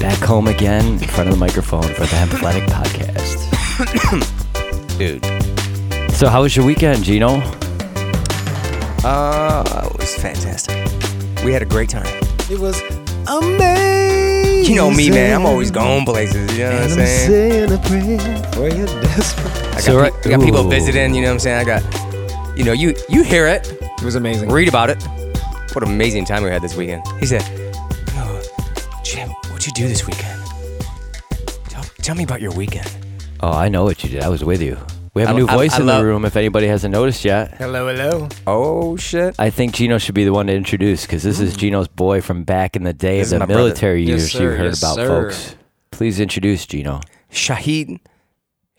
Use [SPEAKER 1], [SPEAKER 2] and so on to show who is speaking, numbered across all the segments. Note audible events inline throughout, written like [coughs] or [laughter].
[SPEAKER 1] Back home again in front of the microphone for the Athletic Podcast.
[SPEAKER 2] [coughs] Dude,
[SPEAKER 1] So, how was your weekend, Gino?
[SPEAKER 2] uh, it was fantastic. We had a great time.
[SPEAKER 3] It was
[SPEAKER 2] You
[SPEAKER 3] amazing.
[SPEAKER 2] know me, man. I'm always going places. You know what I'm
[SPEAKER 3] And
[SPEAKER 2] saying?
[SPEAKER 3] saying a prayer for you desperate.
[SPEAKER 2] I got,
[SPEAKER 1] So
[SPEAKER 2] pe-
[SPEAKER 1] right-
[SPEAKER 2] I got people
[SPEAKER 1] Ooh.
[SPEAKER 2] visiting. You know what I'm saying? I got, you know, you you hear it,
[SPEAKER 3] It was amazing.
[SPEAKER 2] read about it. What an amazing time we had this weekend. He said, "Oh, Jim, what'd you do this weekend? Tell, tell me about your weekend."
[SPEAKER 1] Oh, I know what you did. I was with you. We have a
[SPEAKER 2] I-
[SPEAKER 1] new
[SPEAKER 2] I-
[SPEAKER 1] voice
[SPEAKER 2] I
[SPEAKER 1] in
[SPEAKER 2] love-
[SPEAKER 1] the room if anybody hasn't noticed yet.
[SPEAKER 3] Hello, hello.
[SPEAKER 2] Oh shit!
[SPEAKER 1] I think Gino should be the one to introduce because this is Gino's boy from back in the day
[SPEAKER 2] Mm. This is
[SPEAKER 1] of
[SPEAKER 2] my
[SPEAKER 1] the
[SPEAKER 2] brother.
[SPEAKER 1] military
[SPEAKER 3] Yes,
[SPEAKER 1] years you
[SPEAKER 3] sir.
[SPEAKER 1] heard
[SPEAKER 3] Yes,
[SPEAKER 1] about,
[SPEAKER 3] sir.
[SPEAKER 1] folks. Please introduce Gino.
[SPEAKER 2] Shahid,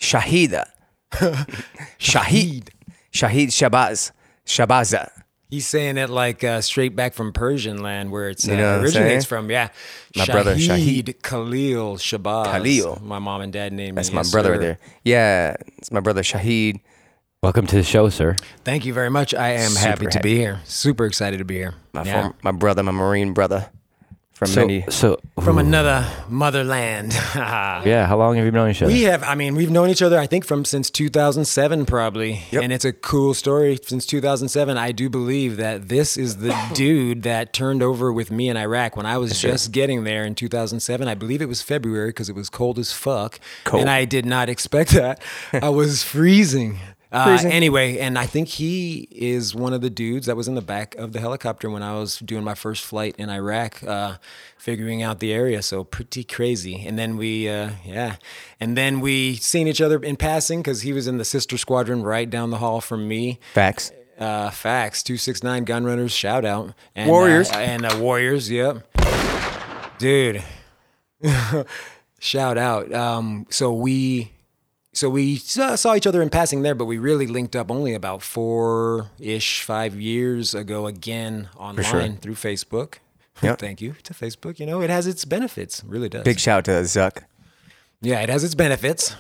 [SPEAKER 2] Shahida, Shahid, Shahid Shabazz, Shabaza.
[SPEAKER 3] He's saying it like uh, straight back from Persian land where it's uh,
[SPEAKER 2] You know what I'm
[SPEAKER 3] originates
[SPEAKER 2] saying?
[SPEAKER 3] from. Yeah.
[SPEAKER 2] My brother, Shahid.
[SPEAKER 3] Khalil Shabazz.
[SPEAKER 2] Khalil.
[SPEAKER 3] My mom and dad named
[SPEAKER 2] That's
[SPEAKER 3] me.
[SPEAKER 2] my
[SPEAKER 3] Yes,
[SPEAKER 2] brother
[SPEAKER 3] sir.
[SPEAKER 2] right there. Yeah, it's my brother Shahid.
[SPEAKER 1] Welcome to the show, sir.
[SPEAKER 3] Thank you very much. I am happy
[SPEAKER 2] Super
[SPEAKER 3] to be here. Super excited to be here.
[SPEAKER 2] My
[SPEAKER 3] Yeah.
[SPEAKER 2] form, my brother, my Marine brother from
[SPEAKER 1] So,
[SPEAKER 2] many.
[SPEAKER 1] so
[SPEAKER 3] From
[SPEAKER 1] ooh,
[SPEAKER 3] another motherland. [laughs]
[SPEAKER 1] yeah, how long have you known each other?
[SPEAKER 3] We have, I mean, we've known each other, I think, from since 2007, probably.
[SPEAKER 2] Yep.
[SPEAKER 3] And it's a cool story. Since 2007, I do believe that this is the
[SPEAKER 2] [coughs]
[SPEAKER 3] dude that turned over with me in Iraq when I was just getting there in 2007. I believe it was February because it was cold as fuck.
[SPEAKER 2] Cold.
[SPEAKER 3] And I did not expect that. I was freezing. Uh, anyway, and I think he is one of the dudes that was in the back of the helicopter when I was doing my first flight in Iraq, uh, figuring out the area. So pretty crazy. And then we, uh, yeah, and then we seen each other in passing because he was in the sister squadron right down the hall from me.
[SPEAKER 2] Facts.
[SPEAKER 3] Uh, facts, two six nine gun runners, shout out and,
[SPEAKER 2] Warriors.
[SPEAKER 3] uh, and uh, warriors. Yep, dude. [laughs] shout out. Um, so we so we saw saw each other in passing there, but we really linked up only about four ish, five years ago again online through Facebook. [laughs]
[SPEAKER 2] Yep.
[SPEAKER 3] Thank you to Facebook. You know, it has its benefits, it really does.
[SPEAKER 2] Big shout out to Zuck.
[SPEAKER 3] yeah, it has its benefits.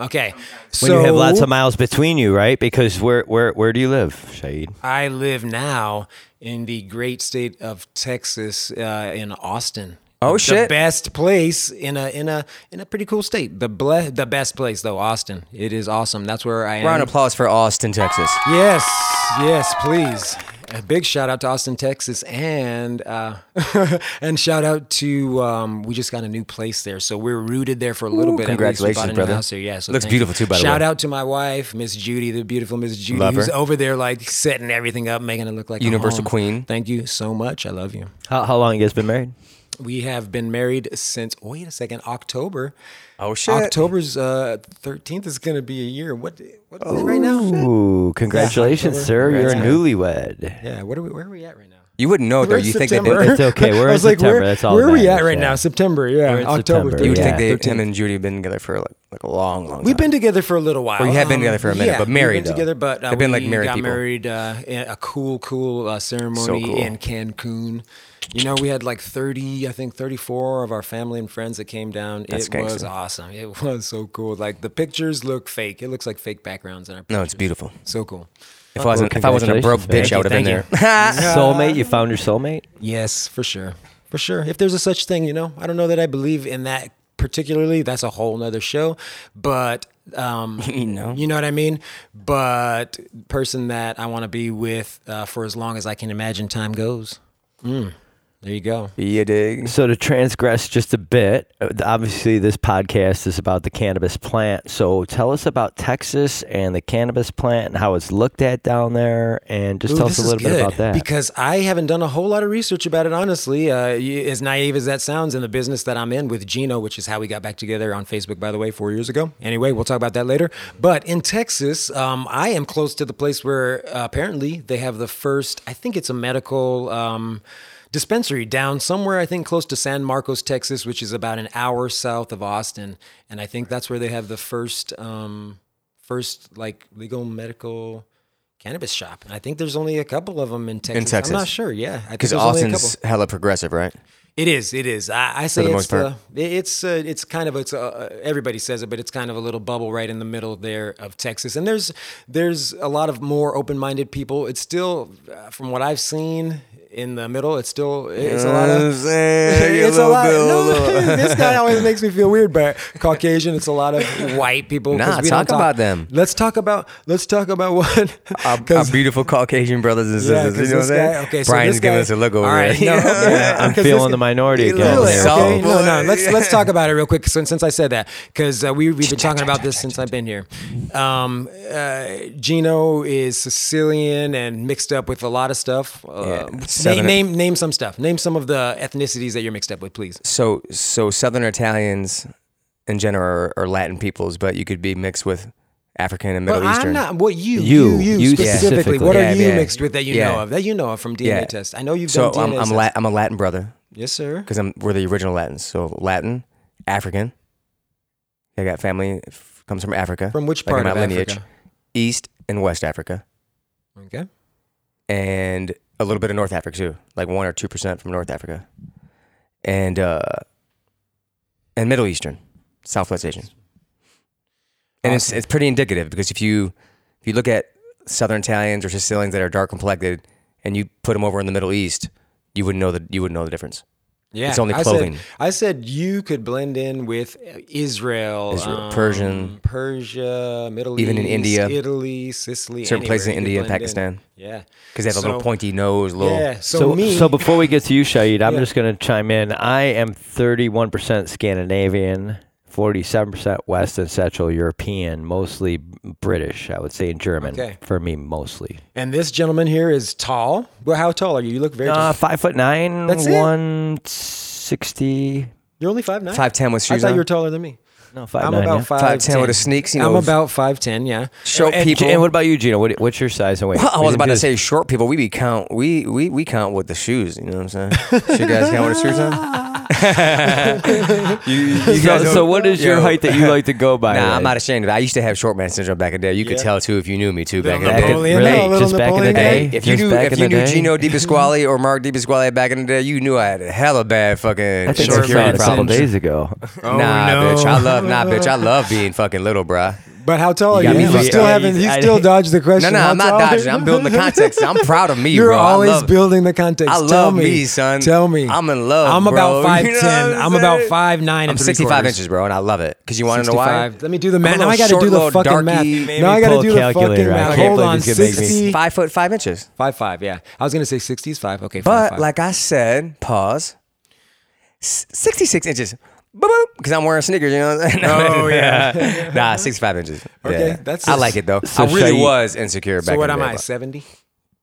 [SPEAKER 3] Okay,
[SPEAKER 1] When you have lots of miles between you, right? Because where where where do you live, Shahid?
[SPEAKER 3] I live now in the great state of Texas uh, in Austin.
[SPEAKER 2] Oh,
[SPEAKER 3] the
[SPEAKER 2] shit.
[SPEAKER 3] best place in a in a in a pretty cool state. The ble- the best place though, Austin. It is awesome. That's where I am.
[SPEAKER 2] Round of applause for Austin, Texas.
[SPEAKER 3] Yes, yes, please. A big shout out to Austin, Texas, and uh, [laughs] and shout out to um, we just got a new place there, so we're rooted there for a little
[SPEAKER 2] Ooh,
[SPEAKER 3] bit.
[SPEAKER 2] congratulations,
[SPEAKER 3] at least. We bought a new
[SPEAKER 2] brother.
[SPEAKER 3] house there, yeah, so
[SPEAKER 2] Looks
[SPEAKER 3] thank
[SPEAKER 2] beautiful,
[SPEAKER 3] you.
[SPEAKER 2] too, by the
[SPEAKER 3] shout
[SPEAKER 2] way.
[SPEAKER 3] out to my wife, Miss Judy, the beautiful Miss Judy,
[SPEAKER 2] Love her.
[SPEAKER 3] who's over there like setting everything up, making it look like a
[SPEAKER 2] Universal
[SPEAKER 3] home.
[SPEAKER 2] queen.
[SPEAKER 3] Thank you so much. I love you.
[SPEAKER 1] How how long you guys been married?
[SPEAKER 3] We have been married since wait a second, October.
[SPEAKER 2] Oh, shit.
[SPEAKER 3] October's uh, thirteenth is going to be a year. What what
[SPEAKER 2] Oh.
[SPEAKER 3] is it right now?
[SPEAKER 1] Ooh, congratulations, sir! You're a newlywed.
[SPEAKER 3] Yeah, what are we? Where are we at right now?
[SPEAKER 2] You wouldn't know though.
[SPEAKER 3] We're in
[SPEAKER 2] You think they
[SPEAKER 3] September.
[SPEAKER 2] did.
[SPEAKER 1] It's
[SPEAKER 3] [laughs]
[SPEAKER 1] okay, we're in
[SPEAKER 3] I was like,
[SPEAKER 1] September,
[SPEAKER 3] Where,
[SPEAKER 1] that's all
[SPEAKER 3] where
[SPEAKER 1] that
[SPEAKER 3] are we at
[SPEAKER 1] matters,
[SPEAKER 3] right
[SPEAKER 1] yeah.
[SPEAKER 3] now? September. Yeah,
[SPEAKER 1] We're in
[SPEAKER 3] October.
[SPEAKER 1] September,
[SPEAKER 2] You would
[SPEAKER 1] Yeah.
[SPEAKER 2] think they,
[SPEAKER 3] 13th.
[SPEAKER 2] him and Judy have been together for like, like a long, long time.
[SPEAKER 3] We've been together for a little while. Um,
[SPEAKER 2] Well, you have been together for a minute,
[SPEAKER 3] yeah,
[SPEAKER 2] but married,
[SPEAKER 3] We've been
[SPEAKER 2] though.
[SPEAKER 3] together, but uh,
[SPEAKER 2] They've been, like,
[SPEAKER 3] we
[SPEAKER 2] married
[SPEAKER 3] got
[SPEAKER 2] people.
[SPEAKER 3] married uh, in a cool, cool uh, ceremony
[SPEAKER 2] cool.
[SPEAKER 3] in Cancun. You know, we had like thirty, I think thirty-four of our family and friends that came down.
[SPEAKER 2] That's
[SPEAKER 3] it was
[SPEAKER 2] gangsta.
[SPEAKER 3] awesome. It [laughs] was so cool. Like the pictures look fake. It looks like fake backgrounds in our.
[SPEAKER 2] No, it's beautiful.
[SPEAKER 3] So cool.
[SPEAKER 2] If I wasn't, if I wasn't a broke
[SPEAKER 1] congratulations, man.
[SPEAKER 2] bitch, I would have been
[SPEAKER 3] Thank you,
[SPEAKER 2] there.
[SPEAKER 1] Soulmate, you found your soulmate.
[SPEAKER 3] Yes, for sure. For sure. If there's a such thing, you know, I don't know that I believe in that particularly. That's a whole nother show. But
[SPEAKER 1] [laughs]
[SPEAKER 3] um
[SPEAKER 2] [laughs]
[SPEAKER 3] you [laughs]
[SPEAKER 2] know.
[SPEAKER 3] you know what I mean? But person that I want to be with uh, for as long as I can imagine time goes. Mm. There you go.
[SPEAKER 2] You dig?
[SPEAKER 1] So to transgress just a bit, uh, obviously this podcast is about the cannabis plant. So tell us about Texas and the cannabis plant and how it's looked at down there, and just
[SPEAKER 3] Ooh,
[SPEAKER 1] tell us
[SPEAKER 3] this
[SPEAKER 1] a
[SPEAKER 3] is
[SPEAKER 1] little bit
[SPEAKER 3] good,
[SPEAKER 1] about that.
[SPEAKER 3] Because I haven't done a whole lot of research about it, honestly. Uh, y- as naive as that sounds, in the business that I'm in with Gino, which is how we got back together on Facebook, by the way, four years ago. Anyway, we'll talk about that later. But in Texas, um, I am close to the place where uh, apparently they have the first, I think it's a medical. Um, Dispensary down somewhere, I think close to San Marcos, Texas, which is about an hour south of Austin, and I think that's where they have the first, um, first like legal medical cannabis shop. And I think there's only a couple of them in Texas.
[SPEAKER 2] Texas.
[SPEAKER 3] I'm not sure. Yeah, I think
[SPEAKER 2] Because
[SPEAKER 3] there's only a couple.
[SPEAKER 2] Austin's hella progressive,
[SPEAKER 3] [laughs]
[SPEAKER 2] right?
[SPEAKER 3] It is. It is. I, I say
[SPEAKER 2] the most
[SPEAKER 3] it's the. it- It's uh, it's kind of it's uh, everybody says it, but it's kind of a little bubble right in the middle there of Texas. And there's there's a lot of more open minded people. It's still, uh, from what I've seen. in the middle. It's still it's a
[SPEAKER 2] You know
[SPEAKER 3] lot
[SPEAKER 2] what I'm
[SPEAKER 3] of
[SPEAKER 2] saying? You're a
[SPEAKER 3] [laughs] it's a
[SPEAKER 2] little
[SPEAKER 3] lot.
[SPEAKER 2] bit- a
[SPEAKER 3] [laughs] no,
[SPEAKER 2] little-
[SPEAKER 3] this guy always makes me feel weird, but Caucasian. It's a lot of white people. 'cause
[SPEAKER 2] Nah,
[SPEAKER 3] we don't
[SPEAKER 2] talk about them.
[SPEAKER 3] Let's talk about let's talk about what [laughs]
[SPEAKER 2] Our, [laughs] our beautiful Caucasian brothers and
[SPEAKER 3] Yeah,
[SPEAKER 2] sisters.
[SPEAKER 3] 'cause
[SPEAKER 2] you know what I'm
[SPEAKER 3] this
[SPEAKER 2] saying?
[SPEAKER 3] guy- okay, so
[SPEAKER 2] Brian's
[SPEAKER 3] this
[SPEAKER 2] giving
[SPEAKER 3] guy-
[SPEAKER 2] us a look over
[SPEAKER 3] all right,
[SPEAKER 2] here. [laughs]
[SPEAKER 3] no, okay. [laughs]
[SPEAKER 1] I'm
[SPEAKER 3] Because this
[SPEAKER 1] feeling
[SPEAKER 3] guy-
[SPEAKER 1] the minority again.
[SPEAKER 3] Really?
[SPEAKER 1] here.
[SPEAKER 2] So-
[SPEAKER 3] Okay. No, no.
[SPEAKER 2] boy.
[SPEAKER 3] Let's let's talk about it real quick. Since since I said that, because uh, we we've been talking about this since I've been here. Um, uh, Gino is Sicilian and mixed up with a lot of stuff. Uh,
[SPEAKER 2] Yeah,
[SPEAKER 3] name,
[SPEAKER 2] seven-
[SPEAKER 3] name name some stuff. Name some of the ethnicities that you're mixed up with, please.
[SPEAKER 2] so so Southern Italians in general are, are Latin peoples, but you could be mixed with African and Middle
[SPEAKER 3] But I'm
[SPEAKER 2] Eastern.
[SPEAKER 3] not. What you
[SPEAKER 1] You,
[SPEAKER 3] you you,
[SPEAKER 1] you
[SPEAKER 3] specifically,
[SPEAKER 1] specifically.
[SPEAKER 3] What
[SPEAKER 2] Yeah,
[SPEAKER 3] are you
[SPEAKER 2] yeah.
[SPEAKER 3] mixed with that you
[SPEAKER 2] Yeah.
[SPEAKER 3] know of that you know of from DNA
[SPEAKER 2] Yeah.
[SPEAKER 3] tests? I know you've
[SPEAKER 2] so
[SPEAKER 3] done
[SPEAKER 2] I'm
[SPEAKER 3] DNA
[SPEAKER 2] I'm,
[SPEAKER 3] tests.
[SPEAKER 2] La- I'm a Latin brother
[SPEAKER 3] yes, sir.
[SPEAKER 2] because I'm we're the original Latins. So Latin, African. I got family f- comes from Africa.
[SPEAKER 3] From which
[SPEAKER 2] like
[SPEAKER 3] part
[SPEAKER 2] in my
[SPEAKER 3] of
[SPEAKER 2] lineage,
[SPEAKER 3] Africa?
[SPEAKER 2] East and West Africa,
[SPEAKER 3] Okay.
[SPEAKER 2] and a little bit of North Africa too, like one or two percent from North Africa, and uh, and Middle Eastern, Southwest Asian. And it's it's pretty indicative because if you if you look at Southern Italians or Sicilians that are dark complected, and you put them over in the Middle East, you wouldn't know the you wouldn't know the difference.
[SPEAKER 3] Yeah,
[SPEAKER 2] It's only
[SPEAKER 3] I said-
[SPEAKER 2] clothing.
[SPEAKER 3] I said, you could blend in with Israel, um,
[SPEAKER 2] Israel, Persian.
[SPEAKER 3] Persia, Middle
[SPEAKER 2] Even in
[SPEAKER 3] East,
[SPEAKER 2] India.
[SPEAKER 3] Italy, Sicily,
[SPEAKER 2] Certain places in
[SPEAKER 3] anywhere you
[SPEAKER 2] India
[SPEAKER 3] could
[SPEAKER 2] and
[SPEAKER 3] blend in.
[SPEAKER 2] Pakistan.
[SPEAKER 3] Yeah,
[SPEAKER 2] Because they have a little
[SPEAKER 3] So-
[SPEAKER 2] pointy nose, little.
[SPEAKER 3] Yeah, so,
[SPEAKER 1] So,
[SPEAKER 3] me,
[SPEAKER 1] so before we get to you, Shahid, I'm
[SPEAKER 3] Yeah.
[SPEAKER 1] just going to chime in. I am 31% Scandinavian, 47% West and Central European, mostly British, I would say, and German
[SPEAKER 3] Okay.
[SPEAKER 1] for me mostly.
[SPEAKER 3] and this gentleman here is tall. Well, how tall are you? You look very.
[SPEAKER 1] Uh,
[SPEAKER 3] tall.
[SPEAKER 1] five foot nine,
[SPEAKER 3] That's it?
[SPEAKER 1] 160.
[SPEAKER 3] You're only five nine.
[SPEAKER 2] Five ten with
[SPEAKER 3] I
[SPEAKER 2] shoes
[SPEAKER 3] thought
[SPEAKER 2] on.
[SPEAKER 3] you were taller than me.
[SPEAKER 1] No, five
[SPEAKER 3] I'm
[SPEAKER 1] nine,
[SPEAKER 3] about
[SPEAKER 1] yeah.
[SPEAKER 3] five
[SPEAKER 2] Five ten with a sneaks. You know,
[SPEAKER 3] I'm about five ten. Yeah.
[SPEAKER 2] short
[SPEAKER 1] And,
[SPEAKER 2] people.
[SPEAKER 1] and what about you, Gino? What, what's your size and weight?
[SPEAKER 2] Well, [laughs] I
[SPEAKER 1] We
[SPEAKER 2] was
[SPEAKER 1] didn't
[SPEAKER 2] about
[SPEAKER 1] do
[SPEAKER 2] to
[SPEAKER 1] this. [laughs]
[SPEAKER 2] say short people. We be count. We we we count with the shoes. You know what I'm saying? you guys count with the shoes on?
[SPEAKER 3] [laughs]
[SPEAKER 2] you, you
[SPEAKER 1] So, so what is your
[SPEAKER 2] Yo.
[SPEAKER 1] height that
[SPEAKER 2] [laughs]
[SPEAKER 1] you like to go by?
[SPEAKER 2] Nah, I'm
[SPEAKER 1] then?
[SPEAKER 2] not ashamed of it. I used to have short man syndrome back in the day. You could
[SPEAKER 3] Yeah.
[SPEAKER 2] tell too if you knew me too back in the
[SPEAKER 3] Little
[SPEAKER 2] day.
[SPEAKER 3] Napoleon,
[SPEAKER 1] Really?
[SPEAKER 3] no, little
[SPEAKER 1] Just back in the
[SPEAKER 3] Napoleon
[SPEAKER 1] day?
[SPEAKER 2] Hey, if you
[SPEAKER 1] Just
[SPEAKER 2] knew
[SPEAKER 1] back
[SPEAKER 2] if
[SPEAKER 1] in
[SPEAKER 2] you
[SPEAKER 1] the
[SPEAKER 2] knew
[SPEAKER 1] day?
[SPEAKER 2] Gino DePasquale or Mark DePasquale back in the day, you knew I had a hella bad fucking
[SPEAKER 1] I think
[SPEAKER 3] Short
[SPEAKER 1] I saw it
[SPEAKER 2] security
[SPEAKER 1] a couple
[SPEAKER 2] problems.
[SPEAKER 1] days
[SPEAKER 2] [laughs]
[SPEAKER 1] ago.
[SPEAKER 2] nah,
[SPEAKER 3] Oh, no.
[SPEAKER 2] bitch, I love nah, bitch, I love being fucking little, bruh.
[SPEAKER 3] But how tall are
[SPEAKER 2] got
[SPEAKER 3] you?
[SPEAKER 2] me
[SPEAKER 3] You
[SPEAKER 2] fucked
[SPEAKER 3] still
[SPEAKER 2] up.
[SPEAKER 3] haven't. You
[SPEAKER 1] I-
[SPEAKER 3] still dodged the
[SPEAKER 2] No,
[SPEAKER 3] question.
[SPEAKER 2] no,
[SPEAKER 3] How
[SPEAKER 2] I'm not
[SPEAKER 3] tall are
[SPEAKER 2] dodging.
[SPEAKER 3] you?
[SPEAKER 2] I'm building the context. I'm proud of me,
[SPEAKER 3] You're
[SPEAKER 2] bro. I
[SPEAKER 3] always
[SPEAKER 2] love-
[SPEAKER 3] building the context.
[SPEAKER 2] I
[SPEAKER 3] Tell
[SPEAKER 2] love
[SPEAKER 3] me,
[SPEAKER 2] me, son.
[SPEAKER 3] Tell me.
[SPEAKER 2] I'm in love,
[SPEAKER 3] I'm
[SPEAKER 2] bro.
[SPEAKER 3] about five
[SPEAKER 2] You know
[SPEAKER 3] ten.
[SPEAKER 2] what I'm
[SPEAKER 3] I'm, about
[SPEAKER 2] saying?
[SPEAKER 3] five nine.
[SPEAKER 2] I'm 65 inches, bro, and I love it. Cause you want to know why?
[SPEAKER 3] Let me do the
[SPEAKER 2] I'm a
[SPEAKER 3] math. Now
[SPEAKER 2] little
[SPEAKER 3] I got to
[SPEAKER 2] short,
[SPEAKER 3] do the
[SPEAKER 2] little
[SPEAKER 3] fucking
[SPEAKER 2] darky-
[SPEAKER 3] math.
[SPEAKER 2] Maybe
[SPEAKER 3] Now I got
[SPEAKER 1] pull
[SPEAKER 3] to
[SPEAKER 1] a
[SPEAKER 3] do the
[SPEAKER 1] calculator
[SPEAKER 3] fucking
[SPEAKER 1] out.
[SPEAKER 3] math.
[SPEAKER 1] I can't
[SPEAKER 3] Hold
[SPEAKER 1] believe
[SPEAKER 3] on,
[SPEAKER 1] this could make me-
[SPEAKER 3] sixty
[SPEAKER 2] Five foot five inches.
[SPEAKER 3] five five. Yeah, I was gonna say sixty is five. Okay,
[SPEAKER 2] But
[SPEAKER 3] five, five.
[SPEAKER 2] like I said, pause. S- 66 inches. Because I'm wearing sneakers, you know. What I'm saying?
[SPEAKER 3] Oh,
[SPEAKER 2] [laughs] yeah. nah, 65 inches.
[SPEAKER 3] Okay,
[SPEAKER 2] yeah.
[SPEAKER 3] that's
[SPEAKER 2] I
[SPEAKER 3] it.
[SPEAKER 2] like it though.
[SPEAKER 1] So
[SPEAKER 2] I really
[SPEAKER 1] shall you-
[SPEAKER 2] was insecure back.
[SPEAKER 3] so
[SPEAKER 2] in
[SPEAKER 3] what am
[SPEAKER 2] the day,
[SPEAKER 3] I?
[SPEAKER 2] but-
[SPEAKER 3] Seventy.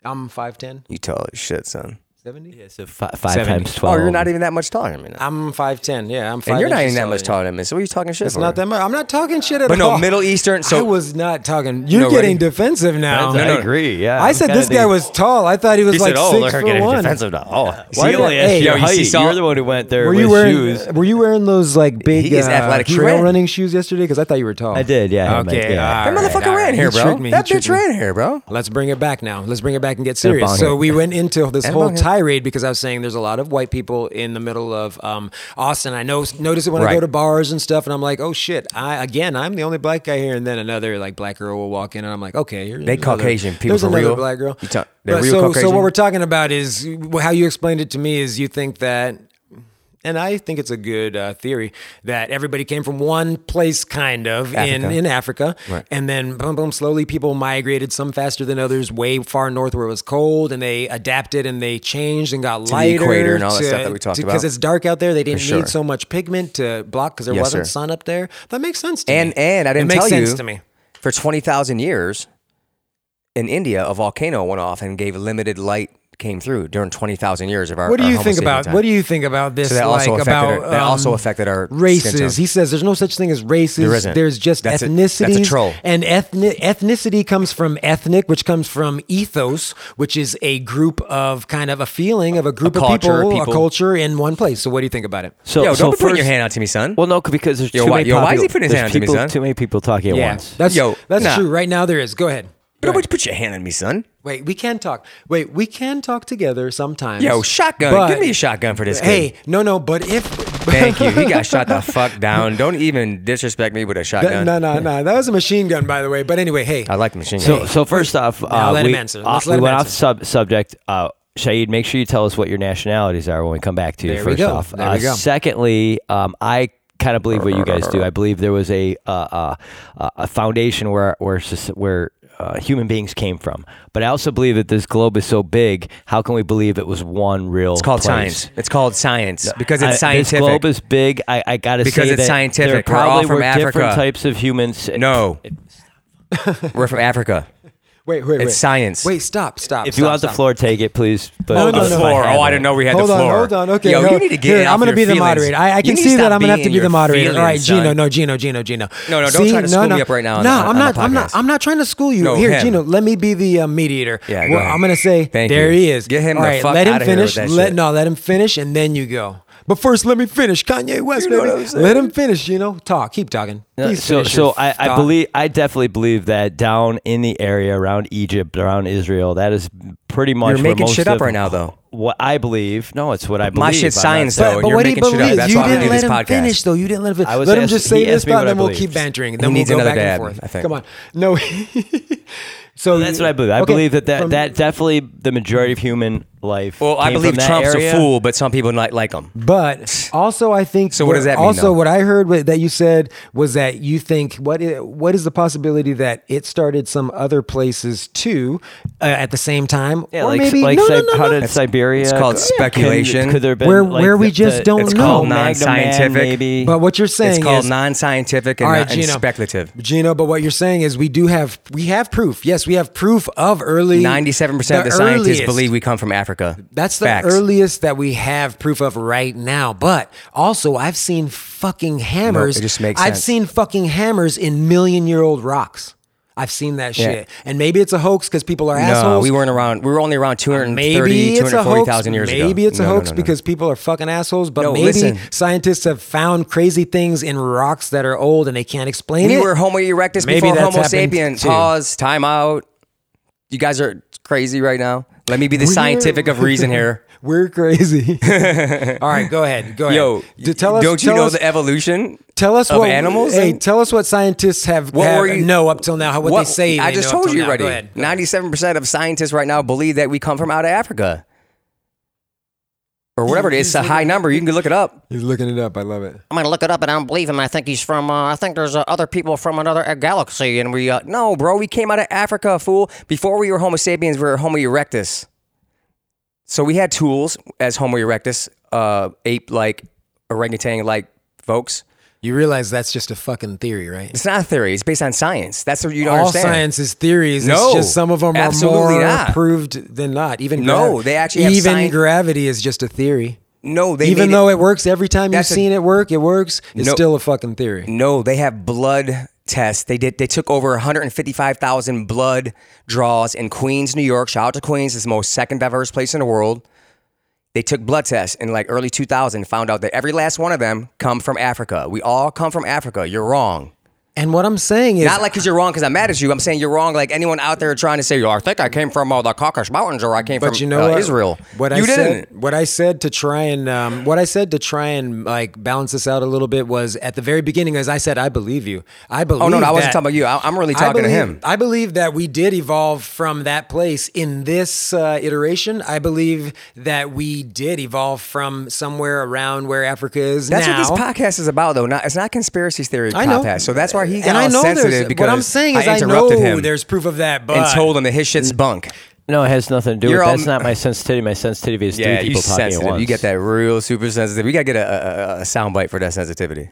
[SPEAKER 3] I'm five ten.
[SPEAKER 2] You tall as shit, son.
[SPEAKER 3] Seventy.
[SPEAKER 1] So fi- five
[SPEAKER 3] Seventy.
[SPEAKER 1] times 12.
[SPEAKER 2] Oh, you're not even that much taller than me. Now.
[SPEAKER 3] I'm five ten. Yeah, I'm five.
[SPEAKER 2] and you're not
[SPEAKER 3] inches
[SPEAKER 2] even that
[SPEAKER 3] taller
[SPEAKER 2] much
[SPEAKER 3] than you.
[SPEAKER 2] taller than me. So what are you talking shit
[SPEAKER 3] It's not that much. I'm not talking shit at
[SPEAKER 2] But
[SPEAKER 3] all.
[SPEAKER 2] no, Middle Eastern. So
[SPEAKER 3] I was not talking. You're
[SPEAKER 2] No,
[SPEAKER 3] getting
[SPEAKER 2] ready?
[SPEAKER 3] defensive now.
[SPEAKER 1] I agree. Yeah.
[SPEAKER 3] I said
[SPEAKER 1] Kinda
[SPEAKER 3] this guy
[SPEAKER 1] the-
[SPEAKER 3] was tall. I thought he was
[SPEAKER 2] He
[SPEAKER 3] like
[SPEAKER 2] said, "Oh,
[SPEAKER 3] six
[SPEAKER 2] look, her
[SPEAKER 3] foot
[SPEAKER 2] getting
[SPEAKER 3] one.
[SPEAKER 2] defensive now." Oh,
[SPEAKER 3] Why
[SPEAKER 1] He
[SPEAKER 3] did-
[SPEAKER 1] only asked
[SPEAKER 3] hey,
[SPEAKER 1] you
[SPEAKER 2] yo,
[SPEAKER 1] your
[SPEAKER 2] you see
[SPEAKER 1] height.
[SPEAKER 2] Saul-
[SPEAKER 1] You're the one who went there
[SPEAKER 3] Were
[SPEAKER 1] with
[SPEAKER 3] you wearing uh,
[SPEAKER 1] shoes.
[SPEAKER 3] Were you wearing those like big
[SPEAKER 2] is
[SPEAKER 3] uh,
[SPEAKER 2] athletic. He
[SPEAKER 3] trail
[SPEAKER 2] ran.
[SPEAKER 3] running shoes yesterday? Because I thought you were tall.
[SPEAKER 1] I did, yeah.
[SPEAKER 3] Okay,
[SPEAKER 1] Hemant, yeah.
[SPEAKER 2] that
[SPEAKER 3] all right,
[SPEAKER 2] motherfucker
[SPEAKER 3] all right.
[SPEAKER 2] ran
[SPEAKER 3] He
[SPEAKER 2] here, bro.
[SPEAKER 3] tricked me, he
[SPEAKER 2] that
[SPEAKER 3] tricked
[SPEAKER 2] bitch
[SPEAKER 3] me.
[SPEAKER 2] ran here, bro.
[SPEAKER 3] Let's bring it back now. Let's bring it back and get
[SPEAKER 1] a bong
[SPEAKER 3] serious. So
[SPEAKER 1] hit.
[SPEAKER 3] we
[SPEAKER 2] [laughs]
[SPEAKER 3] went into this
[SPEAKER 2] a
[SPEAKER 3] whole
[SPEAKER 2] bong hit.
[SPEAKER 3] tirade because I was saying there's a lot of white people in the middle of um, Austin. I know notice it when I go
[SPEAKER 2] Right.
[SPEAKER 3] to bars and stuff, and I'm like, oh shit. I again, I'm the only black guy here, and then another like black girl will walk in, and I'm like, okay, here's
[SPEAKER 2] They
[SPEAKER 3] another-
[SPEAKER 2] Caucasian people
[SPEAKER 3] There's
[SPEAKER 2] for
[SPEAKER 3] another
[SPEAKER 2] real?
[SPEAKER 3] black girl.
[SPEAKER 2] You talk- they're
[SPEAKER 3] But
[SPEAKER 2] real
[SPEAKER 3] so, so
[SPEAKER 2] Caucasian?
[SPEAKER 3] what we're talking about is how you explained it to me is you think that and I think it's a good uh, theory that everybody came from one place, kind of in
[SPEAKER 2] Africa.
[SPEAKER 3] in Africa,
[SPEAKER 2] Right.
[SPEAKER 3] and then boom, boom, slowly people migrated. Some faster than others, way far north where it was cold, and they adapted and they changed and got lighter.
[SPEAKER 2] equator and all that stuff that we talked
[SPEAKER 3] because
[SPEAKER 2] about.
[SPEAKER 3] it's dark out there. They didn't
[SPEAKER 2] sure.
[SPEAKER 3] need so much pigment to block because there
[SPEAKER 2] Yes,
[SPEAKER 3] wasn't
[SPEAKER 2] sir.
[SPEAKER 3] sun up there. That makes sense to me.
[SPEAKER 2] And and I didn't
[SPEAKER 3] it makes
[SPEAKER 2] tell
[SPEAKER 3] sense
[SPEAKER 2] you
[SPEAKER 3] to me.
[SPEAKER 2] for twenty thousand years in India, a volcano went off and gave limited light came through during twenty thousand years of our.
[SPEAKER 3] What do
[SPEAKER 2] our
[SPEAKER 3] you
[SPEAKER 2] Homo
[SPEAKER 3] think
[SPEAKER 2] sapien
[SPEAKER 3] about
[SPEAKER 2] time.
[SPEAKER 3] what do you think about this?
[SPEAKER 2] So that also
[SPEAKER 3] like
[SPEAKER 2] affected
[SPEAKER 3] about
[SPEAKER 2] our, that
[SPEAKER 3] um,
[SPEAKER 2] also affected our skin tone.
[SPEAKER 3] races. He says there's no such thing as races.
[SPEAKER 2] There isn't.
[SPEAKER 3] There's just
[SPEAKER 2] That's a- that's a
[SPEAKER 3] ethnicity.
[SPEAKER 2] troll.
[SPEAKER 3] And ethnic ethnicity comes from ethnic, which comes from ethos, which is a group of kind of a feeling of a group
[SPEAKER 2] A
[SPEAKER 3] of
[SPEAKER 2] culture,
[SPEAKER 3] people, a
[SPEAKER 2] people.
[SPEAKER 3] culture in one place. So what do you think about it?
[SPEAKER 1] So,
[SPEAKER 2] Yo, don't
[SPEAKER 1] so
[SPEAKER 2] be putting
[SPEAKER 1] first,
[SPEAKER 2] your hand out to me, son.
[SPEAKER 1] Well, no, c- because there's
[SPEAKER 2] Yo,
[SPEAKER 1] too
[SPEAKER 2] why-
[SPEAKER 1] many
[SPEAKER 2] yo, why is
[SPEAKER 1] popu-
[SPEAKER 2] he putting his
[SPEAKER 1] there's
[SPEAKER 2] hand to me,
[SPEAKER 1] people-
[SPEAKER 2] son?
[SPEAKER 1] Too many people talking at once.
[SPEAKER 3] that's
[SPEAKER 2] Yo,
[SPEAKER 3] that's
[SPEAKER 2] nah.
[SPEAKER 3] true. Right now there is. Go ahead. Go
[SPEAKER 2] Don't
[SPEAKER 3] ahead.
[SPEAKER 2] put your hand on me, son.
[SPEAKER 3] Wait, we can talk. Wait, we can talk together sometimes.
[SPEAKER 2] Yo, shotgun.
[SPEAKER 3] But-
[SPEAKER 2] Give me a shotgun for this. kid.
[SPEAKER 3] Hey, no, no, but if
[SPEAKER 2] Thank you.
[SPEAKER 3] [laughs]
[SPEAKER 2] He got shot the fuck down. Don't even disrespect me with a
[SPEAKER 3] No,
[SPEAKER 2] shotgun.
[SPEAKER 3] no, no, no. That was a machine gun, by the way. But anyway, hey,
[SPEAKER 2] I like the machine gun.
[SPEAKER 1] So, so first off, uh,
[SPEAKER 3] let him
[SPEAKER 1] we,
[SPEAKER 3] answer.
[SPEAKER 1] off-
[SPEAKER 3] Let's
[SPEAKER 1] we
[SPEAKER 3] let him
[SPEAKER 1] went off
[SPEAKER 3] answer.
[SPEAKER 1] sub- subject. Uh, Shahid, make sure you tell us what your nationalities are when we come back to you.
[SPEAKER 3] There we
[SPEAKER 1] first
[SPEAKER 3] go.
[SPEAKER 1] off,
[SPEAKER 3] There we
[SPEAKER 1] Uh,
[SPEAKER 3] go.
[SPEAKER 1] secondly, um, I kind of believe what you guys do. I believe there was a uh, uh, uh, a foundation where where soc- where uh, human beings came from, but I also believe that this globe is so big. How can we believe it was one real?
[SPEAKER 2] It's called
[SPEAKER 1] place?
[SPEAKER 2] science. It's called science because it's
[SPEAKER 1] I-
[SPEAKER 2] scientific.
[SPEAKER 1] This globe is big. I, I gotta
[SPEAKER 2] Because
[SPEAKER 1] say
[SPEAKER 2] it's
[SPEAKER 1] that There
[SPEAKER 2] scientific. We're all
[SPEAKER 1] probably
[SPEAKER 2] from
[SPEAKER 1] were different
[SPEAKER 2] Africa.
[SPEAKER 1] types of humans.
[SPEAKER 3] [laughs]
[SPEAKER 2] no, we're from Africa.
[SPEAKER 3] Wait, wait, wait.
[SPEAKER 2] It's science.
[SPEAKER 3] Wait, stop, stop.
[SPEAKER 1] If you want the floor, take it, please. But
[SPEAKER 3] No, no,
[SPEAKER 2] the
[SPEAKER 1] otherwise
[SPEAKER 3] no.
[SPEAKER 1] I
[SPEAKER 2] floor.
[SPEAKER 1] have
[SPEAKER 2] Oh, I
[SPEAKER 1] it.
[SPEAKER 2] didn't know we had
[SPEAKER 3] hold
[SPEAKER 2] the
[SPEAKER 3] on,
[SPEAKER 2] floor.
[SPEAKER 3] hold on. Okay,
[SPEAKER 2] Yo,
[SPEAKER 3] no.
[SPEAKER 2] you need to get
[SPEAKER 3] Here,
[SPEAKER 2] it off
[SPEAKER 3] I'm gonna
[SPEAKER 2] your
[SPEAKER 3] be the
[SPEAKER 2] feelings.
[SPEAKER 3] moderator. I, I
[SPEAKER 2] You
[SPEAKER 3] can
[SPEAKER 2] need
[SPEAKER 3] see
[SPEAKER 2] to
[SPEAKER 3] that
[SPEAKER 2] stop
[SPEAKER 3] I'm gonna have to
[SPEAKER 2] being
[SPEAKER 3] be the
[SPEAKER 2] your
[SPEAKER 3] moderator. All right,
[SPEAKER 2] feelings,
[SPEAKER 3] Gino,
[SPEAKER 2] son.
[SPEAKER 3] no, Gino, Gino, Gino.
[SPEAKER 2] No, no, don't
[SPEAKER 3] see,
[SPEAKER 2] try to
[SPEAKER 3] no,
[SPEAKER 2] school
[SPEAKER 3] no.
[SPEAKER 2] me up right now on
[SPEAKER 3] No,
[SPEAKER 2] the- on
[SPEAKER 3] I'm
[SPEAKER 2] the
[SPEAKER 3] not. I'm not.
[SPEAKER 2] podcast.
[SPEAKER 3] I'm not trying to school you.
[SPEAKER 2] No,
[SPEAKER 3] here,
[SPEAKER 2] him.
[SPEAKER 3] Gino, let me be the uh, mediator.
[SPEAKER 2] Yeah, go
[SPEAKER 3] Well,
[SPEAKER 2] ahead.
[SPEAKER 3] I'm gonna say
[SPEAKER 2] Thank
[SPEAKER 3] there
[SPEAKER 2] you.
[SPEAKER 3] he is.
[SPEAKER 2] Get him
[SPEAKER 3] All
[SPEAKER 2] the
[SPEAKER 3] right,
[SPEAKER 2] fuck
[SPEAKER 3] let him
[SPEAKER 2] outta here with that
[SPEAKER 3] finish. Let
[SPEAKER 2] shit.
[SPEAKER 3] no, let him finish, and then you go. But first, let me finish, Kanye West,
[SPEAKER 2] know what
[SPEAKER 3] baby.
[SPEAKER 2] I'm saying?
[SPEAKER 3] Let him finish. You know, talk. Keep talking.
[SPEAKER 1] No,
[SPEAKER 3] Please
[SPEAKER 1] so
[SPEAKER 3] finish
[SPEAKER 1] so
[SPEAKER 3] your
[SPEAKER 1] I, I
[SPEAKER 3] thought.
[SPEAKER 1] believe I definitely believe that down in the area around Egypt, around Israel, that is pretty much
[SPEAKER 2] You're
[SPEAKER 1] where
[SPEAKER 2] making
[SPEAKER 1] most
[SPEAKER 2] shit up
[SPEAKER 1] of
[SPEAKER 2] right now, though.
[SPEAKER 1] What I believe, no, it's what I believe.
[SPEAKER 2] My
[SPEAKER 1] I'm
[SPEAKER 2] shit's
[SPEAKER 1] not
[SPEAKER 2] science,
[SPEAKER 1] saying-
[SPEAKER 2] though.
[SPEAKER 3] But
[SPEAKER 2] and you're
[SPEAKER 3] what he
[SPEAKER 2] making shit up.
[SPEAKER 3] believes,
[SPEAKER 2] That's
[SPEAKER 3] you
[SPEAKER 2] why we
[SPEAKER 3] didn't
[SPEAKER 2] do
[SPEAKER 3] let
[SPEAKER 2] this
[SPEAKER 3] him
[SPEAKER 2] podcast.
[SPEAKER 3] finish, though. You didn't let him
[SPEAKER 1] I
[SPEAKER 3] finish.
[SPEAKER 1] was
[SPEAKER 3] Let him
[SPEAKER 1] asked-
[SPEAKER 3] just say
[SPEAKER 1] he
[SPEAKER 3] this
[SPEAKER 1] asked me
[SPEAKER 3] thought,
[SPEAKER 1] what
[SPEAKER 3] and
[SPEAKER 1] I
[SPEAKER 3] then we'll
[SPEAKER 1] believed.
[SPEAKER 3] keep bantering. and
[SPEAKER 2] He
[SPEAKER 3] Then we'll
[SPEAKER 2] needs
[SPEAKER 3] go
[SPEAKER 2] another
[SPEAKER 3] back and
[SPEAKER 2] dab,
[SPEAKER 3] forth.
[SPEAKER 2] I think.
[SPEAKER 3] Come on, no. [laughs] So
[SPEAKER 1] That's what I believe. I
[SPEAKER 3] okay,
[SPEAKER 1] believe that that,
[SPEAKER 3] from-
[SPEAKER 1] that definitely the majority of human life.
[SPEAKER 2] Well, I
[SPEAKER 1] came
[SPEAKER 2] believe
[SPEAKER 1] from that
[SPEAKER 2] Trump's
[SPEAKER 1] area.
[SPEAKER 2] a fool, but some people not like him.
[SPEAKER 3] But also, I think.
[SPEAKER 2] So what does that mean,
[SPEAKER 3] Also,
[SPEAKER 2] though?
[SPEAKER 3] what I heard wa- that you said was that you think what i- what is the possibility that it started some other places too uh, at the same time,
[SPEAKER 1] Yeah,
[SPEAKER 3] or
[SPEAKER 1] like,
[SPEAKER 3] maybe
[SPEAKER 1] like
[SPEAKER 3] no, no,
[SPEAKER 1] Sib-
[SPEAKER 3] no,
[SPEAKER 1] how
[SPEAKER 3] no.
[SPEAKER 1] did Siberia?
[SPEAKER 2] It's called
[SPEAKER 1] could-
[SPEAKER 2] speculation.
[SPEAKER 1] Could there have been
[SPEAKER 3] Where-
[SPEAKER 1] like,
[SPEAKER 3] where we
[SPEAKER 1] the-
[SPEAKER 3] just
[SPEAKER 1] the-
[SPEAKER 3] don't
[SPEAKER 1] it's
[SPEAKER 3] know.
[SPEAKER 1] called
[SPEAKER 2] Magna Man,
[SPEAKER 1] non-scientific? Maybe.
[SPEAKER 3] But what you're saying
[SPEAKER 2] It's called
[SPEAKER 3] is
[SPEAKER 2] non-scientific and,
[SPEAKER 3] All right,
[SPEAKER 2] not- and
[SPEAKER 3] Gino.
[SPEAKER 2] speculative.
[SPEAKER 3] Gino, but what you're saying is we do have we have proof. Yes, we have proof of early.
[SPEAKER 2] Ninety-seven percent of the
[SPEAKER 3] earliest.
[SPEAKER 2] scientists believe we come from Africa.
[SPEAKER 3] That's the
[SPEAKER 2] Facts.
[SPEAKER 3] earliest that we have proof of right now. But also, I've seen fucking hammers.
[SPEAKER 2] it just makes
[SPEAKER 3] I've
[SPEAKER 2] sense.
[SPEAKER 3] seen fucking hammers in million year old rocks. I've seen that shit. And maybe it's a hoax because people are
[SPEAKER 2] No,
[SPEAKER 3] assholes.
[SPEAKER 2] we weren't around. We were only around 230,
[SPEAKER 3] Maybe it's a hoax.
[SPEAKER 2] 240,000 years ago.
[SPEAKER 3] Maybe it's a
[SPEAKER 2] No, no,
[SPEAKER 3] hoax
[SPEAKER 2] no, no, no.
[SPEAKER 3] because people are fucking assholes. But
[SPEAKER 2] No,
[SPEAKER 3] maybe
[SPEAKER 2] listen.
[SPEAKER 3] scientists have found crazy things in rocks that are old and they can't explain
[SPEAKER 2] we
[SPEAKER 3] it.
[SPEAKER 2] were Homo erectus
[SPEAKER 3] Maybe
[SPEAKER 2] before
[SPEAKER 3] that's
[SPEAKER 2] Homo
[SPEAKER 3] happened
[SPEAKER 2] sapien.
[SPEAKER 3] too.
[SPEAKER 2] Pause. Time out. You guys are crazy right now. Let me be the
[SPEAKER 3] We're-
[SPEAKER 2] scientific of reason here.
[SPEAKER 3] [laughs]
[SPEAKER 2] [laughs]
[SPEAKER 3] We're crazy. All right, go ahead. Go ahead.
[SPEAKER 2] Yo,
[SPEAKER 3] D- tell us.
[SPEAKER 2] don't you
[SPEAKER 3] tell
[SPEAKER 2] know
[SPEAKER 3] us-
[SPEAKER 2] the evolution?
[SPEAKER 3] Tell us
[SPEAKER 2] of
[SPEAKER 3] what
[SPEAKER 2] animals
[SPEAKER 3] Hey,
[SPEAKER 2] and-
[SPEAKER 3] tell us what scientists have,
[SPEAKER 2] What
[SPEAKER 3] have
[SPEAKER 2] were you-
[SPEAKER 3] know up till now. How what, they say.
[SPEAKER 2] I
[SPEAKER 3] they
[SPEAKER 2] just
[SPEAKER 3] know up
[SPEAKER 2] told
[SPEAKER 3] till
[SPEAKER 2] you
[SPEAKER 3] now.
[SPEAKER 2] already.
[SPEAKER 3] Go ahead.
[SPEAKER 2] Ninety-seven percent of scientists right now believe that we come from out of Africa, or whatever it is. It's a high number. You can look it up.
[SPEAKER 3] He's looking it up. I love it.
[SPEAKER 2] I'm gonna look it up, and I don't believe him. I think he's from. Uh, I think there's uh, other people from another uh, galaxy, and we. Uh, no, bro, we came out of Africa, fool. Before we were Homo sapiens, we were Homo erectus. So we had tools as Homo erectus, uh, ape-like, orangutan-like folks.
[SPEAKER 3] You realize that's just a fucking theory, right?
[SPEAKER 2] It's not a theory. It's based on science. That's what you don't
[SPEAKER 3] All
[SPEAKER 2] understand.
[SPEAKER 3] science is theories.
[SPEAKER 2] No,
[SPEAKER 3] it's just some of them are
[SPEAKER 2] absolutely
[SPEAKER 3] more
[SPEAKER 2] not.
[SPEAKER 3] proved than not. Even
[SPEAKER 2] No,
[SPEAKER 3] gravi-
[SPEAKER 2] they actually have
[SPEAKER 3] even
[SPEAKER 2] science-
[SPEAKER 3] gravity is just a theory.
[SPEAKER 2] No, they
[SPEAKER 3] even
[SPEAKER 2] made it-
[SPEAKER 3] though it, works every time you've
[SPEAKER 2] That's a-
[SPEAKER 3] seen it work, it works. It's
[SPEAKER 2] No.
[SPEAKER 3] still a fucking theory.
[SPEAKER 2] No, they have blood tests. They did. They took over 155,000 blood draws in Queens, New York. Shout out to Queens. It's the most second diverse place in the world. They took blood tests in like early 2000. Found out that every last one of them come from Africa. We all come from Africa. You're wrong.
[SPEAKER 3] And what I'm saying is,
[SPEAKER 2] Not like because you're wrong because I'm mad at you. I'm saying you're wrong. Like anyone out there trying to say, "Yo, I think I came from uh, the Caucasus Mountains or I came
[SPEAKER 3] But
[SPEAKER 2] from
[SPEAKER 3] you know
[SPEAKER 2] uh,
[SPEAKER 3] what?
[SPEAKER 2] Israel."
[SPEAKER 3] What
[SPEAKER 2] you
[SPEAKER 3] I
[SPEAKER 2] didn't.
[SPEAKER 3] said, what I said to try and um, what I said to try and like balance this out a little bit was at the very beginning, as I said, I believe you. I believe.
[SPEAKER 2] Oh no, no I wasn't
[SPEAKER 3] that-
[SPEAKER 2] talking about you. I, I'm really
[SPEAKER 3] I
[SPEAKER 2] talking
[SPEAKER 3] believe,
[SPEAKER 2] to him.
[SPEAKER 3] I believe that we did evolve from that place in this uh, iteration. I believe that we did evolve from somewhere around where Africa is
[SPEAKER 2] That's
[SPEAKER 3] now.
[SPEAKER 2] what this podcast is about, though. Not, it's not conspiracy theory
[SPEAKER 3] I know.
[SPEAKER 2] podcast. So that's why he got
[SPEAKER 3] and I
[SPEAKER 2] all
[SPEAKER 3] know there's-
[SPEAKER 2] sensitive because
[SPEAKER 3] what I'm saying is
[SPEAKER 2] I
[SPEAKER 3] I, know
[SPEAKER 2] interrupted him
[SPEAKER 3] there's proof of that, but Mm.
[SPEAKER 2] and told him that his shit's bunk.
[SPEAKER 1] No, it has nothing to do
[SPEAKER 2] You're
[SPEAKER 1] with.
[SPEAKER 2] all-
[SPEAKER 1] That's not my sensitivity. My sensitivity is
[SPEAKER 2] Yeah,
[SPEAKER 1] three
[SPEAKER 2] you
[SPEAKER 1] people talking at
[SPEAKER 2] sensitive.
[SPEAKER 1] once.
[SPEAKER 2] You get that real super sensitive. We gotta get a, a, a- a soundbite for that sensitivity.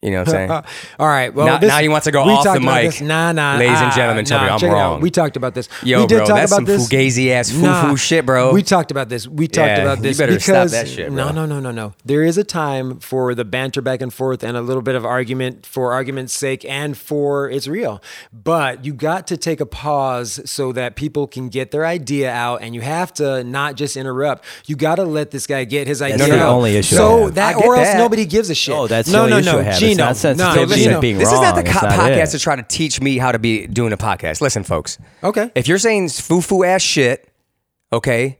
[SPEAKER 2] You know what I'm
[SPEAKER 3] [laughs]
[SPEAKER 2] saying?
[SPEAKER 3] Uh, all right. Well,
[SPEAKER 2] Now-
[SPEAKER 3] this,
[SPEAKER 2] now he wants to go
[SPEAKER 3] we
[SPEAKER 2] off
[SPEAKER 3] talked
[SPEAKER 2] the
[SPEAKER 3] about
[SPEAKER 2] mic.
[SPEAKER 3] This. Nah, nah.
[SPEAKER 2] Ladies and
[SPEAKER 3] ah,
[SPEAKER 2] gentlemen, tell
[SPEAKER 3] nah,
[SPEAKER 2] me I'm
[SPEAKER 3] check it out.
[SPEAKER 2] wrong.
[SPEAKER 3] We talked about this.
[SPEAKER 2] Yo,
[SPEAKER 3] we did
[SPEAKER 2] bro,
[SPEAKER 3] talk
[SPEAKER 2] that's
[SPEAKER 3] about
[SPEAKER 2] some
[SPEAKER 3] this.
[SPEAKER 2] fugazi ass foo
[SPEAKER 3] Nah.
[SPEAKER 2] foo shit, bro.
[SPEAKER 3] We talked about this. We talked
[SPEAKER 2] Yeah,
[SPEAKER 3] about
[SPEAKER 2] you
[SPEAKER 3] this.
[SPEAKER 2] better stop
[SPEAKER 3] because,
[SPEAKER 2] that shit,
[SPEAKER 3] No,
[SPEAKER 2] bro.
[SPEAKER 3] no, no, no, no. There is a time for the banter back and forth and a little bit of argument for argument's sake and for it's real. But you got to take a pause so that people can get their idea out and you have to not just interrupt. You got to let this guy get his idea
[SPEAKER 1] the
[SPEAKER 3] out.
[SPEAKER 1] only issue I
[SPEAKER 3] So
[SPEAKER 1] have.
[SPEAKER 3] that,
[SPEAKER 2] I get
[SPEAKER 3] or else
[SPEAKER 2] that.
[SPEAKER 3] nobody gives a shit.
[SPEAKER 1] No, that's
[SPEAKER 3] no,
[SPEAKER 1] the
[SPEAKER 3] no,
[SPEAKER 1] only issue
[SPEAKER 3] no.
[SPEAKER 1] I have. It's
[SPEAKER 3] Gino,
[SPEAKER 1] not sensitivity,
[SPEAKER 3] no,
[SPEAKER 1] it's
[SPEAKER 2] Listen,
[SPEAKER 3] Gino.
[SPEAKER 1] being
[SPEAKER 2] this is not the
[SPEAKER 1] wrong. It's
[SPEAKER 2] co-
[SPEAKER 1] not
[SPEAKER 2] podcast
[SPEAKER 1] it.
[SPEAKER 2] to try to teach me how to be doing a podcast. Listen, folks.
[SPEAKER 3] Okay.
[SPEAKER 2] If you're saying foo foo ass shit, okay,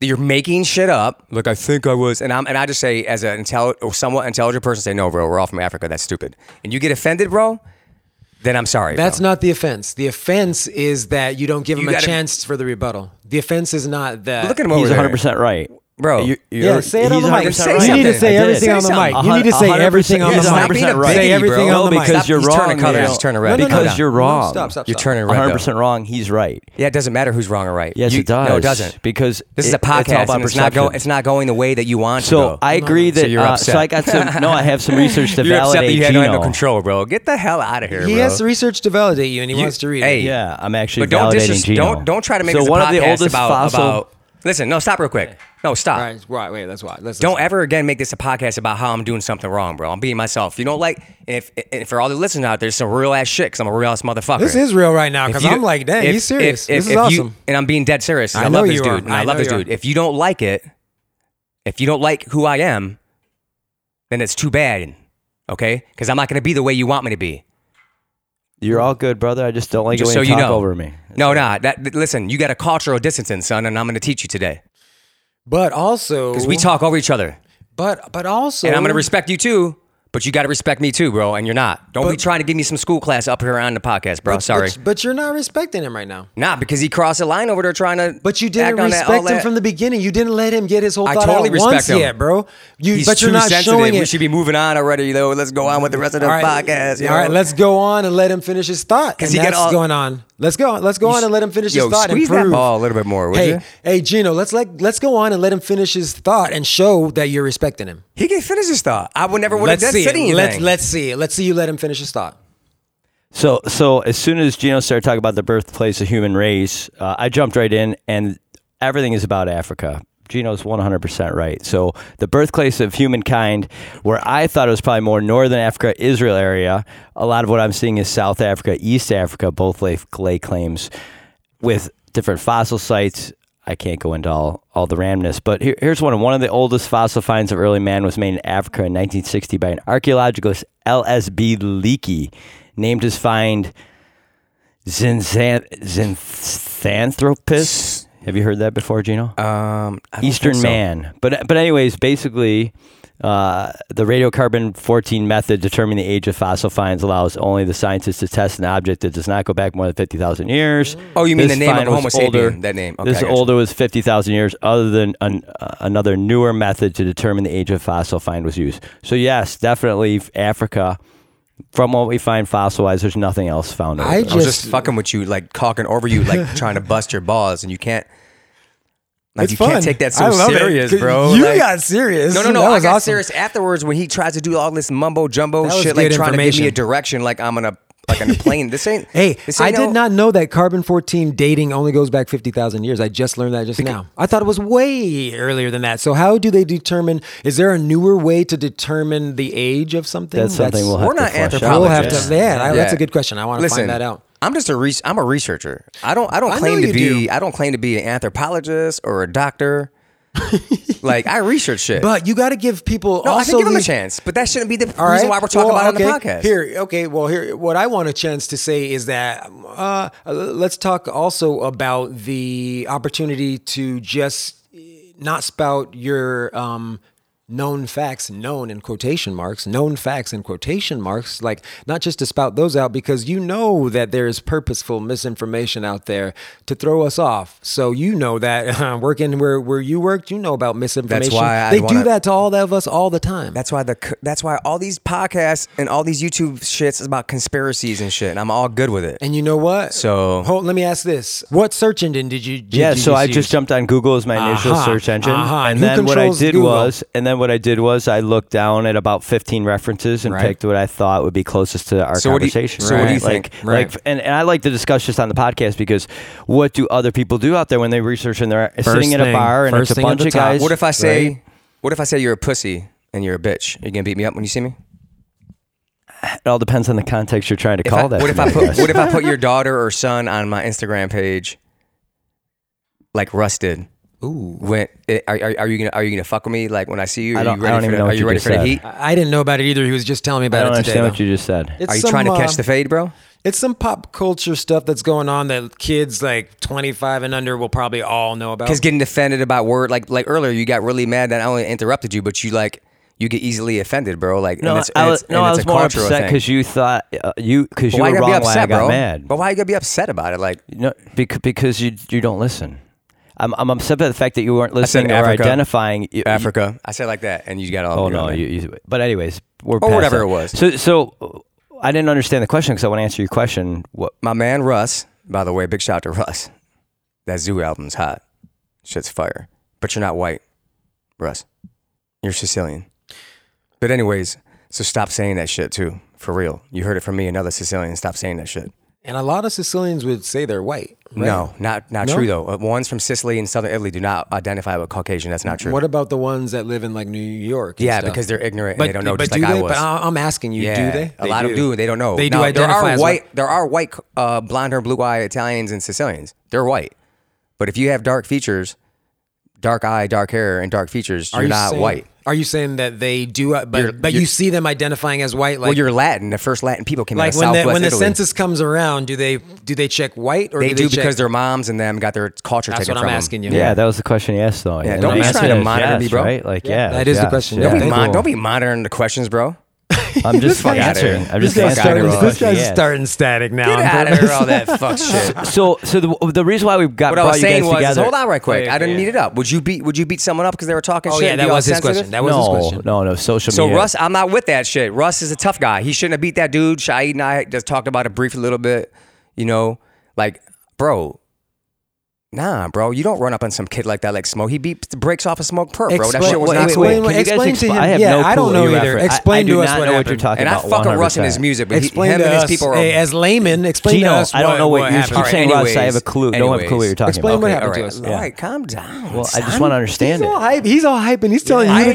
[SPEAKER 2] that you're making shit up. Like I think I was, and I'm, and I just say as an intelligent or somewhat intelligent person, say no, bro, we're all from Africa. That's stupid. And you get offended, bro. Then I'm sorry.
[SPEAKER 3] That's
[SPEAKER 2] bro.
[SPEAKER 3] not the offense. The offense is that you don't give him
[SPEAKER 2] You
[SPEAKER 3] a
[SPEAKER 2] gotta-
[SPEAKER 3] chance for the rebuttal. The offense is not that.
[SPEAKER 2] Look at him over
[SPEAKER 1] He's
[SPEAKER 2] there.
[SPEAKER 1] 100 percent right,
[SPEAKER 2] Bro.
[SPEAKER 1] You- you're-
[SPEAKER 3] Yeah, say it on
[SPEAKER 1] he's
[SPEAKER 3] the mic.
[SPEAKER 1] 100%
[SPEAKER 2] Say
[SPEAKER 1] right.
[SPEAKER 2] something.
[SPEAKER 3] You need to
[SPEAKER 2] I
[SPEAKER 3] say
[SPEAKER 2] did.
[SPEAKER 3] everything
[SPEAKER 2] Say
[SPEAKER 3] on the
[SPEAKER 2] something.
[SPEAKER 3] mic. You need to say
[SPEAKER 1] 100%
[SPEAKER 3] everything on
[SPEAKER 1] yeah,
[SPEAKER 3] the
[SPEAKER 1] he's
[SPEAKER 3] mic.
[SPEAKER 1] 100% right.
[SPEAKER 3] Say
[SPEAKER 2] He's
[SPEAKER 3] everything
[SPEAKER 2] bro.
[SPEAKER 3] on the mic.
[SPEAKER 1] because you're
[SPEAKER 2] He's
[SPEAKER 1] wrong.
[SPEAKER 2] turning colors.
[SPEAKER 1] Dale.
[SPEAKER 2] He's turning red.
[SPEAKER 3] No, no, no,
[SPEAKER 1] Because
[SPEAKER 3] no.
[SPEAKER 1] you're
[SPEAKER 3] No,
[SPEAKER 1] wrong.
[SPEAKER 3] stop, stop,
[SPEAKER 2] You're
[SPEAKER 3] stop.
[SPEAKER 2] turning red.
[SPEAKER 1] 100
[SPEAKER 2] though.
[SPEAKER 1] percent wrong. He's right.
[SPEAKER 2] Yeah, it doesn't matter who's wrong or right.
[SPEAKER 1] Yes,
[SPEAKER 2] You-
[SPEAKER 1] it does.
[SPEAKER 2] No, it doesn't.
[SPEAKER 1] Because
[SPEAKER 2] This is
[SPEAKER 1] it-
[SPEAKER 2] a podcast,
[SPEAKER 1] It's all about
[SPEAKER 2] and it's not
[SPEAKER 1] perception.
[SPEAKER 2] going. It's not going the way that you want.
[SPEAKER 1] So
[SPEAKER 2] to, bro.
[SPEAKER 1] I agree that.
[SPEAKER 2] So you're
[SPEAKER 1] uh,
[SPEAKER 2] upset.
[SPEAKER 1] so I got
[SPEAKER 2] [laughs]
[SPEAKER 1] some. No, I have some research to
[SPEAKER 2] You're upset
[SPEAKER 1] validate
[SPEAKER 2] that you had
[SPEAKER 1] Gino.
[SPEAKER 2] no control, bro. Get the hell out of here,
[SPEAKER 3] He
[SPEAKER 2] bro.
[SPEAKER 3] has research to validate you, and he wants to read
[SPEAKER 2] hey,
[SPEAKER 3] it.
[SPEAKER 1] Yeah, I'm actually
[SPEAKER 2] but don't
[SPEAKER 1] validating
[SPEAKER 2] disres-
[SPEAKER 1] Gino.
[SPEAKER 2] don't don't try to make
[SPEAKER 1] so
[SPEAKER 2] this
[SPEAKER 1] one
[SPEAKER 2] a
[SPEAKER 1] of the
[SPEAKER 2] podcast
[SPEAKER 1] oldest
[SPEAKER 2] about,
[SPEAKER 1] fossil.
[SPEAKER 2] about. Listen, no, stop real quick. No, stop.
[SPEAKER 3] All right, right, wait, that's why. Let's
[SPEAKER 2] Don't ever again make this a podcast about how I'm doing something wrong, bro. I'm being myself. You know, like and if and for all the listeners out there, it's some real ass shit because I'm a real ass motherfucker.
[SPEAKER 3] This is real right now
[SPEAKER 2] If
[SPEAKER 3] because
[SPEAKER 2] you-
[SPEAKER 3] I'm like, dang,
[SPEAKER 2] if-
[SPEAKER 3] he's serious.
[SPEAKER 2] if-
[SPEAKER 3] this
[SPEAKER 2] if
[SPEAKER 3] is
[SPEAKER 2] you-
[SPEAKER 3] awesome.
[SPEAKER 2] and I'm being dead serious.
[SPEAKER 3] I
[SPEAKER 2] I,
[SPEAKER 3] know
[SPEAKER 2] love this
[SPEAKER 3] you
[SPEAKER 2] dude.
[SPEAKER 3] are.
[SPEAKER 2] and I,
[SPEAKER 3] I
[SPEAKER 2] love
[SPEAKER 3] know
[SPEAKER 2] this
[SPEAKER 3] you are.
[SPEAKER 2] dude. If you don't like it, if you don't like who I am, then it's too bad. Okay, because I'm not going to be the way you want me to be.
[SPEAKER 1] You're all good, brother. I just don't like
[SPEAKER 2] Just
[SPEAKER 1] you
[SPEAKER 2] so
[SPEAKER 1] when
[SPEAKER 2] you
[SPEAKER 1] talk
[SPEAKER 2] know.
[SPEAKER 1] over me.
[SPEAKER 2] No, nah. That th- listen, you got a cultural distancing, son, and I'm going to teach you today
[SPEAKER 3] But also,
[SPEAKER 2] because we talk over each other,
[SPEAKER 3] But but also,
[SPEAKER 2] and I'm going to respect you too. But you got to respect me too, bro. And you're not. Don't be trying to give me some school class up here on the podcast, bro. Sorry.
[SPEAKER 3] But, but you're not respecting him right now.
[SPEAKER 2] Nah, because he crossed the line over there trying to.
[SPEAKER 3] But you
[SPEAKER 2] act
[SPEAKER 3] didn't
[SPEAKER 2] on that- all
[SPEAKER 3] respect him
[SPEAKER 2] that-
[SPEAKER 3] from the beginning. You didn't let him get his whole
[SPEAKER 2] I
[SPEAKER 3] thought
[SPEAKER 2] totally
[SPEAKER 3] out
[SPEAKER 2] respect
[SPEAKER 3] once
[SPEAKER 2] him.
[SPEAKER 3] yet, bro. You,
[SPEAKER 2] He's
[SPEAKER 3] but you're
[SPEAKER 2] too
[SPEAKER 3] not
[SPEAKER 2] sensitive.
[SPEAKER 3] showing
[SPEAKER 2] We
[SPEAKER 3] it.
[SPEAKER 2] should be moving on already, though. Let's go on with the rest of the podcast. yo.
[SPEAKER 3] all right, let's go on and let him finish his thought. And
[SPEAKER 2] he got
[SPEAKER 3] that's
[SPEAKER 2] all-
[SPEAKER 3] going on. Let's go. Let's go on and let him finish
[SPEAKER 2] Yo,
[SPEAKER 3] his thought.
[SPEAKER 2] squeeze
[SPEAKER 3] and
[SPEAKER 2] that
[SPEAKER 3] prove.
[SPEAKER 2] ball a little bit more, would
[SPEAKER 3] hey,
[SPEAKER 2] you?
[SPEAKER 3] hey, Gino, let's like let's go on and let him finish his thought and show that you're respecting him.
[SPEAKER 2] He can finish his thought. I would never would have
[SPEAKER 3] Let's
[SPEAKER 2] done
[SPEAKER 3] see.
[SPEAKER 2] said
[SPEAKER 3] It. Let's
[SPEAKER 2] anything.
[SPEAKER 3] let's see it. Let's see you let him finish his thought.
[SPEAKER 1] So, so as soon as Gino started talking about the birthplace of human race, uh, I jumped right in, and everything is about Africa. Gino's 100% right. So, the birthplace of humankind, where I thought it was probably more northern Africa, Israel area, a lot of what I'm seeing is South Africa, East Africa, both lay, lay claims with different fossil sites. I can't go into all, all the randomness, but here, here's one. One of the oldest fossil finds of early man was made in Africa in 1960 by an archaeologist, L.S.B. Leakey, named his find Zinzan- Zinanthropus. Have you heard that before, Gino?
[SPEAKER 2] Um, I don't
[SPEAKER 1] Eastern
[SPEAKER 2] think so.
[SPEAKER 1] man. But but anyways, basically, uh, the radiocarbon fourteen method determining the age of fossil finds allows only the scientists to test an object that does not go back more than fifty thousand years.
[SPEAKER 2] Oh, you mean the name of
[SPEAKER 1] find
[SPEAKER 2] Homo
[SPEAKER 1] was
[SPEAKER 2] sapien,
[SPEAKER 1] older-
[SPEAKER 2] that name. Okay, I
[SPEAKER 1] this
[SPEAKER 2] got you.
[SPEAKER 1] older was fifty thousand years. Other than an, uh, another newer method to determine the age of fossil find was used. So yes, definitely Africa. From what we find fossilized, there's nothing else found. over
[SPEAKER 3] I
[SPEAKER 1] there.
[SPEAKER 2] I was just,
[SPEAKER 3] Just-
[SPEAKER 2] fucking with you, like talking over you,
[SPEAKER 3] [laughs]
[SPEAKER 2] like trying to bust your balls, and you can't. Like
[SPEAKER 3] it's
[SPEAKER 2] you
[SPEAKER 3] fun.
[SPEAKER 2] can't take that so
[SPEAKER 3] I love it.
[SPEAKER 2] serious,
[SPEAKER 3] 'Cause
[SPEAKER 2] bro.
[SPEAKER 3] You
[SPEAKER 2] Like-
[SPEAKER 3] got serious.
[SPEAKER 2] No, no, no.
[SPEAKER 3] That
[SPEAKER 2] I
[SPEAKER 3] was
[SPEAKER 2] got
[SPEAKER 3] awesome.
[SPEAKER 2] serious afterwards when he tries to do all this mumbo jumbo
[SPEAKER 3] That was
[SPEAKER 2] shit, like
[SPEAKER 3] good
[SPEAKER 2] trying to give me a
[SPEAKER 3] information.
[SPEAKER 2] direction, like I'm on a like on a plane. This ain't.
[SPEAKER 3] [laughs] Hey,
[SPEAKER 2] this
[SPEAKER 3] I
[SPEAKER 2] ain't
[SPEAKER 3] did
[SPEAKER 2] no-
[SPEAKER 3] not know that carbon 14 dating only goes back 50,000 years. I just learned that just now. I thought it was way earlier than that. So, how do they determine? Is there a newer way to determine the age of something?
[SPEAKER 1] That's something we'll have
[SPEAKER 2] We're
[SPEAKER 1] to
[SPEAKER 2] not
[SPEAKER 1] flesh out.
[SPEAKER 3] We'll
[SPEAKER 2] anthropologists.
[SPEAKER 3] have to. Yeah, I- that's
[SPEAKER 2] Yeah.
[SPEAKER 3] a good question. I want to
[SPEAKER 2] Listen,
[SPEAKER 3] find that out.
[SPEAKER 2] I'm just a re- I'm a researcher. I don't I don't
[SPEAKER 3] I
[SPEAKER 2] claim
[SPEAKER 3] know
[SPEAKER 2] to
[SPEAKER 3] you
[SPEAKER 2] be
[SPEAKER 3] do.
[SPEAKER 2] I don't claim to be an anthropologist or a
[SPEAKER 3] [laughs]
[SPEAKER 2] doctor. like I research shit.
[SPEAKER 3] But you got to give people.
[SPEAKER 2] no,
[SPEAKER 3] also
[SPEAKER 2] I think give them a
[SPEAKER 3] the-
[SPEAKER 2] chance. But that shouldn't be the
[SPEAKER 3] All right.
[SPEAKER 2] reason why we're talking
[SPEAKER 3] Well,
[SPEAKER 2] about it on the
[SPEAKER 3] okay.
[SPEAKER 2] podcast.
[SPEAKER 3] Here, okay. Well, here, what I want a chance to say is that uh, let's talk also about the opportunity to just not spout your um, known facts, known in quotation marks, known facts in quotation marks, like not just to spout those out because you know that there is purposeful misinformation out there to throw us off. So you know that [laughs] uh, working where where you worked, you know about misinformation.
[SPEAKER 2] why I
[SPEAKER 3] they do
[SPEAKER 2] wanna-
[SPEAKER 3] that to all of us all the time.
[SPEAKER 2] That's why the c- that's why all these podcasts and all these YouTube shits is about conspiracies and shit, and I'm all good with it.
[SPEAKER 3] And you know what?
[SPEAKER 2] So-
[SPEAKER 3] Hold, let me ask this: What search engine did you? Did
[SPEAKER 1] yeah,
[SPEAKER 3] you
[SPEAKER 1] so I just
[SPEAKER 3] use?
[SPEAKER 1] jumped on Google as my initial
[SPEAKER 3] Uh-huh,
[SPEAKER 1] search engine,
[SPEAKER 3] uh-huh.
[SPEAKER 1] and,
[SPEAKER 3] And who
[SPEAKER 1] then what I
[SPEAKER 3] controls
[SPEAKER 1] did
[SPEAKER 3] Google?
[SPEAKER 1] was, and then what I did was, I looked down at about fifteen references and
[SPEAKER 3] Right.
[SPEAKER 1] picked what I thought would be closest to our
[SPEAKER 2] So what do you-
[SPEAKER 1] conversation.
[SPEAKER 2] so what do you
[SPEAKER 1] Like-
[SPEAKER 2] think?
[SPEAKER 1] Like,
[SPEAKER 3] Right.
[SPEAKER 1] and, and I like to discuss this on the podcast because what do other people do out there when they research and they're sitting at a
[SPEAKER 3] thing.
[SPEAKER 1] bar and it's
[SPEAKER 3] First
[SPEAKER 1] a
[SPEAKER 3] thing at
[SPEAKER 1] bunch
[SPEAKER 3] the
[SPEAKER 1] of
[SPEAKER 3] top.
[SPEAKER 1] guys?
[SPEAKER 2] Uh, What if I say,
[SPEAKER 3] Right.
[SPEAKER 2] what if I say you're a pussy and you're a bitch? Are you gonna beat me up when you see me?
[SPEAKER 1] it all depends on the context you're trying to
[SPEAKER 2] If
[SPEAKER 1] call
[SPEAKER 2] I-
[SPEAKER 1] that.
[SPEAKER 2] What if
[SPEAKER 1] from,
[SPEAKER 2] I put
[SPEAKER 1] guess.
[SPEAKER 2] What if I put your daughter or son on my Instagram page, like rusted? Ooh. When eh, are, are, are you gonna Are you gonna fuck with me? Like when I see you,
[SPEAKER 1] I
[SPEAKER 2] are
[SPEAKER 1] don't-
[SPEAKER 2] you
[SPEAKER 1] I
[SPEAKER 2] ready
[SPEAKER 1] don't
[SPEAKER 2] for
[SPEAKER 1] even
[SPEAKER 2] the,
[SPEAKER 1] know
[SPEAKER 2] Are
[SPEAKER 1] what
[SPEAKER 2] you
[SPEAKER 1] you
[SPEAKER 2] ready
[SPEAKER 1] just
[SPEAKER 2] for the
[SPEAKER 1] said.
[SPEAKER 2] heat?
[SPEAKER 3] I I didn't know about it either. He was just telling me
[SPEAKER 1] I
[SPEAKER 3] about
[SPEAKER 1] don't
[SPEAKER 3] it today.
[SPEAKER 1] understand what
[SPEAKER 3] though.
[SPEAKER 1] you just said.
[SPEAKER 3] It's
[SPEAKER 2] Are you
[SPEAKER 3] some,
[SPEAKER 2] trying to catch
[SPEAKER 3] uh,
[SPEAKER 2] the fade, bro?
[SPEAKER 1] Oh.
[SPEAKER 3] It's some pop culture stuff that's going on that kids like 25 and under will probably all know about.
[SPEAKER 2] Because getting defended about word like like earlier, you got really mad that I only interrupted you, but you like you get easily offended, bro. Like,
[SPEAKER 1] No,
[SPEAKER 2] and it's,
[SPEAKER 1] I
[SPEAKER 2] and
[SPEAKER 1] was,
[SPEAKER 2] it's-
[SPEAKER 1] no,
[SPEAKER 2] and
[SPEAKER 1] I
[SPEAKER 2] it's
[SPEAKER 1] was
[SPEAKER 2] a
[SPEAKER 1] more
[SPEAKER 2] cultural
[SPEAKER 1] upset
[SPEAKER 2] thing.
[SPEAKER 1] because you thought uh, you because
[SPEAKER 2] But
[SPEAKER 1] you
[SPEAKER 2] why
[SPEAKER 1] were
[SPEAKER 2] you
[SPEAKER 1] wrong.
[SPEAKER 2] gotta be
[SPEAKER 1] why I
[SPEAKER 2] upset,
[SPEAKER 1] got
[SPEAKER 2] bro?
[SPEAKER 1] mad?
[SPEAKER 2] But why you gotta be upset about it? Like,
[SPEAKER 1] No, because, because you you don't listen. I'm I'm upset by the fact that you weren't
[SPEAKER 2] said
[SPEAKER 1] listening or
[SPEAKER 2] Africa.
[SPEAKER 1] identifying you-
[SPEAKER 2] Africa. I said like that, and you got all.
[SPEAKER 1] Oh
[SPEAKER 2] you know,
[SPEAKER 1] no!
[SPEAKER 2] like-
[SPEAKER 1] You, you, but anyways, we're
[SPEAKER 2] Or
[SPEAKER 1] past
[SPEAKER 2] whatever
[SPEAKER 1] that.
[SPEAKER 2] it was.
[SPEAKER 1] So so uh, I didn't understand the question because I want to answer your question. What
[SPEAKER 2] my man Russ. By the way, big shout out to Russ. That Zoo album's hot. Shit's fire. But you're not white, Russ. You're Sicilian. But anyways, so stop saying that shit too. For real, you heard it from me, another Sicilian. Stop saying that shit.
[SPEAKER 3] And a lot of Sicilians would say they're white. right?
[SPEAKER 2] No, not not
[SPEAKER 3] No?
[SPEAKER 2] true though. Uh, Ones from Sicily and southern Italy do not identify with Caucasian. That's not true.
[SPEAKER 3] What about the ones that live in like New York? and
[SPEAKER 2] yeah,
[SPEAKER 3] stuff?
[SPEAKER 2] because they're ignorant
[SPEAKER 3] but
[SPEAKER 2] and they don't know.
[SPEAKER 3] But
[SPEAKER 2] just
[SPEAKER 3] do
[SPEAKER 2] like
[SPEAKER 3] they?
[SPEAKER 2] I was.
[SPEAKER 3] But ah, I- I'm asking you,
[SPEAKER 2] Yeah,
[SPEAKER 3] do they?
[SPEAKER 2] A lot of do. They don't know.
[SPEAKER 3] They do
[SPEAKER 2] Now,
[SPEAKER 3] identify
[SPEAKER 2] there are
[SPEAKER 3] as
[SPEAKER 2] white. There are white, uh, blonde hair, blue eye Italians and Sicilians. They're white. But if you have dark features, dark eye, dark hair, and dark features, you're
[SPEAKER 3] you
[SPEAKER 2] not
[SPEAKER 3] saying-
[SPEAKER 2] white.
[SPEAKER 3] Are you saying that they do? uh, But
[SPEAKER 2] You're-
[SPEAKER 3] but you
[SPEAKER 2] you're-
[SPEAKER 3] see them identifying as white, like
[SPEAKER 2] well, you're Latin. The first Latin people came out
[SPEAKER 3] like
[SPEAKER 2] of
[SPEAKER 3] when
[SPEAKER 2] Southwest
[SPEAKER 3] the, when the
[SPEAKER 2] Italy.
[SPEAKER 3] census comes around, do they do they check white or
[SPEAKER 2] they
[SPEAKER 3] do
[SPEAKER 2] do
[SPEAKER 3] they check-
[SPEAKER 2] because their moms and them got their culture
[SPEAKER 3] That's
[SPEAKER 2] taken
[SPEAKER 3] what
[SPEAKER 2] from
[SPEAKER 3] I'm
[SPEAKER 2] them.
[SPEAKER 3] asking you.
[SPEAKER 1] Yeah, that was the question he asked, though. Yeah,
[SPEAKER 2] don't
[SPEAKER 1] I
[SPEAKER 2] be
[SPEAKER 1] answered
[SPEAKER 2] trying to
[SPEAKER 1] it as
[SPEAKER 2] monitor me,
[SPEAKER 1] yes,
[SPEAKER 2] bro.
[SPEAKER 1] Right? Like, yeah,
[SPEAKER 3] that is the
[SPEAKER 1] yes,
[SPEAKER 3] question.
[SPEAKER 1] yes.
[SPEAKER 2] Don't be,
[SPEAKER 3] Yeah.
[SPEAKER 2] mon- don't be monitoring the questions, bro.
[SPEAKER 1] I'm just
[SPEAKER 2] guy outta here.
[SPEAKER 1] answering. I'm
[SPEAKER 2] This
[SPEAKER 1] just
[SPEAKER 2] guy's
[SPEAKER 1] answering
[SPEAKER 2] starting-
[SPEAKER 1] the
[SPEAKER 2] this
[SPEAKER 1] question he asked.
[SPEAKER 3] static now.
[SPEAKER 2] Get out of here, all that [laughs] fuck shit.
[SPEAKER 1] So, so the, the reason why we've got
[SPEAKER 2] What I
[SPEAKER 1] brought
[SPEAKER 2] was
[SPEAKER 1] you guys
[SPEAKER 2] saying was,
[SPEAKER 1] together.
[SPEAKER 2] hold on, right quick.
[SPEAKER 3] Yeah,
[SPEAKER 2] I didn't
[SPEAKER 3] yeah.
[SPEAKER 2] need it up. Would you beat? Would you beat someone up because they were talking
[SPEAKER 3] Oh
[SPEAKER 2] shit?
[SPEAKER 3] yeah,
[SPEAKER 2] and
[SPEAKER 3] that
[SPEAKER 2] be all
[SPEAKER 3] was his
[SPEAKER 2] sensitive?
[SPEAKER 3] question. That was his
[SPEAKER 1] no,
[SPEAKER 3] question.
[SPEAKER 1] no, no. Social
[SPEAKER 2] So
[SPEAKER 1] media.
[SPEAKER 2] Russ, I'm not with that shit. Russ is a tough guy. He shouldn't have beat that dude. Shaheed and I just talked about it briefly a little bit. You know, like, bro, nah, bro, you don't run up on some kid like that, like Smoke. He beat the brakes off of Smoke Perp, bro. that
[SPEAKER 3] Explain-
[SPEAKER 2] shit was
[SPEAKER 3] wait,
[SPEAKER 2] not
[SPEAKER 3] wait,
[SPEAKER 2] cool.
[SPEAKER 3] wait,
[SPEAKER 1] Can you guys
[SPEAKER 3] explain to
[SPEAKER 1] expla-
[SPEAKER 3] him-
[SPEAKER 1] I have
[SPEAKER 3] yeah,
[SPEAKER 1] no clue
[SPEAKER 3] I don't
[SPEAKER 1] what
[SPEAKER 3] know
[SPEAKER 1] you're
[SPEAKER 3] either.
[SPEAKER 1] referring- I-
[SPEAKER 3] Explain
[SPEAKER 1] I do
[SPEAKER 3] to us
[SPEAKER 1] not know
[SPEAKER 3] what
[SPEAKER 1] what you're
[SPEAKER 3] happened.
[SPEAKER 1] talking
[SPEAKER 2] And I
[SPEAKER 1] about.
[SPEAKER 2] fuck with Russ and his
[SPEAKER 1] 100%.
[SPEAKER 2] music, but he,
[SPEAKER 3] Explain
[SPEAKER 2] him
[SPEAKER 3] to
[SPEAKER 2] and
[SPEAKER 3] us,
[SPEAKER 2] his people are.
[SPEAKER 3] hey, as laymen. Explain
[SPEAKER 1] Gino,
[SPEAKER 3] to us.
[SPEAKER 1] I don't
[SPEAKER 3] what,
[SPEAKER 1] know what you
[SPEAKER 3] happened.
[SPEAKER 1] keep saying,
[SPEAKER 2] All right,
[SPEAKER 1] Russ. I have a
[SPEAKER 2] anyways.
[SPEAKER 1] clue. No one clue what you're talking
[SPEAKER 3] Explain
[SPEAKER 1] about.
[SPEAKER 3] what
[SPEAKER 2] okay,
[SPEAKER 3] happened
[SPEAKER 2] all
[SPEAKER 3] to
[SPEAKER 2] right,
[SPEAKER 3] us.
[SPEAKER 2] All right, calm down.
[SPEAKER 1] Well, I just
[SPEAKER 2] son.
[SPEAKER 1] want to understand Oh, it.
[SPEAKER 3] hype. He's all hype, and he's telling
[SPEAKER 2] I know, I know. No,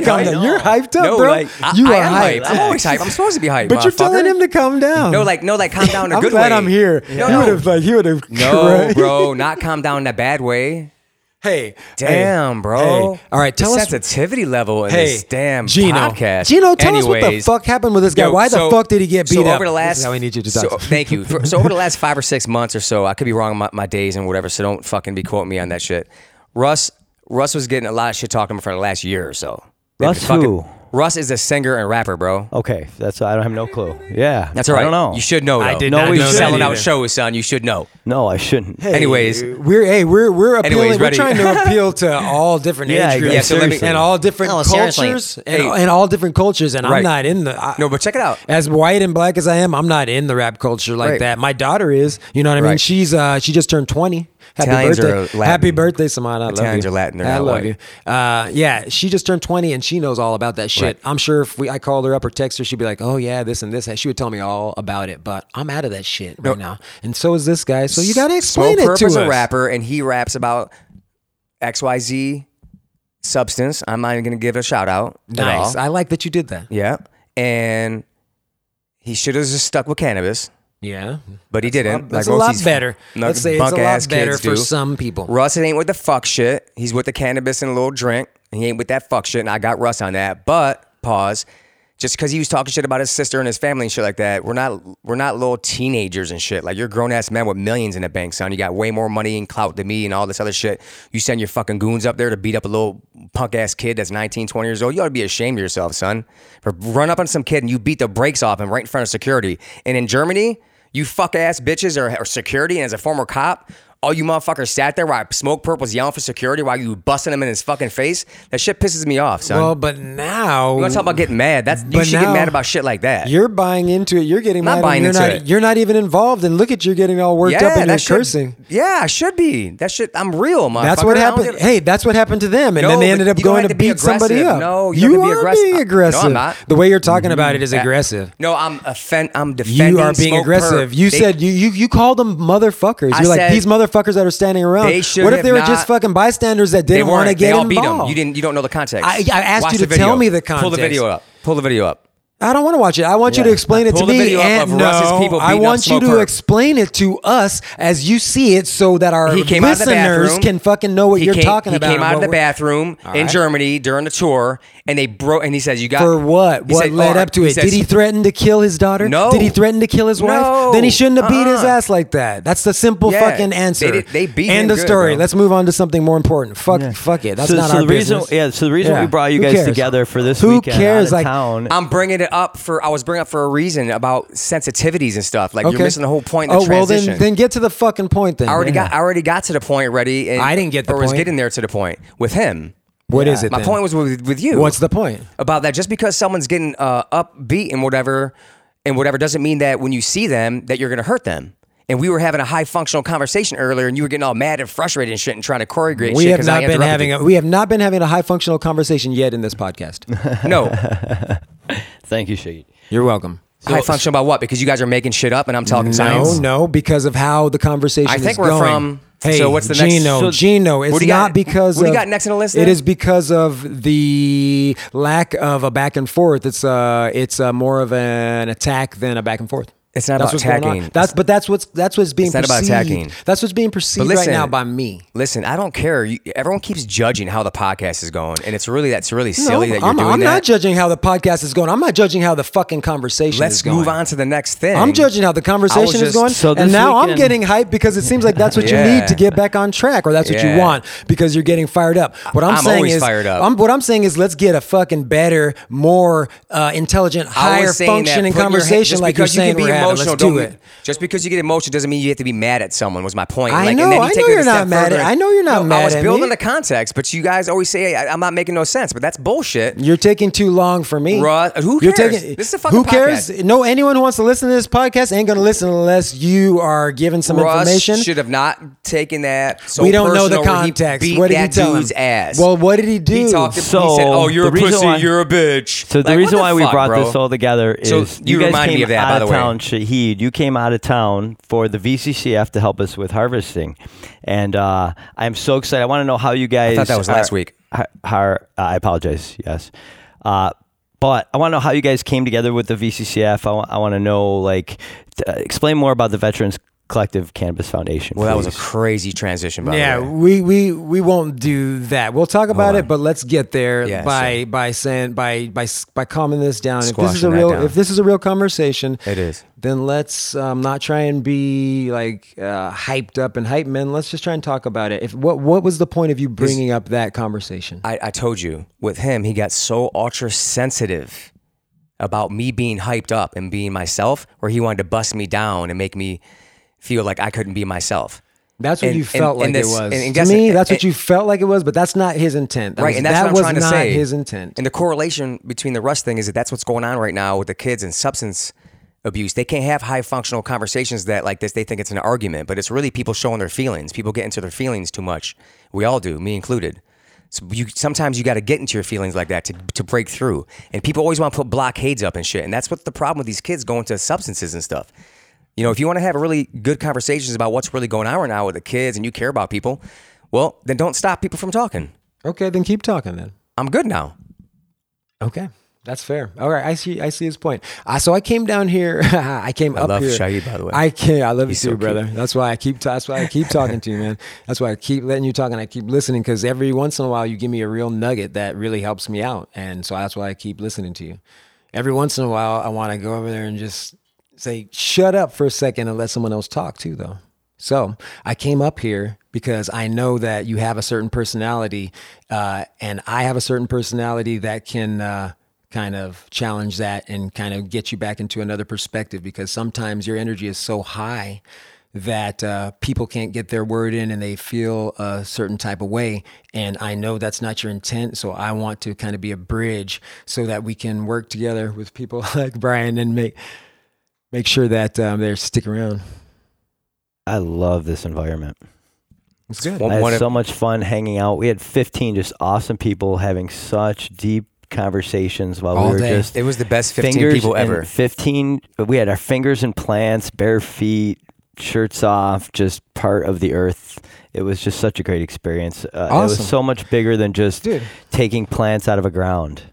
[SPEAKER 2] like, I- I am I'm always hyped. I'm supposed to be hyped. motherfucker.
[SPEAKER 3] to calm down.
[SPEAKER 2] No, like, no, like, calm down in a
[SPEAKER 3] I'm
[SPEAKER 2] good
[SPEAKER 3] glad
[SPEAKER 2] way.
[SPEAKER 3] I'm here.
[SPEAKER 2] No,
[SPEAKER 3] He
[SPEAKER 2] no.
[SPEAKER 3] would have like he would have. [laughs]
[SPEAKER 2] No, bro, not calm down in a bad way.
[SPEAKER 3] Hey,
[SPEAKER 2] Damn,
[SPEAKER 3] hey,
[SPEAKER 2] bro.
[SPEAKER 3] hey. All right, tell
[SPEAKER 2] the
[SPEAKER 3] us.
[SPEAKER 2] sensitivity level in
[SPEAKER 3] Hey,
[SPEAKER 2] this damn
[SPEAKER 3] Gino,
[SPEAKER 2] podcast.
[SPEAKER 3] Gino, tell us what the
[SPEAKER 2] Anyways,
[SPEAKER 3] fuck happened with this guy. Why the fuck did he get
[SPEAKER 2] so
[SPEAKER 3] beat up?
[SPEAKER 2] Over the last,
[SPEAKER 3] This is how I need you to talk.
[SPEAKER 2] So, [laughs] thank you. For- so over the last five or six months or so, I could be wrong on my, my days and whatever. So don't fucking be quoting me on that shit. Russ, Russ was getting a lot of shit talking for the last year or so. They've been
[SPEAKER 1] Russ who?
[SPEAKER 2] Russ is a singer and rapper, bro.
[SPEAKER 1] Okay, that's I don't have no clue. Yeah,
[SPEAKER 2] That's all right.
[SPEAKER 1] I don't know.
[SPEAKER 2] You should know. Though.
[SPEAKER 3] I did
[SPEAKER 1] No, not we know
[SPEAKER 2] you're
[SPEAKER 1] that
[SPEAKER 2] selling out
[SPEAKER 3] either.
[SPEAKER 2] shows, son. You should know.
[SPEAKER 1] No, I shouldn't.
[SPEAKER 3] Hey,
[SPEAKER 2] Anyways.
[SPEAKER 3] [laughs] we're hey, we're we're appealing.
[SPEAKER 2] Anyways,
[SPEAKER 3] we're
[SPEAKER 2] ready.
[SPEAKER 3] trying
[SPEAKER 2] [laughs]
[SPEAKER 3] to appeal to all different
[SPEAKER 1] Yeah,
[SPEAKER 3] age groups
[SPEAKER 1] yeah,
[SPEAKER 2] seriously.
[SPEAKER 3] and all different
[SPEAKER 2] Oh, seriously.
[SPEAKER 3] cultures and,
[SPEAKER 2] Hey.
[SPEAKER 3] and all different cultures. And
[SPEAKER 2] Right.
[SPEAKER 3] I'm not in the I,
[SPEAKER 2] No, but check it out.
[SPEAKER 3] As white and black as I am, I'm not in the rap culture like
[SPEAKER 2] Right.
[SPEAKER 3] that. My daughter is. You know what I mean?
[SPEAKER 2] Right.
[SPEAKER 3] She's uh she just turned 20. Happy
[SPEAKER 2] Italians are
[SPEAKER 3] birthday.
[SPEAKER 2] Latin.
[SPEAKER 3] Happy birthday, Samad. I love
[SPEAKER 2] Italians
[SPEAKER 3] you.
[SPEAKER 2] are Latin. They're
[SPEAKER 3] I
[SPEAKER 2] not
[SPEAKER 3] love
[SPEAKER 2] white.
[SPEAKER 3] you. Uh, yeah, she just turned 20 and she knows all about that shit.
[SPEAKER 2] Right.
[SPEAKER 3] I'm sure if we I called her up or text her, she'd be like, "Oh yeah, this and this." She would tell me all about it, but I'm out of that shit right now. And so is this guy. So you got to explain
[SPEAKER 2] Smoke
[SPEAKER 3] it
[SPEAKER 2] Perp
[SPEAKER 3] to
[SPEAKER 2] is
[SPEAKER 3] us.
[SPEAKER 2] a rapper, and he raps about XYZ substance. I'm not even going to give it a shout out. at
[SPEAKER 3] Nice.
[SPEAKER 2] all.
[SPEAKER 3] I like that you did that.
[SPEAKER 2] yeah. And he should have just stuck with cannabis,
[SPEAKER 3] Yeah.
[SPEAKER 2] but he didn't. like
[SPEAKER 3] That's a
[SPEAKER 2] most
[SPEAKER 3] lot
[SPEAKER 2] these
[SPEAKER 3] better.
[SPEAKER 2] nug-
[SPEAKER 3] Let's say it's a
[SPEAKER 2] punk-ass
[SPEAKER 3] lot better
[SPEAKER 2] kids
[SPEAKER 3] for
[SPEAKER 2] do.
[SPEAKER 3] some people.
[SPEAKER 2] Russ it ain't with the fuck shit. He's with the cannabis and a little drink. He ain't with that fuck shit, and I got Russ on that. But pause. Just because he was talking shit about his sister and his family and shit like that, we're not we're not little teenagers and shit. Like you're grown ass men with millions in the bank, son. You got way more money and clout than me and all this other shit. You send your fucking goons up there to beat up a little punk ass kid that's 19, 20 years old. You ought to be ashamed of yourself, son. For run up on some kid and you beat the brakes off him right in front of security. And in Germany, you fuck ass bitches or, or security, and as a former cop, all you motherfuckers sat there while Smoke Perp was yelling for security while you busting him in his fucking face. That shit pisses me off, son.
[SPEAKER 3] Well, but now
[SPEAKER 2] you want to talk about getting mad? That's you
[SPEAKER 3] but
[SPEAKER 2] should
[SPEAKER 3] now
[SPEAKER 2] get mad about shit like that.
[SPEAKER 3] You're buying into it. You're getting
[SPEAKER 2] Not
[SPEAKER 3] mad.
[SPEAKER 2] buying
[SPEAKER 3] and you're
[SPEAKER 2] into
[SPEAKER 3] not,
[SPEAKER 2] it.
[SPEAKER 3] You're not even involved. And look at you're getting all worked up and you're
[SPEAKER 2] that should-
[SPEAKER 3] cursing.
[SPEAKER 2] Yeah, I should be. That shit. I'm real, motherfucker.
[SPEAKER 3] That's what
[SPEAKER 2] I don't
[SPEAKER 3] happened.
[SPEAKER 2] give-
[SPEAKER 3] Hey, that's what happened to them, and
[SPEAKER 2] No,
[SPEAKER 3] then they
[SPEAKER 2] but
[SPEAKER 3] ended up
[SPEAKER 2] you don't
[SPEAKER 3] going
[SPEAKER 2] have
[SPEAKER 3] to
[SPEAKER 2] to be
[SPEAKER 3] beat somebody
[SPEAKER 2] aggressive.
[SPEAKER 3] up.
[SPEAKER 2] No, you
[SPEAKER 3] you,
[SPEAKER 2] don't have to be
[SPEAKER 3] are
[SPEAKER 2] aggressive.
[SPEAKER 3] being
[SPEAKER 2] No, I'm
[SPEAKER 3] aggressive.
[SPEAKER 2] not.
[SPEAKER 3] The way you're talking about it is aggressive.
[SPEAKER 2] No, I'm offend. I'm defending.
[SPEAKER 3] You are being
[SPEAKER 2] Smoke
[SPEAKER 3] aggressive.
[SPEAKER 2] Perp.
[SPEAKER 3] You
[SPEAKER 2] They-
[SPEAKER 3] said you, you you called them motherfuckers.
[SPEAKER 2] I
[SPEAKER 3] You're like
[SPEAKER 2] said-
[SPEAKER 3] these motherfuckers that are standing around.
[SPEAKER 2] They should
[SPEAKER 3] what if
[SPEAKER 2] have
[SPEAKER 3] they were
[SPEAKER 2] not-
[SPEAKER 3] just fucking bystanders that
[SPEAKER 2] they
[SPEAKER 3] didn't want to
[SPEAKER 2] weren't. They
[SPEAKER 3] get
[SPEAKER 2] all beat
[SPEAKER 3] involved?
[SPEAKER 2] him. You didn't. You don't know the context.
[SPEAKER 3] I- I asked
[SPEAKER 2] Watch
[SPEAKER 3] you to
[SPEAKER 2] the video.
[SPEAKER 3] tell me the
[SPEAKER 2] Pull the
[SPEAKER 3] context.
[SPEAKER 2] video up. Pull the video up.
[SPEAKER 3] I don't want to watch it. I want you to explain it
[SPEAKER 2] Pull the
[SPEAKER 3] to me.
[SPEAKER 2] video up
[SPEAKER 3] and
[SPEAKER 2] of
[SPEAKER 3] no,
[SPEAKER 2] Russ's people
[SPEAKER 3] I
[SPEAKER 2] beating up
[SPEAKER 3] want you to
[SPEAKER 2] Smoker.
[SPEAKER 3] explain it to us as you see it, so that our
[SPEAKER 2] He came out of the
[SPEAKER 3] listeners
[SPEAKER 2] bathroom.
[SPEAKER 3] can fucking know what
[SPEAKER 2] He
[SPEAKER 3] you're
[SPEAKER 2] came-
[SPEAKER 3] talking about.
[SPEAKER 2] He came
[SPEAKER 3] and
[SPEAKER 2] out of
[SPEAKER 3] what
[SPEAKER 2] the
[SPEAKER 3] we're-
[SPEAKER 2] bathroom in Germany during the tour, and they broke. And he says, "You got
[SPEAKER 3] For what?
[SPEAKER 2] He
[SPEAKER 3] What
[SPEAKER 2] said-
[SPEAKER 3] led
[SPEAKER 2] or-
[SPEAKER 3] up to it?
[SPEAKER 2] says-
[SPEAKER 3] Did he threaten to kill his daughter?
[SPEAKER 2] No.
[SPEAKER 3] Did he threaten to kill his wife?
[SPEAKER 2] No.
[SPEAKER 3] Then he shouldn't have beat his
[SPEAKER 2] Uh-uh.
[SPEAKER 3] ass like that. That's the simple
[SPEAKER 2] Yeah.
[SPEAKER 3] fucking answer.
[SPEAKER 2] They did- they beat
[SPEAKER 3] End
[SPEAKER 2] him
[SPEAKER 3] of
[SPEAKER 2] good,
[SPEAKER 3] story.
[SPEAKER 2] bro.
[SPEAKER 3] Let's move on to something more important. Fuck, fuck it. That's
[SPEAKER 1] so,
[SPEAKER 3] not
[SPEAKER 1] so
[SPEAKER 3] our
[SPEAKER 1] the reason,
[SPEAKER 3] business.
[SPEAKER 1] yeah. So the reason
[SPEAKER 3] Yeah.
[SPEAKER 1] we brought you
[SPEAKER 3] Who
[SPEAKER 1] guys
[SPEAKER 3] cares?
[SPEAKER 1] together for this
[SPEAKER 3] Who
[SPEAKER 1] weekend out
[SPEAKER 3] cares?
[SPEAKER 1] of
[SPEAKER 3] Like,
[SPEAKER 1] town.
[SPEAKER 2] I'm bringing it up for. I was bringing up for a reason about sensitivities and stuff. Like you're missing the whole point. Of the
[SPEAKER 3] oh well,
[SPEAKER 2] transition.
[SPEAKER 3] then then get to the fucking point. Then
[SPEAKER 2] I already
[SPEAKER 3] Yeah.
[SPEAKER 2] got. I already got to the point. Ready? And,
[SPEAKER 3] I didn't get the
[SPEAKER 2] or was
[SPEAKER 3] point.
[SPEAKER 2] getting there to the point with him.
[SPEAKER 3] What is it?
[SPEAKER 2] My
[SPEAKER 3] then?
[SPEAKER 2] point was with, with you.
[SPEAKER 3] What's the point?
[SPEAKER 2] about that? Just because someone's getting uh, upbeat and whatever, and whatever doesn't mean that when you see them that you're gonna hurt them. And we were having a high functional conversation earlier, and you were getting all mad and frustrated and shit, and trying to choreograph.
[SPEAKER 3] We
[SPEAKER 2] shit
[SPEAKER 3] have
[SPEAKER 2] 'cause I
[SPEAKER 3] not been
[SPEAKER 2] interrupted
[SPEAKER 3] having
[SPEAKER 2] you.
[SPEAKER 3] a, we have not been having a high functional conversation yet in this
[SPEAKER 2] [laughs]
[SPEAKER 3] podcast.
[SPEAKER 2] no
[SPEAKER 3] [laughs]
[SPEAKER 1] Thank you, Shaggy.
[SPEAKER 3] You're welcome.
[SPEAKER 2] high function about what? Because you guys are making shit up, and I'm talking
[SPEAKER 3] No,
[SPEAKER 2] science.
[SPEAKER 3] no, because of how the conversation.
[SPEAKER 2] I think
[SPEAKER 3] is
[SPEAKER 2] we're
[SPEAKER 3] going.
[SPEAKER 2] from-
[SPEAKER 3] Hey,
[SPEAKER 2] so what's the next-
[SPEAKER 3] Gino,
[SPEAKER 1] so-
[SPEAKER 3] Gino, it's
[SPEAKER 2] What do you
[SPEAKER 3] not
[SPEAKER 2] got-
[SPEAKER 3] because
[SPEAKER 2] what do you
[SPEAKER 3] of-
[SPEAKER 2] got next on the list
[SPEAKER 3] It
[SPEAKER 2] then?
[SPEAKER 3] is because of the lack of a back and forth. It's uh, it's uh, more of an attack than a back and forth.
[SPEAKER 2] It's not
[SPEAKER 3] that's
[SPEAKER 2] about
[SPEAKER 3] what's going on.
[SPEAKER 2] attacking.
[SPEAKER 3] That's but that's what's that's what's being
[SPEAKER 2] It's not about
[SPEAKER 3] perceived.
[SPEAKER 2] attacking.
[SPEAKER 3] That's what's being perceived
[SPEAKER 2] listen-
[SPEAKER 3] right now by me.
[SPEAKER 2] Listen, I don't care. You, everyone keeps judging how the podcast is going, and it's really that's really silly that you're
[SPEAKER 3] I'm,
[SPEAKER 2] doing
[SPEAKER 3] I'm
[SPEAKER 2] that.
[SPEAKER 3] not judging how the podcast is going. I'm not judging how the fucking conversation is
[SPEAKER 2] Let's
[SPEAKER 3] going.
[SPEAKER 2] move on to the next thing.
[SPEAKER 3] I'm judging how
[SPEAKER 2] I
[SPEAKER 3] the conversation
[SPEAKER 2] was
[SPEAKER 3] is
[SPEAKER 2] just-
[SPEAKER 3] going,
[SPEAKER 1] so
[SPEAKER 3] and
[SPEAKER 1] this
[SPEAKER 3] now I'm
[SPEAKER 1] weekend-
[SPEAKER 3] getting hyped because it seems like that's what you
[SPEAKER 2] Yeah.
[SPEAKER 3] need to get back on track, or that's what
[SPEAKER 2] Yeah.
[SPEAKER 3] you want because you're getting fired up. What I'm,
[SPEAKER 2] I'm
[SPEAKER 3] saying
[SPEAKER 2] always
[SPEAKER 3] is,
[SPEAKER 2] fired up.
[SPEAKER 3] I'm, what I'm saying is, let's get a fucking better, more uh, intelligent,
[SPEAKER 2] I was
[SPEAKER 3] higher
[SPEAKER 2] saying that
[SPEAKER 3] functioning
[SPEAKER 2] putting your hand-
[SPEAKER 3] conversation,
[SPEAKER 2] just
[SPEAKER 3] like you're
[SPEAKER 2] because you
[SPEAKER 3] saying
[SPEAKER 2] can be
[SPEAKER 3] we're having.
[SPEAKER 2] emotional.
[SPEAKER 3] Let's
[SPEAKER 2] don't
[SPEAKER 3] do
[SPEAKER 2] mean-
[SPEAKER 3] it.
[SPEAKER 2] Just because you get emotional doesn't mean you have to be mad at someone. Was my point.
[SPEAKER 3] I
[SPEAKER 2] like,
[SPEAKER 3] know,
[SPEAKER 2] And then you
[SPEAKER 3] I
[SPEAKER 2] take
[SPEAKER 3] know
[SPEAKER 2] it a
[SPEAKER 3] you're not
[SPEAKER 2] step
[SPEAKER 3] mad at-
[SPEAKER 2] further.
[SPEAKER 3] I know you're not
[SPEAKER 2] No,
[SPEAKER 3] mad
[SPEAKER 2] I was
[SPEAKER 3] at
[SPEAKER 2] building
[SPEAKER 3] me.
[SPEAKER 2] the context, but you guys always say I, I'm not making no sense. But that's bullshit.
[SPEAKER 3] You're taking too long for me.
[SPEAKER 2] Ru- who
[SPEAKER 3] You're
[SPEAKER 2] cares?
[SPEAKER 3] taking,
[SPEAKER 2] This is a fucking
[SPEAKER 3] Who cares?
[SPEAKER 2] podcast.
[SPEAKER 3] No, anyone who wants to listen to this podcast ain't going to listen unless you are giving some
[SPEAKER 2] Russ
[SPEAKER 3] information.
[SPEAKER 2] should have not taken that. So
[SPEAKER 3] we don't know the
[SPEAKER 2] personal where he
[SPEAKER 3] context.
[SPEAKER 2] beat
[SPEAKER 3] what did
[SPEAKER 2] that
[SPEAKER 3] he tell
[SPEAKER 2] dude's
[SPEAKER 3] him?
[SPEAKER 2] ass.
[SPEAKER 3] Well, what did he do?
[SPEAKER 2] He talked. To, he said,
[SPEAKER 1] So,
[SPEAKER 2] "Oh, you're a
[SPEAKER 1] the reason
[SPEAKER 2] pussy.
[SPEAKER 1] why-
[SPEAKER 2] you're a bitch."
[SPEAKER 1] So the
[SPEAKER 2] Like, what
[SPEAKER 1] reason why we
[SPEAKER 2] fuck,
[SPEAKER 1] brought
[SPEAKER 2] bro?
[SPEAKER 1] this all together is
[SPEAKER 2] So you
[SPEAKER 1] guys
[SPEAKER 2] remind me
[SPEAKER 1] came
[SPEAKER 2] of that,
[SPEAKER 1] out
[SPEAKER 2] by
[SPEAKER 1] of
[SPEAKER 2] the way.
[SPEAKER 1] town, Shahid. You came out of town for the VCCF to help us with harvesting, and uh, I'm so excited. I want to know how you guys.
[SPEAKER 2] that was
[SPEAKER 1] are-
[SPEAKER 2] last week.
[SPEAKER 1] Har, har- uh, I apologize. Yes, uh, but I want to know how you guys came together with the VCCF. I want to know, like, t- uh, explain more about the Veterans Collective Cannabis Foundation.
[SPEAKER 2] Well, that was a
[SPEAKER 1] please.
[SPEAKER 2] crazy transition. By
[SPEAKER 3] yeah,
[SPEAKER 2] the way.
[SPEAKER 3] we, we we won't do that. We'll talk about it, but let's get there
[SPEAKER 2] Yeah,
[SPEAKER 3] by by saying by by s- by calming this down. If this is a
[SPEAKER 2] Squashing that
[SPEAKER 3] real
[SPEAKER 2] down.
[SPEAKER 3] if this is a real conversation,
[SPEAKER 2] It is.
[SPEAKER 3] Then let's um, not try and be like uh, hyped up and hype men. Let's just try and talk about it. If what what was the point of you bringing up that conversation?
[SPEAKER 2] I, I told you with him, he got so ultra sensitive about me being hyped up and being myself, where he wanted to bust me down and make me feel like I couldn't be myself.
[SPEAKER 3] That's what
[SPEAKER 2] and-
[SPEAKER 3] you felt
[SPEAKER 2] and-
[SPEAKER 3] like
[SPEAKER 2] and
[SPEAKER 3] it
[SPEAKER 2] this-
[SPEAKER 3] was.
[SPEAKER 2] and- and
[SPEAKER 3] to
[SPEAKER 2] guess-
[SPEAKER 3] me, that's what
[SPEAKER 2] and-
[SPEAKER 3] you felt like it was, but that's not his intent. That
[SPEAKER 2] Right,
[SPEAKER 3] was-
[SPEAKER 2] and that's
[SPEAKER 3] that
[SPEAKER 2] what I'm
[SPEAKER 3] was
[SPEAKER 2] trying to
[SPEAKER 3] not
[SPEAKER 2] say.
[SPEAKER 3] his intent.
[SPEAKER 2] And the correlation between the Russ thing is that that's what's going on right now with the kids and substance abuse. They can't have high functional conversations that like this. They think it's an argument, but it's really people showing their feelings. People get into their feelings too much. We all do, me included. So you sometimes you got to get into your feelings like that to, to break through. And people always want to put blockades up and shit. And that's what the problem with these kids going to substances and stuff. You know, if you want to have really good conversations about what's really going on right now with the kids and you care about people, well, then don't stop people from talking.
[SPEAKER 3] Okay, then keep talking then.
[SPEAKER 2] I'm good now.
[SPEAKER 3] Okay. That's fair. All right, I see. I see his point. Uh, so I came down here. [laughs] I came up
[SPEAKER 2] love
[SPEAKER 3] here.
[SPEAKER 2] Shahid, by the way.
[SPEAKER 3] I can I love you
[SPEAKER 2] so
[SPEAKER 3] too,
[SPEAKER 2] cute.
[SPEAKER 3] brother. That's why I keep. That's why I keep talking to you, man. That's why I keep letting you talk and I keep listening because every once in a while you give me a real nugget that really helps me out, and so that's why I keep listening to you. Every once in a while, I want to go over there and just say, "Shut up for a second and let someone else talk too, though." So I came up here because I know that you have a certain personality, uh, and I have a certain personality that can. Uh, kind of challenge that and kind of get you back into another perspective because sometimes your energy is so high that uh, people can't get their word in and they feel a certain type of way. And I know that's not your intent. So I want to kind of be a bridge so that we can work together with people [laughs] like Brian and make, make sure that um, they stick around.
[SPEAKER 1] I love this environment.
[SPEAKER 3] It's good.
[SPEAKER 2] One-
[SPEAKER 1] I
[SPEAKER 2] one
[SPEAKER 1] had
[SPEAKER 2] of-
[SPEAKER 1] so much fun hanging out. We had 15 just awesome people having such deep conversations while
[SPEAKER 3] All
[SPEAKER 1] we were
[SPEAKER 3] day.
[SPEAKER 1] just
[SPEAKER 2] It was the best 15
[SPEAKER 1] fingers
[SPEAKER 2] people
[SPEAKER 1] and
[SPEAKER 2] ever.
[SPEAKER 1] 15. We had our fingers in plants, bare feet, shirts off, just part of the earth. It was just such a great experience. Uh, It
[SPEAKER 3] Awesome.
[SPEAKER 1] was so much bigger than just
[SPEAKER 3] Dude.
[SPEAKER 1] taking plants out of a ground.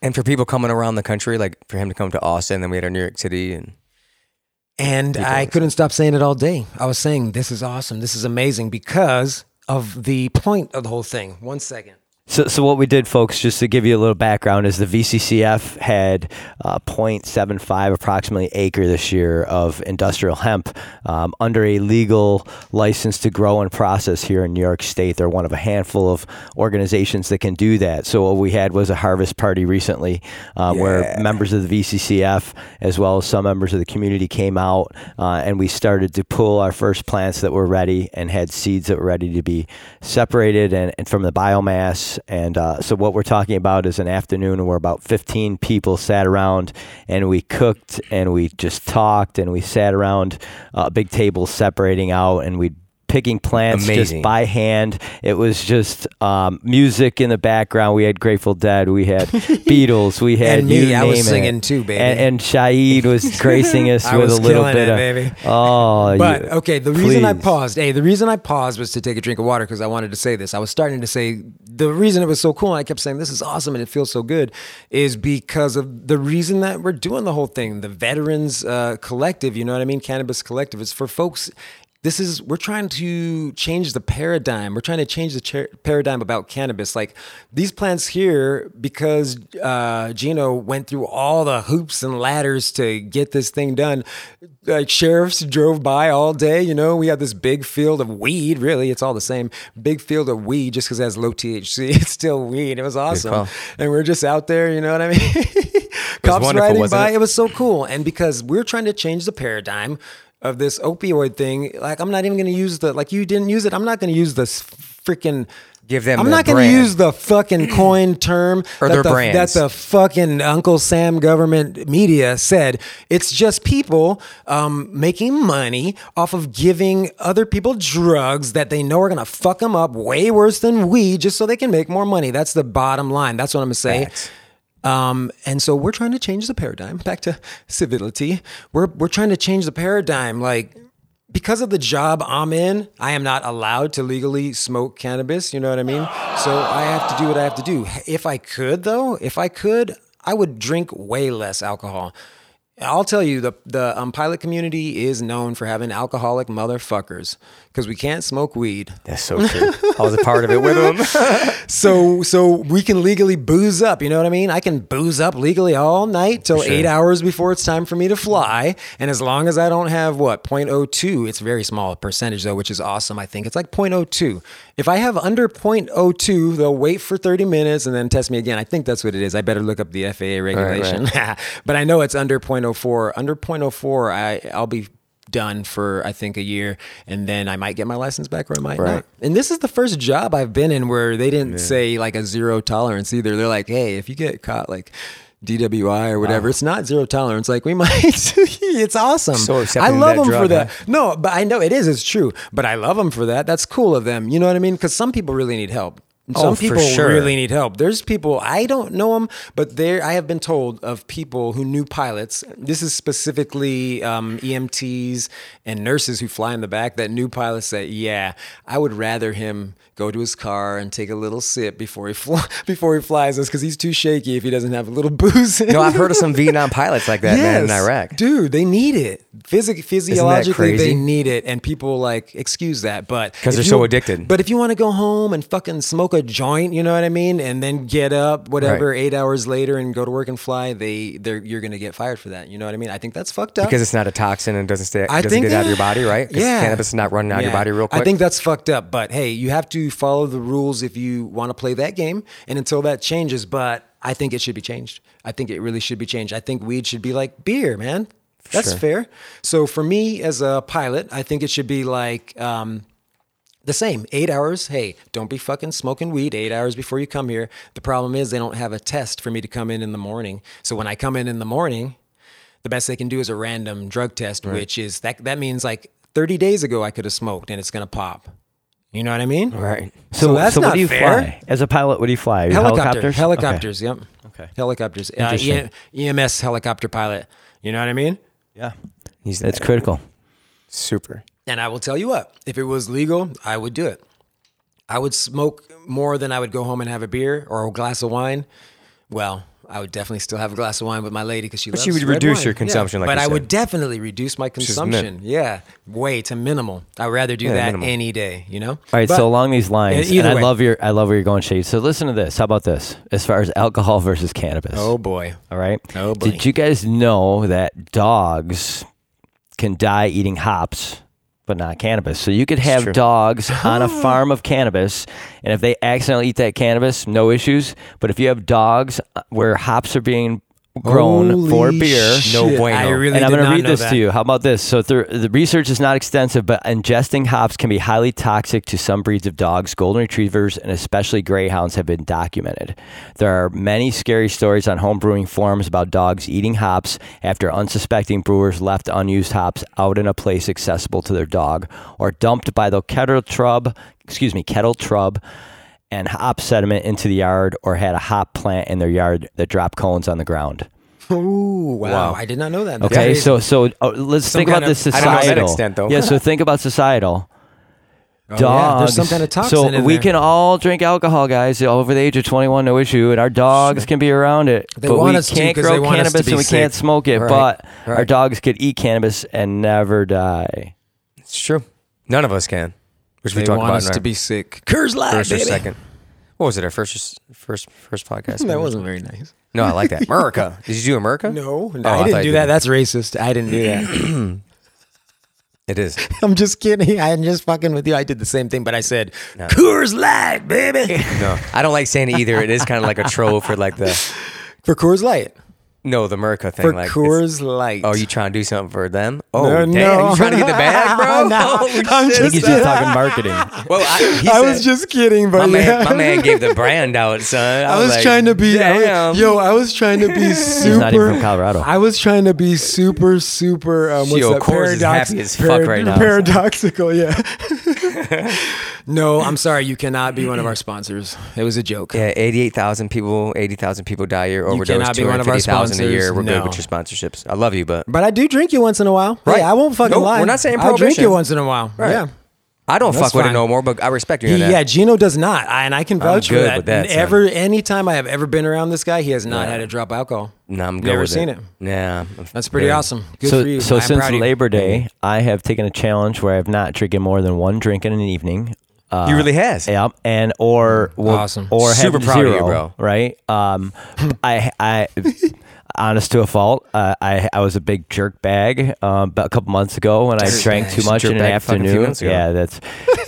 [SPEAKER 2] And for people coming around the country, like for him to come to Austin, then we had our New York City, and
[SPEAKER 3] And I couldn't stop saying it all day. I was saying, this is awesome. This is amazing because of the point of the whole thing. One second.
[SPEAKER 1] So, so what we did, folks, just to give you a little background, is the VCCF had uh, 0.75 approximately acre this year of industrial hemp um, under a legal license to grow and process here in New York State. They're one of a handful of organizations that can do that. So what we had was a harvest party recently uh, where
[SPEAKER 2] Yeah.
[SPEAKER 1] members of the VCCF as well as some members of the community came out uh, and we started to pull our first plants that were ready and had seeds that were ready to be separated and, and from the biomass. And uh, so what we're talking about is an afternoon where about 15 people sat around and we cooked and we just talked and we sat around a big table separating out and we'd picking plants just
[SPEAKER 2] Amazing.
[SPEAKER 1] by by hand. It was just um, music in the background. We had Grateful Dead, we
[SPEAKER 3] [laughs]
[SPEAKER 1] had Beatles, we had
[SPEAKER 3] And me,
[SPEAKER 1] you
[SPEAKER 3] I was
[SPEAKER 1] name
[SPEAKER 3] singing
[SPEAKER 1] it.
[SPEAKER 3] too, baby.
[SPEAKER 1] And, and Shaid
[SPEAKER 3] [laughs]
[SPEAKER 1] was gracing us
[SPEAKER 3] I
[SPEAKER 1] with
[SPEAKER 3] was
[SPEAKER 1] a little
[SPEAKER 3] killing
[SPEAKER 1] bit
[SPEAKER 3] it,
[SPEAKER 1] of
[SPEAKER 3] baby.
[SPEAKER 1] oh,
[SPEAKER 3] But
[SPEAKER 1] you-
[SPEAKER 3] okay, the reason I
[SPEAKER 1] please.
[SPEAKER 3] paused, hey, the reason I paused was to take a drink of water because I wanted to say this. I was starting to say the reason it was so cool and I kept saying this is awesome and it feels so good is because of the reason that we're doing the whole thing. The Veterans uh, Collective, you know what I mean? Cannabis Collective. It's for folks. This is, we're trying to change the paradigm. We're trying to change the cha- paradigm about cannabis. Like these plants here, because uh, Gino went through all the hoops and ladders to get this thing done, like sheriffs drove by all day. You know, we had this big field of weed. Really, it's all the same. Big field of weed, just because it has low THC, [laughs] it's still weed. It was awesome,
[SPEAKER 2] call.
[SPEAKER 3] and we're just out there. You know what I mean? [laughs] Cops
[SPEAKER 2] wonderful,
[SPEAKER 3] riding
[SPEAKER 2] wasn't
[SPEAKER 3] by.
[SPEAKER 2] it?
[SPEAKER 3] It was so cool, and because we're trying to change the paradigm of this opioid thing, like I'm not even going to use the like you didn't use it. I'm not going to use this freaking.
[SPEAKER 2] Give them
[SPEAKER 3] I'm
[SPEAKER 2] the
[SPEAKER 3] not going to
[SPEAKER 2] brand.
[SPEAKER 3] use
[SPEAKER 2] [clears throat]
[SPEAKER 3] the fucking coin term
[SPEAKER 2] Or
[SPEAKER 3] that
[SPEAKER 2] their
[SPEAKER 3] the,
[SPEAKER 2] brands.
[SPEAKER 3] That the fucking Uncle Sam government media said it's just people um, making money off of giving other people drugs that they know are gonna fuck them up way worse than we, just so they can make more money. That's the bottom line. That's what I'm gonna say.
[SPEAKER 2] Facts.
[SPEAKER 3] Um, and so we're trying to change the paradigm back to civility. We're we're trying to change the paradigm, like. Because of the job I'm in, I am not allowed to legally smoke cannabis. You know what I mean? So I have to do what I have to do. If I could, though, if I could, I would drink way less alcohol. I'll tell you, the the um, pilot community is known for having alcoholic motherfuckers because we can't smoke weed.
[SPEAKER 2] that's so true. [laughs] I was a part of it with
[SPEAKER 3] [laughs]
[SPEAKER 2] him.
[SPEAKER 3] So so we can legally booze up, you know what I mean? I can booze up legally all night till eight hours before it's time for me to fly. And as long as I don't have what 0.02, it's a very small percentage though, which is awesome. I think it's like 0.02. If I have under 0.02, they'll wait for 30 minutes and then test me again. I think that's what it is. I better look up the FAA regulation. [laughs] but I know it's under 0.04. Under 0.04, I I'll be done for I think a year, and then I might get my license back or I might not. And this is the first job I've been in where they didn't say like a zero tolerance either. They're like, hey, if you get caught like DWI or whatever, it's not zero tolerance. Like we [laughs] might, it's awesome.
[SPEAKER 2] So
[SPEAKER 3] I
[SPEAKER 2] accepting of
[SPEAKER 3] love
[SPEAKER 2] that
[SPEAKER 3] them for
[SPEAKER 2] drug,
[SPEAKER 3] that. No, but I know it is. It's true. But I love them for that. That's cool of them. You know what I mean? Because some people really need help. Some
[SPEAKER 2] Oh, for
[SPEAKER 3] people
[SPEAKER 2] sure.
[SPEAKER 3] really need help. There's people I don't know them, but there I have been told of people who knew pilots. This is specifically um, EMTs and nurses who fly in the back that knew pilots. That yeah, I would rather him go to his car and take a little sip before he fl- [laughs] before he flies us because he's too shaky if he doesn't have a little [laughs] booze. In
[SPEAKER 2] no, I've heard of some Vietnam pilots like that, man, in
[SPEAKER 3] Yes.
[SPEAKER 2] Iraq.
[SPEAKER 3] Dude, they need it. Physi- physiologically, they
[SPEAKER 2] crazy?
[SPEAKER 3] need it, and people like excuse that, but
[SPEAKER 2] 'Cause
[SPEAKER 3] if
[SPEAKER 2] they're
[SPEAKER 3] you-
[SPEAKER 2] so addicted.
[SPEAKER 3] But if you want to go home and fucking smoke a joint, you know what I mean, and then get up whatever
[SPEAKER 2] Right.
[SPEAKER 3] eight hours later and go to work and fly, they they're you're gonna get fired for that. You know what I mean? I think that's fucked up.
[SPEAKER 2] Because it's not a toxin and doesn't stay,
[SPEAKER 3] I
[SPEAKER 2] doesn't
[SPEAKER 3] think
[SPEAKER 2] get out of your body, right? 'Cause
[SPEAKER 3] Yeah,
[SPEAKER 2] cannabis is not running out of your
[SPEAKER 3] Yeah.
[SPEAKER 2] body real quick.
[SPEAKER 3] I think that's fucked up. But hey, you have to follow the rules if you want to play that game. And until that changes, but I think it should be changed. I think it really should be changed. I think weed should be like beer, man. That's
[SPEAKER 2] Sure.
[SPEAKER 3] fair. So for me as a pilot, I think it should be like um, the same eight hours. Hey, don't be fucking smoking weed eight hours before you come here. The problem is they don't have a test for me to come in in the morning. So when I come in in the morning, the best they can do is a random drug test, which is that that means like 30 days ago I could have smoked and it's gonna pop. You know what I mean?
[SPEAKER 2] right.
[SPEAKER 1] So,
[SPEAKER 3] So that's
[SPEAKER 1] so what
[SPEAKER 3] not
[SPEAKER 1] do you
[SPEAKER 3] fair.
[SPEAKER 1] fly as a pilot? What do you fly? Are you
[SPEAKER 3] Helicopter,
[SPEAKER 1] helicopters?
[SPEAKER 3] helicopters, yep.
[SPEAKER 1] Okay.
[SPEAKER 3] helicopters. Uh,
[SPEAKER 1] Interesting.
[SPEAKER 3] E- EMS helicopter pilot. You know what I mean?
[SPEAKER 1] Okay. Yeah,
[SPEAKER 2] He's
[SPEAKER 1] that's critical.
[SPEAKER 2] super.
[SPEAKER 3] And I will tell you what, if it was legal, I would do it. I would smoke more than I would go home and have a beer or a glass of wine. Well, I would definitely still have a glass of wine with my lady because she.
[SPEAKER 2] But
[SPEAKER 3] loves
[SPEAKER 2] you would
[SPEAKER 3] red
[SPEAKER 2] reduce
[SPEAKER 3] wine.
[SPEAKER 2] your
[SPEAKER 3] Yeah.
[SPEAKER 2] consumption, like
[SPEAKER 3] but
[SPEAKER 2] you
[SPEAKER 3] I
[SPEAKER 2] said.
[SPEAKER 3] would definitely reduce my
[SPEAKER 2] is min-
[SPEAKER 3] consumption. Yeah, way to minimal. I'd rather do
[SPEAKER 2] Yeah,
[SPEAKER 3] that
[SPEAKER 2] minimal.
[SPEAKER 3] any day. You know. All
[SPEAKER 1] All right, so along these lines,
[SPEAKER 3] e- Either
[SPEAKER 1] and I
[SPEAKER 3] way.
[SPEAKER 1] love your I love where you're going, Shade. So listen to this. How about this? As far as alcohol versus cannabis.
[SPEAKER 3] Oh boy.
[SPEAKER 1] All right.
[SPEAKER 3] Oh, buddy.
[SPEAKER 1] Did you guys know that dogs can die eating hops, but not cannabis? So you could have
[SPEAKER 2] true.
[SPEAKER 3] [gasps]
[SPEAKER 1] dogs on a farm of cannabis, and if they accidentally eat that cannabis, no issues. But if you have dogs uh, where hops are being grown for
[SPEAKER 3] Holy
[SPEAKER 1] beer,
[SPEAKER 2] no
[SPEAKER 3] shit,
[SPEAKER 2] bueno.
[SPEAKER 3] I really
[SPEAKER 1] and I'm
[SPEAKER 3] did
[SPEAKER 1] going to
[SPEAKER 3] not
[SPEAKER 1] read
[SPEAKER 3] know
[SPEAKER 1] this
[SPEAKER 3] that.
[SPEAKER 1] to you. How about this? So through, the research is not extensive, but ingesting hops can be highly toxic to some breeds of dogs. Golden retrievers and especially greyhounds have been documented. There are many scary stories on home brewing forums about dogs eating hops after unsuspecting brewers left unused hops out in a place accessible to their dog or dumped by the kettle trub, excuse me, kettle trub and hop sediment into the yard or had a hop plant in their yard that dropped cones on the ground.
[SPEAKER 3] Ooh, wow. I did not know that.
[SPEAKER 1] Okay,
[SPEAKER 3] That is-
[SPEAKER 1] so so uh, let's think
[SPEAKER 3] kind
[SPEAKER 1] about this
[SPEAKER 3] of-
[SPEAKER 2] I don't know to that
[SPEAKER 1] societal.
[SPEAKER 2] extent, though.
[SPEAKER 1] Yeah, so think about
[SPEAKER 3] [laughs]
[SPEAKER 1] societal. Dogs.
[SPEAKER 3] Oh, yeah, there's some kind of toxin
[SPEAKER 1] So
[SPEAKER 3] in
[SPEAKER 1] we
[SPEAKER 3] there.
[SPEAKER 1] can all drink alcohol, guys, over the age of 21, no issue, and our dogs can be around it.
[SPEAKER 3] They
[SPEAKER 1] but
[SPEAKER 3] want
[SPEAKER 1] we
[SPEAKER 3] us to
[SPEAKER 1] can't
[SPEAKER 3] 'cause
[SPEAKER 1] grow
[SPEAKER 3] they want us
[SPEAKER 1] cannabis
[SPEAKER 3] to be
[SPEAKER 1] and we can't
[SPEAKER 3] safe.
[SPEAKER 1] smoke it.
[SPEAKER 3] Right,
[SPEAKER 1] But our
[SPEAKER 3] right.
[SPEAKER 1] dogs could eat cannabis and never die.
[SPEAKER 2] It's true. None of us can, which we
[SPEAKER 3] they
[SPEAKER 2] talked
[SPEAKER 3] want
[SPEAKER 2] about
[SPEAKER 3] us
[SPEAKER 2] in
[SPEAKER 3] to
[SPEAKER 2] our
[SPEAKER 3] be sick. Curse live,
[SPEAKER 2] first or
[SPEAKER 3] baby.
[SPEAKER 2] second. What was it? Our first, or s- first, first podcast.
[SPEAKER 3] [laughs] That
[SPEAKER 2] maybe?
[SPEAKER 3] wasn't very nice.
[SPEAKER 2] No, I like that. America. Did you do America?
[SPEAKER 3] No,
[SPEAKER 2] Oh,
[SPEAKER 3] I,
[SPEAKER 2] thought
[SPEAKER 3] didn't
[SPEAKER 2] you
[SPEAKER 3] do
[SPEAKER 2] did.
[SPEAKER 3] that. That's racist. I didn't do that.
[SPEAKER 2] It is.
[SPEAKER 3] [laughs] I'm just kidding. I'm just fucking with you. I did the same thing, but I said Coors Light, baby.
[SPEAKER 2] [laughs] No, I don't like saying it either. It is kind of like a troll for like the
[SPEAKER 3] For Coors Light.
[SPEAKER 2] no the America thing.
[SPEAKER 3] For
[SPEAKER 2] like it's-
[SPEAKER 3] Coors Light.
[SPEAKER 2] Oh, you trying to do something for them? Oh,
[SPEAKER 3] No,
[SPEAKER 2] damn!
[SPEAKER 3] no.
[SPEAKER 2] You trying to get the
[SPEAKER 3] [laughs]
[SPEAKER 2] bag, bro?
[SPEAKER 3] No,
[SPEAKER 2] Holy
[SPEAKER 3] I'm
[SPEAKER 2] shit.
[SPEAKER 1] I think he's just talking marketing.
[SPEAKER 2] Well, I, he
[SPEAKER 3] I
[SPEAKER 2] said-
[SPEAKER 3] was just kidding, but
[SPEAKER 2] my
[SPEAKER 3] yeah.
[SPEAKER 2] man.
[SPEAKER 3] [laughs]
[SPEAKER 2] My man gave the brand out, son.
[SPEAKER 3] I was
[SPEAKER 2] like,
[SPEAKER 3] trying to be I was-
[SPEAKER 2] damn.
[SPEAKER 3] yo. I was
[SPEAKER 2] [laughs]
[SPEAKER 3] trying to be super.
[SPEAKER 1] not even from Colorado.
[SPEAKER 3] I was trying to be super, super. Um, what's
[SPEAKER 2] Yo,
[SPEAKER 3] that?
[SPEAKER 2] Coors is happy as fuck right now.
[SPEAKER 3] Paradoxical, yeah.
[SPEAKER 2] [laughs]
[SPEAKER 3] no, I'm sorry. You cannot be one of our sponsors. It was a joke.
[SPEAKER 2] Yeah, eighty-eight thousand people, eighty thousand people die a year overdose.
[SPEAKER 3] cannot be
[SPEAKER 2] Two
[SPEAKER 3] one
[SPEAKER 2] hundred
[SPEAKER 3] of our
[SPEAKER 2] fifty thousand a year.
[SPEAKER 3] sponsors,
[SPEAKER 2] We're good
[SPEAKER 3] no.
[SPEAKER 2] with your sponsorships. I love you, but
[SPEAKER 3] But I do drink you once in a while. Right.
[SPEAKER 2] Right.
[SPEAKER 3] I won't fucking
[SPEAKER 2] No,
[SPEAKER 3] lie.
[SPEAKER 2] we're not saying
[SPEAKER 3] I drink
[SPEAKER 2] prohibition.
[SPEAKER 3] you once in a while.
[SPEAKER 2] Right.
[SPEAKER 3] Yeah.
[SPEAKER 2] I don't
[SPEAKER 3] That's
[SPEAKER 2] fuck with it
[SPEAKER 3] fine.
[SPEAKER 2] no more. But I respect you.
[SPEAKER 3] He-
[SPEAKER 2] on that.
[SPEAKER 3] yeah, Gino does not, I, and I can vouch
[SPEAKER 2] good
[SPEAKER 3] for that.
[SPEAKER 2] with that, son.
[SPEAKER 3] Ever, any time I have ever been around this guy, he has not had a drop of alcohol.
[SPEAKER 2] No, I'm good
[SPEAKER 3] never
[SPEAKER 2] with
[SPEAKER 3] seen it.
[SPEAKER 2] it. Yeah,
[SPEAKER 3] That's pretty
[SPEAKER 2] Yeah.
[SPEAKER 3] awesome. [laughs] Good
[SPEAKER 1] so,
[SPEAKER 3] for you.
[SPEAKER 1] so
[SPEAKER 3] I'm
[SPEAKER 1] since
[SPEAKER 3] proud of you.
[SPEAKER 1] Labor Day, I have taken a challenge where I've not drinking more than one drink in an evening. Uh,
[SPEAKER 2] You really has.
[SPEAKER 1] Yeah, and or well,
[SPEAKER 3] Awesome.
[SPEAKER 1] or
[SPEAKER 2] Super
[SPEAKER 1] having
[SPEAKER 2] proud of
[SPEAKER 1] zero,
[SPEAKER 2] you, bro.
[SPEAKER 1] Right? Um,
[SPEAKER 2] [laughs]
[SPEAKER 1] I I honest to a fault, uh, I I was a big jerk bag um, about a couple months ago when I drank too much in an
[SPEAKER 2] Jerkbag fucking few
[SPEAKER 1] afternoon.
[SPEAKER 2] months ago.
[SPEAKER 1] Yeah, that's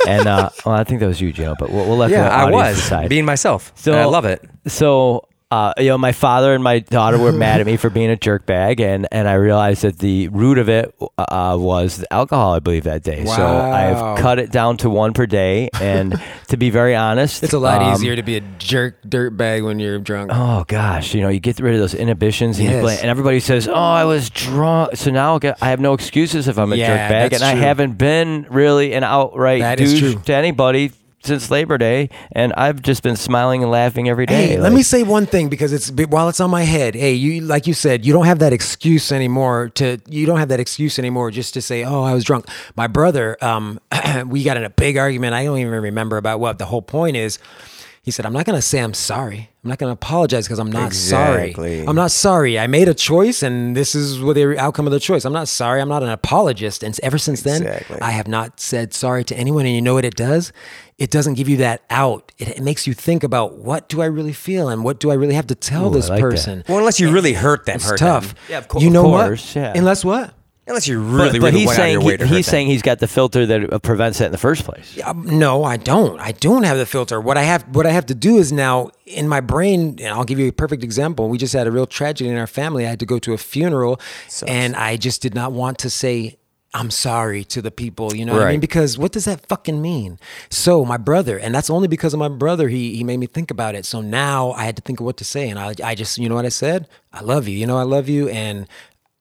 [SPEAKER 1] and uh, well, I think that was you, Joe. But we'll, we'll let
[SPEAKER 2] Yeah,
[SPEAKER 1] the
[SPEAKER 2] I
[SPEAKER 1] audience
[SPEAKER 2] was
[SPEAKER 1] decide.
[SPEAKER 2] being myself.
[SPEAKER 1] So
[SPEAKER 2] and I love it.
[SPEAKER 1] So uh, you know, my father and my daughter were mad at me for being a jerk bag, and and I realized that the root of it uh, was the alcohol. I believe that day. So
[SPEAKER 3] Wow.
[SPEAKER 1] I've cut it down to one per day, and to be very honest,
[SPEAKER 3] It's a lot
[SPEAKER 1] um,
[SPEAKER 3] easier to be a jerk dirt bag when you're drunk.
[SPEAKER 1] Oh gosh, you know, you get rid of those inhibitions, and, you
[SPEAKER 3] Yes.
[SPEAKER 1] blame, and everybody says, "Oh, I was drunk," so now I get- I have no excuses if I'm a
[SPEAKER 3] Yeah,
[SPEAKER 1] jerk bag, and
[SPEAKER 3] that's
[SPEAKER 1] I
[SPEAKER 3] true.
[SPEAKER 1] haven't been really an outright
[SPEAKER 3] That is
[SPEAKER 1] douche
[SPEAKER 3] true.
[SPEAKER 1] to anybody since Labor Day, and I've just been smiling and laughing every day.
[SPEAKER 3] Hey, let
[SPEAKER 1] like-
[SPEAKER 3] me say one thing because it's but while it's on my head. Hey, you like you said, you don't have that excuse anymore to you don't have that excuse anymore just to say, "Oh, I was drunk." My brother, um, [clears throat] we got in a big argument. I don't even remember about what. The whole point is, he said, "I'm not going to say I'm sorry. I'm not going to apologize because I'm not
[SPEAKER 2] Exactly.
[SPEAKER 3] sorry. I'm not sorry. I made a choice, and this is what the outcome of the choice. I'm not sorry. I'm not an apologist." And ever since then,
[SPEAKER 2] Exactly.
[SPEAKER 3] I have not said sorry to anyone. And you know what it does? It doesn't give you that out. It, it makes you think about what do I really feel and what do I really have to tell this
[SPEAKER 1] like that.
[SPEAKER 3] person.
[SPEAKER 2] Well, unless you really hurt them,
[SPEAKER 3] It's
[SPEAKER 2] hurt
[SPEAKER 3] tough.
[SPEAKER 2] them.
[SPEAKER 1] Yeah, of cour-
[SPEAKER 3] You know
[SPEAKER 1] of
[SPEAKER 3] what?
[SPEAKER 1] course, yeah.
[SPEAKER 3] Unless what?
[SPEAKER 2] Unless you really,
[SPEAKER 1] but
[SPEAKER 2] really
[SPEAKER 1] he's
[SPEAKER 2] went out of
[SPEAKER 1] saying
[SPEAKER 2] your way to
[SPEAKER 1] he,
[SPEAKER 2] hurt
[SPEAKER 1] he's
[SPEAKER 2] them.
[SPEAKER 1] saying he's got the filter that uh, prevents that in the first place.
[SPEAKER 3] Um, no, I don't. I don't have the filter. What I have, what I have to do is now in my brain, and I'll give you a perfect example. We just had a real tragedy in our family. I had to go to a funeral, and I just did not want to say. I'm sorry to the people, you know what I mean?
[SPEAKER 2] Right.
[SPEAKER 3] Because what does that fucking mean? So my brother, and that's only because of my brother, he he made me think about it. So now I had to think of what to say. And I I just, you know what I said? I love you. You know, I love you and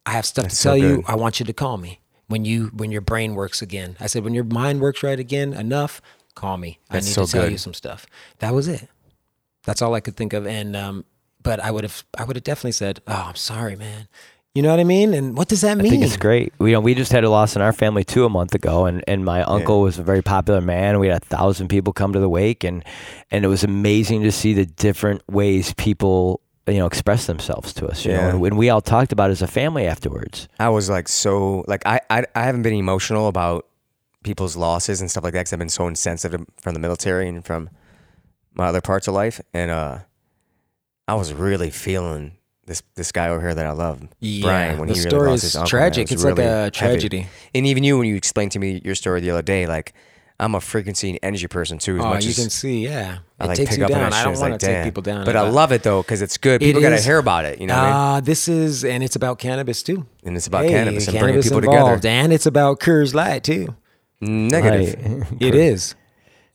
[SPEAKER 3] I have stuff to tell you.
[SPEAKER 2] good.
[SPEAKER 3] I want you to call me when you when your brain works again. I said when your mind works right again enough, call me. I
[SPEAKER 2] That's
[SPEAKER 3] need
[SPEAKER 2] so
[SPEAKER 3] to tell
[SPEAKER 2] good.
[SPEAKER 3] you some stuff. That was it. That's all I could think of. And um, but I would have I would have definitely said, "Oh, I'm sorry, man." You know what I mean? And what does that mean?
[SPEAKER 1] I think it's great. We you know we just had a loss in our family too a month ago, and, and my uncle was a very popular man. We had a thousand people come to the wake, and and it was amazing to see the different ways people you know express themselves to us. You
[SPEAKER 2] Yeah.
[SPEAKER 1] know, and, and we all talked about it as a family afterwards.
[SPEAKER 2] I was like so like I, I I haven't been emotional about people's losses and stuff like that because I've been so insensitive from the military and from my other parts of life and uh I was really feeling this this guy over here that I love Brian when
[SPEAKER 3] the
[SPEAKER 2] he really
[SPEAKER 3] story
[SPEAKER 2] lost
[SPEAKER 3] is
[SPEAKER 2] his uncle, man. It
[SPEAKER 3] tragic.
[SPEAKER 2] was
[SPEAKER 3] It's
[SPEAKER 2] really
[SPEAKER 3] like a
[SPEAKER 2] heavy.
[SPEAKER 3] tragedy.
[SPEAKER 2] and even you when you explained to me your story the other day like I'm a frequency and energy person too as
[SPEAKER 3] Oh,
[SPEAKER 2] much
[SPEAKER 3] you
[SPEAKER 2] as
[SPEAKER 3] can see, yeah.
[SPEAKER 2] I
[SPEAKER 3] it
[SPEAKER 2] like
[SPEAKER 3] takes
[SPEAKER 2] pick
[SPEAKER 3] you
[SPEAKER 2] up on
[SPEAKER 3] down.
[SPEAKER 2] that shit
[SPEAKER 3] I don't
[SPEAKER 2] it's
[SPEAKER 3] want
[SPEAKER 2] like,
[SPEAKER 3] to take
[SPEAKER 2] damn.
[SPEAKER 3] people down.
[SPEAKER 2] but I love it though because it's good people gotta
[SPEAKER 3] is-
[SPEAKER 2] hear about it you know what I mean?
[SPEAKER 3] Uh, this is, and it's about cannabis too.
[SPEAKER 2] and it's about cannabis and bringing
[SPEAKER 3] cannabis
[SPEAKER 2] people
[SPEAKER 3] involved,
[SPEAKER 2] together
[SPEAKER 3] And it's about Coors Light too.
[SPEAKER 2] negative [laughs]
[SPEAKER 3] It is.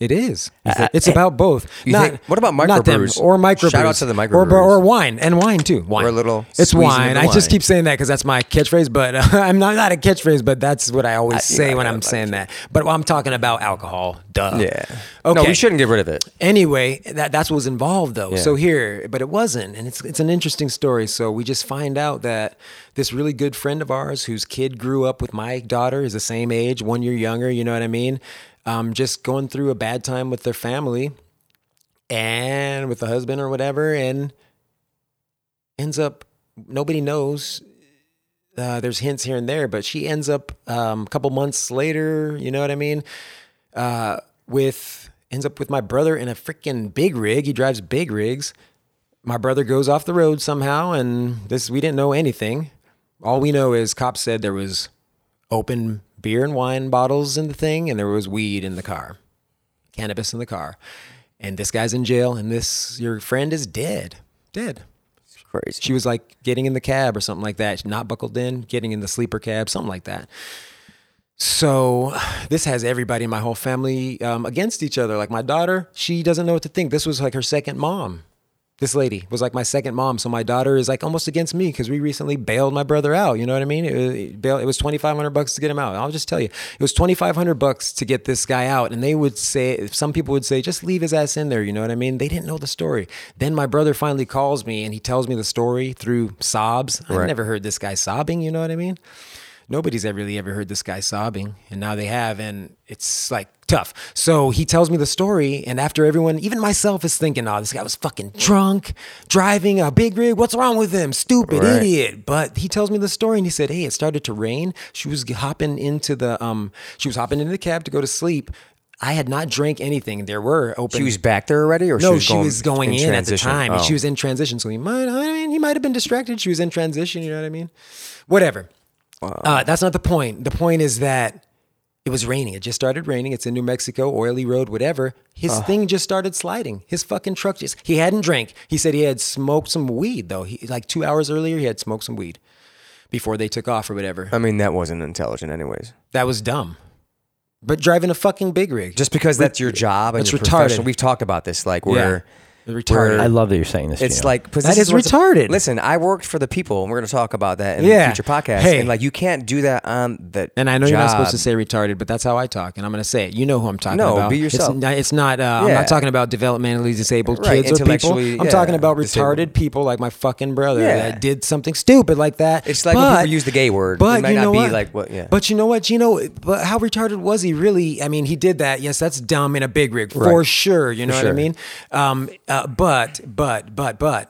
[SPEAKER 3] It is. it's about both.
[SPEAKER 2] you
[SPEAKER 3] not,
[SPEAKER 2] think- what about
[SPEAKER 3] not them,
[SPEAKER 2] microbrews?
[SPEAKER 3] or microbrews?
[SPEAKER 2] Shout out to the
[SPEAKER 3] Or,
[SPEAKER 2] microbrews.
[SPEAKER 3] or wine and wine too. Wine.
[SPEAKER 2] We're a little
[SPEAKER 3] It's
[SPEAKER 2] squeezing
[SPEAKER 3] wine.
[SPEAKER 2] of the
[SPEAKER 3] I just
[SPEAKER 2] wine.
[SPEAKER 3] keep saying that because that's my catchphrase. But [laughs] uh, I'm not not a catchphrase, but that's what I always say
[SPEAKER 2] yeah,
[SPEAKER 3] when
[SPEAKER 2] I
[SPEAKER 3] I'm
[SPEAKER 2] like
[SPEAKER 3] saying that. But I'm talking about alcohol. Duh.
[SPEAKER 2] Yeah.
[SPEAKER 3] Okay.
[SPEAKER 2] No, we shouldn't get rid of it.
[SPEAKER 3] Anyway, that, that's what was involved though. So here, but it wasn't. And it's, it's an interesting story. So we just find out that this really good friend of ours whose kid grew up with my daughter is the same age, one year younger, you know what I mean? Um, just going through a bad time with their family and with the husband or whatever and ends up, nobody knows. Uh, there's hints here and there, but she ends up um, a couple months later, you know what I mean? uh, with ends up with my brother in a freaking big rig. He drives big rigs. My brother goes off the road somehow, and this we didn't know anything. All we know is cops said there was open beer and wine bottles in the thing, and there was weed in the car, cannabis in the car, and this guy's in jail, and this your friend is dead, dead.
[SPEAKER 2] Crazy.
[SPEAKER 3] She was like getting in the cab or something like that, not buckled in, getting in the sleeper cab, something like that. So this has everybody in my whole family um, against each other. Like my daughter, she doesn't know what to think. This was like her second mom. This lady was like my second mom. So my daughter is like almost against me because we recently bailed my brother out. You know what I mean? It was, it bail- it was 2,500 bucks to get him out. I'll just tell you, it was 2,500 bucks to get this guy out. And they would say, some people would say, just leave his ass in there. You know what I mean? They didn't know the story. Then my brother finally calls me and he tells me the story through sobs. I've
[SPEAKER 2] Right.
[SPEAKER 3] never heard this guy sobbing. You know what I mean? nobody's ever really ever heard this guy sobbing and now they have and it's like tough so he tells me the story and after everyone even myself is thinking oh this guy was fucking drunk driving a big rig what's wrong with him stupid
[SPEAKER 2] Right.
[SPEAKER 3] idiot but he tells me the story and he said hey it started to rain she was hopping into the um she was hopping into the cab to go to sleep I had not drank anything. There were open.
[SPEAKER 2] She was back there already, or
[SPEAKER 3] No,
[SPEAKER 2] she was
[SPEAKER 3] she
[SPEAKER 2] going,
[SPEAKER 3] was going in, at the
[SPEAKER 2] transition?
[SPEAKER 3] time.
[SPEAKER 2] Oh.
[SPEAKER 3] She was in transition, so he might. I mean, he might have been distracted. She was in transition. You know what I mean? Whatever. Uh, that's not the point. The point is that it was raining. It just started raining. It's in New Mexico, oily road, whatever. His thing just started sliding. His fucking truck just. He hadn't drank. He said he had smoked some weed though. He like two hours earlier, he had smoked some weed before they took off or whatever.
[SPEAKER 2] I mean, that wasn't intelligent, anyways.
[SPEAKER 3] That was dumb. But driving a fucking big rig,
[SPEAKER 2] Just because that's your job and
[SPEAKER 3] It's
[SPEAKER 2] your
[SPEAKER 3] retarded.
[SPEAKER 2] profession. We've talked about this. Like we're
[SPEAKER 3] retarded.
[SPEAKER 1] I love that you're saying this.
[SPEAKER 2] It's
[SPEAKER 1] Gino.
[SPEAKER 2] like 'cause
[SPEAKER 3] That
[SPEAKER 2] this
[SPEAKER 3] is
[SPEAKER 2] what's-
[SPEAKER 3] retarded.
[SPEAKER 2] Listen, I worked for the people, and we're going to talk about that in
[SPEAKER 3] Yeah.
[SPEAKER 2] future podcasts.
[SPEAKER 3] Hey.
[SPEAKER 2] and like you can't do that on the
[SPEAKER 3] And I know you're not supposed to
[SPEAKER 2] job.
[SPEAKER 3] say retarded, but that's how I talk, and I'm going to say it. You know who I'm talking
[SPEAKER 2] No,
[SPEAKER 3] about.
[SPEAKER 2] be yourself.
[SPEAKER 3] It's not. It's not uh, I'm
[SPEAKER 2] Yeah.
[SPEAKER 3] not talking about developmentally disabled
[SPEAKER 2] Right,
[SPEAKER 3] kids or people.
[SPEAKER 2] intellectually,
[SPEAKER 3] I'm
[SPEAKER 2] yeah,
[SPEAKER 3] talking about
[SPEAKER 2] disabled.
[SPEAKER 3] retarded people like my fucking brother
[SPEAKER 2] Yeah.
[SPEAKER 3] that did something stupid like that.
[SPEAKER 2] It's like when
[SPEAKER 3] but,
[SPEAKER 2] people use the gay word.
[SPEAKER 3] But
[SPEAKER 2] It might
[SPEAKER 3] you
[SPEAKER 2] not
[SPEAKER 3] know
[SPEAKER 2] be
[SPEAKER 3] what?
[SPEAKER 2] like what- yeah.
[SPEAKER 3] But you know what, Gino? But how retarded was he really? I mean, he did that. Yes, that's dumb in a big rig for
[SPEAKER 2] Right.
[SPEAKER 3] sure. You know what I
[SPEAKER 2] sure.
[SPEAKER 3] mean? Um, uh, but but but but.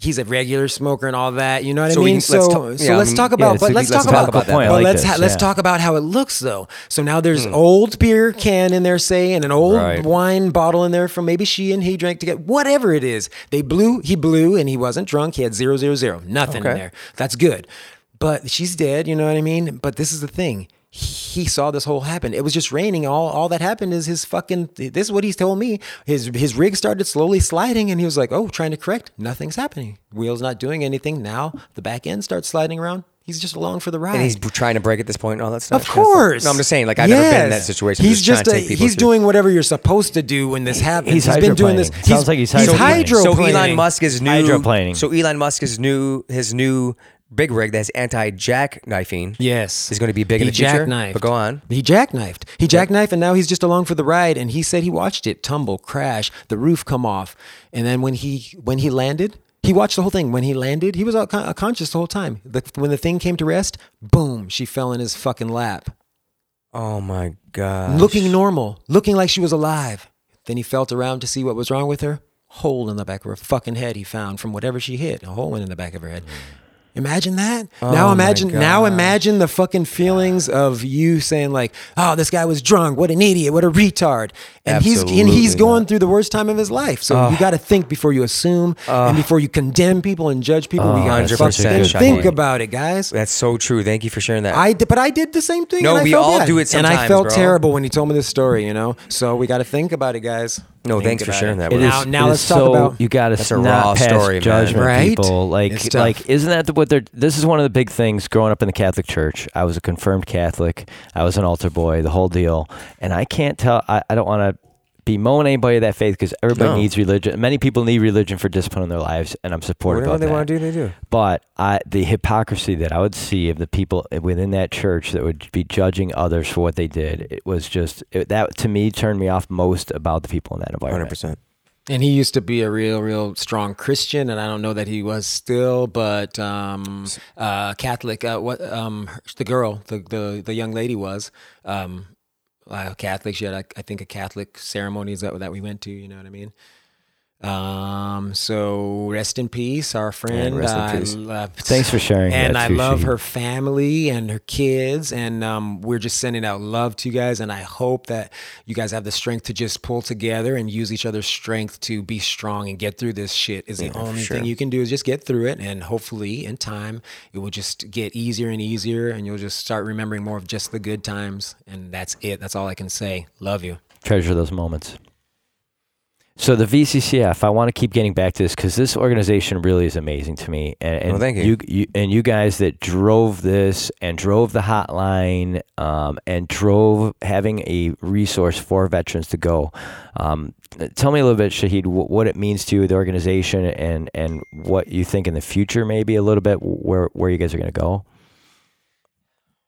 [SPEAKER 3] He's a regular smoker and all that. You know what
[SPEAKER 2] So we
[SPEAKER 3] I mean?
[SPEAKER 2] can-
[SPEAKER 3] so
[SPEAKER 2] let's
[SPEAKER 3] so
[SPEAKER 2] talk-
[SPEAKER 3] let's,
[SPEAKER 2] yeah, I mean,
[SPEAKER 3] talk
[SPEAKER 2] yeah,
[SPEAKER 3] about.
[SPEAKER 2] it's
[SPEAKER 3] but
[SPEAKER 2] a-
[SPEAKER 3] let's
[SPEAKER 2] let's talk
[SPEAKER 3] talk about.
[SPEAKER 2] about that.
[SPEAKER 3] but
[SPEAKER 1] Point, I like
[SPEAKER 3] let's
[SPEAKER 1] this,
[SPEAKER 3] ha- let's
[SPEAKER 1] yeah.
[SPEAKER 3] talk about how it looks though. So now there's
[SPEAKER 2] Hmm.
[SPEAKER 3] old beer can in there, say, and an old
[SPEAKER 1] Right.
[SPEAKER 3] wine bottle in there from maybe she and he drank together. Whatever it is, they blew. He blew, and he wasn't drunk. He had zero zero zero, nothing in
[SPEAKER 2] Okay.
[SPEAKER 3] there. That's good. But she's dead. You know what I mean? But this is the thing. He saw this whole happen. It was just raining. All all that happened is his fucking. This is what he's told me. His his rig started slowly sliding, and he was like, "Oh, trying to correct. Nothing's happening. Wheels not doing anything. Now the back end starts sliding around. He's just along for the ride.
[SPEAKER 2] and he's b- trying to break at this point and all that stuff.
[SPEAKER 3] Of course.
[SPEAKER 2] No, I'm just saying. Like I've never been in that
[SPEAKER 3] Yes.
[SPEAKER 2] situation.
[SPEAKER 3] He's
[SPEAKER 2] trying
[SPEAKER 3] just,
[SPEAKER 2] to
[SPEAKER 3] a,
[SPEAKER 2] take people
[SPEAKER 3] he's
[SPEAKER 2] to-
[SPEAKER 3] doing whatever you're supposed to do when this happens.
[SPEAKER 1] he's
[SPEAKER 3] he's been doing this.
[SPEAKER 1] hydroplaning. Sounds like he's hydroplaning.
[SPEAKER 2] So
[SPEAKER 3] hydroplaning.
[SPEAKER 2] Elon Musk is new.
[SPEAKER 1] Hydroplaning.
[SPEAKER 2] So Elon Musk is new. His new big rig that's anti-jackknifing.
[SPEAKER 3] Yes.
[SPEAKER 2] is going to be big in
[SPEAKER 3] he
[SPEAKER 2] the future.
[SPEAKER 3] jackknifed.
[SPEAKER 2] But go on.
[SPEAKER 3] He jackknifed. He jackknifed, and now he's just along for the ride. And he said he watched it tumble, crash, the roof come off, and then when he when he landed, he watched the whole thing. When he landed, he was all con- conscious the whole time. The, when the thing came to rest, boom, she fell in his fucking lap,
[SPEAKER 2] Oh my god.
[SPEAKER 3] looking normal, looking like she was alive. Then he felt around to see what was wrong with her. hole in the back of her fucking head he found from whatever she hit. A hole went in the back of her head. Imagine that. now
[SPEAKER 2] Oh my
[SPEAKER 3] imagine now
[SPEAKER 2] gosh.
[SPEAKER 3] imagine the fucking feelings of you saying like, "Oh, this guy was drunk. What an idiot. What a retard." And he's and he's
[SPEAKER 2] Absolutely
[SPEAKER 3] going through the worst time of his life. So you got to think before you assume and before you condemn people and judge people. we got to
[SPEAKER 2] 100%
[SPEAKER 3] fucking think
[SPEAKER 2] Shaquille.
[SPEAKER 3] about it, guys.
[SPEAKER 2] That's so true. Thank you for sharing that.
[SPEAKER 3] I did, but I did the same thing.
[SPEAKER 2] No,
[SPEAKER 3] and I
[SPEAKER 2] we
[SPEAKER 3] felt
[SPEAKER 2] all
[SPEAKER 3] bad.
[SPEAKER 2] do it
[SPEAKER 3] And I
[SPEAKER 2] sometimes,
[SPEAKER 3] felt
[SPEAKER 2] bro.
[SPEAKER 3] terrible when he told me this story, you know. So we got to think about it, guys.
[SPEAKER 2] No,
[SPEAKER 3] Think
[SPEAKER 2] thanks for
[SPEAKER 3] about
[SPEAKER 2] sharing
[SPEAKER 3] it.
[SPEAKER 2] that
[SPEAKER 1] It
[SPEAKER 2] with
[SPEAKER 1] is-
[SPEAKER 3] now, now
[SPEAKER 1] it
[SPEAKER 3] let's
[SPEAKER 1] is
[SPEAKER 3] talk
[SPEAKER 1] so,
[SPEAKER 3] about.
[SPEAKER 1] you got
[SPEAKER 2] That's a
[SPEAKER 1] to
[SPEAKER 2] raw
[SPEAKER 1] not pass
[SPEAKER 2] story, man.
[SPEAKER 1] judgment,
[SPEAKER 3] Right?
[SPEAKER 1] people.
[SPEAKER 3] It's
[SPEAKER 1] Like,
[SPEAKER 3] tough.
[SPEAKER 1] like, isn't that the- what they're? This is one of the big things growing up in the Catholic Church. I was a confirmed Catholic. I was an altar boy, the whole deal. And I can't tell. I, I don't want to bemoan anybody of that faith because everybody
[SPEAKER 2] No.
[SPEAKER 1] needs religion. Many people need religion for discipline in their lives, and I'm supportive
[SPEAKER 2] Whatever
[SPEAKER 1] of
[SPEAKER 2] they
[SPEAKER 1] that.
[SPEAKER 2] want to do, they do.
[SPEAKER 1] But I, the hypocrisy that I would see of the people within that church that would be judging others for what they did, it was just it, that to me turned me off most about the people in that environment.
[SPEAKER 2] 100%.
[SPEAKER 3] And he used to be a real, real strong Christian, and I don't know that he was still, but um, uh, Catholic. Uh, what um, her- the girl, the the, the young lady was um, uh, Catholic. She had, I, I think, a Catholic ceremonies that that we went to. You know what I mean? Um, so rest in peace, our friend.
[SPEAKER 2] rest in
[SPEAKER 3] I
[SPEAKER 2] peace.
[SPEAKER 3] love-
[SPEAKER 1] Thanks for sharing
[SPEAKER 3] and
[SPEAKER 1] that
[SPEAKER 3] I
[SPEAKER 1] too,
[SPEAKER 3] love
[SPEAKER 1] Shahid.
[SPEAKER 3] her family and her kids. And um, we're just sending out love to you guys. And I hope that you guys have the strength to just pull together and use each other's strength to be strong and get through this shit. Is the only thing you can do is just get through it. And hopefully, in time, it will just get easier and easier. And you'll just start remembering more of just the good times. And that's it. That's all I can say. Love you.
[SPEAKER 1] treasure those moments. So the VCCF, I want to keep getting back to this because this organization really is amazing to me, and, and
[SPEAKER 2] Well, thank you.
[SPEAKER 1] you and you guys that drove this and drove the hotline um, and drove having a resource for veterans to go. Um, tell me a little bit, Shahid, wh- what it means to you, the organization, and and what you think in the future, maybe a little bit where where you guys are going to go.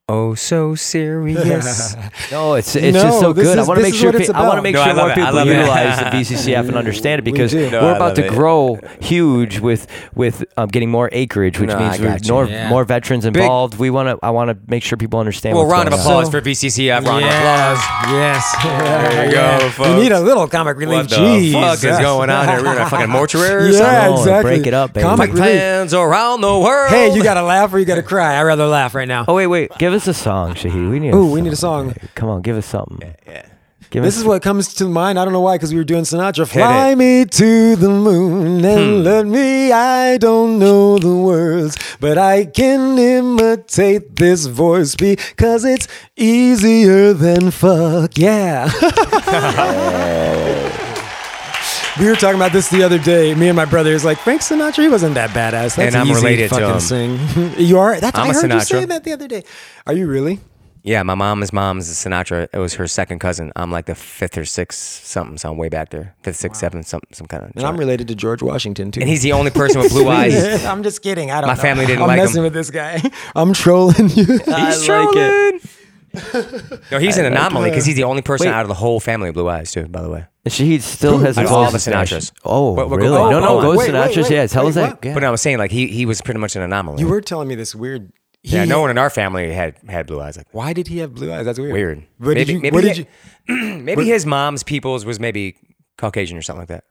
[SPEAKER 2] Oh, so serious.
[SPEAKER 1] No, it's it's
[SPEAKER 3] No,
[SPEAKER 1] just so
[SPEAKER 3] this
[SPEAKER 1] good. I
[SPEAKER 3] is-
[SPEAKER 1] want to
[SPEAKER 3] this
[SPEAKER 1] make
[SPEAKER 3] is
[SPEAKER 1] sure
[SPEAKER 3] what it's
[SPEAKER 1] pe- I want
[SPEAKER 3] about.
[SPEAKER 1] to make
[SPEAKER 2] No, I
[SPEAKER 1] sure
[SPEAKER 2] love
[SPEAKER 1] more
[SPEAKER 2] it. I
[SPEAKER 1] people
[SPEAKER 2] love it.
[SPEAKER 1] utilize
[SPEAKER 2] [laughs]
[SPEAKER 1] the VCCF and understand it because
[SPEAKER 3] do.
[SPEAKER 1] we
[SPEAKER 2] No,
[SPEAKER 1] are
[SPEAKER 2] I
[SPEAKER 1] about
[SPEAKER 2] love
[SPEAKER 1] to
[SPEAKER 2] it.
[SPEAKER 1] grow huge with with um, getting more acreage, which
[SPEAKER 2] No, I
[SPEAKER 1] means we're
[SPEAKER 2] got you.
[SPEAKER 1] more,
[SPEAKER 3] Yeah.
[SPEAKER 1] more veterans involved. we want to I want to make sure people understand.
[SPEAKER 2] [laughs] well,
[SPEAKER 1] what's
[SPEAKER 2] round of
[SPEAKER 1] going on.
[SPEAKER 2] applause for VCCF. Round of applause.
[SPEAKER 3] Yes. [laughs] There
[SPEAKER 2] you go,
[SPEAKER 3] You
[SPEAKER 2] folks.
[SPEAKER 3] need a little comic relief.
[SPEAKER 2] What the
[SPEAKER 3] Jeez.
[SPEAKER 2] fuck is going on here? We're in a fucking mortuary or something?
[SPEAKER 3] [laughs]
[SPEAKER 2] oh.
[SPEAKER 3] Yeah,
[SPEAKER 1] Come on,
[SPEAKER 3] exactly.
[SPEAKER 1] break it up, baby.
[SPEAKER 3] Comic
[SPEAKER 1] Like
[SPEAKER 3] relief.
[SPEAKER 2] Fans around the world.
[SPEAKER 3] Hey, you gotta laugh or you gotta cry. I'd rather laugh
[SPEAKER 1] [laughs]
[SPEAKER 3] right now.
[SPEAKER 1] Oh wait, wait, give us a song, Shaheed. We need.
[SPEAKER 3] Ooh, we need a song.
[SPEAKER 1] baby. Come on, give us something.
[SPEAKER 2] Yeah.
[SPEAKER 1] Give
[SPEAKER 3] This
[SPEAKER 1] us
[SPEAKER 3] is what comes to mind. I don't know why, because we were doing Sinatra.
[SPEAKER 2] it. Hmm.
[SPEAKER 3] Fly me to the moon and let me. I don't know the words, but I can imitate this voice because it's easier than fuck. Yeah.
[SPEAKER 2] [laughs]
[SPEAKER 3] We were talking about this the other day. Me and my brother is like Frank Sinatra. He wasn't that badass. That's
[SPEAKER 2] And I'm
[SPEAKER 3] easy
[SPEAKER 2] related to
[SPEAKER 3] fucking
[SPEAKER 2] him.
[SPEAKER 3] Sing. [laughs] you are. That's i
[SPEAKER 2] I'm a
[SPEAKER 3] heard you
[SPEAKER 2] Sinatra.
[SPEAKER 3] say that the other day. Are you really?
[SPEAKER 2] Yeah, my mom's mom is a Sinatra. It was her second cousin. I'm like the fifth or sixth something, so I'm way back there. Fifth, sixth, seventh, something, some kind of.
[SPEAKER 3] And I'm related to George Washington too.
[SPEAKER 2] and he's the only person
[SPEAKER 3] [laughs]
[SPEAKER 2] with blue eyes.
[SPEAKER 3] I'm just kidding. I don't.
[SPEAKER 2] My
[SPEAKER 3] know.
[SPEAKER 2] family didn't
[SPEAKER 3] I'm
[SPEAKER 2] like
[SPEAKER 3] messing
[SPEAKER 2] him.
[SPEAKER 3] with this guy. [laughs] I'm trolling you. [laughs]
[SPEAKER 1] He's like it.
[SPEAKER 2] No, he's an anomaly because he's the only person out of the whole family with blue eyes, too. By the way,
[SPEAKER 1] She still has
[SPEAKER 2] Out
[SPEAKER 1] a
[SPEAKER 2] of all
[SPEAKER 1] voice.
[SPEAKER 2] the Sinatras.
[SPEAKER 1] Oh,
[SPEAKER 2] But- but-
[SPEAKER 1] really?
[SPEAKER 2] oh,
[SPEAKER 1] no, no,
[SPEAKER 2] oh,
[SPEAKER 1] go
[SPEAKER 3] wait, wait,
[SPEAKER 1] Sinatras.
[SPEAKER 3] wait.
[SPEAKER 1] yeah, tell us
[SPEAKER 3] Wait,
[SPEAKER 1] that.
[SPEAKER 3] what?
[SPEAKER 1] Yeah.
[SPEAKER 2] but I was saying like he he was pretty much an anomaly.
[SPEAKER 3] you were telling me this weird.
[SPEAKER 2] yeah,
[SPEAKER 3] he-
[SPEAKER 2] no one in our family had had blue eyes. Like
[SPEAKER 3] Why did he have blue eyes? That's weird.
[SPEAKER 2] weird.
[SPEAKER 3] What
[SPEAKER 2] maybe
[SPEAKER 3] did you?
[SPEAKER 2] maybe,
[SPEAKER 3] what
[SPEAKER 2] he-
[SPEAKER 3] did you?
[SPEAKER 2] [clears throat] maybe his mom's people's was maybe Caucasian or something like that.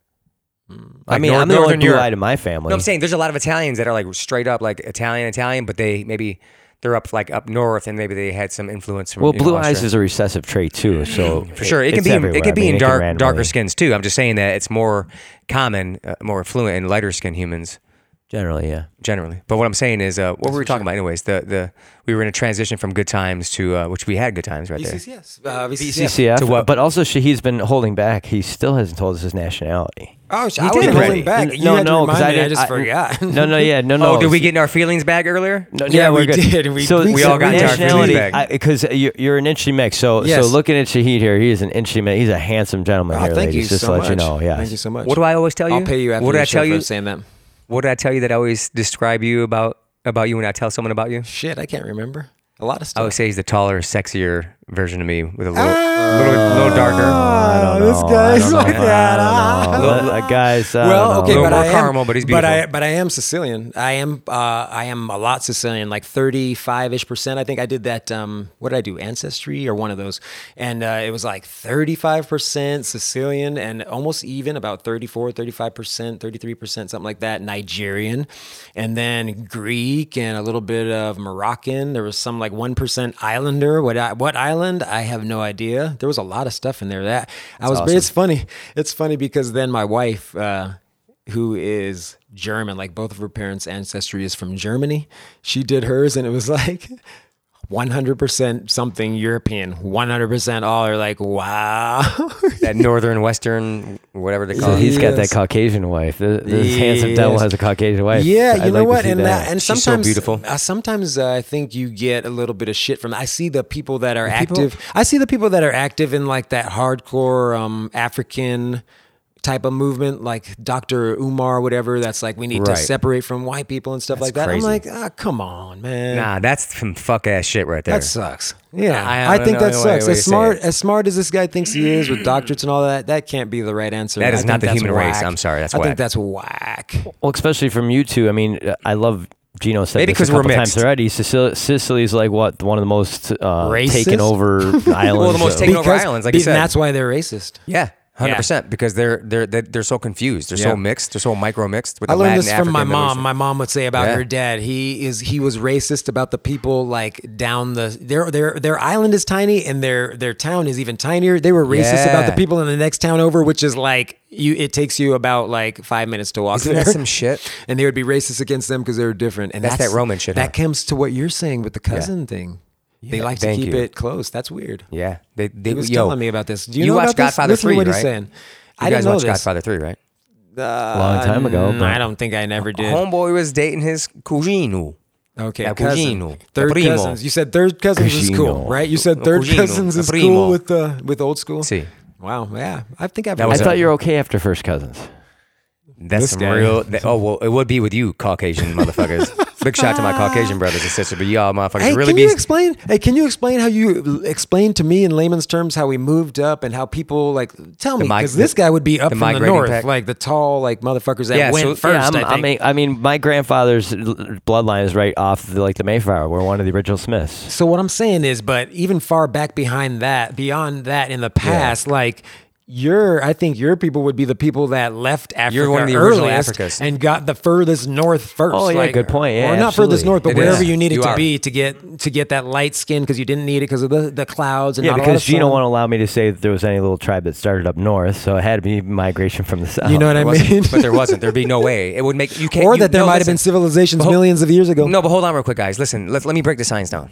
[SPEAKER 3] Hmm.
[SPEAKER 1] I
[SPEAKER 2] Like
[SPEAKER 1] mean,
[SPEAKER 2] Nor-
[SPEAKER 1] I'm the only
[SPEAKER 2] Northern Europe.
[SPEAKER 1] blue-eyed in my family.
[SPEAKER 2] No, I'm saying there's a lot of Italians that are like straight up like Italian, Italian, but they maybe they're up like up north and maybe they had some influence from.
[SPEAKER 1] Well,
[SPEAKER 2] you know,
[SPEAKER 1] blue eyes
[SPEAKER 2] Austria.
[SPEAKER 1] is a recessive trait too, so
[SPEAKER 2] for sure. It,
[SPEAKER 1] it's
[SPEAKER 2] can be
[SPEAKER 1] everywhere.
[SPEAKER 2] it can
[SPEAKER 1] I
[SPEAKER 2] be
[SPEAKER 1] mean,
[SPEAKER 2] in
[SPEAKER 1] can
[SPEAKER 2] dark
[SPEAKER 1] randomly-
[SPEAKER 2] darker skins too. I'm just saying that it's more common, uh, more affluent in lighter skinned humans
[SPEAKER 1] Generally, yeah.
[SPEAKER 2] generally. But what I'm saying is, uh, what were we talking about? Anyways, the the we were in a transition from good times to uh, which we had good times right there.
[SPEAKER 3] VCCS. Uh, VCCS.
[SPEAKER 1] CCF.
[SPEAKER 2] To what-
[SPEAKER 1] But also, Shahid's been holding back. He still hasn't told us his nationality.
[SPEAKER 3] Oh, sh- I
[SPEAKER 2] did
[SPEAKER 3] wasn't
[SPEAKER 2] already.
[SPEAKER 3] holding back.
[SPEAKER 1] N-
[SPEAKER 3] You had to remind
[SPEAKER 1] 'cause
[SPEAKER 3] me. I
[SPEAKER 1] didn't-
[SPEAKER 2] [laughs]
[SPEAKER 3] just forgot.
[SPEAKER 1] No, no, yeah, no, no.
[SPEAKER 2] Oh, did we get in our feelings back earlier?
[SPEAKER 1] No,
[SPEAKER 3] Yeah,
[SPEAKER 1] we're
[SPEAKER 3] we
[SPEAKER 1] good.
[SPEAKER 3] did. We-
[SPEAKER 1] so
[SPEAKER 3] we
[SPEAKER 2] all got into our
[SPEAKER 1] nationality
[SPEAKER 2] feelings back.
[SPEAKER 1] because you're, you're an inchy mix. So,
[SPEAKER 3] Yes.
[SPEAKER 1] so looking at Shahid here, he is an inchy mix. He's a handsome gentleman
[SPEAKER 3] [laughs] Oh,
[SPEAKER 1] here,
[SPEAKER 3] thank you
[SPEAKER 1] ladies. Just
[SPEAKER 3] so
[SPEAKER 1] to
[SPEAKER 3] much.
[SPEAKER 1] let you know, yeah.
[SPEAKER 3] Thank you so much.
[SPEAKER 2] What do I always tell you?
[SPEAKER 3] I'll pay you after
[SPEAKER 2] What
[SPEAKER 3] the
[SPEAKER 2] did I
[SPEAKER 3] show
[SPEAKER 2] tell
[SPEAKER 3] for
[SPEAKER 2] you?
[SPEAKER 3] saying that.
[SPEAKER 2] What did I tell you that I always describe you about about you when I tell someone about you?
[SPEAKER 3] Shit, I can't remember. A lot of
[SPEAKER 2] I
[SPEAKER 3] stuff.
[SPEAKER 2] would say he's the taller, sexier version of me with a little, little,
[SPEAKER 1] Oh,
[SPEAKER 2] little darker.
[SPEAKER 3] Oh, Ah. this guy's like that.
[SPEAKER 1] I don't know. That guy's. I don't
[SPEAKER 3] Well,
[SPEAKER 1] know.
[SPEAKER 3] okay,
[SPEAKER 2] Little
[SPEAKER 3] but
[SPEAKER 2] more
[SPEAKER 3] I am,
[SPEAKER 2] caramel, but he's
[SPEAKER 3] I,
[SPEAKER 2] beautiful.
[SPEAKER 3] but I am Sicilian. I am uh, I am a lot Sicilian, like thirty five ish percent. I think I did that. Um, what did I do? Ancestry or one of those, and uh, it was like thirty five percent Sicilian and almost even about 34, 35 percent, thirty three percent, something like that. Nigerian, and then Greek and a little bit of Moroccan. There was some like one percent Islander. What I, what island? I have no idea. There was a lot of stuff in there. That I was. but It's funny. It's funny because then my wife. Uh, who is German, like both of her parents' ancestry is from Germany. She did hers and it was [laughs] like 100% something European, 100% all are like, wow.
[SPEAKER 2] that northern, western, whatever they call
[SPEAKER 1] So
[SPEAKER 2] it.
[SPEAKER 1] he's got that
[SPEAKER 3] Yes.
[SPEAKER 1] Caucasian wife. This, this handsome devil
[SPEAKER 3] Yes.
[SPEAKER 1] has a Caucasian wife.
[SPEAKER 3] Yeah,
[SPEAKER 1] I'd like
[SPEAKER 3] you know
[SPEAKER 1] to
[SPEAKER 3] what?
[SPEAKER 1] see
[SPEAKER 3] And that, and
[SPEAKER 2] She's so
[SPEAKER 3] sometimes
[SPEAKER 2] beautiful.
[SPEAKER 3] Uh, sometimes uh, I think you get a little bit of shit from. I see the people that are
[SPEAKER 2] people-
[SPEAKER 3] active. I see the people that are active in like that hardcore um, African type of movement, like Dr. Umar, whatever. That's like we need
[SPEAKER 2] Right.
[SPEAKER 3] to separate from white people and stuff like that.
[SPEAKER 2] crazy.
[SPEAKER 3] I'm like, ah, come on, man.
[SPEAKER 2] Nah, that's some fuck ass shit right there.
[SPEAKER 3] That sucks. Yeah,
[SPEAKER 2] I- I
[SPEAKER 3] I, think
[SPEAKER 2] don't
[SPEAKER 3] that
[SPEAKER 2] know the way-
[SPEAKER 3] sucks.
[SPEAKER 2] way
[SPEAKER 3] As
[SPEAKER 2] to say
[SPEAKER 3] smart
[SPEAKER 2] it.
[SPEAKER 3] as smart as this guy thinks he is with doctorates and all that, that can't be the right answer.
[SPEAKER 2] That
[SPEAKER 3] And
[SPEAKER 2] is
[SPEAKER 3] I
[SPEAKER 2] not
[SPEAKER 3] think
[SPEAKER 2] the
[SPEAKER 3] that's
[SPEAKER 2] human race.
[SPEAKER 3] whack.
[SPEAKER 2] I'm sorry, that's
[SPEAKER 3] I
[SPEAKER 2] whack.
[SPEAKER 3] think that's whack.
[SPEAKER 1] Well, especially from you two. I mean, uh, I love Gino said
[SPEAKER 2] Maybe
[SPEAKER 1] this a
[SPEAKER 2] 'cause we're
[SPEAKER 1] couple times
[SPEAKER 2] mixed.
[SPEAKER 1] already. Sicil- Sicily's like what one of the most uh,
[SPEAKER 3] Racist?
[SPEAKER 1] taken
[SPEAKER 3] [laughs]
[SPEAKER 1] over islands.
[SPEAKER 2] Well, the most
[SPEAKER 1] of-
[SPEAKER 2] taken- Taking over islands, like you
[SPEAKER 3] be-
[SPEAKER 2] said.
[SPEAKER 3] that's why they're racist.
[SPEAKER 2] yeah. Hundred percent, because they're they're they're they're so confused, they're so
[SPEAKER 3] Yeah.
[SPEAKER 2] mixed, they're so micro mixed. With
[SPEAKER 3] I
[SPEAKER 2] the
[SPEAKER 3] learned
[SPEAKER 2] Latin,
[SPEAKER 3] this from
[SPEAKER 2] African,
[SPEAKER 3] my
[SPEAKER 2] Middle
[SPEAKER 3] mom.
[SPEAKER 2] Eastern.
[SPEAKER 3] My mom would say about
[SPEAKER 2] Yeah.
[SPEAKER 3] her dad. He is he was racist about the people like down the their their their island is tiny and their their town is even tinier. They were racist about
[SPEAKER 2] Yeah.
[SPEAKER 3] the people in the next town over, which is like you. It takes you about like five minutes to walk
[SPEAKER 2] Isn't
[SPEAKER 3] [laughs] there.
[SPEAKER 2] that some shit?
[SPEAKER 3] and they would be racist against them because they were different. And
[SPEAKER 2] That's
[SPEAKER 3] that's,
[SPEAKER 2] that Roman shit,
[SPEAKER 3] That
[SPEAKER 2] huh?
[SPEAKER 3] comes to what you're saying with the cousin thing. They like to
[SPEAKER 2] Thank
[SPEAKER 3] keep
[SPEAKER 2] you.
[SPEAKER 3] it close. That's weird.
[SPEAKER 2] Yeah, they they
[SPEAKER 3] He was
[SPEAKER 2] yo,
[SPEAKER 3] telling me about this. Do you,
[SPEAKER 2] you
[SPEAKER 3] know
[SPEAKER 2] watched
[SPEAKER 3] about this?
[SPEAKER 2] Godfather
[SPEAKER 3] Listen to
[SPEAKER 2] 3,
[SPEAKER 3] what
[SPEAKER 2] right?
[SPEAKER 3] he's saying.
[SPEAKER 2] You guys
[SPEAKER 3] I didn't know
[SPEAKER 2] watched
[SPEAKER 3] this.
[SPEAKER 2] Godfather three, right?
[SPEAKER 1] long time ago.
[SPEAKER 3] Mm,
[SPEAKER 1] but-
[SPEAKER 3] I don't think I never did.
[SPEAKER 2] Homeboy was dating his cugino.
[SPEAKER 3] Okay,
[SPEAKER 2] La
[SPEAKER 3] cousin.
[SPEAKER 2] cugino. La
[SPEAKER 3] Third
[SPEAKER 2] primo.
[SPEAKER 3] cousins. You said third cousins is
[SPEAKER 1] Cugino.
[SPEAKER 3] cool, right? You said third
[SPEAKER 2] Cugino.
[SPEAKER 3] cousins
[SPEAKER 2] La
[SPEAKER 3] is
[SPEAKER 2] primo.
[SPEAKER 3] cool with the with old school.
[SPEAKER 2] See,
[SPEAKER 3] Wow. Yeah, I think I've.
[SPEAKER 2] That
[SPEAKER 1] I
[SPEAKER 2] was
[SPEAKER 3] Was
[SPEAKER 2] a-
[SPEAKER 1] thought you were okay after first cousins.
[SPEAKER 2] that's
[SPEAKER 3] This
[SPEAKER 2] some
[SPEAKER 3] guy.
[SPEAKER 2] real. That, oh well, it would be with you, Caucasian motherfuckers. Big shout to my Caucasian brothers and sisters, but y'all motherfuckers
[SPEAKER 3] Hey,
[SPEAKER 2] really
[SPEAKER 3] can
[SPEAKER 2] be.
[SPEAKER 3] you explain? Hey, can you explain how you explain to me in layman's terms how we moved up and how people like tell me
[SPEAKER 2] mig-
[SPEAKER 3] because this guy would be up
[SPEAKER 2] the
[SPEAKER 3] from the
[SPEAKER 2] migrating
[SPEAKER 3] north,
[SPEAKER 2] pack.
[SPEAKER 3] like the tall like motherfuckers that
[SPEAKER 2] Yeah,
[SPEAKER 3] went
[SPEAKER 2] so-
[SPEAKER 1] yeah,
[SPEAKER 3] first.
[SPEAKER 1] I'm,
[SPEAKER 3] i think.
[SPEAKER 1] mean, I mean, my grandfather's l- bloodline is right off the, like the Mayflower. We're one of the original Smiths.
[SPEAKER 3] So what I'm saying is, but even far back behind that, beyond that, in the past, like your, I think your people would be the people that left Africa
[SPEAKER 2] You're one of the original
[SPEAKER 3] earliest
[SPEAKER 2] Africas.
[SPEAKER 3] and got the furthest north first.
[SPEAKER 1] Oh, yeah,
[SPEAKER 3] like-
[SPEAKER 1] good point. Yeah,
[SPEAKER 3] or not
[SPEAKER 1] absolutely.
[SPEAKER 3] furthest north, but
[SPEAKER 2] It
[SPEAKER 3] wherever
[SPEAKER 2] is.
[SPEAKER 3] you needed
[SPEAKER 2] You
[SPEAKER 3] to
[SPEAKER 2] are.
[SPEAKER 3] be to get to get that light skin because you didn't need it because of the, the clouds and
[SPEAKER 1] Yeah,
[SPEAKER 3] not a lot
[SPEAKER 1] because
[SPEAKER 3] of
[SPEAKER 1] Gino
[SPEAKER 3] sun.
[SPEAKER 1] won't allow me to say that there was any little tribe that started up north, so it had to be migration from the south.
[SPEAKER 3] You know what I
[SPEAKER 2] Oh, There wasn't-
[SPEAKER 3] mean?
[SPEAKER 2] but there wasn't. There'd be no way. It would make you can't.
[SPEAKER 3] [laughs] or
[SPEAKER 2] you-
[SPEAKER 3] that there
[SPEAKER 2] no,
[SPEAKER 3] might have
[SPEAKER 2] listen.
[SPEAKER 3] been civilizations
[SPEAKER 2] Well,
[SPEAKER 3] millions of years ago.
[SPEAKER 2] No, but hold on real quick, guys. Listen, let, let me break the science down.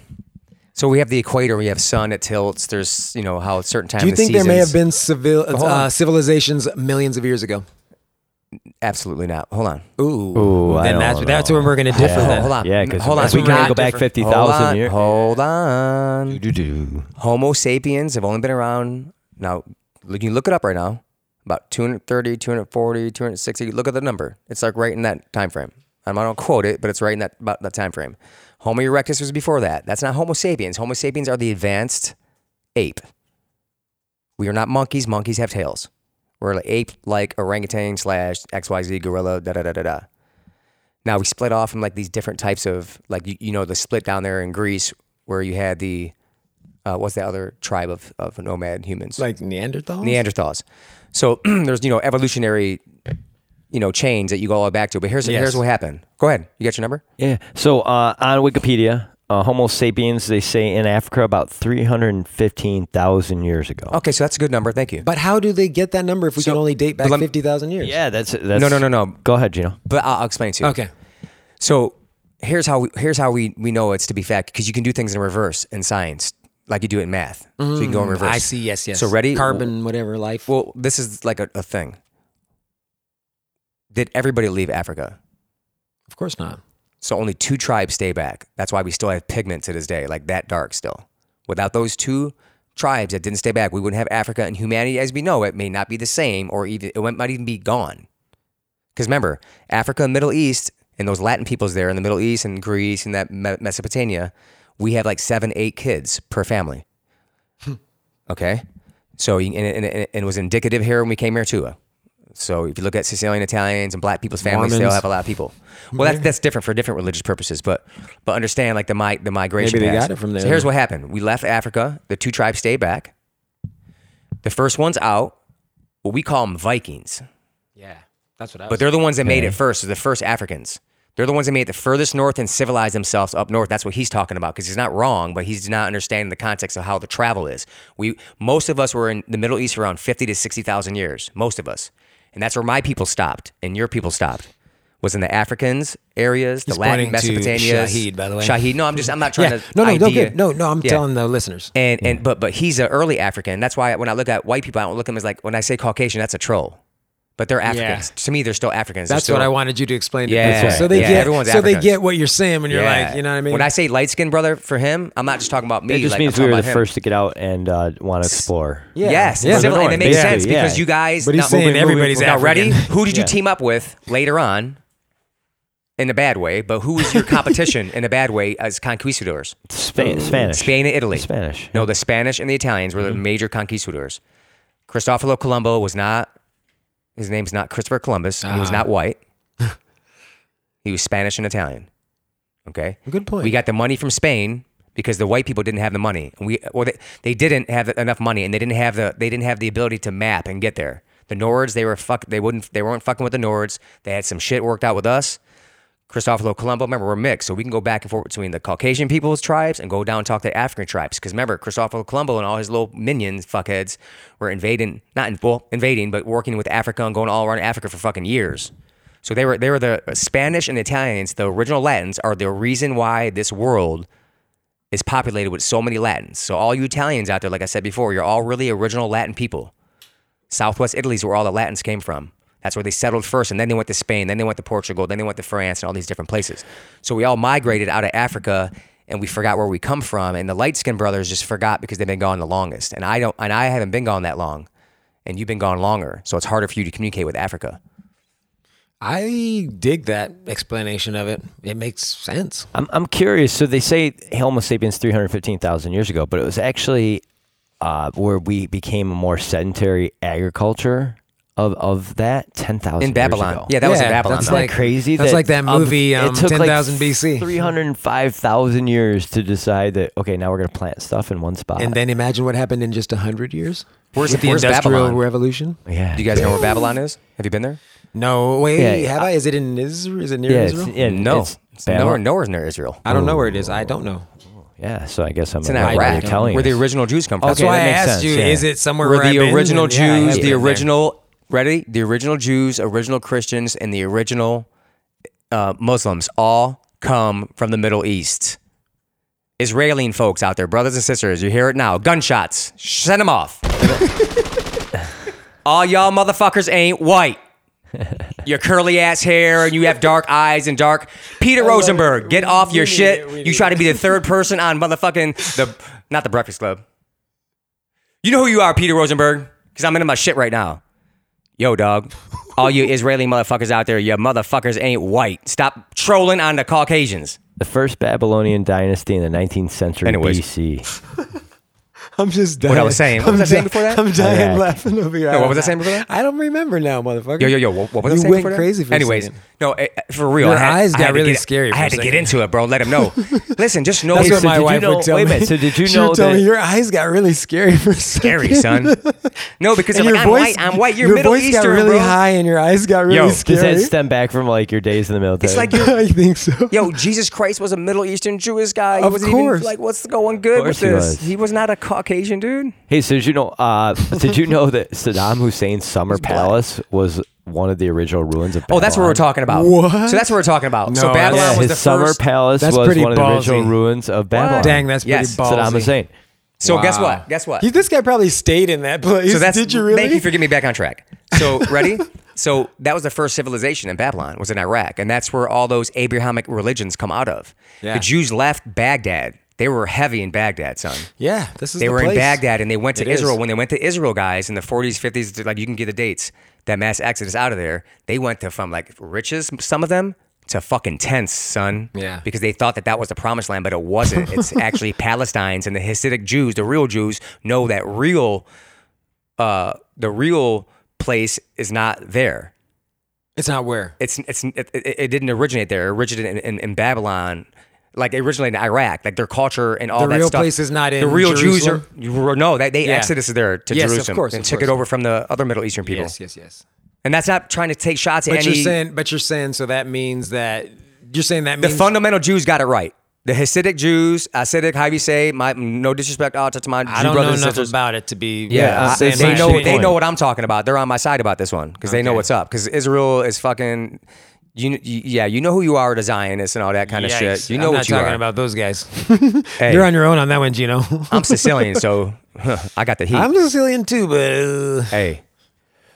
[SPEAKER 2] So we have the equator. We have sun. It tilts. There's you know how at certain time.
[SPEAKER 3] Do you
[SPEAKER 2] of
[SPEAKER 3] think
[SPEAKER 2] seasons,
[SPEAKER 3] there may have been civil,
[SPEAKER 2] hold on.
[SPEAKER 3] uh, civilizations millions of years ago?
[SPEAKER 2] Absolutely not. Hold on.
[SPEAKER 3] Ooh,
[SPEAKER 1] Ooh, I
[SPEAKER 3] then
[SPEAKER 1] don't
[SPEAKER 3] that's
[SPEAKER 1] know.
[SPEAKER 3] that's when we're going to differ.
[SPEAKER 2] Hold-
[SPEAKER 3] then.
[SPEAKER 2] Hold on.
[SPEAKER 1] Yeah, 'cause
[SPEAKER 2] hold on.
[SPEAKER 1] we can
[SPEAKER 2] Not
[SPEAKER 1] go back
[SPEAKER 2] different.
[SPEAKER 1] 50,000
[SPEAKER 2] Hold on.
[SPEAKER 1] years.
[SPEAKER 2] Hold on.
[SPEAKER 1] Do-do-do.
[SPEAKER 2] Homo sapiens have only been around now. Look, you look it up right now. About 230, 240, 260. Look at the number. It's like right in that time frame. I'm not gonna quote it, but it's right in that about that time frame. Homo erectus was before that. That's not Homo sapiens. Homo sapiens are the advanced ape. We are not monkeys. Monkeys have tails. We're like ape like orangutan slash XYZ gorilla, da da da da da. Now we split off from like these different types of like you, you know the split down there in Greece where you had the uh, what's the other tribe of, of nomad humans?
[SPEAKER 3] Like Neanderthals.
[SPEAKER 2] Neanderthals. So [clears throat] there's you know evolutionary you know chains that you go all the way back to. But here's
[SPEAKER 3] Yes.
[SPEAKER 2] here's what happened. Go ahead. You got your number?
[SPEAKER 1] Yeah. So uh, on Wikipedia, uh, Homo sapiens, they say in Africa about 315,000 years ago.
[SPEAKER 2] Okay, so that's a good number. Thank you.
[SPEAKER 3] Oh. But how do they get that number if we
[SPEAKER 2] So-
[SPEAKER 3] can only date back
[SPEAKER 2] but lem-
[SPEAKER 3] 50,000 years?
[SPEAKER 1] Yeah, that's, that's
[SPEAKER 2] No, no, no, no.
[SPEAKER 1] Go ahead, Gino.
[SPEAKER 2] But I'll, I'll explain to you.
[SPEAKER 3] Okay.
[SPEAKER 2] So here's how we, here's how we, we know it's to be fact because you can do things in reverse in science like you do in math. so you can go in reverse.
[SPEAKER 3] Mm, I see. Yes, yes.
[SPEAKER 2] So ready?
[SPEAKER 3] Carbon, whatever, life.
[SPEAKER 2] Well, this is like a, a thing. Did everybody leave Africa?
[SPEAKER 3] of course not.
[SPEAKER 2] So only two tribes stay back. That's why we still have pigment to this day, like that dark still. Without those two tribes that didn't stay back, we wouldn't have Africa and humanity as we know it may not be the same or even it might even be gone. Because remember, Africa and Middle East and those Latin peoples there in the Middle East and Greece and that Me- Mesopotamia, we have like seven, eight kids per family.
[SPEAKER 3] Hmm.
[SPEAKER 2] Okay, so you- and, and, and and it was indicative here when we came here too. So if you look at Sicilian Italians and Black people's families, they all
[SPEAKER 3] Mormons.
[SPEAKER 2] have a lot of people. Well, that's that's different for different religious purposes, but but understand like the mi- the migration.
[SPEAKER 3] Maybe they
[SPEAKER 2] paths.
[SPEAKER 3] got it from there.
[SPEAKER 2] So here's what happened: we left Africa. The two tribes stayed back. The first one's out. Well, we call them Vikings.
[SPEAKER 3] Yeah, that's what I.
[SPEAKER 2] But they're the ones that made it first. They're the first Africans. They're the ones that made it the furthest north and civilized themselves up north. That's what he's talking about because he's not wrong, but he's not understanding the context of how the travel is. We most of us were in the Middle East for around fifty to sixty thousand years. Most of us, and that's where my people stopped and your people stopped. Was in the Africans areas, the
[SPEAKER 3] He's
[SPEAKER 2] Latin
[SPEAKER 3] pointing to
[SPEAKER 2] Mesopotamia.
[SPEAKER 3] Shahid, by the way.
[SPEAKER 2] Shahid. No, I'm just.
[SPEAKER 3] [laughs]
[SPEAKER 2] I'm not trying
[SPEAKER 3] yeah.
[SPEAKER 2] to.
[SPEAKER 3] No, no, no,
[SPEAKER 2] idea-
[SPEAKER 3] good. no, no. I'm
[SPEAKER 2] Yeah.
[SPEAKER 3] telling the listeners.
[SPEAKER 2] And and but but he's an early African. That's why when I look at white people, I don't look at him as like when I say Caucasian, that's a troll. But they're Africans. To me, they're still Africans. They're
[SPEAKER 3] That's
[SPEAKER 2] still-
[SPEAKER 3] what I wanted you to explain. To
[SPEAKER 2] Yeah,
[SPEAKER 3] people.
[SPEAKER 2] that's
[SPEAKER 3] So
[SPEAKER 2] right.
[SPEAKER 3] they
[SPEAKER 2] Yeah,
[SPEAKER 3] get.
[SPEAKER 2] everyone's
[SPEAKER 3] so they
[SPEAKER 2] Africans.
[SPEAKER 3] get what you're saying when you're like, you know what I mean?
[SPEAKER 2] When I say light skinned brother for him, I'm not just talking about me.
[SPEAKER 1] It just
[SPEAKER 2] like,
[SPEAKER 1] means
[SPEAKER 2] I'm
[SPEAKER 1] we
[SPEAKER 2] talking
[SPEAKER 1] were the
[SPEAKER 2] about him.
[SPEAKER 1] first to get out and uh, want to explore.
[SPEAKER 3] Yeah.
[SPEAKER 2] Yes,
[SPEAKER 3] Yeah.
[SPEAKER 2] civil- and it makes
[SPEAKER 1] Basically,
[SPEAKER 2] sense because
[SPEAKER 1] yeah.
[SPEAKER 2] you guys.
[SPEAKER 3] But he's
[SPEAKER 2] now-
[SPEAKER 3] saying
[SPEAKER 2] moving-
[SPEAKER 3] everybody's
[SPEAKER 2] now, ready?
[SPEAKER 3] African.
[SPEAKER 2] Who did you
[SPEAKER 1] Yeah.
[SPEAKER 2] team up with later on? In a bad way, but who
[SPEAKER 3] [laughs]
[SPEAKER 2] was your competition in a bad way as conquistadors? Mm,
[SPEAKER 1] Spa- Spanish.
[SPEAKER 2] Spain and Italy.
[SPEAKER 1] Spanish.
[SPEAKER 2] No, the Spanish and the Italians were the major conquistadors. Cristoforo Colombo was not. His name's not Christopher Columbus. and he was
[SPEAKER 3] Ah.
[SPEAKER 2] not white. he was Spanish and Italian. Okay.
[SPEAKER 3] Good point.
[SPEAKER 2] We got the money from Spain because the white people didn't have the money. And we or they, they didn't have enough money and they didn't have the they didn't have the ability to map and get there. The Nords, they were fuck they wouldn't they weren't fucking with the Nords. They had some shit worked out with us. Cristoforo Colombo, remember we're mixed, so we can go back and forth between the Caucasian people's tribes and go down and talk to the African tribes. Because remember, Cristoforo Colombo and all his little minions, fuckheads, were invading, not in, well, invading, but working with Africa and going all around Africa for fucking years. So they were they were the Spanish and Italians, the original Latins, are the reason why this world is populated with so many Latins. So all you Italians out there, like I said before, you're all really original Latin people. Southwest Italy's where all the Latins came from. That's where they settled first, and then they went to Spain, then they went to Portugal, then they went to France, and all these different places. So we all migrated out of Africa, and we forgot where we come from. And the light skinned brothers just forgot because they've been gone the longest, and I don't, and I haven't been gone that long, and you've been gone longer, so it's harder for you to communicate with Africa.
[SPEAKER 3] I dig that explanation of it. It makes sense.
[SPEAKER 1] I'm, I'm curious. So they say Homo sapiens 315,000 years ago, but it was actually uh, where we became a more sedentary agriculture of, of that 10,000
[SPEAKER 2] In
[SPEAKER 1] years
[SPEAKER 2] Babylon,
[SPEAKER 1] ago.
[SPEAKER 2] yeah, that was in
[SPEAKER 3] Yeah,
[SPEAKER 2] Babylon.
[SPEAKER 3] that's
[SPEAKER 2] though.
[SPEAKER 1] Isn't
[SPEAKER 3] like-
[SPEAKER 1] that crazy?
[SPEAKER 3] that's like that
[SPEAKER 1] of-
[SPEAKER 3] movie, um,
[SPEAKER 1] it took
[SPEAKER 3] 10,000 BC.
[SPEAKER 1] 305,000 years to decide that, okay, now we're going to plant stuff in one spot.
[SPEAKER 3] And then imagine what happened in just hundred years.
[SPEAKER 2] Where's-
[SPEAKER 3] with the
[SPEAKER 2] where's
[SPEAKER 3] Industrial
[SPEAKER 2] Babylon?
[SPEAKER 3] Revolution?
[SPEAKER 1] yeah.
[SPEAKER 2] Do you guys know where Babylon is? Have you been there?
[SPEAKER 3] No, wait,
[SPEAKER 1] Yeah,
[SPEAKER 3] have I? Is it in Israel? Is it near
[SPEAKER 1] yeah, it's,
[SPEAKER 3] Israel?
[SPEAKER 1] yeah,
[SPEAKER 2] No,
[SPEAKER 1] It's,
[SPEAKER 2] it's nowhere,
[SPEAKER 1] Babylon.
[SPEAKER 2] nowhere near Israel.
[SPEAKER 3] I don't know where it is. I don't know.
[SPEAKER 1] Yeah, so I guess I'm
[SPEAKER 2] It's in
[SPEAKER 1] right.
[SPEAKER 2] Iraq,
[SPEAKER 1] You're telling
[SPEAKER 2] where the
[SPEAKER 1] us.
[SPEAKER 2] original Jews come from.
[SPEAKER 1] Okay,
[SPEAKER 3] That's why
[SPEAKER 1] that
[SPEAKER 3] I
[SPEAKER 1] makes
[SPEAKER 3] asked
[SPEAKER 1] sense,
[SPEAKER 3] you:
[SPEAKER 1] yeah.
[SPEAKER 3] Is it somewhere
[SPEAKER 2] were
[SPEAKER 3] where I've
[SPEAKER 2] the
[SPEAKER 3] been?
[SPEAKER 2] original
[SPEAKER 3] And, yeah, I have
[SPEAKER 2] Jews, the
[SPEAKER 3] been there.
[SPEAKER 2] original ready, the original Jews, original Christians, and the original uh, Muslims all come from the Middle East. Israeli folks out there, brothers and sisters, you hear it now. Gunshots, send them off. all y'all motherfuckers ain't white. Your curly ass hair and you have dark eyes and dark. Peter Rosenberg, get off your shit. you try to be the third person on motherfucking the not the Breakfast Club. You know who you are, Peter Rosenberg, because I'm into my shit right now. Yo, dog. All you Israeli motherfuckers out there, you motherfuckers ain't white. Stop trolling on the Caucasians.
[SPEAKER 1] The first Babylonian dynasty in the 19th century
[SPEAKER 2] Anyways. [laughs]
[SPEAKER 1] BC.
[SPEAKER 3] I'm just dying.
[SPEAKER 2] I was saying. What
[SPEAKER 3] I'm
[SPEAKER 2] was I saying
[SPEAKER 3] di-
[SPEAKER 2] before that?
[SPEAKER 3] I'm dying
[SPEAKER 1] Iraq.
[SPEAKER 3] laughing over here.
[SPEAKER 2] No, what was I saying before that?
[SPEAKER 3] I don't remember now, motherfucker.
[SPEAKER 2] Yo, yo, yo. What, what was I
[SPEAKER 3] You
[SPEAKER 2] saying
[SPEAKER 3] went
[SPEAKER 2] before that?
[SPEAKER 3] crazy for a
[SPEAKER 2] Anyways,
[SPEAKER 3] second.
[SPEAKER 2] no, eh, eh, for real.
[SPEAKER 3] Your
[SPEAKER 2] I had-
[SPEAKER 3] eyes
[SPEAKER 2] I
[SPEAKER 3] got
[SPEAKER 2] had to
[SPEAKER 3] really
[SPEAKER 2] get-
[SPEAKER 3] scary
[SPEAKER 2] I
[SPEAKER 3] for
[SPEAKER 2] had
[SPEAKER 3] a
[SPEAKER 2] to get
[SPEAKER 3] second.
[SPEAKER 2] into it, bro. Let him
[SPEAKER 3] [laughs]
[SPEAKER 2] know. Listen, just know
[SPEAKER 3] That's
[SPEAKER 1] Hey,
[SPEAKER 3] what
[SPEAKER 1] so
[SPEAKER 3] my
[SPEAKER 1] did you
[SPEAKER 3] wife
[SPEAKER 1] know-
[SPEAKER 3] would tell
[SPEAKER 1] wait a
[SPEAKER 3] me.
[SPEAKER 1] minute,
[SPEAKER 3] [laughs]
[SPEAKER 1] so did you
[SPEAKER 3] She would
[SPEAKER 1] know
[SPEAKER 3] tell me
[SPEAKER 1] that-
[SPEAKER 3] your eyes got really scary for a second.
[SPEAKER 2] scary, son. No, because I'm
[SPEAKER 3] your
[SPEAKER 2] like,
[SPEAKER 3] voice,
[SPEAKER 2] I'm white. I'm white. You're
[SPEAKER 3] your
[SPEAKER 2] Middle
[SPEAKER 3] voice
[SPEAKER 2] Eastern,
[SPEAKER 3] got really
[SPEAKER 2] bro.
[SPEAKER 3] high, and your eyes got really
[SPEAKER 2] Yo, does
[SPEAKER 1] Does
[SPEAKER 3] scary.
[SPEAKER 1] that stem back from like your days in the military?
[SPEAKER 2] It's like you're
[SPEAKER 3] [laughs] I think so.
[SPEAKER 2] Yo, Jesus Christ was a Middle Eastern Jewish guy. He
[SPEAKER 3] Of
[SPEAKER 2] wasn't
[SPEAKER 3] course.
[SPEAKER 2] Even, like, what's going good
[SPEAKER 1] course
[SPEAKER 2] with
[SPEAKER 1] he
[SPEAKER 2] this?
[SPEAKER 1] was.
[SPEAKER 2] He was. not a Caucasian dude.
[SPEAKER 1] Hey, so did you know? Uh, did
[SPEAKER 3] [laughs]
[SPEAKER 1] you know that Saddam Hussein's summer palace was one of the original ruins of? Babylon?
[SPEAKER 2] Oh, that's what we're talking about.
[SPEAKER 3] What?
[SPEAKER 2] So that's what we're talking about. so
[SPEAKER 3] No,
[SPEAKER 2] Babylon
[SPEAKER 1] Yeah,
[SPEAKER 3] about.
[SPEAKER 2] was
[SPEAKER 1] his
[SPEAKER 2] the
[SPEAKER 1] summer
[SPEAKER 2] first.
[SPEAKER 1] palace
[SPEAKER 3] That's
[SPEAKER 1] was
[SPEAKER 3] pretty
[SPEAKER 1] one of the original
[SPEAKER 3] ballsy.
[SPEAKER 1] ruins of Babylon.
[SPEAKER 3] Dang, that's pretty
[SPEAKER 2] Yes,
[SPEAKER 3] ballsy.
[SPEAKER 1] Saddam Hussein.
[SPEAKER 2] so guess
[SPEAKER 3] Wow.
[SPEAKER 2] what? Guess what?
[SPEAKER 3] He, this guy probably stayed in that place.
[SPEAKER 2] so that's
[SPEAKER 3] Did you really?
[SPEAKER 2] thank you for getting me back on track. So [laughs] ready? so that was the first civilization in Babylon was in Iraq, and that's where all those Abrahamic religions come out of.
[SPEAKER 3] Yeah.
[SPEAKER 2] The Jews left Baghdad. They were heavy in Baghdad, son.
[SPEAKER 3] yeah, this is
[SPEAKER 2] They
[SPEAKER 3] the
[SPEAKER 2] were in
[SPEAKER 3] place.
[SPEAKER 2] Baghdad and they went to
[SPEAKER 3] It is.
[SPEAKER 2] Israel. When they went to Israel, guys, in the 40s, 50s, they're like you can get the dates, that mass exodus out of there, they went to from like riches, some of them, to fucking tents, son.
[SPEAKER 3] Yeah.
[SPEAKER 2] Because they thought that that was the promised land, but it
[SPEAKER 3] [laughs]
[SPEAKER 2] wasn't. It's actually Palestinians and the Hasidic Jews, the real Jews, know that real, uh, the real place is not there.
[SPEAKER 3] It's not where.
[SPEAKER 2] It's it's it, it it didn't originate there. It originated in, in, in Babylon. Like it originated in Iraq, like their culture and all
[SPEAKER 3] The
[SPEAKER 2] that
[SPEAKER 3] real
[SPEAKER 2] stuff.
[SPEAKER 3] place is not in
[SPEAKER 2] the real
[SPEAKER 3] Jerusalem?
[SPEAKER 2] Jews are no, they, they
[SPEAKER 3] Yeah.
[SPEAKER 2] exodus there to
[SPEAKER 3] Yes, of
[SPEAKER 2] Jerusalem
[SPEAKER 3] course,
[SPEAKER 2] and
[SPEAKER 3] of
[SPEAKER 2] took
[SPEAKER 3] course.
[SPEAKER 2] it over from the other Middle Eastern people.
[SPEAKER 3] Yes, yes, yes.
[SPEAKER 2] And that's not trying to take shots at
[SPEAKER 3] But
[SPEAKER 2] any.
[SPEAKER 3] you're saying, but you're saying, so that means that you're saying that
[SPEAKER 2] the
[SPEAKER 3] means
[SPEAKER 2] fundamental Jews got it right. The Hasidic Jews, Hasidic, how you say, my no disrespect out to my Jew
[SPEAKER 3] I don't know
[SPEAKER 2] brothers and
[SPEAKER 3] enough
[SPEAKER 2] sisters.
[SPEAKER 3] about it to be.
[SPEAKER 1] Yeah,
[SPEAKER 2] I-
[SPEAKER 1] I'm saying
[SPEAKER 2] uh, they
[SPEAKER 1] my
[SPEAKER 2] know
[SPEAKER 1] opinion.
[SPEAKER 2] they know what I'm talking about. They're on my side about this one because they know
[SPEAKER 3] Okay.
[SPEAKER 2] what's up. Because Israel is fucking, you, you yeah, you know who you are, the Zionists and all that kind of shit. You know
[SPEAKER 3] I'm
[SPEAKER 2] what
[SPEAKER 3] not
[SPEAKER 2] you
[SPEAKER 3] talking
[SPEAKER 2] are.
[SPEAKER 3] about
[SPEAKER 2] [laughs]
[SPEAKER 3] those guys. You're on your own on that one, Gino. [laughs]
[SPEAKER 2] I'm Sicilian, so huh, I got the heat.
[SPEAKER 3] I'm Sicilian too, but uh,
[SPEAKER 2] hey,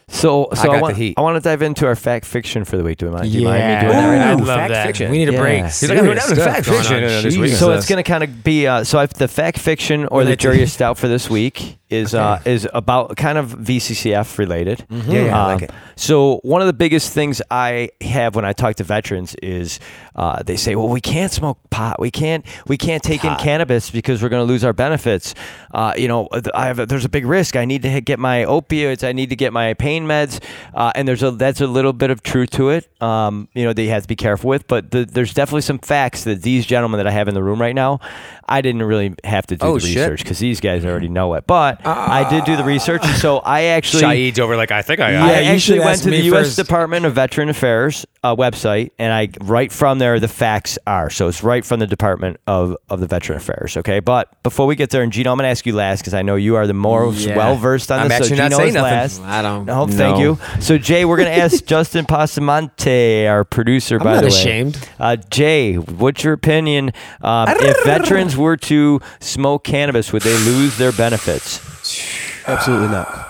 [SPEAKER 1] So, so I,
[SPEAKER 2] got the
[SPEAKER 1] want,
[SPEAKER 2] heat.
[SPEAKER 1] I want to dive into our fact fiction for the week. Do you mind, do you mind me
[SPEAKER 3] Yeah.
[SPEAKER 1] doing that right
[SPEAKER 2] Ooh.
[SPEAKER 1] now?
[SPEAKER 3] I
[SPEAKER 2] now?
[SPEAKER 3] love
[SPEAKER 2] Fact
[SPEAKER 3] that.
[SPEAKER 2] fiction.
[SPEAKER 3] We need a
[SPEAKER 1] Yeah.
[SPEAKER 3] break.
[SPEAKER 1] He's
[SPEAKER 2] like, I'm
[SPEAKER 3] Serious
[SPEAKER 2] down to
[SPEAKER 3] stuff
[SPEAKER 2] fact
[SPEAKER 3] going
[SPEAKER 2] fiction
[SPEAKER 3] on.
[SPEAKER 2] this week.
[SPEAKER 3] Jesus.
[SPEAKER 1] So it's going to kind of be uh, so. I've, the fact fiction or the jury is out for this week is uh, is about kind of VCCF related.
[SPEAKER 2] Mm-hmm. Yeah, yeah, I
[SPEAKER 1] Um,
[SPEAKER 2] like it.
[SPEAKER 1] So one of the biggest things I have when I talk to veterans is uh, they say, "Well, we can't smoke pot. We can't we can't take in cannabis because we're going to lose our benefits. Uh, you know, I have there's a big risk. I need to get my opioids. I need to get my pain meds. Uh, and there's a that's a little bit of truth to it. Um, you know, that you have to be careful with. But the, there's definitely some facts that these gentlemen that I have in the room right now, I didn't really have to do
[SPEAKER 2] Oh,
[SPEAKER 1] the
[SPEAKER 2] shit. Uh,
[SPEAKER 1] research because these guys already know it. But I did do the research, so I actually
[SPEAKER 2] Shaid's over like I think I.
[SPEAKER 3] Yeah,
[SPEAKER 1] I
[SPEAKER 3] you
[SPEAKER 1] actually
[SPEAKER 3] should
[SPEAKER 1] went
[SPEAKER 3] ask
[SPEAKER 1] to the
[SPEAKER 3] me
[SPEAKER 1] U.S.
[SPEAKER 3] first.
[SPEAKER 1] Department of Veteran Affairs uh, website, and I right from there the facts are. So it's right from the Department of, of the Veteran Affairs. Okay, but before we get there, and Gino, I'm going to ask you last because I know you are the most
[SPEAKER 3] Yeah.
[SPEAKER 1] well versed on
[SPEAKER 2] I'm
[SPEAKER 1] this. so
[SPEAKER 2] actually not
[SPEAKER 1] Gino
[SPEAKER 2] saying
[SPEAKER 1] is
[SPEAKER 2] nothing.
[SPEAKER 1] last.
[SPEAKER 3] I don't
[SPEAKER 1] No, thank
[SPEAKER 3] know.
[SPEAKER 1] you. So Jay, we're going to
[SPEAKER 3] [laughs]
[SPEAKER 1] ask Justin Pasamonte, our producer. by
[SPEAKER 3] not
[SPEAKER 1] the way,
[SPEAKER 3] ashamed.
[SPEAKER 1] Uh, Jay, what's your opinion? Um, if veterans were to smoke cannabis, would they lose their benefits?
[SPEAKER 4] Absolutely not.
[SPEAKER 1] [sighs]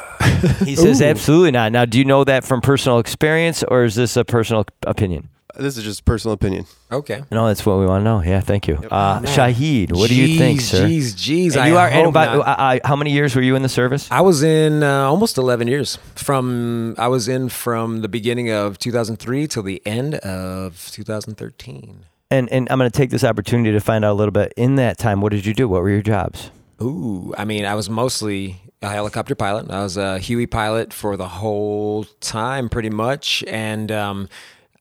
[SPEAKER 1] He says absolutely not. Now, do you know that from personal experience, or is this a personal opinion?
[SPEAKER 4] This is just personal opinion.
[SPEAKER 3] Okay.
[SPEAKER 1] No, that's what we want to know. Yeah, thank you, uh, Shahid. What do you think,
[SPEAKER 3] Jeez,
[SPEAKER 1] sir?
[SPEAKER 3] Jeez, jeez.
[SPEAKER 1] And
[SPEAKER 3] Oh, I
[SPEAKER 1] you are.
[SPEAKER 3] hope
[SPEAKER 1] And by,
[SPEAKER 3] not.
[SPEAKER 1] I, I, how many years were you in the service?
[SPEAKER 3] I was in uh, almost 11 years. From I was in from the beginning of 2003 till the end of 2013.
[SPEAKER 1] And and I'm going to take this opportunity to find out a little bit. In that time, what did you do? What were your jobs?
[SPEAKER 3] Ooh, I mean, I was mostly a helicopter pilot. I was a Huey pilot for the whole time, pretty much. And um,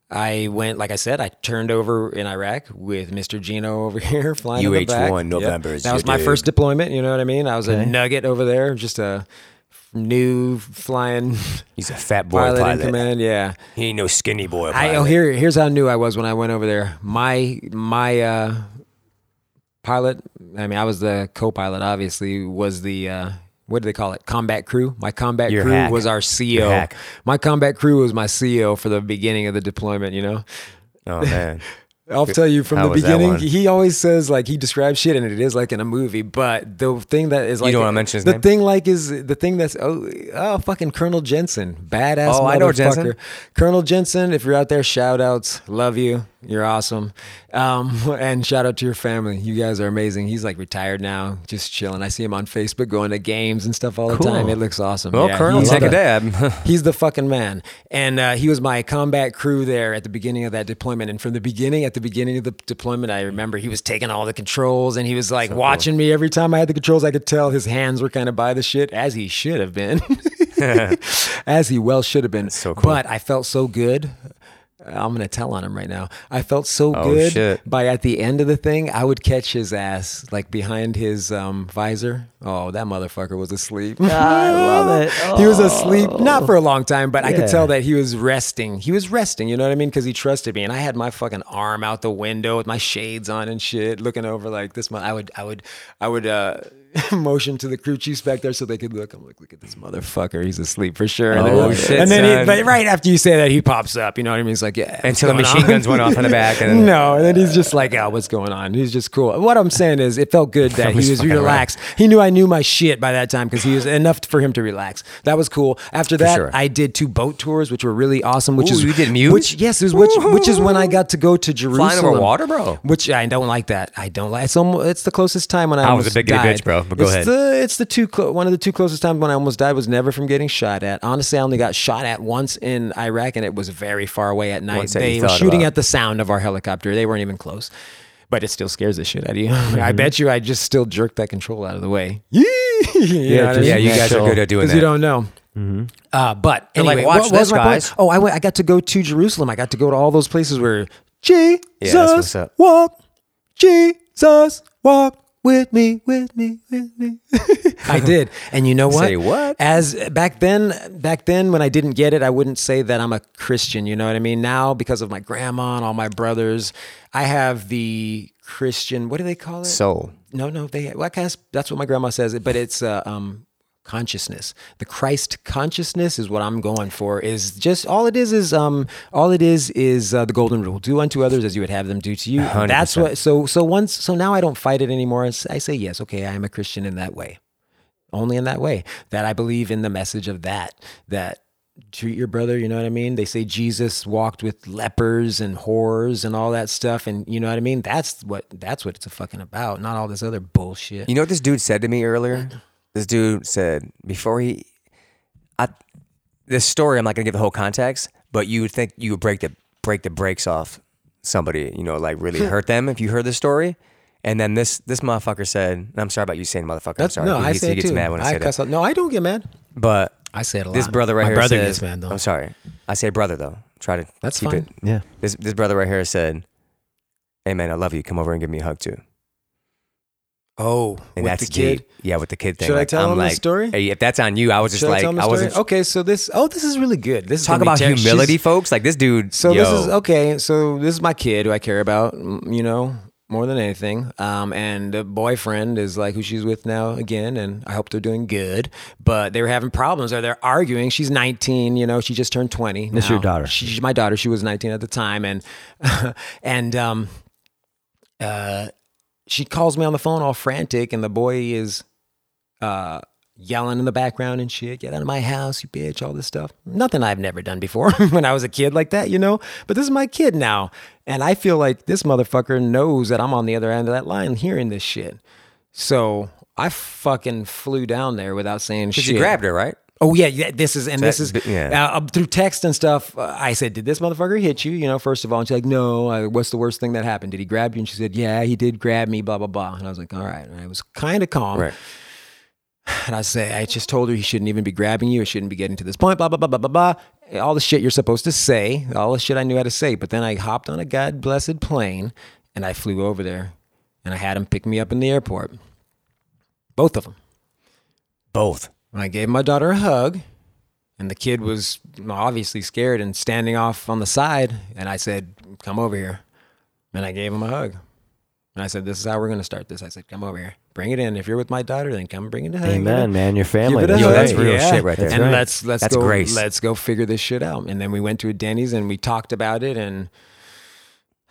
[SPEAKER 3] I went, like I said, I turned over in Iraq with Mr. Gino over [laughs] here flying in the back.
[SPEAKER 2] UH-1 November is
[SPEAKER 3] That was
[SPEAKER 2] your
[SPEAKER 3] my
[SPEAKER 2] dude.
[SPEAKER 3] first deployment. You know what I mean? I was a nugget over there, just a new flying
[SPEAKER 2] He's a fat boy
[SPEAKER 3] pilot,
[SPEAKER 2] pilot.
[SPEAKER 3] in command. Yeah.
[SPEAKER 2] He ain't no skinny boy
[SPEAKER 3] I,
[SPEAKER 2] pilot.
[SPEAKER 3] oh, here, here's how new I was when I went over there. My my uh, pilot, I mean, I was the co-pilot. Obviously, was the uh, what do they call it? Combat crew. My combat
[SPEAKER 2] Your
[SPEAKER 3] crew
[SPEAKER 2] hack.
[SPEAKER 3] was our
[SPEAKER 2] Your
[SPEAKER 3] CO.
[SPEAKER 2] hack.
[SPEAKER 3] My combat crew was my CO for the beginning of the deployment. You know.
[SPEAKER 2] oh
[SPEAKER 3] [laughs]
[SPEAKER 2] man.
[SPEAKER 3] I'll tell you from
[SPEAKER 2] How
[SPEAKER 3] the
[SPEAKER 2] was that
[SPEAKER 3] beginning.
[SPEAKER 2] one?
[SPEAKER 3] He always says like he describes shit, and it is like in a movie. But the thing that is like
[SPEAKER 2] don't wanna mention his
[SPEAKER 3] the
[SPEAKER 2] name?
[SPEAKER 3] thing like is the thing that's oh, oh fucking Colonel Jensen, badass
[SPEAKER 2] Oh,
[SPEAKER 3] motherfucker.
[SPEAKER 2] I know Jensen.
[SPEAKER 3] Colonel Jensen, if you're out there, shout outs, love you, you're awesome, um, [laughs] and shout out to your family. You guys are amazing. He's like retired now, just chilling. I see him on Facebook going to games and stuff all the time. It looks awesome.
[SPEAKER 2] Well,
[SPEAKER 3] Yeah,
[SPEAKER 2] Colonel,
[SPEAKER 3] he's
[SPEAKER 2] take a
[SPEAKER 3] the-
[SPEAKER 2] dab.
[SPEAKER 3] [laughs] He's the fucking man. And uh, he was my combat crew there at the beginning of that deployment. And from the beginning, at the beginning of the deployment, I remember he was taking all the controls and he was like watching me every time I had the controls. I could tell his hands were kind of by the shit, as he should have been,
[SPEAKER 2] [laughs]
[SPEAKER 3] [laughs] as he well should have been.
[SPEAKER 2] so cool.
[SPEAKER 3] But I felt so good. I'm gonna tell on him right now. I felt so
[SPEAKER 2] Oh,
[SPEAKER 3] good
[SPEAKER 2] shit.
[SPEAKER 3] by at the end of the thing, I would catch his ass like behind his um, visor. Oh, that motherfucker was asleep.
[SPEAKER 1] I love it.
[SPEAKER 3] [laughs] He was asleep,
[SPEAKER 2] Oh.
[SPEAKER 3] not for a long time, but I could
[SPEAKER 1] Yeah.
[SPEAKER 3] tell that he was resting. He was resting, you know what I mean? Because he trusted me, and I had my fucking arm out the window with my shades on and shit, looking over like this. Mon- I would, I would, I would uh, [laughs] motion to the crew chiefs back there so they could look. I'm like, look at this motherfucker, he's asleep for sure. And,
[SPEAKER 2] Oh,
[SPEAKER 3] then-
[SPEAKER 2] shit,
[SPEAKER 3] and then, he,
[SPEAKER 2] son.
[SPEAKER 3] but right after you say that, he pops up. You know what I mean? He's like, yeah. what's
[SPEAKER 2] Until the
[SPEAKER 3] going on?
[SPEAKER 2] machine guns went off in the back
[SPEAKER 3] [laughs]
[SPEAKER 2] and-
[SPEAKER 3] no, and then he's just like, oh, what's going on? He's just cool. What I'm saying is, it felt good that he
[SPEAKER 2] was
[SPEAKER 3] was
[SPEAKER 2] fucking around.
[SPEAKER 3] relaxed. He knew I knew my shit by that time because he was enough for him to relax. That was cool. After that,
[SPEAKER 2] sure.
[SPEAKER 3] I did two boat tours, which were really awesome. Which
[SPEAKER 2] Ooh,
[SPEAKER 3] is
[SPEAKER 2] you did Muse?
[SPEAKER 3] Which yes, is which which is when I got to go to Jerusalem.
[SPEAKER 2] over water, bro?
[SPEAKER 3] Which I don't like that. I don't like. It's almost, it's the closest time when I,
[SPEAKER 2] I was a
[SPEAKER 3] almost
[SPEAKER 2] biggity
[SPEAKER 3] died.
[SPEAKER 2] bitch, bro.
[SPEAKER 1] know, but go
[SPEAKER 3] it's
[SPEAKER 1] ahead.
[SPEAKER 3] The, it's the two clo- one of the two closest times when I almost died was never from getting shot at. Honestly, I only got shot at once in Iraq, and it was very far away at night.
[SPEAKER 2] Once that
[SPEAKER 3] they
[SPEAKER 2] you
[SPEAKER 3] were
[SPEAKER 2] thought
[SPEAKER 3] shooting
[SPEAKER 2] about.
[SPEAKER 3] at the sound of our helicopter. They weren't even close, but it still scares the shit out of you. [laughs]
[SPEAKER 2] Mm-hmm.
[SPEAKER 3] I bet you I just still jerked that control out of the way. [laughs] yeah,
[SPEAKER 1] just-
[SPEAKER 2] yeah, you guys are
[SPEAKER 1] Sure.
[SPEAKER 2] good at doing
[SPEAKER 3] because
[SPEAKER 2] that.
[SPEAKER 3] you don't know. Uh, but
[SPEAKER 2] They're like,
[SPEAKER 3] anyway,
[SPEAKER 2] "Watch
[SPEAKER 3] what was
[SPEAKER 2] this,
[SPEAKER 3] my point?
[SPEAKER 2] guys."
[SPEAKER 3] Oh, I went, I got to go to Jerusalem. I got to go to all those places where Jesus
[SPEAKER 2] Yeah, that's what's up.
[SPEAKER 3] walked. Jesus walked with me, with me, with me. [laughs] I did, and you know what?
[SPEAKER 2] Say what?
[SPEAKER 3] As back then, back then when I didn't get it, I wouldn't say that I'm a Christian. You know what I mean? Now, because of my grandma and all my brothers, I have the Christian. What do they call it?
[SPEAKER 2] Soul.
[SPEAKER 3] no, no, they. Well, I guess that's what my grandma says. But it's uh, um, consciousness. The Christ consciousness is what I'm going for. Is just all it is is um all it is is uh, the golden rule: do unto others as you would have them do to you. That's what. So so once so now I don't fight it anymore. I s- I say yes, okay, I am a Christian in that way, only in that way that I believe in the message of that that. Treat your brother, you know what I mean? They say Jesus walked with lepers and whores and all that stuff, and you know what I mean? That's what that's what it's a fucking about, not all this other bullshit.
[SPEAKER 2] You know what this dude said to me earlier? This dude said before he, I, this story I'm not gonna give the whole context, but you would think you would break the break the brakes off somebody, you know, like really hurt them if you heard this story. And then this this motherfucker said, and I'm sorry about you saying motherfucker. I'm
[SPEAKER 3] That's
[SPEAKER 2] sorry.
[SPEAKER 3] no,
[SPEAKER 2] he,
[SPEAKER 3] I
[SPEAKER 2] gets-
[SPEAKER 3] say
[SPEAKER 2] he
[SPEAKER 3] it
[SPEAKER 2] gets
[SPEAKER 3] too.
[SPEAKER 2] mad when I, say
[SPEAKER 3] cuss
[SPEAKER 2] that.
[SPEAKER 3] out- No, I don't get mad.
[SPEAKER 2] But
[SPEAKER 3] I say it a lot.
[SPEAKER 2] this brother right
[SPEAKER 3] My
[SPEAKER 2] here
[SPEAKER 3] brother
[SPEAKER 2] says,
[SPEAKER 3] gets mad though.
[SPEAKER 2] I'm sorry. I say brother though. Try to
[SPEAKER 3] That's
[SPEAKER 2] keep
[SPEAKER 3] fine.
[SPEAKER 2] it
[SPEAKER 1] yeah.
[SPEAKER 2] this this brother right here said, "Hey man, I love you. Come over and give me a hug too."
[SPEAKER 3] Oh,
[SPEAKER 2] And
[SPEAKER 3] with
[SPEAKER 2] that's
[SPEAKER 3] the kid.
[SPEAKER 2] deep. Yeah, with the kid thing.
[SPEAKER 3] Should I
[SPEAKER 2] Like,
[SPEAKER 3] tell
[SPEAKER 2] I'm
[SPEAKER 3] him the
[SPEAKER 2] like,
[SPEAKER 3] story?
[SPEAKER 2] Hey, if that's on you, I was just
[SPEAKER 3] Should I
[SPEAKER 2] like,
[SPEAKER 3] tell him the
[SPEAKER 2] I
[SPEAKER 3] story?
[SPEAKER 2] wasn't.
[SPEAKER 3] Okay, so this. Oh, this is really good. This is
[SPEAKER 2] Talk
[SPEAKER 3] gonna be
[SPEAKER 2] about
[SPEAKER 3] ter- she's-
[SPEAKER 2] humility, folks. Like this dude.
[SPEAKER 3] So this is oh,
[SPEAKER 2] yo.
[SPEAKER 3] okay. So this is my kid who I care about, mm, you know, more than anything. Um, and the boyfriend is like who she's with now again, and I hope they're doing good. But they were having problems, or they're arguing. She's 19, you know, she just turned 20.
[SPEAKER 1] This your
[SPEAKER 3] now.
[SPEAKER 1] daughter?
[SPEAKER 3] She's my daughter. She was 19 at the time, and [laughs] and um, uh, she calls me on the phone all frantic, and the boy is uh, yelling in the background and shit, get out of my house, you bitch, all this stuff. Nothing I've never done before [laughs] when I was a kid like that, you know? But this is my kid now. And I feel like this motherfucker knows that I'm on the other end of that line hearing this shit. So I fucking flew down there without saying shit.
[SPEAKER 2] She grabbed her, right?
[SPEAKER 3] Oh yeah, yeah. This is and this is
[SPEAKER 2] That- yeah.
[SPEAKER 3] uh, uh, through text and stuff. Uh, I said, "Did this motherfucker hit you?" You know, first of all, and she's like, "No. I, what's the worst thing that happened? Did he grab you?" And she said, "Yeah, he did grab me." Blah blah blah. And I was like, "All right." And I was kind of calm.
[SPEAKER 2] Right.
[SPEAKER 3] And I say, I just told her he shouldn't even be grabbing you. It shouldn't be getting to this point. Blah blah blah blah blah blah. All the shit you're supposed to say. All the shit I knew how to say. But then I hopped on a god blessed plane, and I flew over there, and I had him pick me up in the airport. Both of them.
[SPEAKER 2] Both.
[SPEAKER 3] And I gave my daughter a hug, and the kid was obviously scared and standing off on the side. And I said, Come over here. And I gave him a hug. And I said, This is how we're going to start this. I said, Come over here. Bring it in. If you're with my daughter, then come bring it in.
[SPEAKER 1] Amen, man. Your
[SPEAKER 3] Give
[SPEAKER 1] family.
[SPEAKER 3] it a
[SPEAKER 2] Yo,
[SPEAKER 3] hug.
[SPEAKER 2] that's real shit right there.
[SPEAKER 3] And
[SPEAKER 2] That's right.
[SPEAKER 3] let's let's
[SPEAKER 2] That's
[SPEAKER 3] go
[SPEAKER 2] grace.
[SPEAKER 3] let's go figure this shit out. And then we went to a Denny's and we talked about it and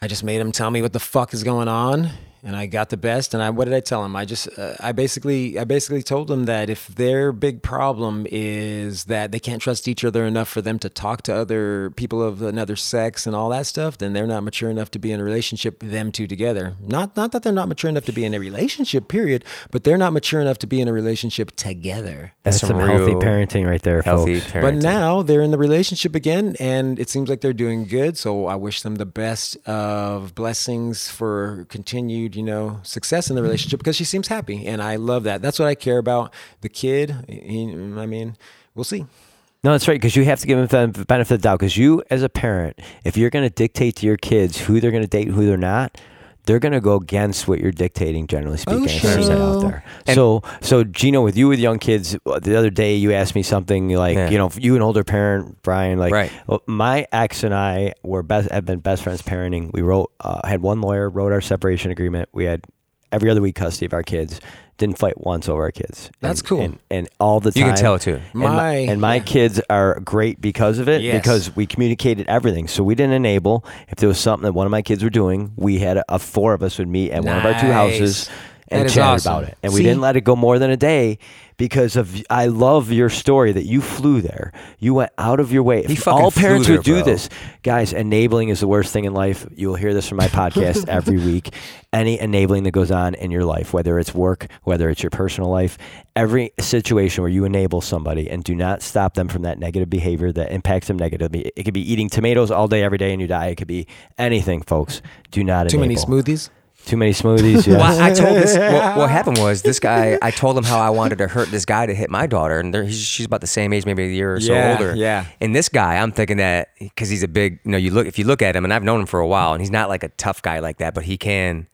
[SPEAKER 3] I just made him tell me what the fuck is going on, and I got the best. And I, what did I tell him? I just, uh, I basically, I basically told him that if their big problem is that they can't trust each other enough for them to talk to other people of another sex and all that stuff, then they're not mature enough to be in a relationship. Them two together. Not, not that they're not mature enough to be in a relationship. Period. But they're not mature enough to be in a relationship together.
[SPEAKER 1] That's
[SPEAKER 2] That's
[SPEAKER 1] some
[SPEAKER 2] some
[SPEAKER 1] healthy
[SPEAKER 2] real
[SPEAKER 1] parenting right there,
[SPEAKER 2] Healthy
[SPEAKER 1] folks.
[SPEAKER 2] parents.
[SPEAKER 3] But now they're in the relationship again, and it seems like they're doing good. So I wish them the best of blessings for continued, you know, success in
[SPEAKER 2] Mm-hmm.
[SPEAKER 3] the relationship because she seems happy, and I love that. That's what I care about. The kid, he- I mean, we'll see.
[SPEAKER 1] No, that's right. Because you have to give them the benefit of the doubt. Because you, as a parent, if you're going to dictate to your kids who they're going to date and who they're not, they're going to go against what you're dictating. Generally speaking,
[SPEAKER 2] Oh,
[SPEAKER 1] if there's that out there. so, so Gino, with you with young kids, uh, the other day you asked me something like,
[SPEAKER 2] Yeah.
[SPEAKER 1] you know, you an older parent, Brian, like,
[SPEAKER 2] Right.
[SPEAKER 1] well, my ex and I were best have been best friends parenting. We wrote uh, had one lawyer wrote our separation agreement. We had every other week custody of our kids. Didn't fight once over our kids.
[SPEAKER 3] That's
[SPEAKER 1] And-
[SPEAKER 3] cool.
[SPEAKER 1] And, and all the
[SPEAKER 2] You
[SPEAKER 1] time
[SPEAKER 2] can tell, too.
[SPEAKER 1] And my,
[SPEAKER 3] My-
[SPEAKER 1] and my kids are great because of it
[SPEAKER 3] Yes.
[SPEAKER 1] because we communicated everything. So we didn't enable if there was something that one of my kids were doing, we had a, four of us would meet at one of our two
[SPEAKER 3] Nice.
[SPEAKER 1] houses and
[SPEAKER 3] That is
[SPEAKER 1] chatted
[SPEAKER 3] awesome.
[SPEAKER 1] about it. And we
[SPEAKER 3] See?
[SPEAKER 1] didn't let it go more than a day because of I love your story that you flew there. You went out of your way.
[SPEAKER 2] He
[SPEAKER 1] If
[SPEAKER 2] fucking
[SPEAKER 1] all
[SPEAKER 2] flew
[SPEAKER 1] parents
[SPEAKER 2] there,
[SPEAKER 1] would do
[SPEAKER 2] bro.
[SPEAKER 1] this. Guys, enabling is the worst thing in life. You'll hear this from my podcast every week. Any enabling that goes on in your life, whether it's work, whether it's your personal life, every situation where you enable somebody and do not stop them from that negative behavior that impacts them negatively. It could be eating tomatoes all day, every day, and you die. It could be anything, folks. Do not
[SPEAKER 3] Too many
[SPEAKER 1] enable.
[SPEAKER 3] smoothies.
[SPEAKER 1] Too many smoothies. Yes.
[SPEAKER 2] Well, I told this.
[SPEAKER 3] [laughs]
[SPEAKER 2] What, what happened was this guy. I told him how I wanted to hurt this guy to hit my daughter, and they're- he's, she's about the same age, maybe a year or so
[SPEAKER 3] Yeah,
[SPEAKER 2] older.
[SPEAKER 3] yeah.
[SPEAKER 2] And this guy, I'm thinking that because he's a big. You know, you look if you look at him, and I've known him for a while, and he's not like a tough guy like that, but he can.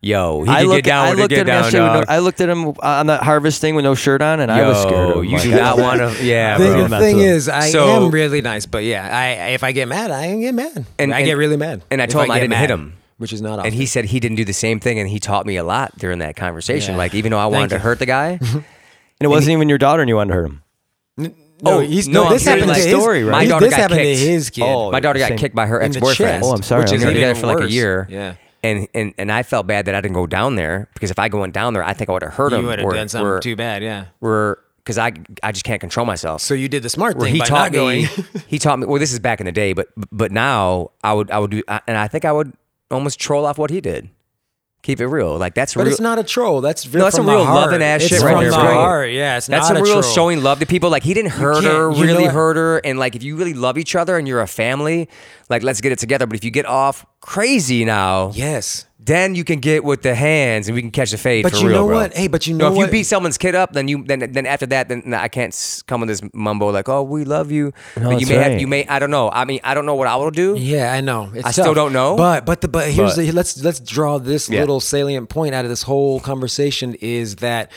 [SPEAKER 2] Yo, he
[SPEAKER 1] I
[SPEAKER 2] can
[SPEAKER 1] looked,
[SPEAKER 2] get down.
[SPEAKER 1] I
[SPEAKER 2] with it,
[SPEAKER 1] looked
[SPEAKER 2] get
[SPEAKER 1] at him
[SPEAKER 2] down,
[SPEAKER 1] yesterday with no-
[SPEAKER 2] dog.
[SPEAKER 1] I looked at him on that harvest thing with no shirt on, and I was scared. of
[SPEAKER 2] Yo,
[SPEAKER 1] him.
[SPEAKER 2] you
[SPEAKER 1] Like,
[SPEAKER 2] do not want to.
[SPEAKER 3] [laughs]
[SPEAKER 2] Yeah,
[SPEAKER 1] Think
[SPEAKER 2] bro.
[SPEAKER 1] of-
[SPEAKER 3] the
[SPEAKER 1] That's
[SPEAKER 3] thing
[SPEAKER 1] a-
[SPEAKER 3] is, I
[SPEAKER 2] So-
[SPEAKER 3] am really nice, but yeah, I if I get mad, I get mad,
[SPEAKER 2] And-
[SPEAKER 3] and I
[SPEAKER 2] and-
[SPEAKER 3] get really mad.
[SPEAKER 2] and I
[SPEAKER 3] if
[SPEAKER 2] told him I
[SPEAKER 3] get
[SPEAKER 2] didn't hit him.
[SPEAKER 3] which is not. Often.
[SPEAKER 2] And he said he didn't do the same thing, and he taught me a lot during that conversation.
[SPEAKER 3] Yeah.
[SPEAKER 2] Like even though I wanted
[SPEAKER 3] Thank
[SPEAKER 2] to
[SPEAKER 3] you.
[SPEAKER 2] hurt the
[SPEAKER 3] [laughs]
[SPEAKER 2] guy,
[SPEAKER 1] And it wasn't even your daughter, and you wanted to hurt him.
[SPEAKER 3] no,
[SPEAKER 2] oh,
[SPEAKER 3] he's,
[SPEAKER 2] no,
[SPEAKER 3] no,
[SPEAKER 2] I'm
[SPEAKER 3] this
[SPEAKER 2] hearing
[SPEAKER 3] happened to
[SPEAKER 2] that
[SPEAKER 3] his
[SPEAKER 1] story, right?
[SPEAKER 3] My
[SPEAKER 1] My
[SPEAKER 2] daughter
[SPEAKER 3] this
[SPEAKER 2] got
[SPEAKER 3] happened
[SPEAKER 2] kicked.
[SPEAKER 3] to his kid.
[SPEAKER 1] Oh,
[SPEAKER 2] my daughter got
[SPEAKER 1] same-
[SPEAKER 2] kicked by her
[SPEAKER 3] in
[SPEAKER 2] ex
[SPEAKER 3] the
[SPEAKER 2] boyfriend.
[SPEAKER 3] chest,
[SPEAKER 1] Oh, I'm sorry,
[SPEAKER 3] Which
[SPEAKER 1] I'm
[SPEAKER 3] is
[SPEAKER 2] We were
[SPEAKER 1] sorry.
[SPEAKER 3] even
[SPEAKER 2] together for like a
[SPEAKER 3] worse.
[SPEAKER 2] year.
[SPEAKER 3] Yeah.
[SPEAKER 2] And, and and I felt bad that I didn't go down there because if I went down there, I think I would have hurt him.
[SPEAKER 3] You would have done something too bad, yeah.
[SPEAKER 2] because I I just can't control myself.
[SPEAKER 3] So you did the smart
[SPEAKER 2] Where
[SPEAKER 3] thing
[SPEAKER 2] he
[SPEAKER 3] by
[SPEAKER 2] taught
[SPEAKER 3] not going.
[SPEAKER 2] me, [laughs] he taught me. Well, this is back in the day, but but now I would I would do, I- and I think I would almost troll off what he did. Keep it real, like that's
[SPEAKER 3] [laughs] But
[SPEAKER 2] real.
[SPEAKER 3] it's not a troll. That's real
[SPEAKER 2] No, that's
[SPEAKER 3] from
[SPEAKER 2] some
[SPEAKER 3] the
[SPEAKER 2] real
[SPEAKER 3] heart.
[SPEAKER 2] loving ass
[SPEAKER 3] It's
[SPEAKER 2] shit right
[SPEAKER 3] from
[SPEAKER 2] there,
[SPEAKER 3] the
[SPEAKER 2] bro.
[SPEAKER 3] heart. Yeah, it's
[SPEAKER 2] that's some
[SPEAKER 3] not a
[SPEAKER 2] real
[SPEAKER 3] troll.
[SPEAKER 2] showing love to people. Like he didn't hurt her,
[SPEAKER 3] can't- you
[SPEAKER 2] really
[SPEAKER 3] know-
[SPEAKER 2] hurt her, and like if you really love each other and you're a family, like let's get it together. But if you get off crazy now,
[SPEAKER 3] Yes.
[SPEAKER 2] then you can get with the hands and we can catch the fade.
[SPEAKER 3] But
[SPEAKER 2] for
[SPEAKER 3] you
[SPEAKER 2] real,
[SPEAKER 3] know
[SPEAKER 2] bro.
[SPEAKER 3] what? Hey, but you
[SPEAKER 2] No,
[SPEAKER 3] know
[SPEAKER 2] if you
[SPEAKER 3] what?
[SPEAKER 2] beat someone's kid up, then you then then after that, then I can't s- come with this mumbo like, oh, we love you. but you
[SPEAKER 1] that's
[SPEAKER 2] may have,
[SPEAKER 1] right.
[SPEAKER 2] you may I don't know. I mean, I don't know what I will do.
[SPEAKER 3] Yeah, I know. It's
[SPEAKER 2] I still
[SPEAKER 3] tough.
[SPEAKER 2] don't know.
[SPEAKER 3] But but the but here's
[SPEAKER 1] But-
[SPEAKER 3] the let's let's draw this
[SPEAKER 2] Yeah.
[SPEAKER 3] little salient point out of this whole conversation is that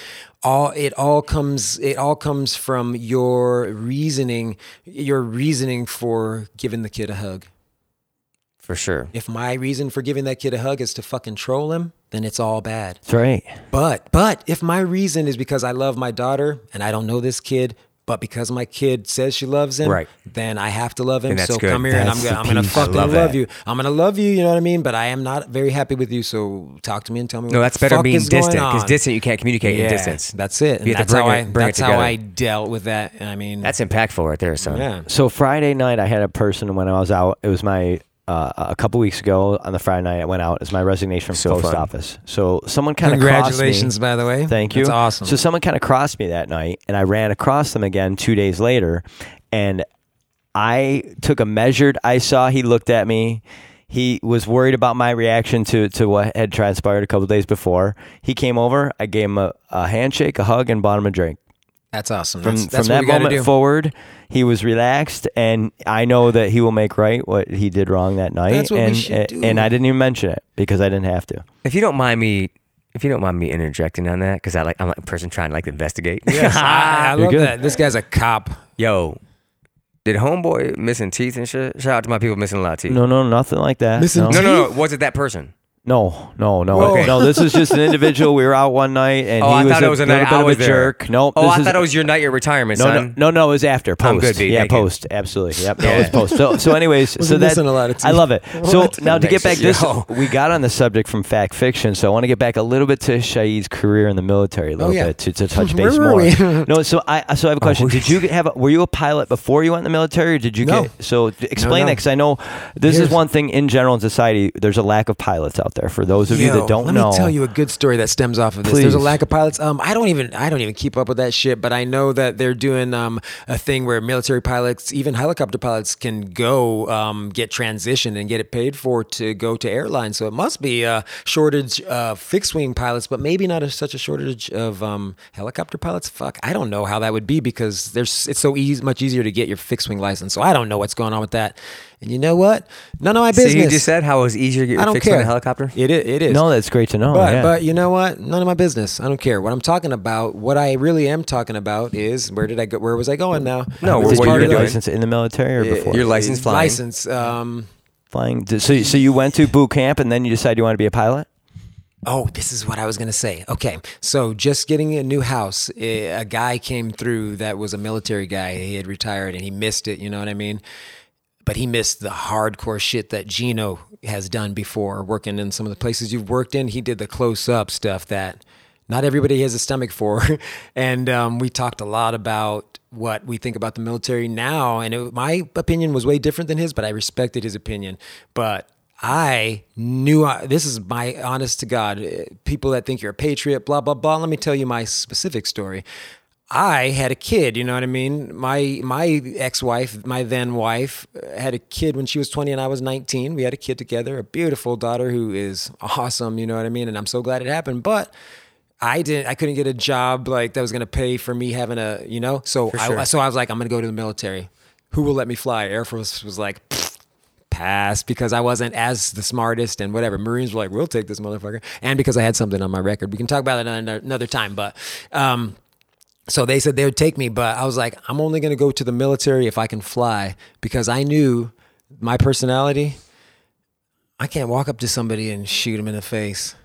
[SPEAKER 3] all it all comes it all comes from your reasoning your reasoning for giving the kid a hug.
[SPEAKER 2] For sure.
[SPEAKER 3] If my reason for giving that kid a hug is to fucking troll him, then it's all bad.
[SPEAKER 1] That's right.
[SPEAKER 3] But but if my reason is because I love my daughter and I don't know this kid, but because my kid says she loves him,
[SPEAKER 2] Right.
[SPEAKER 3] then I have to love him.
[SPEAKER 2] And that's
[SPEAKER 3] So
[SPEAKER 2] good.
[SPEAKER 3] come here and I'm
[SPEAKER 1] That's
[SPEAKER 3] gonna
[SPEAKER 1] the
[SPEAKER 3] I'm gonna
[SPEAKER 1] piece. I
[SPEAKER 3] fucking
[SPEAKER 2] love
[SPEAKER 3] love,
[SPEAKER 2] that.
[SPEAKER 3] you. I'm gonna love you, you know what I mean? But I am not very happy with you, so talk to me and tell me
[SPEAKER 2] No,
[SPEAKER 3] what
[SPEAKER 2] that's
[SPEAKER 3] the
[SPEAKER 2] better
[SPEAKER 3] fuck
[SPEAKER 2] being
[SPEAKER 3] is going
[SPEAKER 2] distant because
[SPEAKER 3] on.
[SPEAKER 2] distant you can't communicate
[SPEAKER 3] yeah,
[SPEAKER 2] in distance.
[SPEAKER 3] That's it. And
[SPEAKER 2] You have
[SPEAKER 3] that's
[SPEAKER 2] to bring
[SPEAKER 3] how
[SPEAKER 2] it-
[SPEAKER 3] I
[SPEAKER 2] bring it
[SPEAKER 3] that's how
[SPEAKER 2] together.
[SPEAKER 3] I dealt with that. And I mean
[SPEAKER 2] That's impactful right there, son.
[SPEAKER 3] yeah.
[SPEAKER 1] So Friday night, I had a person when I was out. It was my uh, a couple weeks ago on the Friday night I went out. It's my resignation from
[SPEAKER 2] So
[SPEAKER 1] post
[SPEAKER 2] fun.
[SPEAKER 1] office. So someone kind of
[SPEAKER 3] Congratulations, by the way.
[SPEAKER 1] Thank you.
[SPEAKER 3] That's awesome.
[SPEAKER 1] So someone kind of crossed me that night, and I ran across them again two days later, and I took a measured. I saw he looked at me. He was worried about my reaction to, to what had transpired a couple days before. He came over. I gave him a, a handshake, a hug, and bought him a drink.
[SPEAKER 3] that's awesome.
[SPEAKER 1] From,
[SPEAKER 3] that's,
[SPEAKER 1] from
[SPEAKER 3] that's what
[SPEAKER 1] that
[SPEAKER 3] we gotta
[SPEAKER 1] moment
[SPEAKER 3] do.
[SPEAKER 1] forward, he was relaxed, and I know that he will make right what he did wrong that night.
[SPEAKER 3] That's what we
[SPEAKER 1] and,
[SPEAKER 3] should do.
[SPEAKER 1] and I didn't even mention it because I didn't have to.
[SPEAKER 2] If you don't mind me, if you don't mind me interjecting on that, because I like I'm like a person trying to like investigate. [laughs]
[SPEAKER 3] Yes, I, I
[SPEAKER 1] You're
[SPEAKER 3] love
[SPEAKER 1] good.
[SPEAKER 3] that. This guy's a cop.
[SPEAKER 2] Yo, did homeboy missing teeth and shit? Shout out to my people missing a lot of teeth.
[SPEAKER 1] No, no, nothing like that.
[SPEAKER 3] Listen
[SPEAKER 1] no.
[SPEAKER 2] no, no, no. Was it that person?
[SPEAKER 1] No, no, no,
[SPEAKER 2] Whoa. Okay.
[SPEAKER 1] no. This is just an individual. We were out one night, and
[SPEAKER 2] [laughs] Oh,
[SPEAKER 1] he
[SPEAKER 2] I
[SPEAKER 1] was
[SPEAKER 2] thought
[SPEAKER 1] a
[SPEAKER 2] it was a
[SPEAKER 1] little
[SPEAKER 2] night
[SPEAKER 1] bit
[SPEAKER 2] I was
[SPEAKER 1] of a
[SPEAKER 2] there.
[SPEAKER 1] jerk. No,
[SPEAKER 2] Oh,
[SPEAKER 1] this
[SPEAKER 2] I
[SPEAKER 1] is-
[SPEAKER 2] thought it was your night at retirement,
[SPEAKER 1] no,
[SPEAKER 2] son.
[SPEAKER 1] no, no, no. It was after post.
[SPEAKER 2] I'm good, B.
[SPEAKER 1] yeah,
[SPEAKER 2] Thank you.
[SPEAKER 1] post. Absolutely. Yep.
[SPEAKER 2] Yeah.
[SPEAKER 1] That was post. So,
[SPEAKER 2] [laughs]
[SPEAKER 1] so anyways, so
[SPEAKER 3] Wasn't
[SPEAKER 1] that's
[SPEAKER 3] missing a lot of
[SPEAKER 1] I
[SPEAKER 3] teeth.
[SPEAKER 1] love it. So now to get back,
[SPEAKER 2] Amazing.
[SPEAKER 1] this
[SPEAKER 2] Yo.
[SPEAKER 1] we got on the subject from fact fiction. So I want to get back a little bit to Shaid's career in the military, a little
[SPEAKER 3] Oh, yeah.
[SPEAKER 1] bit to, to touch
[SPEAKER 3] [laughs] Where
[SPEAKER 1] base
[SPEAKER 3] were
[SPEAKER 1] more.
[SPEAKER 3] we? Oh,
[SPEAKER 1] no, so I so I have a question. Did you have? A, were you a pilot before you went in the military? Or did you
[SPEAKER 3] No.
[SPEAKER 1] get? So d- explain
[SPEAKER 3] no.
[SPEAKER 1] that because I know this
[SPEAKER 3] Here's-
[SPEAKER 1] is one thing in general in society. There's a lack of pilots out there. For those of you
[SPEAKER 3] Yo,
[SPEAKER 1] that don't
[SPEAKER 3] let
[SPEAKER 1] know,
[SPEAKER 3] me tell you a good story that stems off of this. There's a
[SPEAKER 1] Please.
[SPEAKER 3] lack of pilots. Um, I don't even I don't even keep up with that shit, but I know that they're doing um a thing where military pilots, even helicopter pilots, can go um get transitioned and get it paid for to go to airlines. So it must be a shortage of fixed wing pilots, but maybe not a, such a shortage of um helicopter pilots. Fuck, I don't know how that would be because there's it's so easy, much easier to get your fixed wing license. So I don't know what's going on with that. And you know what? None of my
[SPEAKER 2] See,
[SPEAKER 3] business.
[SPEAKER 2] you just said how it was easier to get
[SPEAKER 3] I
[SPEAKER 2] your
[SPEAKER 3] don't
[SPEAKER 2] fix
[SPEAKER 3] care.
[SPEAKER 2] on a helicopter.
[SPEAKER 3] It is. It is.
[SPEAKER 1] No, that's great to know.
[SPEAKER 3] But
[SPEAKER 1] Oh, yeah.
[SPEAKER 3] but you know what? None of my business. I don't care. What I'm talking about, what I really am talking about is where did I go? Where was I going now?
[SPEAKER 2] No,
[SPEAKER 3] It was
[SPEAKER 1] did
[SPEAKER 2] what
[SPEAKER 1] you
[SPEAKER 2] are
[SPEAKER 1] get
[SPEAKER 3] part
[SPEAKER 1] your
[SPEAKER 3] of the-
[SPEAKER 2] doing?
[SPEAKER 1] license in the military or before
[SPEAKER 2] Your license flying.
[SPEAKER 3] License. Um,
[SPEAKER 1] flying? Did- So so you went to boot camp and then you decided you wanted to be a pilot.
[SPEAKER 3] Oh, this is what I was going to say. Okay. So, just getting a new house, eh, a guy came through that was a military guy. He had retired and he missed it. You know what I mean? but he missed the hardcore shit that Gino has done before, working in some of the places you've worked in. He did the close up stuff that not everybody has a stomach for. [laughs] and um, we talked a lot about what we think about the military now. And it, my opinion was way different than his, but I respected his opinion. But I knew I, this is my honest to God. eh, People that think you're a patriot, blah, blah, blah. Let me tell you my specific story. I had a kid, you know what I mean? My my ex-wife, my then wife, uh, had a kid when she was 20 and I was 19. We had a kid together, a beautiful daughter who is awesome, you know what I mean? And I'm so glad it happened, but I didn't I couldn't get a job like that was going to pay for me having a, you know? So I so I was like I'm going to go to the military. Who will let me fly? Air Force was like "Pfft, pass because I wasn't as the smartest and whatever. Marines were like, "We'll take this motherfucker." And because I had something on my record. We can talk about it another, another time, but um so they said they would take me, but I was like, I'm only going to go to the military if I can fly because I knew my personality. I can't walk up to somebody and shoot them in the face.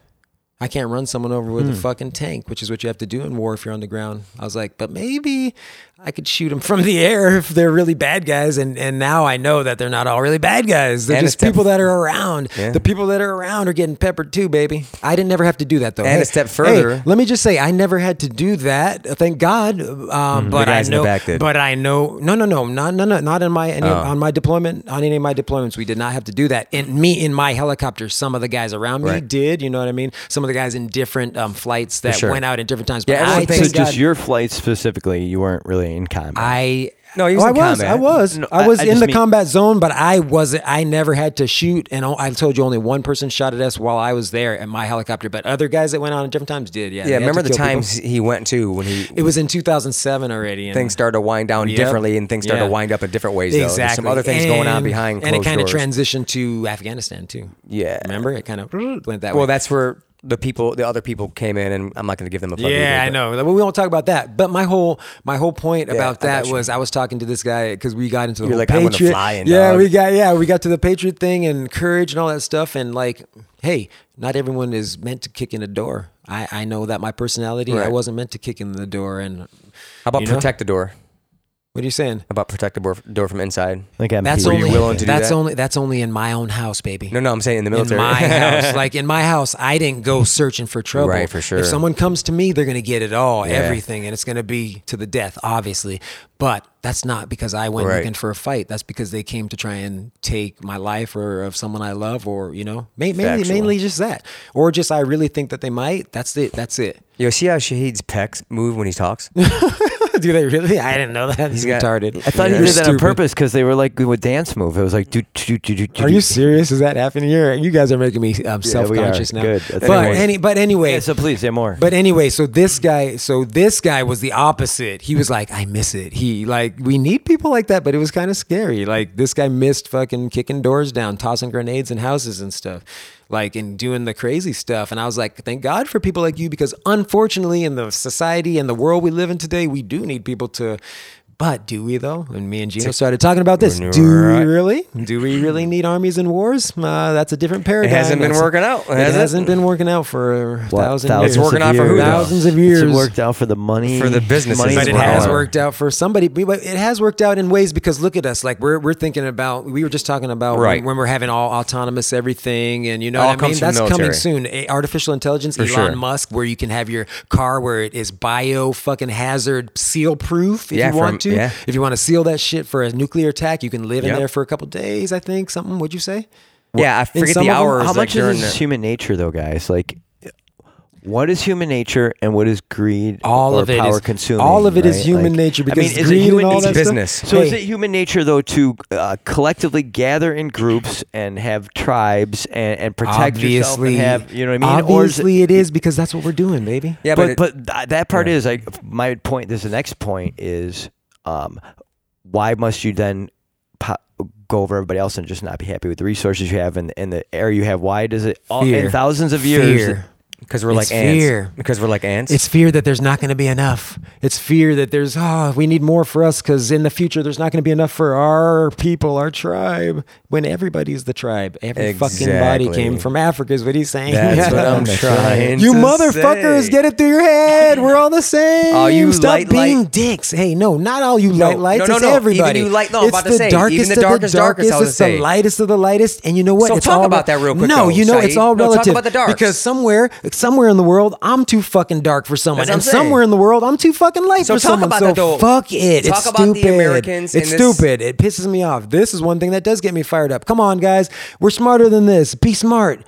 [SPEAKER 3] I can't run someone over with a
[SPEAKER 2] Hmm.
[SPEAKER 3] fucking tank, which is what you have to do in war if you're on the ground. I was like, but maybe I could shoot them from the air if they're really bad guys. And and now I know that they're not all really bad guys. They're
[SPEAKER 2] And
[SPEAKER 3] just
[SPEAKER 2] it's def-
[SPEAKER 3] people that are around.
[SPEAKER 2] Yeah.
[SPEAKER 3] The people that are around are getting peppered too, baby. I didn't never have to do that though.
[SPEAKER 2] And a step further-
[SPEAKER 3] hey, let me just say, I never had to do that. Thank God. Um, But
[SPEAKER 2] guys in Mm-hmm. the
[SPEAKER 3] I know.
[SPEAKER 2] back did. Oh.
[SPEAKER 3] But I know. No, no, no, not, no, no, not in my any, on my deployment. On any of my deployments, we did not have to do that. In me, in my helicopter, some of the guys around me
[SPEAKER 2] Right.
[SPEAKER 3] did. You know what I mean? Some of the guys in different um, flights that
[SPEAKER 2] sure.
[SPEAKER 3] went out at different times.
[SPEAKER 2] Yeah,
[SPEAKER 3] but
[SPEAKER 2] everyone
[SPEAKER 3] I
[SPEAKER 1] So
[SPEAKER 2] thinks
[SPEAKER 3] thank
[SPEAKER 2] it's
[SPEAKER 1] just
[SPEAKER 3] God,
[SPEAKER 1] your flight specifically, you weren't really in combat.
[SPEAKER 3] I.
[SPEAKER 2] No, he was
[SPEAKER 3] Oh, I
[SPEAKER 2] in
[SPEAKER 3] was,
[SPEAKER 2] combat.
[SPEAKER 3] I was,
[SPEAKER 1] No,
[SPEAKER 3] I
[SPEAKER 1] I-
[SPEAKER 3] was
[SPEAKER 1] I
[SPEAKER 3] in
[SPEAKER 1] just
[SPEAKER 3] the
[SPEAKER 1] mean-
[SPEAKER 3] combat zone, but I wasn't. I never had to shoot, and I I told you only one person shot at us while I was there at my helicopter. But other guys that went on at different times did. Yeah, they
[SPEAKER 2] Yeah,
[SPEAKER 3] had to
[SPEAKER 2] remember the
[SPEAKER 3] kill people.
[SPEAKER 2] times he went to when he
[SPEAKER 3] It was in 2007 already. And
[SPEAKER 2] things started to wind down
[SPEAKER 3] Yep.
[SPEAKER 2] differently and things started
[SPEAKER 3] Yeah.
[SPEAKER 2] to wind up in different ways. Though.
[SPEAKER 3] exactly.
[SPEAKER 2] There's some other things going on behind
[SPEAKER 3] and
[SPEAKER 2] closed
[SPEAKER 3] it kind of
[SPEAKER 2] doors.
[SPEAKER 3] transitioned to Afghanistan too.
[SPEAKER 2] Yeah.
[SPEAKER 3] remember
[SPEAKER 2] [clears throat]
[SPEAKER 3] it kind of went that way.
[SPEAKER 2] Well, that's where the people, the other people came in, and I'm not going to give them a plug.
[SPEAKER 3] Yeah,
[SPEAKER 2] either,
[SPEAKER 3] I
[SPEAKER 2] but-
[SPEAKER 3] know. Well, we won't talk about that. But my whole my whole point about
[SPEAKER 2] I got
[SPEAKER 3] that
[SPEAKER 2] you.
[SPEAKER 3] was I was talking to this guy because we got into the
[SPEAKER 2] You're
[SPEAKER 3] whole
[SPEAKER 2] like, I'm gonna
[SPEAKER 3] Patriot.
[SPEAKER 2] fly in,
[SPEAKER 3] yeah,
[SPEAKER 2] dog.
[SPEAKER 3] we got yeah we got to the Patriot thing and courage and all that stuff and like, hey, not everyone is meant to kick in a door. I I know that my personality I
[SPEAKER 2] Right.
[SPEAKER 3] wasn't meant to kick in the door. And
[SPEAKER 2] How about
[SPEAKER 3] You know?
[SPEAKER 2] protect the door?
[SPEAKER 3] what are you saying?
[SPEAKER 2] How about protect the door, door from inside?
[SPEAKER 1] like MP.
[SPEAKER 3] That's
[SPEAKER 2] Were you
[SPEAKER 3] only
[SPEAKER 2] willing to do
[SPEAKER 3] that's
[SPEAKER 2] that?
[SPEAKER 3] only that's only in my own house, baby.
[SPEAKER 2] No, no, I'm saying in the military.
[SPEAKER 3] In
[SPEAKER 2] [laughs]
[SPEAKER 3] my
[SPEAKER 1] [laughs]
[SPEAKER 3] house, like in my house, I didn't go searching for trouble.
[SPEAKER 2] Right, for sure.
[SPEAKER 3] If someone comes to me, they're going to get it all,
[SPEAKER 2] Yeah.
[SPEAKER 3] everything, and it's going to be to the death, obviously. But that's not because I went
[SPEAKER 2] Right.
[SPEAKER 3] looking for a fight. That's because they came to try and take my life or of someone I love, or you know, ma- mainly
[SPEAKER 2] Factual.
[SPEAKER 3] mainly just that, or just I really think that they might. That's it. That's it. [laughs]
[SPEAKER 2] Yo, see how Shahid's pecs move when he talks?
[SPEAKER 3] Do they really? I didn't know that. He's
[SPEAKER 2] got-
[SPEAKER 3] retarded.
[SPEAKER 1] I thought
[SPEAKER 2] Yeah.
[SPEAKER 1] he
[SPEAKER 3] You're
[SPEAKER 1] did that on
[SPEAKER 3] stupid.
[SPEAKER 1] purpose because they were like doing a dance move. It was like, do, do, do, do, do,
[SPEAKER 3] Are you serious? Is that happening? You're, you guys are making me um, self conscious now.
[SPEAKER 1] Good. That's
[SPEAKER 3] But
[SPEAKER 1] good.
[SPEAKER 3] any, but anyway,
[SPEAKER 1] Yeah, so please say more.
[SPEAKER 3] But anyway, so this guy, so this guy was the opposite. He was like, I miss it. He like, we need people like that, but it was kind of scary. Like this guy missed fucking kicking doors down, tossing grenades in houses and stuff, like and doing the crazy stuff. And I was like, thank God for people like you because unfortunately, in the society and the world we live in today, we do need people to. But do we though? And me and Gino started talking about this. Do we
[SPEAKER 2] Right.
[SPEAKER 3] really? Do we really need armies and wars? Uh, that's a different paradigm.
[SPEAKER 2] hasn't been
[SPEAKER 3] That's-
[SPEAKER 2] working out,
[SPEAKER 3] It
[SPEAKER 2] has it?
[SPEAKER 3] hasn't been working out for a
[SPEAKER 1] What,
[SPEAKER 3] thousand
[SPEAKER 1] thousands
[SPEAKER 3] years.
[SPEAKER 2] It's working
[SPEAKER 1] of
[SPEAKER 2] out for who,
[SPEAKER 1] years.
[SPEAKER 2] though?
[SPEAKER 3] Thousands of years.
[SPEAKER 1] It's worked out for the money.
[SPEAKER 2] For the businesses.
[SPEAKER 1] Money's
[SPEAKER 2] But
[SPEAKER 3] But it
[SPEAKER 2] working
[SPEAKER 1] working
[SPEAKER 3] has
[SPEAKER 1] out.
[SPEAKER 3] worked out for somebody. We- but It has worked out in ways because look at us. Like we're we're thinking about. We were just talking about when-
[SPEAKER 2] Right.
[SPEAKER 3] when, we're having all autonomous everything, and you know
[SPEAKER 2] All
[SPEAKER 3] what I mean.
[SPEAKER 2] comes from
[SPEAKER 3] That's
[SPEAKER 2] the
[SPEAKER 3] coming
[SPEAKER 2] military.
[SPEAKER 3] soon. A- artificial intelligence, Elon
[SPEAKER 2] sure.
[SPEAKER 3] Musk, where you can have your car where it is bio fucking hazard seal proof if
[SPEAKER 2] Yeah,
[SPEAKER 3] you want
[SPEAKER 2] from-
[SPEAKER 3] to.
[SPEAKER 2] yeah.
[SPEAKER 3] If you want to seal that shit for a nuclear attack, you can live in
[SPEAKER 2] Yep.
[SPEAKER 3] there for a couple days. I think something. Would you say?
[SPEAKER 2] yeah, I forget
[SPEAKER 3] some
[SPEAKER 2] the
[SPEAKER 3] of 'em,
[SPEAKER 2] hours.
[SPEAKER 1] How
[SPEAKER 2] like,
[SPEAKER 1] much
[SPEAKER 2] during
[SPEAKER 1] is this
[SPEAKER 2] the-
[SPEAKER 1] human nature, though, guys? Like, what is human nature and what is greed?
[SPEAKER 3] All
[SPEAKER 1] or
[SPEAKER 3] of it is-
[SPEAKER 1] power consuming.
[SPEAKER 3] all of it is
[SPEAKER 1] right? Like-
[SPEAKER 3] human nature
[SPEAKER 1] I mean,
[SPEAKER 3] because
[SPEAKER 1] is it
[SPEAKER 3] greed and
[SPEAKER 1] human-
[SPEAKER 3] all
[SPEAKER 1] it's
[SPEAKER 3] that stuff-
[SPEAKER 2] business.
[SPEAKER 1] So is
[SPEAKER 3] Hey.
[SPEAKER 1] it human nature though to uh, collectively gather in groups and have tribes and, and protect yourself and
[SPEAKER 3] obviously,
[SPEAKER 1] have you know what I mean? Or is it-
[SPEAKER 3] obviously it is because that's what we're doing, baby.
[SPEAKER 2] Yeah, but,
[SPEAKER 1] but
[SPEAKER 2] it-
[SPEAKER 1] but, th- that part is like my point. This the next point is, um, why must you then po- go over everybody else and just not be happy with the resources you have and, and the air you have? Why does it all
[SPEAKER 3] Fear.
[SPEAKER 1] in thousands of years?
[SPEAKER 3] Fear.
[SPEAKER 2] because we're
[SPEAKER 3] It's
[SPEAKER 2] like ants.
[SPEAKER 3] fear.
[SPEAKER 2] Because we're like ants.
[SPEAKER 3] It's fear that there's not going to be enough. It's fear that there's, oh, we need more for us because in the future there's not going to be enough for our people, our tribe, when everybody's the tribe. Every fucking body
[SPEAKER 2] Exactly.
[SPEAKER 3] came from Africa, is what he's saying.
[SPEAKER 2] That's what I'm trying.
[SPEAKER 3] You
[SPEAKER 2] to
[SPEAKER 3] motherfuckers,
[SPEAKER 2] say.
[SPEAKER 3] get it through your head. We're all the same.
[SPEAKER 2] All you
[SPEAKER 3] Stop
[SPEAKER 2] light,
[SPEAKER 3] being
[SPEAKER 2] light-
[SPEAKER 3] dicks. Hey, no, not all you light lights.
[SPEAKER 2] no,
[SPEAKER 3] it's
[SPEAKER 2] no. Even
[SPEAKER 3] everybody.
[SPEAKER 2] you light- no, I'm
[SPEAKER 3] it's
[SPEAKER 2] about to
[SPEAKER 3] the
[SPEAKER 2] say, even
[SPEAKER 3] darkest
[SPEAKER 2] the
[SPEAKER 3] of
[SPEAKER 2] darkest, darkest, I was
[SPEAKER 3] It's
[SPEAKER 2] gonna
[SPEAKER 3] the
[SPEAKER 2] say.
[SPEAKER 3] lightest of the lightest. And you know what?
[SPEAKER 2] So
[SPEAKER 3] it's
[SPEAKER 2] talk
[SPEAKER 3] all
[SPEAKER 2] about that real quick,
[SPEAKER 3] No,
[SPEAKER 2] though,
[SPEAKER 3] you know it's
[SPEAKER 2] Saeed.
[SPEAKER 3] all
[SPEAKER 2] No, talk
[SPEAKER 3] relative.
[SPEAKER 2] about the darks.
[SPEAKER 3] Because somewhere, somewhere in the world, I'm too fucking dark for someone,
[SPEAKER 2] That's what I'm
[SPEAKER 3] and
[SPEAKER 2] saying.
[SPEAKER 3] somewhere in the world, I'm too fucking light
[SPEAKER 2] So
[SPEAKER 3] for
[SPEAKER 2] talk
[SPEAKER 3] someone.
[SPEAKER 2] about
[SPEAKER 3] so
[SPEAKER 2] that, though.
[SPEAKER 3] fuck it.
[SPEAKER 2] Talk
[SPEAKER 3] it's
[SPEAKER 2] about the
[SPEAKER 3] stupid.
[SPEAKER 2] Americans in
[SPEAKER 3] It's
[SPEAKER 2] this-
[SPEAKER 3] stupid stupid. It pisses me off. This is one thing that does get me fired up. Come on, guys. We're smarter than this. Be smart.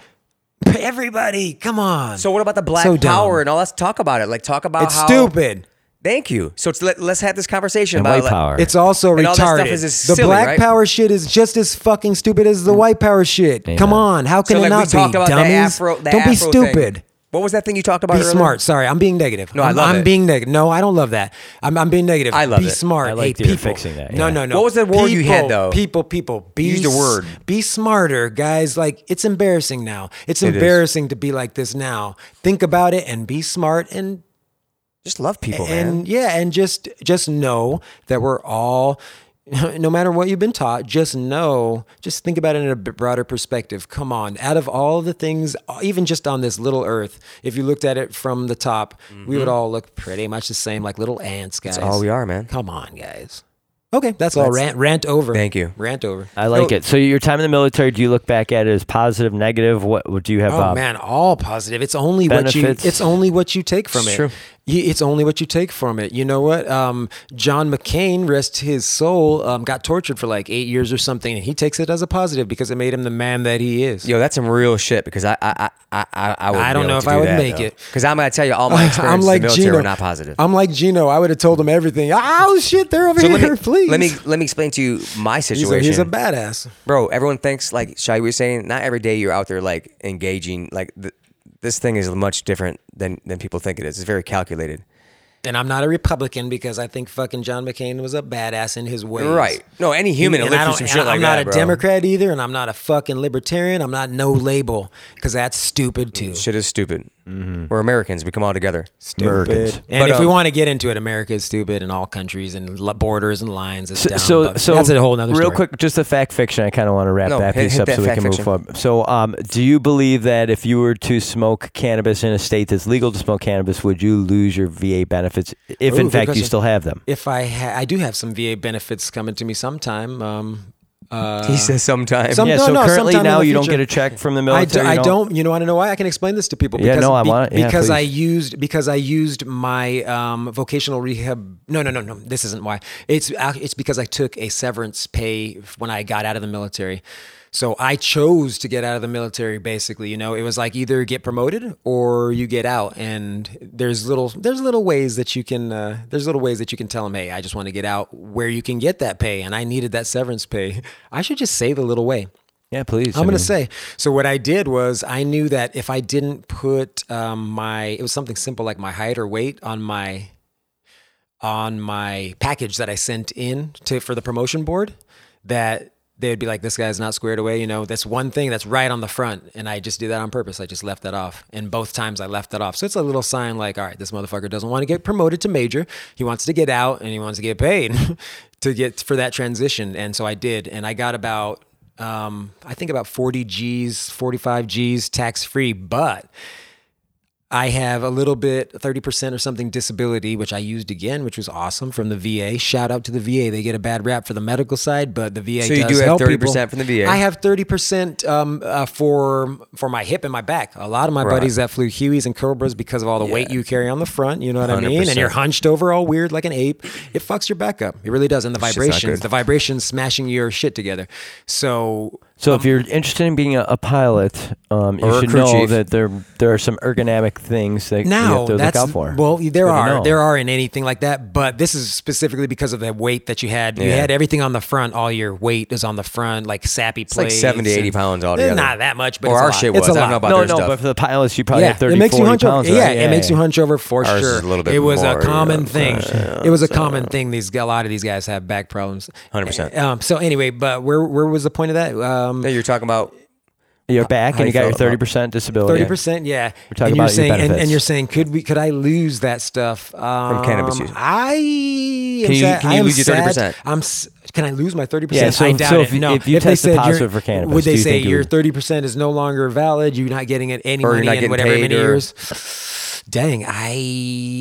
[SPEAKER 3] Everybody, come on.
[SPEAKER 2] So what about the black
[SPEAKER 3] So dumb.
[SPEAKER 2] power and all? Let's talk about it. Like talk about
[SPEAKER 3] It's
[SPEAKER 2] how
[SPEAKER 3] stupid.
[SPEAKER 2] Thank you. So it's, let, let's have this conversation
[SPEAKER 1] And
[SPEAKER 2] about
[SPEAKER 1] white
[SPEAKER 2] like-
[SPEAKER 1] power.
[SPEAKER 3] It's also
[SPEAKER 2] And
[SPEAKER 3] retarded.
[SPEAKER 2] all that stuff is just
[SPEAKER 3] the
[SPEAKER 2] silly,
[SPEAKER 3] black
[SPEAKER 2] right? Mm.
[SPEAKER 3] power shit is just as fucking stupid as the white power shit. Come on, how can
[SPEAKER 2] So
[SPEAKER 3] it
[SPEAKER 2] like
[SPEAKER 3] not
[SPEAKER 2] we talked
[SPEAKER 3] be?
[SPEAKER 2] about
[SPEAKER 3] dummies?
[SPEAKER 2] the afro. The
[SPEAKER 3] Don't be
[SPEAKER 2] Afro thing.
[SPEAKER 3] stupid.
[SPEAKER 2] What was that thing you talked about?
[SPEAKER 3] Be
[SPEAKER 2] earlier?
[SPEAKER 3] smart. Sorry, I'm being negative.
[SPEAKER 2] No, I
[SPEAKER 3] I'm,
[SPEAKER 2] love
[SPEAKER 3] I'm
[SPEAKER 2] it.
[SPEAKER 3] being negative. No, I don't love that. I'm, I'm being negative.
[SPEAKER 2] I love
[SPEAKER 3] be
[SPEAKER 2] it.
[SPEAKER 3] smart.
[SPEAKER 1] I like
[SPEAKER 3] hey,
[SPEAKER 1] that you're
[SPEAKER 3] people.
[SPEAKER 1] fixing that,
[SPEAKER 3] No,
[SPEAKER 1] yeah.
[SPEAKER 3] no, no.
[SPEAKER 2] What was that word you had,
[SPEAKER 3] People,
[SPEAKER 2] though?
[SPEAKER 3] People, people. Be
[SPEAKER 2] used a
[SPEAKER 3] s-
[SPEAKER 2] word.
[SPEAKER 3] Be smarter, guys. Like it's embarrassing now. It's embarrassing to be like this now. Think about it and be smart and
[SPEAKER 2] Just love people,
[SPEAKER 3] and
[SPEAKER 2] man.
[SPEAKER 3] yeah, and just just know that we're all [laughs] no matter what you've been taught, just know, just think about it in a bit broader perspective. Come on, out of all the things, uh, even just on this little earth, if you looked at it from the top, we would all look pretty much the same, like little ants, guys.
[SPEAKER 2] Mm-hmm. That's all we are, man.
[SPEAKER 3] Come on, guys. Okay, that's all. Rant, rant over.
[SPEAKER 2] Thank you.
[SPEAKER 3] Rant over.
[SPEAKER 1] I like it. So your time in the military, do you look back at it as positive, negative? What what do you have?
[SPEAKER 3] Oh
[SPEAKER 1] uh,
[SPEAKER 3] man, all positive. It's only what
[SPEAKER 1] Benefits.
[SPEAKER 3] you. It's only what you take from
[SPEAKER 2] It's
[SPEAKER 3] it.
[SPEAKER 2] true.
[SPEAKER 3] You- It's only what you take from it. You know what? Um, John McCain, rest his soul, um, got tortured for like eight years or something, and he takes it as a positive because it made him the man that he is.
[SPEAKER 2] Yo, that's some real shit because I I I I, I, would
[SPEAKER 3] I don't know if I would make it.
[SPEAKER 2] because I'm gonna tell you all my experiences
[SPEAKER 3] [laughs] [laughs] I'm like
[SPEAKER 2] in the military
[SPEAKER 3] Gino.
[SPEAKER 2] were not positive.
[SPEAKER 3] I'm like Gino. I would have told him everything. Oh shit, they're over
[SPEAKER 2] so
[SPEAKER 3] here.
[SPEAKER 2] let me,
[SPEAKER 3] [laughs] please.
[SPEAKER 2] let me let me explain to you my
[SPEAKER 3] He's
[SPEAKER 2] situation.
[SPEAKER 3] a, he's a badass.
[SPEAKER 2] bro, everyone thinks like Shai was saying, not every day you're out there like engaging. Like th- this thing is much different than than people think it is. It's very calculated.
[SPEAKER 3] And I'm not a Republican because I think fucking John McCain was a badass in his ways.
[SPEAKER 2] Right. No, any human that
[SPEAKER 3] And I
[SPEAKER 2] lives through
[SPEAKER 3] don't-
[SPEAKER 2] some shit
[SPEAKER 3] and
[SPEAKER 2] like
[SPEAKER 3] I'm not
[SPEAKER 2] that,
[SPEAKER 3] a
[SPEAKER 2] bro.
[SPEAKER 3] Democrat either, and I'm not a fucking libertarian. I'm not no label because that's stupid too.
[SPEAKER 2] Shit is stupid.
[SPEAKER 3] Mm-hmm.
[SPEAKER 2] We're Americans. We come all together.
[SPEAKER 1] Americans.
[SPEAKER 3] And
[SPEAKER 2] But,
[SPEAKER 3] if we
[SPEAKER 2] um,
[SPEAKER 3] want to get into it, America is stupid, and all countries and li- borders and lines is
[SPEAKER 1] So,
[SPEAKER 3] dumb.
[SPEAKER 1] so,
[SPEAKER 3] but
[SPEAKER 1] so
[SPEAKER 3] that's a whole nother
[SPEAKER 1] real
[SPEAKER 3] story.
[SPEAKER 1] quick, just the fact fiction. I kind of want to wrap
[SPEAKER 2] No,
[SPEAKER 1] that
[SPEAKER 2] hit-
[SPEAKER 1] piece
[SPEAKER 2] hit
[SPEAKER 1] up
[SPEAKER 2] that
[SPEAKER 1] so we
[SPEAKER 2] fact
[SPEAKER 1] can move
[SPEAKER 2] fiction.
[SPEAKER 1] forward. So, um, do you believe that if you were to smoke cannabis in a state that's legal to smoke cannabis, would you lose your VA benefits if,
[SPEAKER 3] Ooh,
[SPEAKER 1] in
[SPEAKER 3] good
[SPEAKER 1] fact, you
[SPEAKER 3] question.
[SPEAKER 1] still have them?
[SPEAKER 3] If I ha- I do have some VA benefits coming to me sometime. Um, uh,
[SPEAKER 2] He says sometimes.
[SPEAKER 3] Some-
[SPEAKER 1] yeah.
[SPEAKER 3] no,
[SPEAKER 1] so
[SPEAKER 3] no,
[SPEAKER 1] currently
[SPEAKER 3] sometime in
[SPEAKER 1] now
[SPEAKER 3] the
[SPEAKER 1] you don't
[SPEAKER 3] future.
[SPEAKER 1] get a check from the
[SPEAKER 3] I,
[SPEAKER 1] military.
[SPEAKER 3] d- I
[SPEAKER 1] you
[SPEAKER 3] don't. You know, I don't know why. I can explain this to people.
[SPEAKER 1] Yeah,
[SPEAKER 3] Because,
[SPEAKER 1] no, I
[SPEAKER 3] be-
[SPEAKER 1] want it. Yeah,
[SPEAKER 3] because I
[SPEAKER 1] please.
[SPEAKER 3] used because I used my um, vocational rehab. No, no, no, no. This isn't why. It's ac- it's because I took a severance pay f- when I got out of the military. So I chose to get out of the military. Basically, you know, it was like either get promoted or you get out. And there's little there's little ways that you can uh, there's little ways that you can tell them, hey, I just want to get out where you can get that pay. And I needed that severance pay. [laughs] I should just say the little way.
[SPEAKER 1] Yeah, please.
[SPEAKER 3] I'm
[SPEAKER 1] I
[SPEAKER 3] going
[SPEAKER 1] mean,
[SPEAKER 3] to say. So what I did was I knew that if I didn't put um, my it was something simple like my height or weight on my on my package that I sent in to for the promotion board that they'd be like this guy's not squared away, you know, that's one thing that's right on the front and I just did that on purpose. I just left that off. And both times I left that off. So it's a little sign like, all right, this motherfucker doesn't want to get promoted to major. He wants to get out and he wants to get paid [laughs] to get for that transition. And so I did and I got about um, I think about 40 G's, 45 G's tax free, but I have a little bit, 30% or something disability, which I used again, which was awesome from the VA. Shout out to the VA. They get a bad rap for the medical side, but the VA
[SPEAKER 2] So you
[SPEAKER 3] does
[SPEAKER 2] do have
[SPEAKER 3] help
[SPEAKER 2] 30%
[SPEAKER 3] people.
[SPEAKER 2] from the VA.
[SPEAKER 3] I have 30% um, uh, for for my hip and my back. A lot of my buddies that flew Hueys and Cobras because of all the weight you carry on the front, you know what I mean? And
[SPEAKER 2] 100%.
[SPEAKER 3] you're hunched over all weird like an ape. It fucks your back up. It really does. And the
[SPEAKER 2] shit's not
[SPEAKER 3] vibrations,
[SPEAKER 2] good.
[SPEAKER 3] the vibrations smashing your shit together. So
[SPEAKER 1] So if you're interested in being a, a pilot, um,
[SPEAKER 2] Or
[SPEAKER 1] you
[SPEAKER 2] a
[SPEAKER 1] should
[SPEAKER 2] crew
[SPEAKER 1] know
[SPEAKER 2] chief.
[SPEAKER 1] that there there are some ergonomic things that you
[SPEAKER 3] now
[SPEAKER 1] have to look
[SPEAKER 3] that's
[SPEAKER 1] out for.
[SPEAKER 3] well there
[SPEAKER 1] good to
[SPEAKER 3] are
[SPEAKER 1] know.
[SPEAKER 3] there are in anything like that but this is specifically because of the weight that you had you
[SPEAKER 2] Yeah.
[SPEAKER 3] had everything on the front all your weight is on the front like sappy
[SPEAKER 2] like
[SPEAKER 3] plates
[SPEAKER 2] 70, 80
[SPEAKER 3] and-
[SPEAKER 2] pounds
[SPEAKER 3] Eh,
[SPEAKER 2] altogether.
[SPEAKER 3] not that much but
[SPEAKER 2] Or
[SPEAKER 3] it's a
[SPEAKER 2] our
[SPEAKER 3] lot.
[SPEAKER 2] shit
[SPEAKER 3] it's
[SPEAKER 2] was.
[SPEAKER 3] a
[SPEAKER 2] I don't
[SPEAKER 3] lot.
[SPEAKER 2] know about
[SPEAKER 1] no,
[SPEAKER 2] their
[SPEAKER 1] no,
[SPEAKER 2] stuff.
[SPEAKER 1] but for the pilots, you probably have 30,
[SPEAKER 3] it makes you
[SPEAKER 1] 40
[SPEAKER 3] hunch
[SPEAKER 1] pounds.
[SPEAKER 3] over. Yeah,
[SPEAKER 1] right?
[SPEAKER 3] it makes you hunch over for
[SPEAKER 2] Ours is
[SPEAKER 3] sure.
[SPEAKER 2] a little bit
[SPEAKER 3] it was
[SPEAKER 2] more, uh,
[SPEAKER 3] a common
[SPEAKER 2] yeah,
[SPEAKER 3] thing. It was a common thing. These a lot of these guys have back problems.
[SPEAKER 2] 100%.
[SPEAKER 3] Um, so anyway, but where where was the point of that? Um,
[SPEAKER 2] Yeah, you're talking about
[SPEAKER 1] You're back,
[SPEAKER 2] how
[SPEAKER 1] and you
[SPEAKER 2] you
[SPEAKER 1] got your
[SPEAKER 2] felt
[SPEAKER 1] thirty
[SPEAKER 2] about-
[SPEAKER 1] percent disability.
[SPEAKER 3] Thirty percent, yeah.
[SPEAKER 1] Oh, We're talking
[SPEAKER 3] and you're
[SPEAKER 1] about your
[SPEAKER 3] saying, and,
[SPEAKER 1] benefits.
[SPEAKER 3] and you're saying, could we? Could I lose that stuff um,
[SPEAKER 2] cannabis use.
[SPEAKER 3] I am
[SPEAKER 2] Can you-
[SPEAKER 3] sad.
[SPEAKER 2] can you
[SPEAKER 3] I am
[SPEAKER 2] lose your
[SPEAKER 3] sad.
[SPEAKER 2] 30%?
[SPEAKER 3] I'm. s- Can I lose my thirty
[SPEAKER 1] Yeah,
[SPEAKER 3] percent?
[SPEAKER 1] so-
[SPEAKER 3] I doubt
[SPEAKER 1] so
[SPEAKER 3] it.
[SPEAKER 1] if you-
[SPEAKER 3] no.
[SPEAKER 1] if you
[SPEAKER 3] they
[SPEAKER 1] tested
[SPEAKER 3] said you're-
[SPEAKER 1] positive for cannabis,
[SPEAKER 3] would
[SPEAKER 1] do
[SPEAKER 3] they
[SPEAKER 1] you
[SPEAKER 3] say
[SPEAKER 1] think you
[SPEAKER 3] your
[SPEAKER 1] would-
[SPEAKER 3] thirty percent is no longer valid? You're not getting it any
[SPEAKER 2] Or you're
[SPEAKER 3] money
[SPEAKER 2] not
[SPEAKER 3] in
[SPEAKER 2] getting
[SPEAKER 3] whatever
[SPEAKER 2] paid
[SPEAKER 3] many
[SPEAKER 2] or-
[SPEAKER 3] years. Dang, I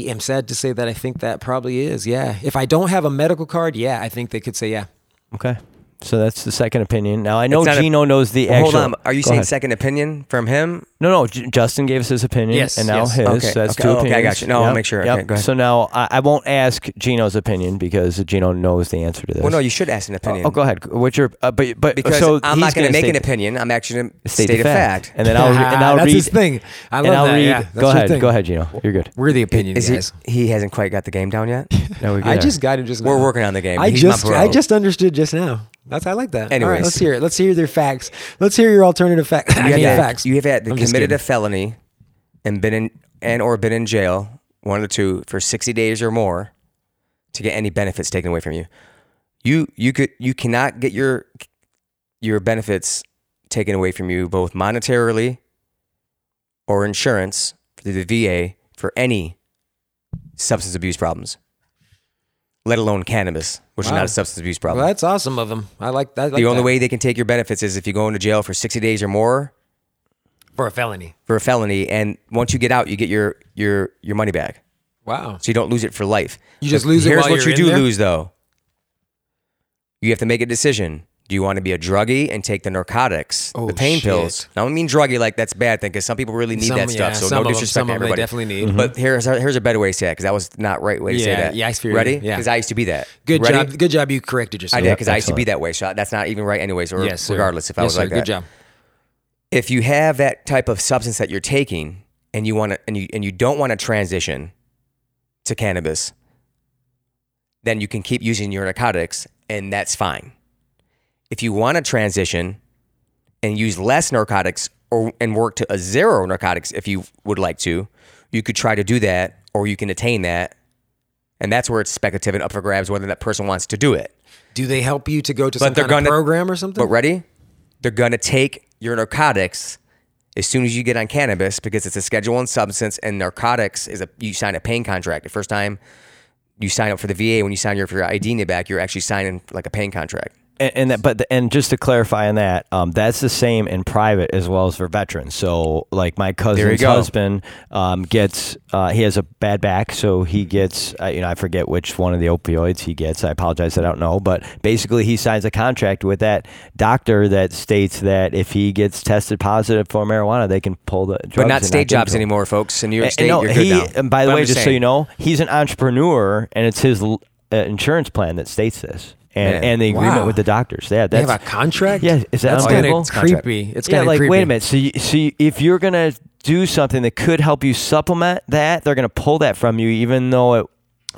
[SPEAKER 3] am sad to say that I think that probably is. Yeah, if I don't have a medical card, yeah, I think they could say yeah.
[SPEAKER 1] Okay, so that's the second opinion. Now I know
[SPEAKER 2] It's not a-
[SPEAKER 1] Gino knows the
[SPEAKER 2] Well,
[SPEAKER 1] actual.
[SPEAKER 2] hold on. Are you
[SPEAKER 1] Go
[SPEAKER 2] saying
[SPEAKER 1] ahead.
[SPEAKER 2] second opinion from him?
[SPEAKER 1] No, no. J- Justin gave us his opinion,
[SPEAKER 3] Yes,
[SPEAKER 1] and now
[SPEAKER 3] yes.
[SPEAKER 1] his.
[SPEAKER 2] Okay,
[SPEAKER 1] So that's
[SPEAKER 2] okay.
[SPEAKER 1] two
[SPEAKER 2] Oh, okay, I
[SPEAKER 1] opinions.
[SPEAKER 2] got you. No, I'll make sure. Okay, go ahead.
[SPEAKER 1] So now I, I won't ask Gino's opinion because Gino knows the answer to this.
[SPEAKER 2] Well, no, you should ask an
[SPEAKER 1] Oh,
[SPEAKER 2] opinion.
[SPEAKER 1] oh, go ahead. What's your? Uh, but but
[SPEAKER 2] Because
[SPEAKER 1] so
[SPEAKER 2] I'm
[SPEAKER 1] he's
[SPEAKER 2] not going
[SPEAKER 1] gonna
[SPEAKER 2] to make
[SPEAKER 1] state
[SPEAKER 2] an
[SPEAKER 1] the-
[SPEAKER 2] opinion. I'm actually going to
[SPEAKER 1] State,
[SPEAKER 2] state,
[SPEAKER 1] the
[SPEAKER 2] a fact.
[SPEAKER 1] and then
[SPEAKER 2] [laughs]
[SPEAKER 3] [laughs]
[SPEAKER 1] I'll re- and I'll
[SPEAKER 3] that's
[SPEAKER 1] read
[SPEAKER 3] his thing. I love
[SPEAKER 1] and I'll
[SPEAKER 3] that.
[SPEAKER 1] read.
[SPEAKER 3] yeah, that's
[SPEAKER 1] go
[SPEAKER 3] your
[SPEAKER 1] ahead.
[SPEAKER 3] thing.
[SPEAKER 1] Go ahead, Gino. You're good.
[SPEAKER 3] We're the opinion
[SPEAKER 2] Is
[SPEAKER 3] guys.
[SPEAKER 2] he, he hasn't quite got the game down yet.
[SPEAKER 1] Now we
[SPEAKER 3] I
[SPEAKER 1] good.
[SPEAKER 3] just got it. Just
[SPEAKER 2] We're
[SPEAKER 3] now.
[SPEAKER 2] working on the game.
[SPEAKER 3] I
[SPEAKER 2] He's my
[SPEAKER 3] just
[SPEAKER 2] bro.
[SPEAKER 3] I just understood just now. That's I like that. All right,
[SPEAKER 2] Anyways.
[SPEAKER 3] let's hear it. Let's hear their facts. Let's hear your alternative facts. [laughs] I
[SPEAKER 2] you have,
[SPEAKER 3] mean,
[SPEAKER 2] had-
[SPEAKER 3] facts.
[SPEAKER 2] you have had
[SPEAKER 3] I'm just
[SPEAKER 2] committed a
[SPEAKER 3] kidding.
[SPEAKER 2] felony and been in and or been in jail one of the two for 60 days or more to get any benefits taken away from you you you could you cannot get your your benefits taken away from you both monetarily or insurance through the VA for any substance abuse problems let alone cannabis which is
[SPEAKER 3] Wow.
[SPEAKER 2] not a substance abuse problem
[SPEAKER 3] Well, that's awesome of them. I like that. I like
[SPEAKER 2] the only
[SPEAKER 3] that.
[SPEAKER 2] way they can take your benefits is if you go into jail for 60 days or more
[SPEAKER 3] for a felony.
[SPEAKER 2] for a felony, and once you get out, you get your your your money back,
[SPEAKER 3] Wow.
[SPEAKER 2] so you don't lose it for life.
[SPEAKER 3] You just lose it
[SPEAKER 2] Here's
[SPEAKER 3] while
[SPEAKER 2] what
[SPEAKER 3] you're
[SPEAKER 2] you do
[SPEAKER 3] in there?
[SPEAKER 2] lose, though. You have to make a decision. Do you want to be a druggie and take the narcotics,
[SPEAKER 3] Oh,
[SPEAKER 2] the pain
[SPEAKER 3] shit.
[SPEAKER 2] pills? Now, I don't mean druggie like that's a bad thing because some people really need
[SPEAKER 3] Some-
[SPEAKER 2] that stuff.
[SPEAKER 3] yeah,
[SPEAKER 2] so
[SPEAKER 3] some of
[SPEAKER 2] no
[SPEAKER 3] 'em-
[SPEAKER 2] disrespect
[SPEAKER 3] some
[SPEAKER 2] to
[SPEAKER 3] of 'em they
[SPEAKER 2] everybody.
[SPEAKER 3] definitely need.
[SPEAKER 2] But here's here's a better way to say it because that was not right way to say
[SPEAKER 3] Yeah,
[SPEAKER 2] that.
[SPEAKER 3] yeah, I feel you.
[SPEAKER 2] Ready?
[SPEAKER 3] Yeah.
[SPEAKER 2] Because I used to be that.
[SPEAKER 3] Good
[SPEAKER 2] Ready?
[SPEAKER 3] job. Good job. You corrected yourself.
[SPEAKER 2] I did because I used to be
[SPEAKER 1] Excellent.
[SPEAKER 2] that way. So that's not even right, anyways. Or
[SPEAKER 3] Yes. sir.
[SPEAKER 2] regardless, if I
[SPEAKER 3] Yes,
[SPEAKER 2] was like
[SPEAKER 3] sir.
[SPEAKER 2] that
[SPEAKER 3] Good job.
[SPEAKER 2] if you have that type of substance that you're taking and you want to and you and you don't want to transition to cannabis then you can keep using your narcotics and that's fine if you want to transition and use less narcotics or and work to a zero narcotics if you would like to you could try to do that or you can attain that and that's where it's speculative and up for grabs whether that person wants to do it
[SPEAKER 3] Do they help you to go to some
[SPEAKER 2] they're
[SPEAKER 3] kind
[SPEAKER 2] gonna-
[SPEAKER 3] of program or something?
[SPEAKER 2] but ready? They're gonna take your narcotics as soon as you get on cannabis because it's a Schedule One substance, and narcotics is a you sign a pain contract. The first time you sign up for the VA, when you sign your for your ID in the back, you're actually signing like a pain contract.
[SPEAKER 1] and, and that, but the, and just to clarify on that, um, that's the same in private as well as for veterans. So, like my cousin's
[SPEAKER 2] go.
[SPEAKER 1] husband um, gets, uh, he has a bad back, so he gets, uh, you know, I forget which one of the opioids he gets. I apologize, I don't know, but basically he signs a contract with that doctor that states that if he gets tested positive for marijuana, they can pull the. Drugs
[SPEAKER 2] But not
[SPEAKER 1] and
[SPEAKER 2] state
[SPEAKER 1] give it
[SPEAKER 2] jobs
[SPEAKER 1] to him.
[SPEAKER 2] anymore, folks. In New York
[SPEAKER 1] And- and
[SPEAKER 2] State,
[SPEAKER 1] no,
[SPEAKER 2] you're good
[SPEAKER 1] he,
[SPEAKER 2] now.
[SPEAKER 1] And by the
[SPEAKER 2] But I'm
[SPEAKER 1] way,
[SPEAKER 2] just
[SPEAKER 1] just so
[SPEAKER 2] saying,
[SPEAKER 1] you know, he's an entrepreneur, and it's his l- uh, insurance plan that states this, and
[SPEAKER 2] Man.
[SPEAKER 1] and the agreement
[SPEAKER 3] Wow.
[SPEAKER 1] with the doctors. Yeah,
[SPEAKER 3] they
[SPEAKER 1] that's
[SPEAKER 3] have a contract.
[SPEAKER 1] Yeah, is that
[SPEAKER 3] that's kind
[SPEAKER 1] unbelievable?
[SPEAKER 3] of creepy? It's
[SPEAKER 1] yeah,
[SPEAKER 3] kind of
[SPEAKER 1] like
[SPEAKER 3] creepy.
[SPEAKER 1] wait a minute. So, you, so you, if you're gonna do something that could help you supplement that, they're gonna pull that from you, even though it.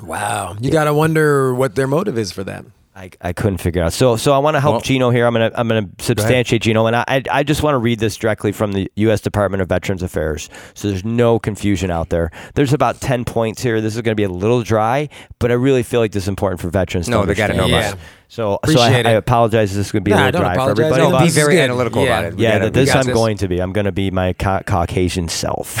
[SPEAKER 3] Wow. You gotta wonder what their motive is for that.
[SPEAKER 1] I, I couldn't figure out. So so I want to help
[SPEAKER 2] Well-
[SPEAKER 1] Gino here. I'm gonna I'm gonna substantiate Gino, and I I, I just want to read this directly from the U.S. Department of Veterans Affairs. So there's no confusion out there. There's about ten points here. This is gonna be a little dry, but I really feel like this is important for veterans.
[SPEAKER 2] No,
[SPEAKER 1] to
[SPEAKER 2] they gotta
[SPEAKER 1] understand.
[SPEAKER 2] know
[SPEAKER 3] about Yeah. it.
[SPEAKER 1] So
[SPEAKER 3] Appreciate
[SPEAKER 1] so I, I
[SPEAKER 3] it.
[SPEAKER 1] apologize. This is gonna be a
[SPEAKER 3] Nah,
[SPEAKER 1] little
[SPEAKER 3] don't
[SPEAKER 1] dry
[SPEAKER 3] apologize.
[SPEAKER 1] for everybody.
[SPEAKER 3] Don't
[SPEAKER 1] of
[SPEAKER 2] be
[SPEAKER 1] us.
[SPEAKER 3] This is
[SPEAKER 2] very
[SPEAKER 3] good.
[SPEAKER 2] analytical
[SPEAKER 3] Yeah.
[SPEAKER 2] about it. We
[SPEAKER 1] Yeah,
[SPEAKER 2] gotta-
[SPEAKER 1] that
[SPEAKER 2] we
[SPEAKER 1] this
[SPEAKER 2] got
[SPEAKER 1] I'm going to be. I'm going to be my ca- Caucasian
[SPEAKER 2] [laughs]
[SPEAKER 1] self.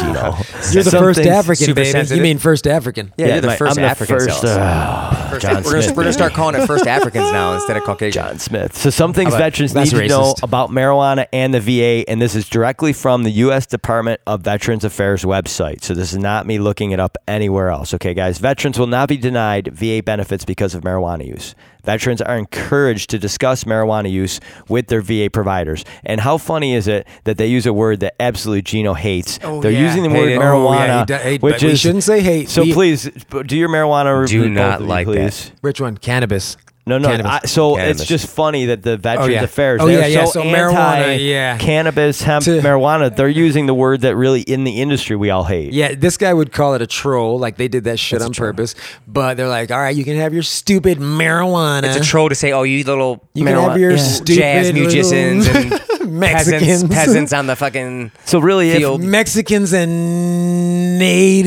[SPEAKER 1] Gino.
[SPEAKER 3] You're the
[SPEAKER 1] Some
[SPEAKER 3] first
[SPEAKER 1] things-
[SPEAKER 3] African,
[SPEAKER 2] super
[SPEAKER 3] baby.
[SPEAKER 2] sensitive.
[SPEAKER 3] You mean first African?
[SPEAKER 2] Yeah, you're the
[SPEAKER 1] my-
[SPEAKER 2] first
[SPEAKER 1] I'm
[SPEAKER 2] African
[SPEAKER 1] the first,
[SPEAKER 2] self.
[SPEAKER 1] uh, John
[SPEAKER 2] We're gonna,
[SPEAKER 1] Smith.
[SPEAKER 2] we're gonna start calling
[SPEAKER 1] [laughs]
[SPEAKER 2] it first Africans now instead of Caucasian.
[SPEAKER 1] John Smith. So some things
[SPEAKER 3] How about-
[SPEAKER 1] veterans need
[SPEAKER 3] that's
[SPEAKER 1] to know
[SPEAKER 3] racist.
[SPEAKER 1] about marijuana and the VA, and this is directly from the U.S. Department of Veterans Affairs website. So this is not me looking it up anywhere else. Okay, guys, veterans will not be denied VA benefits because of marijuana use. Veterans are encouraged to discuss marijuana use with their VA providers. And how funny is it that they use a word that absolutely Gino hates?
[SPEAKER 3] Oh,
[SPEAKER 1] They're
[SPEAKER 3] yeah.
[SPEAKER 1] using the
[SPEAKER 3] Hate
[SPEAKER 1] word
[SPEAKER 3] it. Oh, yeah,
[SPEAKER 1] marijuana,
[SPEAKER 3] he do- hate-
[SPEAKER 1] which
[SPEAKER 3] but we
[SPEAKER 1] is
[SPEAKER 3] shouldn't say hate.
[SPEAKER 1] So
[SPEAKER 3] We-
[SPEAKER 1] please do your marijuana review. both
[SPEAKER 2] not
[SPEAKER 1] of you,
[SPEAKER 2] like that.
[SPEAKER 1] please.
[SPEAKER 3] Which one? Cannabis.
[SPEAKER 1] No, no.
[SPEAKER 3] Cannabis.
[SPEAKER 1] I, so
[SPEAKER 2] Cannabis.
[SPEAKER 1] it's just funny that the Veterans
[SPEAKER 3] yeah.
[SPEAKER 1] Affairs,
[SPEAKER 3] Oh,
[SPEAKER 1] they're
[SPEAKER 3] yeah, yeah,
[SPEAKER 1] so,
[SPEAKER 3] so marijuana,
[SPEAKER 1] anti
[SPEAKER 3] yeah.
[SPEAKER 1] cannabis, hemp,
[SPEAKER 3] To-
[SPEAKER 1] marijuana. They're using the word that really in the industry we all hate.
[SPEAKER 3] Yeah, this guy would call it a troll. Like they did that shit on purpose. But they're like, all right, you can have your stupid marijuana.
[SPEAKER 2] It's a troll to say, "Oh, you little
[SPEAKER 3] You can have your
[SPEAKER 1] Yeah.
[SPEAKER 3] stupid
[SPEAKER 2] jazz
[SPEAKER 3] little
[SPEAKER 2] musicians
[SPEAKER 1] [laughs]
[SPEAKER 2] and
[SPEAKER 3] Mexicans,
[SPEAKER 2] peasants, peasants on the fucking."
[SPEAKER 1] So really,
[SPEAKER 2] Field.
[SPEAKER 1] if,
[SPEAKER 3] Mexicans and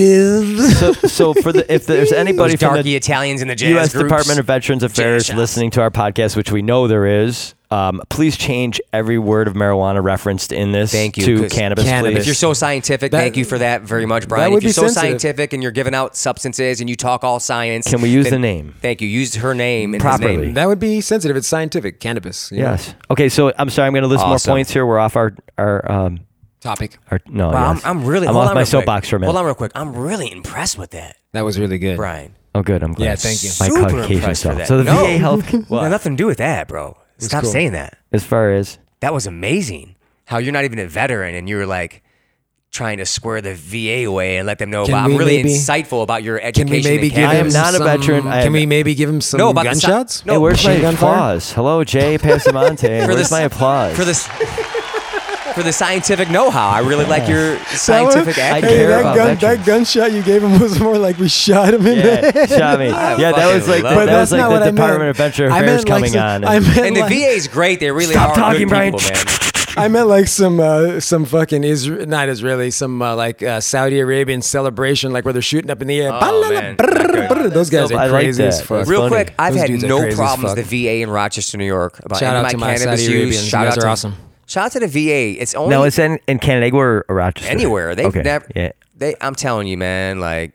[SPEAKER 3] natives.
[SPEAKER 1] so, so for the if there's anybody
[SPEAKER 2] [laughs] Those
[SPEAKER 1] from
[SPEAKER 2] darky
[SPEAKER 1] the
[SPEAKER 2] Italians in the jazz
[SPEAKER 1] U.S.
[SPEAKER 2] groups.
[SPEAKER 1] Department of Veterans Affairs
[SPEAKER 2] shots.
[SPEAKER 1] listening to our podcast, which we know there is, Um, please change every word of marijuana referenced in this
[SPEAKER 2] Thank you,
[SPEAKER 1] to
[SPEAKER 2] 'cause
[SPEAKER 1] cannabis,
[SPEAKER 3] cannabis-
[SPEAKER 1] please.
[SPEAKER 2] If you're so scientific,
[SPEAKER 3] That-
[SPEAKER 2] thank you for that very much, Brian.
[SPEAKER 3] would
[SPEAKER 2] If you're
[SPEAKER 3] be
[SPEAKER 2] so
[SPEAKER 3] sensitive.
[SPEAKER 2] scientific and you're giving out substances and you talk all science,
[SPEAKER 1] Can we use
[SPEAKER 2] then
[SPEAKER 1] the name?
[SPEAKER 2] Thank you. Use her name and his
[SPEAKER 1] Properly.
[SPEAKER 2] name.
[SPEAKER 3] That would be sensitive. It's scientific cannabis. you know,
[SPEAKER 1] Yes. Okay. So I'm sorry. I'm going to list
[SPEAKER 2] Awesome.
[SPEAKER 1] more points here. We're off our our um
[SPEAKER 3] Topic.
[SPEAKER 1] our no.
[SPEAKER 2] Wow,
[SPEAKER 1] yes.
[SPEAKER 2] I'm, I'm really.
[SPEAKER 1] I'm
[SPEAKER 2] hold
[SPEAKER 1] off
[SPEAKER 2] on
[SPEAKER 1] my
[SPEAKER 2] real quick.
[SPEAKER 1] soapbox for a minute.
[SPEAKER 2] Hold on, real quick. I'm really impressed with that,
[SPEAKER 3] That was really good.
[SPEAKER 2] Brian.
[SPEAKER 1] Oh, good. I'm glad.
[SPEAKER 3] Yeah, thank you.
[SPEAKER 1] My
[SPEAKER 2] Super
[SPEAKER 1] Caucasian
[SPEAKER 2] impressed for
[SPEAKER 1] self.
[SPEAKER 2] that.
[SPEAKER 1] So the
[SPEAKER 2] No.
[SPEAKER 1] VA
[SPEAKER 2] [laughs]
[SPEAKER 1] health.
[SPEAKER 2] It had
[SPEAKER 1] Well,
[SPEAKER 2] nothing to do with that, bro. Stop
[SPEAKER 3] cool.
[SPEAKER 2] saying that.
[SPEAKER 1] as far as
[SPEAKER 2] That was amazing. How you're not even a veteran and you were like trying to square the VA away and let them know.
[SPEAKER 3] Can
[SPEAKER 2] About, I'm
[SPEAKER 3] we
[SPEAKER 2] really
[SPEAKER 3] maybe-
[SPEAKER 2] insightful about your
[SPEAKER 3] Can
[SPEAKER 2] education.
[SPEAKER 3] we maybe
[SPEAKER 2] and
[SPEAKER 3] give him
[SPEAKER 1] I am
[SPEAKER 2] campus.
[SPEAKER 1] not a
[SPEAKER 3] some-
[SPEAKER 1] veteran. I
[SPEAKER 3] Can
[SPEAKER 1] am-
[SPEAKER 3] we maybe give him some
[SPEAKER 2] No, about the si-
[SPEAKER 3] gunshots?
[SPEAKER 1] hey,
[SPEAKER 2] No,
[SPEAKER 1] where's my
[SPEAKER 3] machine gun fire?
[SPEAKER 1] applause? Hello,
[SPEAKER 2] [laughs]
[SPEAKER 1] Jay Passamante.
[SPEAKER 2] For
[SPEAKER 1] where's
[SPEAKER 2] this-
[SPEAKER 1] my applause?
[SPEAKER 2] for this for the scientific know-how. I really like your scientific
[SPEAKER 1] I
[SPEAKER 2] acumen.
[SPEAKER 1] care
[SPEAKER 4] that,
[SPEAKER 1] about
[SPEAKER 4] gun,
[SPEAKER 1] veterans.
[SPEAKER 4] that gunshot you gave him was more like we shot him in the
[SPEAKER 1] [laughs] yeah,
[SPEAKER 4] head.
[SPEAKER 1] shot
[SPEAKER 3] [laughs]
[SPEAKER 1] me.
[SPEAKER 2] I
[SPEAKER 1] Yeah, that
[SPEAKER 2] fucking
[SPEAKER 1] was like the,
[SPEAKER 2] love it.
[SPEAKER 1] that
[SPEAKER 2] But
[SPEAKER 1] was
[SPEAKER 4] that's
[SPEAKER 1] like
[SPEAKER 4] not
[SPEAKER 1] the
[SPEAKER 4] what I
[SPEAKER 1] Department
[SPEAKER 4] meant.
[SPEAKER 1] of Veterar
[SPEAKER 4] I
[SPEAKER 1] Affairs
[SPEAKER 4] meant like
[SPEAKER 1] coming on.
[SPEAKER 4] some-
[SPEAKER 2] [laughs]
[SPEAKER 4] I
[SPEAKER 1] and-
[SPEAKER 3] [laughs]
[SPEAKER 4] meant
[SPEAKER 2] And the
[SPEAKER 4] like,
[SPEAKER 2] VA is great. They really
[SPEAKER 1] Stop
[SPEAKER 2] are
[SPEAKER 1] talking,
[SPEAKER 2] good
[SPEAKER 1] Brian.
[SPEAKER 2] people, man.
[SPEAKER 4] I meant like some uh,
[SPEAKER 3] some fucking Israel, not Israeli, some uh, like uh, Saudi Arabian celebration, like where they're shooting up in the air. Ba-la-la,
[SPEAKER 2] Oh, man.
[SPEAKER 3] brr,
[SPEAKER 2] Not good.
[SPEAKER 3] brr. Those guys
[SPEAKER 1] dope.
[SPEAKER 3] are
[SPEAKER 1] I like
[SPEAKER 3] crazy
[SPEAKER 1] that.
[SPEAKER 3] as fuck.
[SPEAKER 1] That's
[SPEAKER 2] Real
[SPEAKER 1] funny.
[SPEAKER 2] quick, I've
[SPEAKER 3] Those
[SPEAKER 2] had
[SPEAKER 3] dudes are
[SPEAKER 2] no
[SPEAKER 3] crazy as
[SPEAKER 2] problems
[SPEAKER 3] fuck.
[SPEAKER 2] with the VA in Rochester, New York. About
[SPEAKER 3] Shout
[SPEAKER 2] ending
[SPEAKER 3] out to my
[SPEAKER 2] cannabis
[SPEAKER 3] Saudi
[SPEAKER 2] use.
[SPEAKER 3] Arabians. You
[SPEAKER 2] Shout
[SPEAKER 3] guys
[SPEAKER 2] out
[SPEAKER 3] are
[SPEAKER 2] to,
[SPEAKER 3] awesome.
[SPEAKER 2] Shout out to the VA. It's only
[SPEAKER 1] no, it's in, in Canandaigua or Rochester.
[SPEAKER 2] anywhere. They
[SPEAKER 1] okay.
[SPEAKER 2] never.
[SPEAKER 1] Yeah.
[SPEAKER 2] They. I'm telling you, man. Like.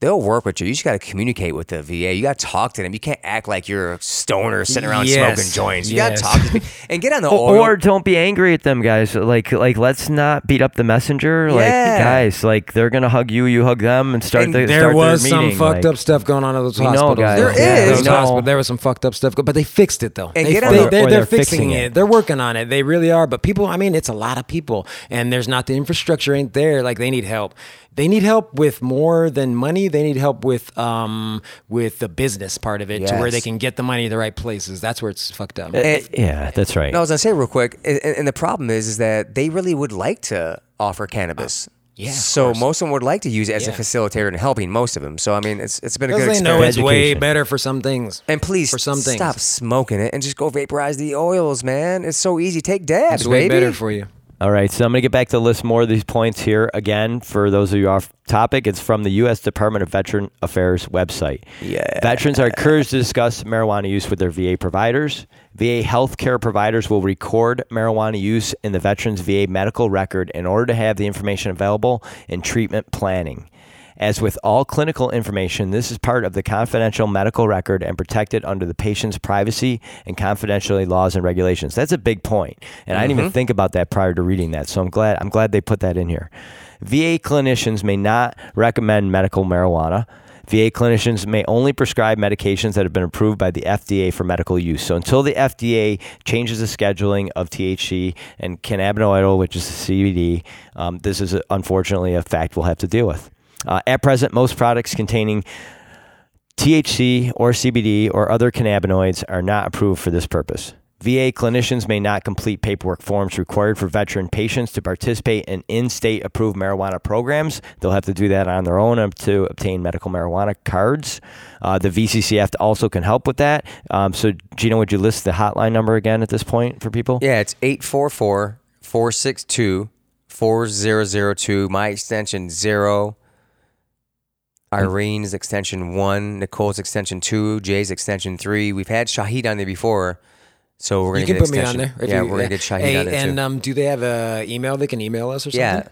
[SPEAKER 2] They'll work with you. You just got to communicate with the VA. You got to talk to them. You can't act like you're a stoner sitting around
[SPEAKER 3] Yes.
[SPEAKER 2] smoking joints. You
[SPEAKER 3] Yes.
[SPEAKER 2] got to talk to them and get on the
[SPEAKER 3] [laughs]
[SPEAKER 1] or,
[SPEAKER 2] oil.
[SPEAKER 1] or don't be angry at them guys like like let's not beat up the messenger like
[SPEAKER 2] Yeah.
[SPEAKER 1] guys like they're gonna hug you you hug them and start
[SPEAKER 2] And
[SPEAKER 1] the,
[SPEAKER 3] There
[SPEAKER 1] start
[SPEAKER 3] was
[SPEAKER 1] their
[SPEAKER 3] some
[SPEAKER 1] meeting, like-
[SPEAKER 3] fucked up stuff going on at those
[SPEAKER 1] We know,
[SPEAKER 3] hospitals.
[SPEAKER 1] guys.
[SPEAKER 3] though.
[SPEAKER 2] There
[SPEAKER 3] Those
[SPEAKER 2] is. No.
[SPEAKER 3] hospi- there was some fucked up stuff, go- but they fixed it though.
[SPEAKER 2] And
[SPEAKER 3] they,
[SPEAKER 2] get on
[SPEAKER 3] they,
[SPEAKER 2] the-
[SPEAKER 3] they,
[SPEAKER 1] or
[SPEAKER 3] they're,
[SPEAKER 1] they're
[SPEAKER 3] fixing
[SPEAKER 1] fixing
[SPEAKER 3] it.
[SPEAKER 1] it.
[SPEAKER 3] They're working on it. They really are. But people, I mean, it's a lot of people, and there's not the infrastructure ain't there. Like they need help. They need help with more than money. They need help with um with the business part of it to where
[SPEAKER 2] Yes.
[SPEAKER 3] they can get the money to the right places. That's where it's fucked up.
[SPEAKER 1] Eh, yeah that's right
[SPEAKER 2] No, I was gonna say real quick, and, and the problem is, is that they really would like to offer cannabis.
[SPEAKER 3] Uh, yeah, of
[SPEAKER 2] So most of them would like to use it as a
[SPEAKER 3] Yeah.
[SPEAKER 2] facilitator in helping most of them. So I mean, it's it's been a
[SPEAKER 3] Because
[SPEAKER 2] good
[SPEAKER 3] they know
[SPEAKER 2] experience.
[SPEAKER 3] it's way
[SPEAKER 1] Education.
[SPEAKER 3] better for some things.
[SPEAKER 2] And please
[SPEAKER 3] for some things.
[SPEAKER 2] stop smoking it and just go vaporize the oils, man. It's so easy. Take dabs,
[SPEAKER 3] It's way
[SPEAKER 2] baby.
[SPEAKER 3] better for you.
[SPEAKER 1] All right, so I'm going to get back to list more of these points here again for those of you off topic. It's from the U.S. Department of Veteran Affairs website.
[SPEAKER 2] Yeah.
[SPEAKER 1] Veterans are encouraged to discuss marijuana use with their VA providers. VA healthcare providers will record marijuana use in the veterans VA medical record in order to have the information available in treatment planning. As with all clinical information, this is part of the confidential medical record and protected under the patient's privacy and confidentiality laws and regulations. That's a big point, and I didn't even think about that prior to reading that. So I'm glad I'm glad they put that in here. VA clinicians may not recommend medical marijuana. VA clinicians may only prescribe medications that have been approved by the FDA for medical use. So until the FDA changes the scheduling of THC and cannabinoidal, which is CBD, um, this is uh, unfortunately a fact we'll have to deal with. Uh, at present, most products containing THC or CBD or other cannabinoids are not approved for this purpose. VA clinicians may not complete paperwork forms required for veteran patients to participate in in state approved marijuana programs. They'll have to do that on their own up to obtain medical marijuana cards. Uh, the VCCF also can help with that. Um, so, Gina, would you list the hotline number again at this point for people?
[SPEAKER 2] Yeah, it's 844-462-4002. My extension zero. Irene's extension one. Nicole's extension two. Jay's extension three. We've had Shahid on there before, so we're gonna
[SPEAKER 3] You can
[SPEAKER 2] get
[SPEAKER 3] put me on
[SPEAKER 2] extension-
[SPEAKER 3] there. if
[SPEAKER 2] Yeah,
[SPEAKER 3] you-
[SPEAKER 2] we're gonna get Shahid
[SPEAKER 3] Hey,
[SPEAKER 2] on there
[SPEAKER 3] And
[SPEAKER 2] too.
[SPEAKER 3] um, do they have an email they can email us or something?
[SPEAKER 2] yeah.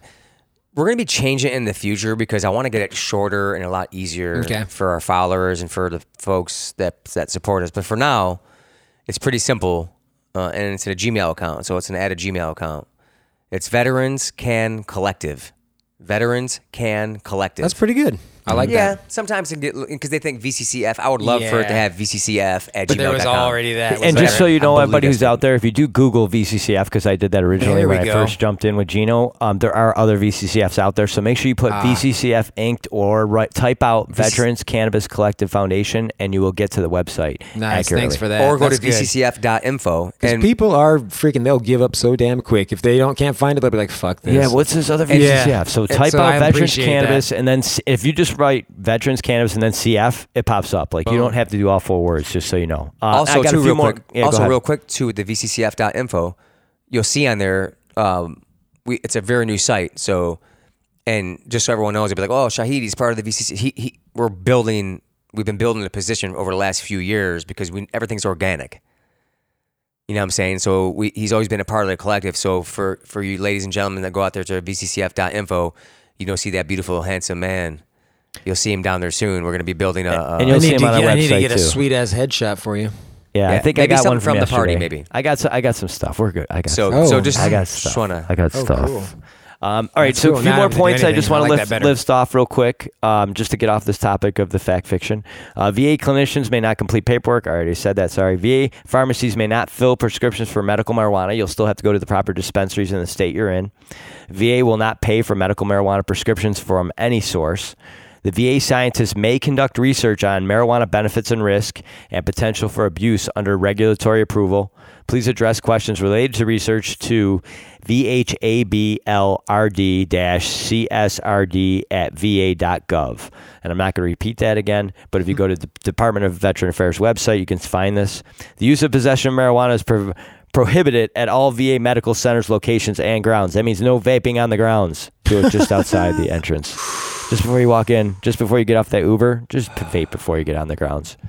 [SPEAKER 2] We're gonna be changing it in the future because I want to get it shorter and a lot easier
[SPEAKER 3] Okay.
[SPEAKER 2] for our followers and for the folks that that support us. But for now, it's pretty simple, uh, and it's in a Gmail account, so it's an added Gmail account. It's Veterans Can Collective. Veterans Can Collective.
[SPEAKER 3] That's pretty good. I like
[SPEAKER 2] yeah,
[SPEAKER 3] that.
[SPEAKER 2] sometimes because they think VCCF. I would love for it to
[SPEAKER 3] Yeah.
[SPEAKER 2] have VCCF at
[SPEAKER 3] But there was
[SPEAKER 2] gmail.com.
[SPEAKER 3] already that.
[SPEAKER 1] And
[SPEAKER 2] Whatever.
[SPEAKER 1] just so you know,
[SPEAKER 2] I believe
[SPEAKER 1] everybody
[SPEAKER 2] that's
[SPEAKER 1] who's out there, if you do Google VCCF, because I did that originally
[SPEAKER 3] There we
[SPEAKER 1] when
[SPEAKER 3] go.
[SPEAKER 1] I first jumped in with Gino, um, there are other VCCFs out there. So make sure you put VCCF Inked or write, type out Veterans Cannabis Collective Foundation, and you will get to the website.
[SPEAKER 3] Nice.
[SPEAKER 1] accurately.
[SPEAKER 3] Thanks for that.
[SPEAKER 2] Or go
[SPEAKER 3] That's
[SPEAKER 2] to
[SPEAKER 3] good.
[SPEAKER 2] VCCF.info. And
[SPEAKER 3] people are freaking. They'll give up so damn quick if they don't can't find it. They'll be like, "Fuck this."
[SPEAKER 1] Yeah, what's this other
[SPEAKER 3] And-
[SPEAKER 1] VCCF?
[SPEAKER 3] Yeah.
[SPEAKER 1] So
[SPEAKER 3] And
[SPEAKER 1] type
[SPEAKER 3] so
[SPEAKER 1] out
[SPEAKER 3] I
[SPEAKER 1] Veterans
[SPEAKER 3] appreciate
[SPEAKER 1] Cannabis, and then c- if you just write Veterans Cannabis and then CF, it pops up. Like you don't have to do all four words, just so you know. Uh,
[SPEAKER 2] also
[SPEAKER 1] I got a
[SPEAKER 2] too
[SPEAKER 1] few
[SPEAKER 2] real
[SPEAKER 1] more-
[SPEAKER 2] quick
[SPEAKER 1] Yeah, go
[SPEAKER 2] also
[SPEAKER 1] ahead.
[SPEAKER 2] real quick too with the vccf.info you'll see on there um, we it's a very new site so and just so everyone knows it'll be like oh shahid he's part of the vcc he, he we're building we've been building a position over the last few years because we everything's organic You know what I'm saying? So we, he's always been a part of the collective. So for, for you ladies and gentlemen that go out there to bccf.info, you don't see that beautiful, handsome man. You'll see him down there soon. We're going to be building a. a
[SPEAKER 1] And you'll
[SPEAKER 3] I
[SPEAKER 1] see
[SPEAKER 3] need,
[SPEAKER 1] him
[SPEAKER 3] to
[SPEAKER 1] on our
[SPEAKER 3] get, I need to
[SPEAKER 1] website,
[SPEAKER 3] get a
[SPEAKER 1] too.
[SPEAKER 3] sweet ass headshot for you.
[SPEAKER 1] Yeah, I
[SPEAKER 2] Yeah,
[SPEAKER 1] think I
[SPEAKER 2] maybe
[SPEAKER 1] got
[SPEAKER 2] something
[SPEAKER 1] one from,
[SPEAKER 2] from the party,
[SPEAKER 1] yesterday.
[SPEAKER 2] maybe.
[SPEAKER 1] I got so, I got some stuff. We're good. I got
[SPEAKER 2] so
[SPEAKER 1] stuff.
[SPEAKER 2] so
[SPEAKER 3] Oh.
[SPEAKER 2] just
[SPEAKER 1] I got stuff.
[SPEAKER 2] Shwana.
[SPEAKER 1] I got stuff.
[SPEAKER 3] cool.
[SPEAKER 1] Oh, Um, all right,
[SPEAKER 3] That's
[SPEAKER 1] so
[SPEAKER 3] cool.
[SPEAKER 1] a few
[SPEAKER 3] Now I
[SPEAKER 1] more
[SPEAKER 3] have to do
[SPEAKER 1] points I
[SPEAKER 3] anything.
[SPEAKER 1] just
[SPEAKER 3] I
[SPEAKER 1] want
[SPEAKER 3] like
[SPEAKER 1] to
[SPEAKER 3] that
[SPEAKER 1] lift,
[SPEAKER 3] better.
[SPEAKER 1] list off real quick, um, just to get off this topic of the fact fiction. Uh, VA clinicians may not complete paperwork. I already said that. Sorry. VA pharmacies may not fill prescriptions for medical marijuana. You'll still have to go to the proper dispensaries in the state you're in. VA will not pay for medical marijuana prescriptions from any source. The VA scientists may conduct research on marijuana benefits and risk and potential for abuse under regulatory approval. Please address questions related to research to VHABLRD CSRD at VA.gov. And I'm not going to repeat that again, but if you go to the Department of Veteran Affairs website, you can find this. The use of possession of marijuana is pro- prohibited at all VA medical centers, locations, and grounds. That means no vaping on the grounds. Do it just outside the entrance just before you walk in, just before you get off that Uber, just vape before you get on the grounds. [laughs]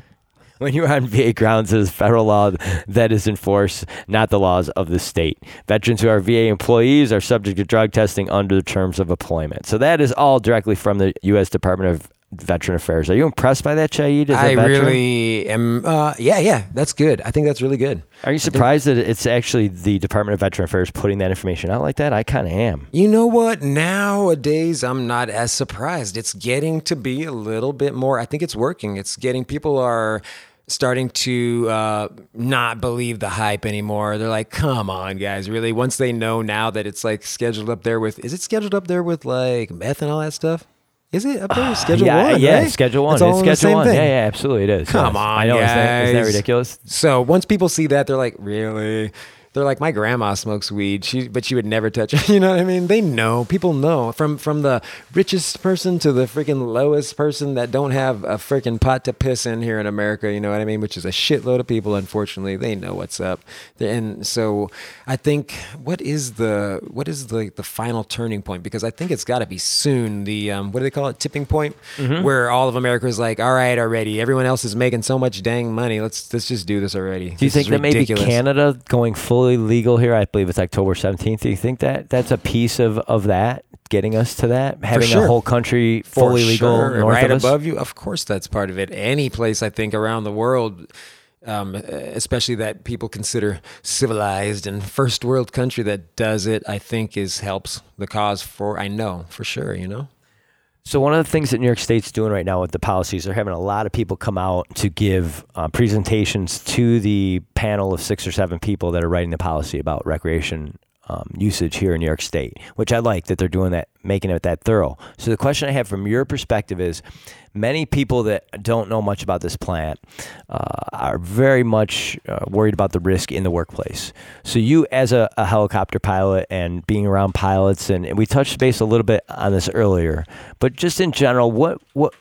[SPEAKER 1] When you are on VA grounds, it is federal law that is enforced, not the laws of the state. Veterans who are VA employees are subject to drug testing under the terms of employment. So that is all directly from the U.S. Department of Veteran Affairs. Are you impressed by that, Chayid? As a
[SPEAKER 3] I
[SPEAKER 1] veteran?
[SPEAKER 3] really am. Uh, yeah, yeah, that's good. I think that's really good.
[SPEAKER 1] Are you surprised that it's actually the Department of Veteran Affairs putting that information out like that? I kind of am.
[SPEAKER 3] You know what? Nowadays, I'm not as surprised. It's getting to be a little bit more. I think it's working. It's getting people are starting to uh, not believe the hype anymore. They're like, come on, guys, really? Once they know now that it's like scheduled up there with, is it scheduled up there with like meth and all that stuff? Is it up
[SPEAKER 1] [sighs]
[SPEAKER 3] there? with Schedule
[SPEAKER 1] yeah,
[SPEAKER 3] one.
[SPEAKER 1] yeah,
[SPEAKER 3] right?
[SPEAKER 1] Schedule One.
[SPEAKER 3] It's all
[SPEAKER 1] it's
[SPEAKER 3] on the
[SPEAKER 1] Schedule
[SPEAKER 3] same
[SPEAKER 1] One.
[SPEAKER 3] thing.
[SPEAKER 1] Yeah, yeah, absolutely, it is.
[SPEAKER 3] Come
[SPEAKER 1] Yes.
[SPEAKER 3] on,
[SPEAKER 1] I know. Isn't that- isn't that
[SPEAKER 3] guys.
[SPEAKER 1] ridiculous?
[SPEAKER 3] So once people see that, they're like, really? They're like, my grandma smokes weed, she, but she would never touch it. [laughs] You know what I mean? They know. People know. From from the richest person to the freaking lowest person that don't have a freaking pot to piss in here in America. You know what I mean? Which is a shitload of people. Unfortunately, they know what's up. And so I think what is the what is the the final turning point? Because I think it's got to be soon. The um, what do they call it? Tipping point,
[SPEAKER 1] Mm-hmm.
[SPEAKER 3] where all of America is like, all right, already. Everyone else is making so much dang money. Let's let's just do this already.
[SPEAKER 1] Do you think that maybe Canada going fully legal here? I believe it's October seventeenth. Do you think that that's a piece of of that getting us to that having a
[SPEAKER 3] sure.
[SPEAKER 1] whole country
[SPEAKER 3] For
[SPEAKER 1] fully legal
[SPEAKER 3] sure,
[SPEAKER 1] north
[SPEAKER 3] right
[SPEAKER 1] of us?
[SPEAKER 3] above you? Of course, that's part of it. Any place I think around the world. Um, especially that people consider civilized and first world country that does it, I think is helps the cause for. I know for sure, you know.
[SPEAKER 1] So one of the things that New York State's doing right now with the policies, they're having a lot of people come out to give uh, presentations to the panel of six or seven people that are writing the policy about recreation um, usage here in New York State, which I like that they're doing that, making it that thorough. So the question I have from your perspective is, many people that don't know much about this plant uh, are very much uh, worried about the risk in the workplace. So you, as a, a helicopter pilot and being around pilots, and, and we touched base a little bit on this earlier, but just in general, what what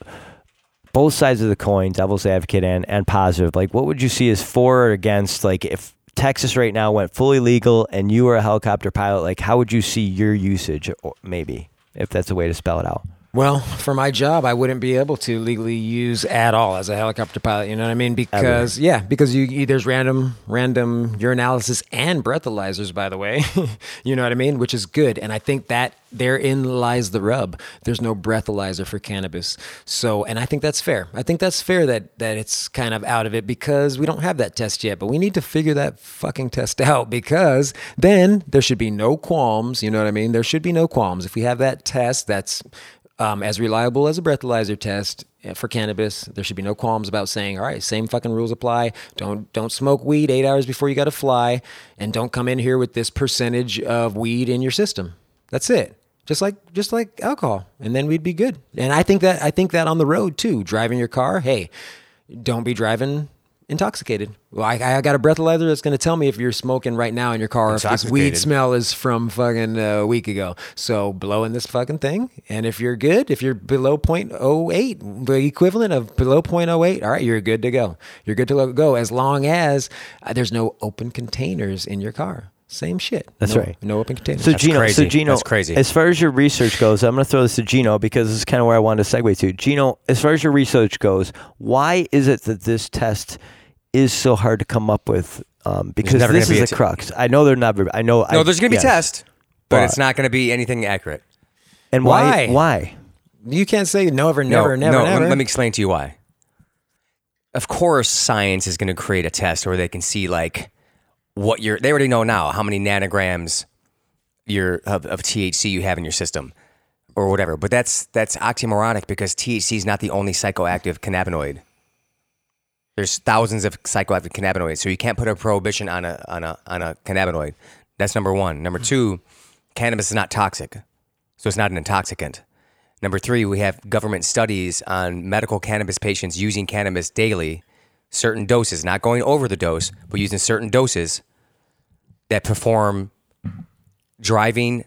[SPEAKER 1] both sides of the coin, devil's advocate and and positive, like what would you see as for or against, like if Texas right now went fully legal and you were a helicopter pilot, like how would you see your usage, or maybe if that's a way to spell it out?
[SPEAKER 3] Well, for my job, I wouldn't be able to legally use at all as a helicopter pilot. You know what I mean? Because yeah, because you, you there's random random urinalysis and breathalyzers, by the way. [laughs] you know what I mean? Which is good, and I think that therein lies the rub. There's no breathalyzer for cannabis, so and I think that's fair. I think that's fair that that it's kind of out of it because we don't have that test yet, but we need to figure that fucking test [laughs] out because then there should be no qualms. You know what I mean? There should be no qualms if we have that test. That's um, as reliable as a breathalyzer test eh, for cannabis. There should be no qualms about saying, all right, same fucking rules apply. Don't don't smoke weed eight hours before you got to fly, and don't come in here with this percentage of weed in your system. That's it. Just like just like alcohol, and then we'd be good. And I think that I think that on the road too, driving your car, hey, don't be driving intoxicated. Well, I, I got a breathalyzer that's going to tell me if you're smoking right now in your car, if this weed
[SPEAKER 2] Intoxicated.
[SPEAKER 3] smell is from fucking uh, a week ago. So blow in this fucking thing, and if you're good, if you're below 0.08, the equivalent of below 0.08, all right, you're good to go. You're good to lo- go as long as uh, there's no open containers in your car. Same shit.
[SPEAKER 1] That's
[SPEAKER 3] No-
[SPEAKER 1] right.
[SPEAKER 3] No open containers.
[SPEAKER 1] So Gino, so
[SPEAKER 2] crazy.
[SPEAKER 1] Gino,
[SPEAKER 2] That's crazy.
[SPEAKER 1] As far as your research goes, I'm going to throw this to Gino because this is kind of where I wanted to segue to. Gino, as far as your research goes, why is it that this test is so hard to come up with um, because
[SPEAKER 2] never
[SPEAKER 1] this is
[SPEAKER 2] gonna be
[SPEAKER 1] the
[SPEAKER 2] a t-
[SPEAKER 1] crux. I know they're never. I know.
[SPEAKER 2] No,
[SPEAKER 1] I,
[SPEAKER 2] there's going to
[SPEAKER 1] yes.
[SPEAKER 2] be tests, but
[SPEAKER 1] But-
[SPEAKER 2] it's not going to be anything accurate.
[SPEAKER 1] And why?
[SPEAKER 3] Why?
[SPEAKER 1] Why?
[SPEAKER 3] You can't say never,
[SPEAKER 2] No,
[SPEAKER 3] never, never,
[SPEAKER 2] no,
[SPEAKER 3] never.
[SPEAKER 2] Let, let me explain to you why. Of course, science is going to create a test where they can see like what you're. They already know now how many nanograms your of, of THC you have in your system, or whatever. But that's that's oxymoronic because THC is not the only psychoactive cannabinoid. There's thousands of psychoactive cannabinoids, so you can't put a prohibition on a on a on a cannabinoid. That's number one. Number two, cannabis is not toxic, so it's not an intoxicant. Number three, we have government studies on medical cannabis patients using cannabis daily, certain doses, not going over the dose, but using certain doses that perform driving,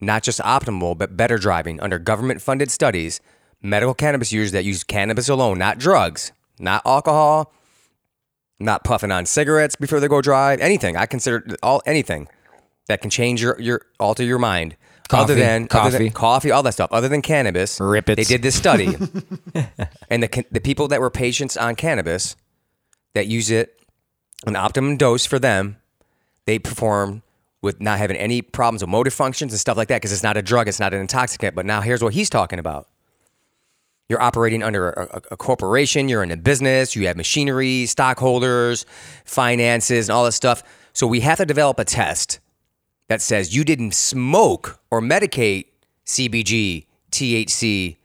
[SPEAKER 2] not just optimal, but better driving under government funded studies. Medical cannabis users that use cannabis alone, not drugs, not alcohol, not puffing on cigarettes before they go drive, anything. I consider all anything that can change your, your alter your mind.
[SPEAKER 3] Coffee,
[SPEAKER 2] other than other
[SPEAKER 3] coffee.
[SPEAKER 2] than, coffee, all that stuff. Other than cannabis,
[SPEAKER 3] Rippets.
[SPEAKER 2] They did this
[SPEAKER 3] [laughs]
[SPEAKER 2] study, and the can- the people that were patients on cannabis that use it an optimum dose for them, they perform with not having any problems with motor functions and stuff like that because it's not a drug, it's not an intoxicant. But now here's what he's talking about. You're operating under a, a- a corporation, you're in a business, you have machinery, stockholders, finances, and all that stuff. So we have to develop a test that says you didn't smoke or medicate CBG, THC,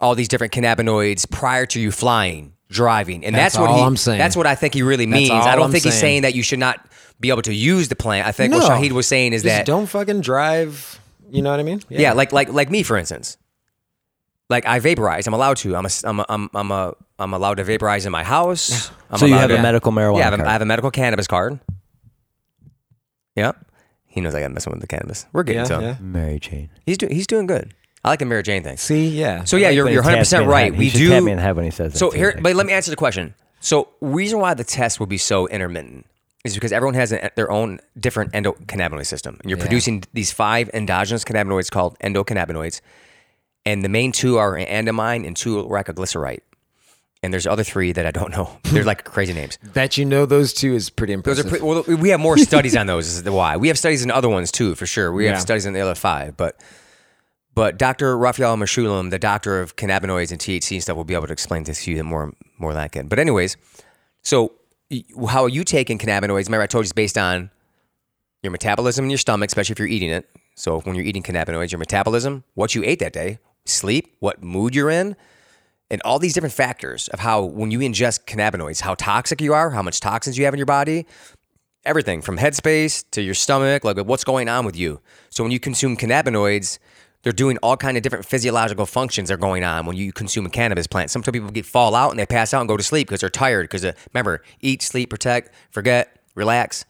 [SPEAKER 2] all these different cannabinoids prior to you flying, driving. And that's,
[SPEAKER 3] That's
[SPEAKER 2] what
[SPEAKER 3] all
[SPEAKER 2] he,
[SPEAKER 3] I'm saying.
[SPEAKER 2] That's what I think he really means.
[SPEAKER 3] all
[SPEAKER 2] I don't
[SPEAKER 3] I'm
[SPEAKER 2] think he's
[SPEAKER 3] saying.
[SPEAKER 2] saying that you should not be able to use the plant. I think what
[SPEAKER 3] No.
[SPEAKER 2] Shahid was saying is
[SPEAKER 3] Just
[SPEAKER 2] that
[SPEAKER 3] don't fucking drive. You know what I mean?
[SPEAKER 2] yeah, like like like me for instance. Like I vaporize. I'm allowed to. I'm a I'm a, I'm I'm a I'm allowed to vaporize in my
[SPEAKER 1] [sighs]
[SPEAKER 2] house. I'm
[SPEAKER 1] So you
[SPEAKER 2] allowed
[SPEAKER 1] have
[SPEAKER 2] to-
[SPEAKER 1] a medical marijuana
[SPEAKER 2] Yeah, I have a,
[SPEAKER 1] card.
[SPEAKER 2] I have a medical cannabis card. Yep. He knows I got messing with the cannabis. We're getting
[SPEAKER 3] Yeah,
[SPEAKER 2] some.
[SPEAKER 3] yeah.
[SPEAKER 1] Mary Jane.
[SPEAKER 2] He's doing he's doing good. I like the Mary Jane thing.
[SPEAKER 3] See, yeah.
[SPEAKER 2] So yeah, you're
[SPEAKER 1] But
[SPEAKER 2] you're
[SPEAKER 1] he taps me
[SPEAKER 2] 100 percent
[SPEAKER 1] in the
[SPEAKER 2] right.
[SPEAKER 1] head.
[SPEAKER 2] We
[SPEAKER 1] he should tap me
[SPEAKER 2] do.
[SPEAKER 1] in the head when he says that.
[SPEAKER 2] So
[SPEAKER 1] too,
[SPEAKER 2] here,
[SPEAKER 1] actually.
[SPEAKER 2] but let me answer the question. So reason why the test would be so intermittent is because everyone has an, their own different endocannabinoid system. And you're producing these five endogenous cannabinoids called endocannabinoids, and the main two are andamine and two racoglycerite. And there's other three that I don't know. [laughs] They're like crazy names.
[SPEAKER 3] that you know those two is pretty
[SPEAKER 2] Those
[SPEAKER 3] impressive.
[SPEAKER 2] are pre- well, we have more
[SPEAKER 3] [laughs]
[SPEAKER 2] studies on those. Is the why we have studies in other ones too, for sure. We
[SPEAKER 3] Yeah.
[SPEAKER 2] have studies on the other five, but but Dr. Raphael Mashulam, the doctor of cannabinoids and THC and stuff, will be able to explain this to you more more than I can. But anyways, so y- how are you taking cannabinoids? Remember, I told you it's based on your metabolism in your stomach, especially if you're eating it. So when you're eating cannabinoids, your metabolism, what you ate that day, sleep, what mood you're in, and all these different factors of how when you ingest cannabinoids, how toxic you are, how much toxins you have in your body, everything from headspace to your stomach, like what's going on with you. So when you consume cannabinoids, they're doing all kind of different physiological functions are going on when you consume a cannabis plant. Sometimes people get fall out and they pass out and go to sleep because they're tired. Because remember, eat, sleep, protect, forget, relax.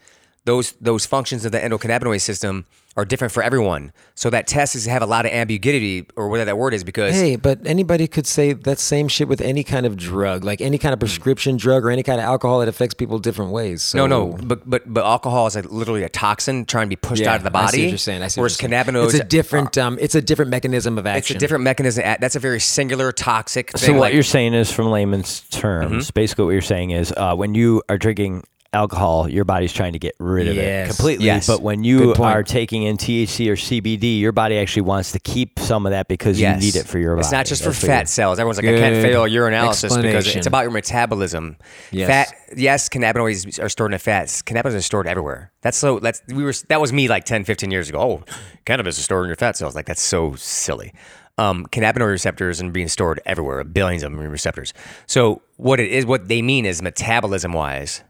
[SPEAKER 2] Those those functions of the endocannabinoid system are different for everyone. So that test is have a lot of ambiguity or whatever that word is because
[SPEAKER 3] Hey, but anybody could say that same shit with any kind of drug, like any kind of prescription drug or any kind of alcohol. It affects people different ways. So.
[SPEAKER 2] No, no, but but but alcohol is like literally a toxin trying to be pushed
[SPEAKER 3] Yeah,
[SPEAKER 2] out of the
[SPEAKER 3] I see
[SPEAKER 2] body.
[SPEAKER 3] what you're saying. I see what
[SPEAKER 2] whereas
[SPEAKER 3] you're saying.
[SPEAKER 2] cannabinoids,
[SPEAKER 3] It's a different. Um, it's a different mechanism of
[SPEAKER 2] It's
[SPEAKER 3] action.
[SPEAKER 2] a different mechanism. At, that's a very singular toxic. Thing.
[SPEAKER 1] So what
[SPEAKER 2] like- Mm-hmm.
[SPEAKER 1] you're saying is, from layman's terms, basically what you're saying is, uh, when you are drinking alcohol, your body's trying to get rid of
[SPEAKER 3] Yes.
[SPEAKER 1] it completely.
[SPEAKER 2] Yes.
[SPEAKER 1] But when you are taking in THC or CBD, your body actually wants to keep some of that because
[SPEAKER 2] Yes.
[SPEAKER 1] you need it for your body.
[SPEAKER 2] It's not just for
[SPEAKER 1] That's what you're-
[SPEAKER 2] fat cells. Everyone's like, I can't
[SPEAKER 3] Good
[SPEAKER 2] fail urinalysis because
[SPEAKER 3] explanation.
[SPEAKER 2] it's about your metabolism.
[SPEAKER 3] Yes.
[SPEAKER 2] Fat. Yes, cannabinoids are stored in fats. Cannabinoids are stored everywhere. That's so. That's we were. That was me like 10, 15 years ago. Oh, cannabis is stored in your fat cells. Like that's so silly. Um, cannabinoid receptors and being stored everywhere. Billions of receptors. So what it is, what they mean is metabolism wise.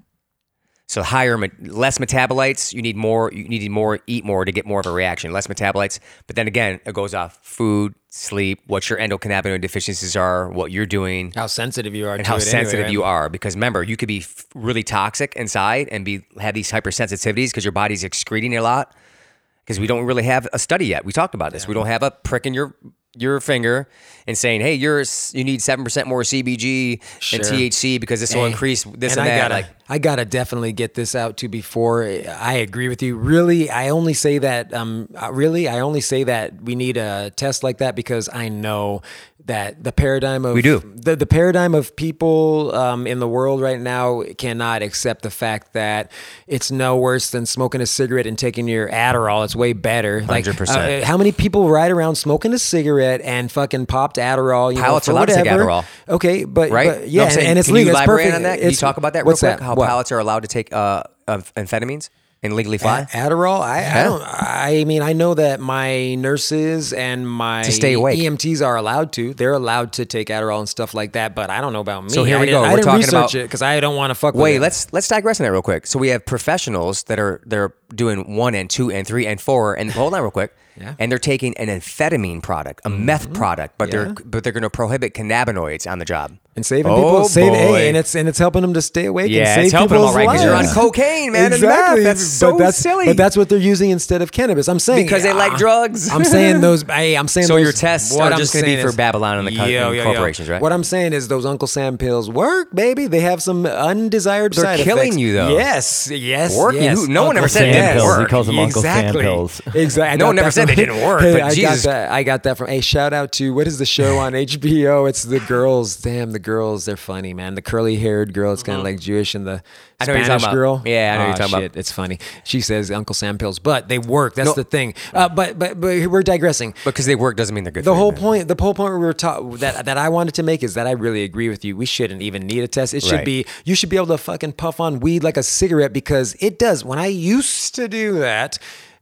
[SPEAKER 2] So higher, me- less metabolites. You need more. You need more. Eat more to get more of a reaction. Less metabolites. But then again, it goes off food, sleep, what your endocannabinoid deficiencies are, what you're doing,
[SPEAKER 3] How sensitive you are.
[SPEAKER 2] and how sensitive you are. Because remember, you could be f- really toxic inside and be have these hypersensitivities because your body's excreting a lot. Because we don't really have a study yet. We talked about this. We don't have a pricking your your finger and saying, "Hey, you're s- you need seven percent more CBG
[SPEAKER 3] Sure.
[SPEAKER 2] and THC because this will increase this and,
[SPEAKER 3] I
[SPEAKER 2] that."
[SPEAKER 3] gotta,
[SPEAKER 2] like,
[SPEAKER 3] I gotta definitely get this out too. Before I agree with you, really, I only say that. Um, uh, really, I only say that we need a test like that because I know that the paradigm of
[SPEAKER 2] We do.
[SPEAKER 3] the, the paradigm of people um, in the world right now cannot accept the fact that it's no worse than smoking a cigarette and taking your Adderall. It's way better. Like
[SPEAKER 2] 100%.
[SPEAKER 3] uh, how many people ride around smoking a cigarette and fucking popped Adderall? You
[SPEAKER 2] Pilots are
[SPEAKER 3] know, for
[SPEAKER 2] allowed to take
[SPEAKER 3] whatever.
[SPEAKER 2] Adderall.
[SPEAKER 3] Okay, but
[SPEAKER 2] right?
[SPEAKER 3] but,
[SPEAKER 2] No,
[SPEAKER 3] yeah,
[SPEAKER 2] I'm
[SPEAKER 3] and,
[SPEAKER 2] saying,
[SPEAKER 3] and it's
[SPEAKER 2] can
[SPEAKER 3] legal.
[SPEAKER 2] you
[SPEAKER 3] It's
[SPEAKER 2] elaborate
[SPEAKER 3] perfect.
[SPEAKER 2] on that? Can you
[SPEAKER 3] It's-
[SPEAKER 2] talk about that real
[SPEAKER 3] what's
[SPEAKER 2] quick?
[SPEAKER 3] That?
[SPEAKER 2] How
[SPEAKER 3] What?
[SPEAKER 2] pilots are allowed to take uh, amph- amphetamines and legally fly?
[SPEAKER 3] A- Adderall. I, I don't. I mean, I know that my nurses and my
[SPEAKER 2] To stay awake.
[SPEAKER 3] EMTs are allowed to. They're allowed to take Adderall and stuff like that. But I don't know about me.
[SPEAKER 2] So here
[SPEAKER 3] I
[SPEAKER 2] we
[SPEAKER 3] didn't-
[SPEAKER 2] go.
[SPEAKER 3] I
[SPEAKER 2] We're
[SPEAKER 3] didn't
[SPEAKER 2] talking about-
[SPEAKER 3] research it because I don't want to fuck.
[SPEAKER 2] Wait,
[SPEAKER 3] with it.
[SPEAKER 2] let's let's digress on that real quick. So we have professionals that are they're doing one and two and three and four and hold on real quick.
[SPEAKER 3] Yeah. Mm-hmm.
[SPEAKER 2] And they're taking an amphetamine product, a meth product, but they're
[SPEAKER 3] Yeah.
[SPEAKER 2] but they're going to prohibit cannabinoids on the job.
[SPEAKER 3] and saving
[SPEAKER 2] Oh,
[SPEAKER 3] people, save
[SPEAKER 2] boy.
[SPEAKER 3] hey, and it's and it's helping them to stay awake.
[SPEAKER 2] Yeah,
[SPEAKER 3] and
[SPEAKER 2] it's
[SPEAKER 3] save
[SPEAKER 2] helping 'em
[SPEAKER 3] people's
[SPEAKER 2] all right, 'cause
[SPEAKER 3] lives.
[SPEAKER 2] you're on cocaine, man, and
[SPEAKER 3] Exactly.
[SPEAKER 2] meth. That's so
[SPEAKER 3] but that's,
[SPEAKER 2] silly.
[SPEAKER 3] But that's what they're using instead of cannabis. I'm saying
[SPEAKER 2] Because they like
[SPEAKER 3] Ah,
[SPEAKER 2] drugs.
[SPEAKER 3] I'm
[SPEAKER 2] [laughs]
[SPEAKER 3] saying those. Hey, I'm saying
[SPEAKER 2] So
[SPEAKER 3] those,
[SPEAKER 2] your tests
[SPEAKER 3] what
[SPEAKER 2] are
[SPEAKER 3] I'm
[SPEAKER 2] just gonna be
[SPEAKER 3] saying
[SPEAKER 2] for
[SPEAKER 3] is-
[SPEAKER 2] Babylon and the co- and corporations, right?
[SPEAKER 3] What I'm saying is those Uncle Sam pills work, baby. They have some undesired
[SPEAKER 2] They're
[SPEAKER 3] side
[SPEAKER 2] killing
[SPEAKER 3] effects.
[SPEAKER 2] you, though.
[SPEAKER 3] Yes, yes,
[SPEAKER 2] Work? You-
[SPEAKER 3] Yes.
[SPEAKER 2] no one ever said it
[SPEAKER 1] Sam
[SPEAKER 2] didn't
[SPEAKER 1] pills.
[SPEAKER 2] work.
[SPEAKER 1] He calls them Uncle Sam
[SPEAKER 3] exactly.
[SPEAKER 2] [laughs]
[SPEAKER 1] pills.
[SPEAKER 3] [laughs] Exactly. I
[SPEAKER 2] No one
[SPEAKER 3] got
[SPEAKER 2] ever
[SPEAKER 3] that
[SPEAKER 2] said
[SPEAKER 3] from-
[SPEAKER 2] they
[SPEAKER 3] [laughs]
[SPEAKER 1] [laughs]
[SPEAKER 2] didn't work,
[SPEAKER 3] Hey,
[SPEAKER 2] but
[SPEAKER 3] I
[SPEAKER 2] Jesus.
[SPEAKER 3] got that. I got that from. Hey, shout out to what is the show on HBO? It's the girls. Damn, the girls. They're funny, man. The curly haired girl. It's kind of like Jewish and the
[SPEAKER 2] I know what you're
[SPEAKER 3] Spanish
[SPEAKER 2] talking about.
[SPEAKER 3] girl.
[SPEAKER 2] Yeah, I know what you're
[SPEAKER 3] Oh,
[SPEAKER 2] talking about.
[SPEAKER 3] shit. It's funny. She says Uncle Sam pills, but they work. That's
[SPEAKER 2] No.
[SPEAKER 3] the thing. Uh, but but but we're digressing.
[SPEAKER 2] Because they work doesn't mean they're good.
[SPEAKER 3] The
[SPEAKER 2] for you,
[SPEAKER 3] whole
[SPEAKER 2] man.
[SPEAKER 3] point, the whole point we were taught that that I wanted to make is that I really agree with you. We shouldn't even need a test. It should
[SPEAKER 2] Right.
[SPEAKER 3] be you should be able to fucking puff on weed like a cigarette because it does. When I used to do that,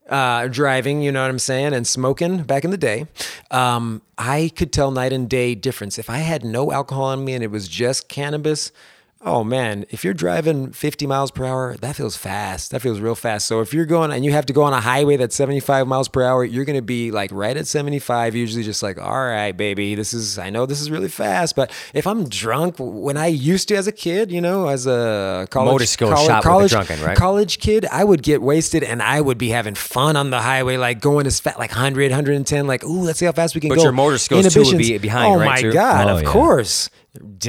[SPEAKER 3] uh, driving, you know what I'm saying, and smoking back in the day, um, I could tell night and day difference. If I had no alcohol in me and it was just cannabis. Oh man, if you're driving 50 miles per hour, that feels fast. That feels real fast. So if you're going and you have to go on a highway that's 75 miles per hour, you're going to be like right at 75, usually just like, all right, baby, this is, I know this is really fast, but if I'm drunk, when I used to as a kid, you know, as a college,
[SPEAKER 2] Motor skills
[SPEAKER 3] college,
[SPEAKER 2] shot with the
[SPEAKER 3] college,
[SPEAKER 2] drunken, right?
[SPEAKER 3] college kid, I would get wasted and I would be having fun on the highway, like going as fat, like 100, 110, like, ooh, let's see how fast we can
[SPEAKER 2] But
[SPEAKER 3] go.
[SPEAKER 2] your motor skills, too, would
[SPEAKER 3] Inhibitions.
[SPEAKER 2] be behind,
[SPEAKER 3] Oh
[SPEAKER 2] right,
[SPEAKER 3] my
[SPEAKER 2] too?
[SPEAKER 3] God,
[SPEAKER 1] Oh,
[SPEAKER 3] of
[SPEAKER 1] yeah.
[SPEAKER 3] course.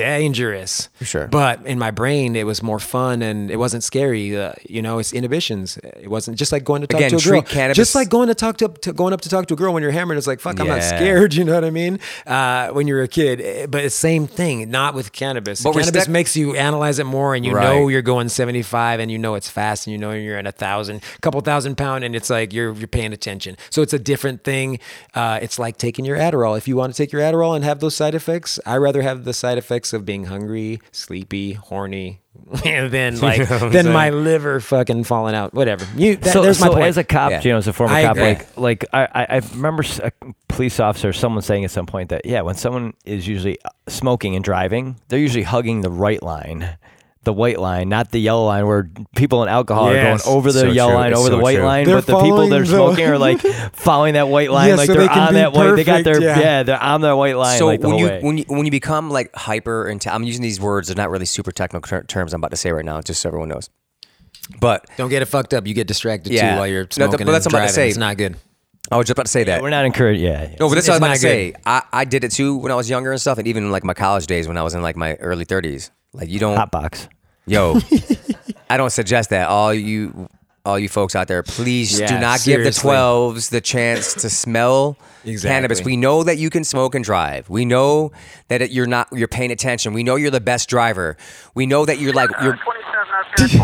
[SPEAKER 3] Dangerous. For
[SPEAKER 2] sure.
[SPEAKER 3] but in my brain, it was more fun and it wasn't scary. Uh, you know, it's inhibitions. It wasn't just like going to talk
[SPEAKER 2] Again,
[SPEAKER 3] to a girl.
[SPEAKER 2] treat cannabis-
[SPEAKER 3] Just like going to talk to, to- going up to talk to a girl when you're hammered. It's like fuck, I'm not
[SPEAKER 2] Yeah.
[SPEAKER 3] scared. [laughs] You know what I mean? Uh, when you're a kid, Eh, but it's same thing. Not with cannabis.
[SPEAKER 2] But
[SPEAKER 3] cannabis
[SPEAKER 2] respect-
[SPEAKER 3] makes you analyze it more, and you
[SPEAKER 2] Right.
[SPEAKER 3] know you're going 75, and you know it's fast, and you know you're at a thousand, couple thousand pound, and it's like you're you're paying attention. So it's a different thing. Uh, it's like taking your Adderall. If you want to take your Adderall and have those side effects, I rather have the side effects of being hungry, sleepy,
[SPEAKER 1] [laughs]
[SPEAKER 3] horny, than like than my liver fucking falling out. Whatever. You. That,
[SPEAKER 1] so,
[SPEAKER 3] there's my
[SPEAKER 1] so
[SPEAKER 3] point.
[SPEAKER 1] as a cop,
[SPEAKER 2] Yeah.
[SPEAKER 1] you know, as a former
[SPEAKER 3] I
[SPEAKER 1] cop,
[SPEAKER 3] agree.
[SPEAKER 1] like, like I, I, I remember s- a police officer, someone saying at some point that, yeah, when someone is usually uh, smoking and driving, they're usually hugging the right line, the white line, not the yellow line, where people and alcohol
[SPEAKER 3] Yes.
[SPEAKER 1] are going over the
[SPEAKER 2] So
[SPEAKER 1] yellow
[SPEAKER 2] true.
[SPEAKER 1] line,
[SPEAKER 2] It's
[SPEAKER 1] over the
[SPEAKER 2] so
[SPEAKER 1] white
[SPEAKER 2] true.
[SPEAKER 1] line,
[SPEAKER 4] They're
[SPEAKER 1] but the people that are
[SPEAKER 4] following the-
[SPEAKER 1] smoking are
[SPEAKER 4] [laughs]
[SPEAKER 1] like following that white line,
[SPEAKER 4] Yeah,
[SPEAKER 1] like
[SPEAKER 4] so
[SPEAKER 1] they're
[SPEAKER 4] they can
[SPEAKER 1] on
[SPEAKER 4] be
[SPEAKER 1] that white, they got their,
[SPEAKER 4] perfect,
[SPEAKER 1] yeah.
[SPEAKER 4] yeah.
[SPEAKER 1] they're on their white line,
[SPEAKER 2] So
[SPEAKER 1] like the
[SPEAKER 2] when
[SPEAKER 1] whole
[SPEAKER 2] you
[SPEAKER 1] way.
[SPEAKER 2] when you when you become like hyper and I'm using these words, they're not really super technical ter- terms I'm about to say right now, just so everyone knows. But
[SPEAKER 3] Don't get it fucked up. You get distracted
[SPEAKER 2] Yeah.
[SPEAKER 3] too while you're
[SPEAKER 2] No,
[SPEAKER 3] smoking.
[SPEAKER 2] but that's
[SPEAKER 3] and
[SPEAKER 2] what I'm about to
[SPEAKER 3] driving.
[SPEAKER 2] say.
[SPEAKER 3] It's not good.
[SPEAKER 2] I was just about to say that.
[SPEAKER 1] We're not encouraged, yeah. yeah.
[SPEAKER 2] No, but that's what I was
[SPEAKER 3] It's
[SPEAKER 2] about to
[SPEAKER 3] not
[SPEAKER 2] say. I, I did it too when I was younger and stuff, and even in like my college days when I was in like my early 30s. Like you don't,
[SPEAKER 1] Hot box.
[SPEAKER 3] [laughs]
[SPEAKER 2] yo, I don't suggest that. All you, all you folks out there, please do
[SPEAKER 3] Yeah,
[SPEAKER 2] not give the
[SPEAKER 3] seriously.
[SPEAKER 2] twelves the chance to smell cannabis.
[SPEAKER 3] [laughs] Exactly.
[SPEAKER 2] We know that you can smoke and drive. We know that it, you're not, you're paying attention. We know you're the best driver. We know that you're like [laughs] you're.
[SPEAKER 3] [laughs]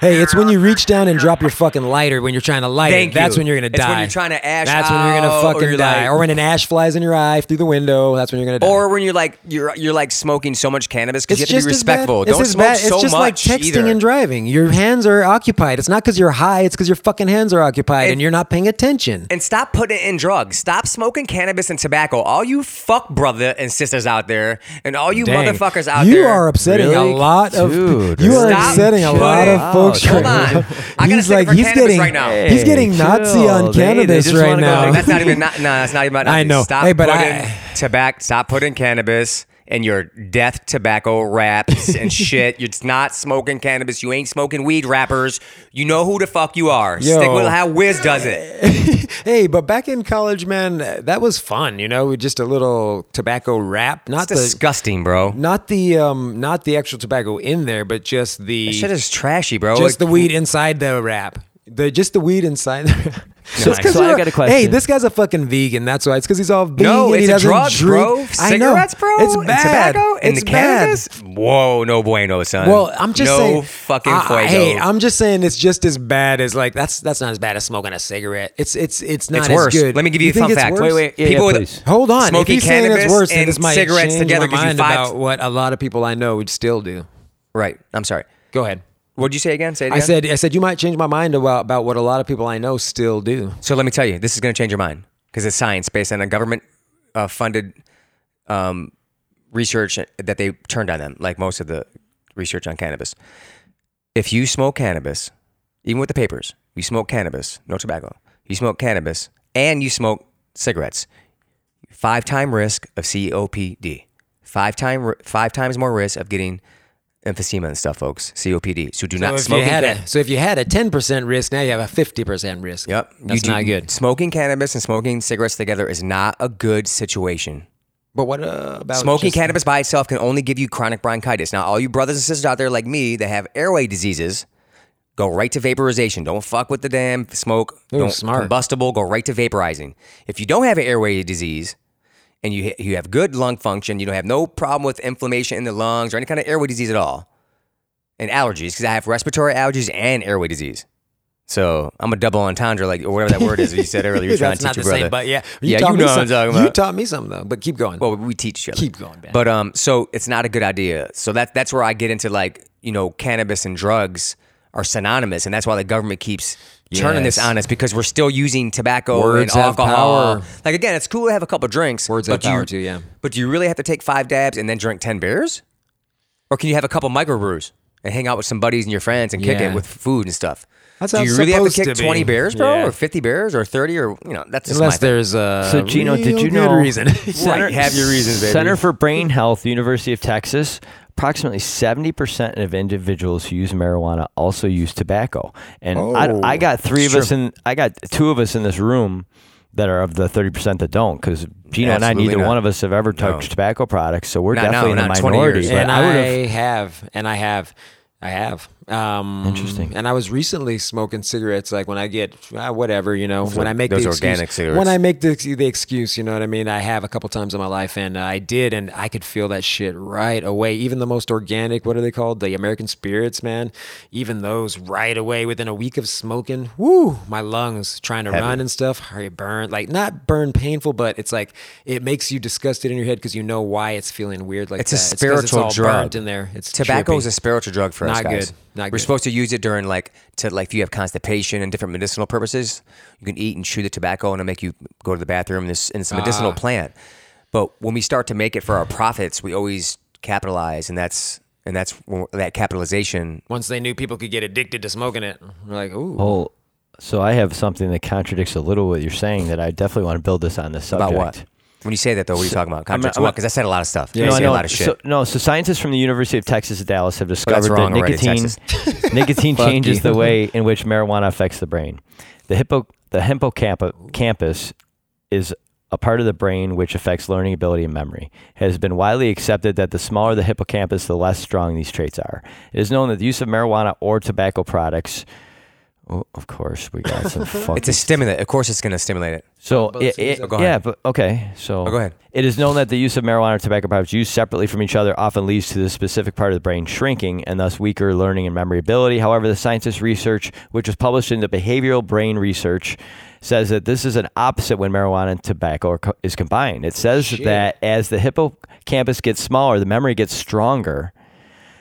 [SPEAKER 3] Hey, it's when you reach down and drop your fucking lighter when you're trying to light
[SPEAKER 2] Thank
[SPEAKER 3] it. That's
[SPEAKER 2] you.
[SPEAKER 3] when you're gonna die.
[SPEAKER 2] It's when you're trying to ash
[SPEAKER 3] That's when you're
[SPEAKER 2] out,
[SPEAKER 3] gonna
[SPEAKER 2] or
[SPEAKER 3] fucking
[SPEAKER 2] you're
[SPEAKER 3] die.
[SPEAKER 2] like-
[SPEAKER 3] or when an ash flies in your eye through the window. That's when you're gonna die.
[SPEAKER 2] Or when you're like you're you're like smoking so much cannabis because you have to be
[SPEAKER 3] as bad-
[SPEAKER 2] respectful.
[SPEAKER 3] It's
[SPEAKER 2] Don't
[SPEAKER 3] as
[SPEAKER 2] smoke
[SPEAKER 3] bad-
[SPEAKER 2] so
[SPEAKER 3] It's just like
[SPEAKER 2] much
[SPEAKER 3] texting
[SPEAKER 2] either.
[SPEAKER 3] and driving. Your hands are occupied. It's not because you're high. It's because your fucking hands are occupied
[SPEAKER 2] And-
[SPEAKER 3] and, you're not paying attention.
[SPEAKER 2] and stop putting it in drugs. Stop smoking cannabis and tobacco. All you fuck brother and sisters out there, and all you
[SPEAKER 3] Dang.
[SPEAKER 2] motherfuckers out
[SPEAKER 3] you
[SPEAKER 2] there.
[SPEAKER 3] are upsetting
[SPEAKER 1] Really?
[SPEAKER 3] a lot of
[SPEAKER 1] Dude,
[SPEAKER 3] you are
[SPEAKER 2] Stop
[SPEAKER 3] upsetting a lot
[SPEAKER 2] putting-
[SPEAKER 3] of
[SPEAKER 1] Ouch.
[SPEAKER 3] folks.
[SPEAKER 2] Hold on.
[SPEAKER 3] right now.
[SPEAKER 2] I gotta
[SPEAKER 3] he's
[SPEAKER 2] stick
[SPEAKER 3] like
[SPEAKER 2] for
[SPEAKER 3] he's
[SPEAKER 2] cannabis
[SPEAKER 3] getting
[SPEAKER 2] right now.
[SPEAKER 1] Hey,
[SPEAKER 3] he's getting Nazi
[SPEAKER 1] chill.
[SPEAKER 3] on
[SPEAKER 1] They- they
[SPEAKER 3] cannabis
[SPEAKER 1] just
[SPEAKER 3] right
[SPEAKER 1] wanna go
[SPEAKER 3] now.
[SPEAKER 1] like
[SPEAKER 2] That's not even not. No, that's not even about.
[SPEAKER 3] Uh-huh. [laughs] I know.
[SPEAKER 2] Stop
[SPEAKER 3] Hey, but
[SPEAKER 2] putting
[SPEAKER 3] I-
[SPEAKER 2] tobacco. Stop putting cannabis and your death tobacco wraps
[SPEAKER 3] [laughs]
[SPEAKER 2] and shit. You're not smoking cannabis. You ain't smoking weed wrappers. You know who the fuck you are. Stick
[SPEAKER 3] Yo.
[SPEAKER 2] with how Wiz does it.
[SPEAKER 3] [laughs] hey, but back in college, man, that was fun. You know, with just a little tobacco wrap, not
[SPEAKER 2] That's
[SPEAKER 3] the
[SPEAKER 2] disgusting, bro.
[SPEAKER 3] not the um not the actual tobacco in there, but just the
[SPEAKER 2] Shit is trashy, bro.
[SPEAKER 3] just
[SPEAKER 2] Like- [laughs]
[SPEAKER 3] the weed inside the wrap. The just the weed inside. The,
[SPEAKER 1] So,
[SPEAKER 3] It's 'cause
[SPEAKER 1] so I
[SPEAKER 3] you're-
[SPEAKER 1] got a question.
[SPEAKER 3] Hey, this guy's a fucking vegan. That's why. It's because he's all vegan.
[SPEAKER 2] No,
[SPEAKER 3] he
[SPEAKER 2] it's a
[SPEAKER 3] doesn't
[SPEAKER 2] drug,
[SPEAKER 3] drink.
[SPEAKER 2] bro.
[SPEAKER 3] I know.
[SPEAKER 2] Cigarettes, bro.
[SPEAKER 3] It's
[SPEAKER 2] And
[SPEAKER 3] bad.
[SPEAKER 2] tobacco and
[SPEAKER 3] it's
[SPEAKER 2] the
[SPEAKER 3] bad.
[SPEAKER 2] cannabis. Whoa, no bueno, son.
[SPEAKER 3] Well, I'm just
[SPEAKER 2] no
[SPEAKER 3] saying,
[SPEAKER 2] fucking
[SPEAKER 3] I- I-
[SPEAKER 2] fuego.
[SPEAKER 3] Hey, I'm just saying it's just as bad as like that's that's not as bad as smoking a cigarette. It's it's it's not
[SPEAKER 2] it's
[SPEAKER 3] as
[SPEAKER 2] worse.
[SPEAKER 3] good.
[SPEAKER 2] Let me give you, a
[SPEAKER 3] think
[SPEAKER 2] fun
[SPEAKER 3] it's
[SPEAKER 2] fact.
[SPEAKER 3] worse?
[SPEAKER 2] Wait, wait.
[SPEAKER 1] Yeah,
[SPEAKER 2] people
[SPEAKER 1] yeah, please.
[SPEAKER 2] with
[SPEAKER 3] Hold on.
[SPEAKER 2] smoking
[SPEAKER 3] if he's saying
[SPEAKER 2] cannabis
[SPEAKER 3] it's worse, then
[SPEAKER 2] and
[SPEAKER 3] this might
[SPEAKER 2] cigarettes
[SPEAKER 3] change
[SPEAKER 2] together
[SPEAKER 3] my
[SPEAKER 2] gives you
[SPEAKER 3] mind
[SPEAKER 2] five.
[SPEAKER 3] about what a lot of people I know would still do.
[SPEAKER 2] right. I'm sorry.
[SPEAKER 3] Go ahead.
[SPEAKER 2] What'd you say again? Say it
[SPEAKER 3] I
[SPEAKER 2] again.
[SPEAKER 3] said I said you might change my mind about about what a lot of people I know still do.
[SPEAKER 2] So let me tell you, this is going to change your mind because it's science based on a government uh, funded um, research that they turned on them, like most of the research on cannabis. If you smoke cannabis, even with the papers, you smoke cannabis, no tobacco, you smoke cannabis, and you smoke cigarettes, five time risk of COPD, five time five times more risk of getting emphysema and stuff, folks. COPD. So do
[SPEAKER 3] So
[SPEAKER 2] not
[SPEAKER 3] if you
[SPEAKER 2] smoke
[SPEAKER 3] had a so if you had a ten percent risk, now you have a fifty percent risk.
[SPEAKER 2] Yep.
[SPEAKER 3] that's
[SPEAKER 2] do-
[SPEAKER 3] not good.
[SPEAKER 2] Smoking cannabis and smoking cigarettes together is not a good situation.
[SPEAKER 3] But what uh, about
[SPEAKER 2] Smoking
[SPEAKER 3] just-
[SPEAKER 2] cannabis by itself can only give you chronic bronchitis. Now, all you brothers and sisters out there like me that have airway diseases, go right to vaporization. Don't fuck with the damn smoke.
[SPEAKER 3] Ooh,
[SPEAKER 2] Don't-
[SPEAKER 3] smart.
[SPEAKER 2] Combustible, go right to vaporizing. If you don't have an airway disease and you, you have good lung function, you don't have no problem with inflammation in the lungs or any kind of airway disease at all, and allergies, because I have respiratory allergies and airway disease. So I'm a double entendre, like or whatever that word is that you said earlier. You're trying
[SPEAKER 3] [laughs] That's
[SPEAKER 2] to teach
[SPEAKER 3] not
[SPEAKER 2] your
[SPEAKER 3] the
[SPEAKER 2] brother.
[SPEAKER 3] same, but yeah,
[SPEAKER 2] yeah,
[SPEAKER 3] taught
[SPEAKER 2] you
[SPEAKER 3] me
[SPEAKER 2] know what I'm
[SPEAKER 3] some-
[SPEAKER 2] talking
[SPEAKER 3] You
[SPEAKER 2] about.
[SPEAKER 3] taught me something though, but keep going.
[SPEAKER 2] Well, we teach each other.
[SPEAKER 3] Keep going, Ben.
[SPEAKER 2] But um, so it's not a good idea. So that that's where I get into like you know cannabis and drugs are synonymous, and that's why the government keeps turning this
[SPEAKER 3] Yes.
[SPEAKER 2] on us because we're still using tobacco
[SPEAKER 3] Words
[SPEAKER 2] and
[SPEAKER 3] have
[SPEAKER 2] alcohol.
[SPEAKER 3] power.
[SPEAKER 2] Like again, it's cool to have a couple drinks.
[SPEAKER 3] Words
[SPEAKER 2] but
[SPEAKER 3] have power
[SPEAKER 2] you,
[SPEAKER 3] too, yeah.
[SPEAKER 2] But do you really have to take five dabs and then drink ten beers, or can you have a couple microbrews and hang out with some buddies and your friends and kick
[SPEAKER 3] Yeah.
[SPEAKER 2] it with food and stuff?
[SPEAKER 3] That's
[SPEAKER 2] do
[SPEAKER 3] how
[SPEAKER 2] you
[SPEAKER 3] it's
[SPEAKER 2] really have to
[SPEAKER 3] supposed
[SPEAKER 2] kick
[SPEAKER 3] to be.
[SPEAKER 2] twenty beers, bro,
[SPEAKER 3] Yeah.
[SPEAKER 2] or fifty beers, or thirty, or you know that's just my
[SPEAKER 3] Unless
[SPEAKER 2] thing.
[SPEAKER 3] there's a
[SPEAKER 2] Uh,
[SPEAKER 1] So, Gino, did
[SPEAKER 3] real
[SPEAKER 1] you
[SPEAKER 3] good
[SPEAKER 1] know-
[SPEAKER 2] [laughs]
[SPEAKER 3] reason? [laughs]
[SPEAKER 2] Right, have your reasons, baby.
[SPEAKER 1] Center for Brain Health, University of Texas. Approximately 70% of individuals who use marijuana also use tobacco. And
[SPEAKER 2] Oh,
[SPEAKER 1] I, I got three of us in, I got two of us in this room that are of the 30% that don't because Gino and I,
[SPEAKER 2] Absolutely
[SPEAKER 1] neither
[SPEAKER 2] not.
[SPEAKER 1] one of us have ever touched tobacco products. So we're
[SPEAKER 2] Not now,
[SPEAKER 1] definitely in the
[SPEAKER 2] not 20 years.
[SPEAKER 1] minority.
[SPEAKER 2] Yeah,
[SPEAKER 1] But
[SPEAKER 3] and
[SPEAKER 1] I
[SPEAKER 3] I,
[SPEAKER 1] would have.
[SPEAKER 3] have, and I have, I have. Um,
[SPEAKER 1] Interesting.
[SPEAKER 3] And I was recently smoking cigarettes. Like when I get ah, whatever, you know, when I make
[SPEAKER 2] those
[SPEAKER 3] the excuse,
[SPEAKER 2] organic cigarettes.
[SPEAKER 3] When I make the the excuse, you know what I mean. I have a couple times in my life, and I did, and I could feel that shit right away. Even the most organic, what are they called? The American spirits, man. Even those right away within a week of smoking. Woo, my lungs trying to run and stuff. Hurry, burn like not burn painful, but it's like it makes you disgusted in your head because you know why it's feeling weird like
[SPEAKER 2] It's a
[SPEAKER 3] that. 'cause
[SPEAKER 2] spiritual
[SPEAKER 3] all
[SPEAKER 2] drug.
[SPEAKER 3] burnt in there. It's
[SPEAKER 2] Tobacco
[SPEAKER 3] trippy.
[SPEAKER 2] is a spiritual drug for us
[SPEAKER 3] Not
[SPEAKER 2] guys.
[SPEAKER 3] good. Not
[SPEAKER 2] We're
[SPEAKER 3] good.
[SPEAKER 2] supposed to use it during like to like if you have constipation and different medicinal purposes. You can eat and chew the tobacco, and it'll make you go to the bathroom. And this and it's a
[SPEAKER 3] Ah.
[SPEAKER 2] medicinal plant. But when we start to make it for our profits, we always capitalize, and that's and that's when- that capitalization.
[SPEAKER 3] Once they knew people could get addicted to smoking it, we're like, ooh.
[SPEAKER 1] Well, so I have something that contradicts a little what you're saying that I definitely want to build this on this subject.
[SPEAKER 2] About what? When you say that though, what are you talking about?
[SPEAKER 1] I'm-
[SPEAKER 2] Contracts?
[SPEAKER 1] I'm-
[SPEAKER 2] what? Because I said a lot of stuff.
[SPEAKER 1] No,
[SPEAKER 2] I
[SPEAKER 1] I
[SPEAKER 2] say
[SPEAKER 1] know.
[SPEAKER 2] a lot of shit.
[SPEAKER 1] So, no, so scientists from the University of Texas at Dallas have discovered that
[SPEAKER 2] wrong already,
[SPEAKER 1] nicotine [laughs] nicotine
[SPEAKER 2] [laughs] Fuck
[SPEAKER 1] changes
[SPEAKER 2] you.
[SPEAKER 1] the way in which marijuana affects the brain. The hippo the hippocampus is a part of the brain which affects learning ability and memory. It has been widely accepted that the smaller the hippocampus, the less strong these traits are. It is known that the use of marijuana or tobacco products Oh, of course, we got some fucking
[SPEAKER 2] [laughs] it's a stimulant. Of course, it's going to stimulate it.
[SPEAKER 1] so it, it-
[SPEAKER 2] Oh, go
[SPEAKER 1] yeah,
[SPEAKER 2] ahead. Oh,
[SPEAKER 1] but okay. So
[SPEAKER 2] go ahead.
[SPEAKER 1] It is known that the use of marijuana or tobacco products used separately from each other often leads to the specific part of the brain shrinking and thus weaker learning and memory ability. However, the scientist research, which was published in the Behavioral Brain Research, says that this is an opposite when marijuana and tobacco are co- is combined. It says that as the hippocampus gets smaller, the memory gets stronger.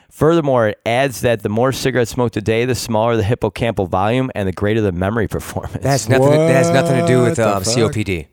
[SPEAKER 1] Furthermore, it adds that the more cigarettes smoked a day, the smaller the hippocampal volume and the greater the memory [laughs] performance.
[SPEAKER 2] That has nothing. That has nothing to do
[SPEAKER 4] What
[SPEAKER 2] with
[SPEAKER 4] the
[SPEAKER 2] um,
[SPEAKER 4] fuck?
[SPEAKER 2] COPD.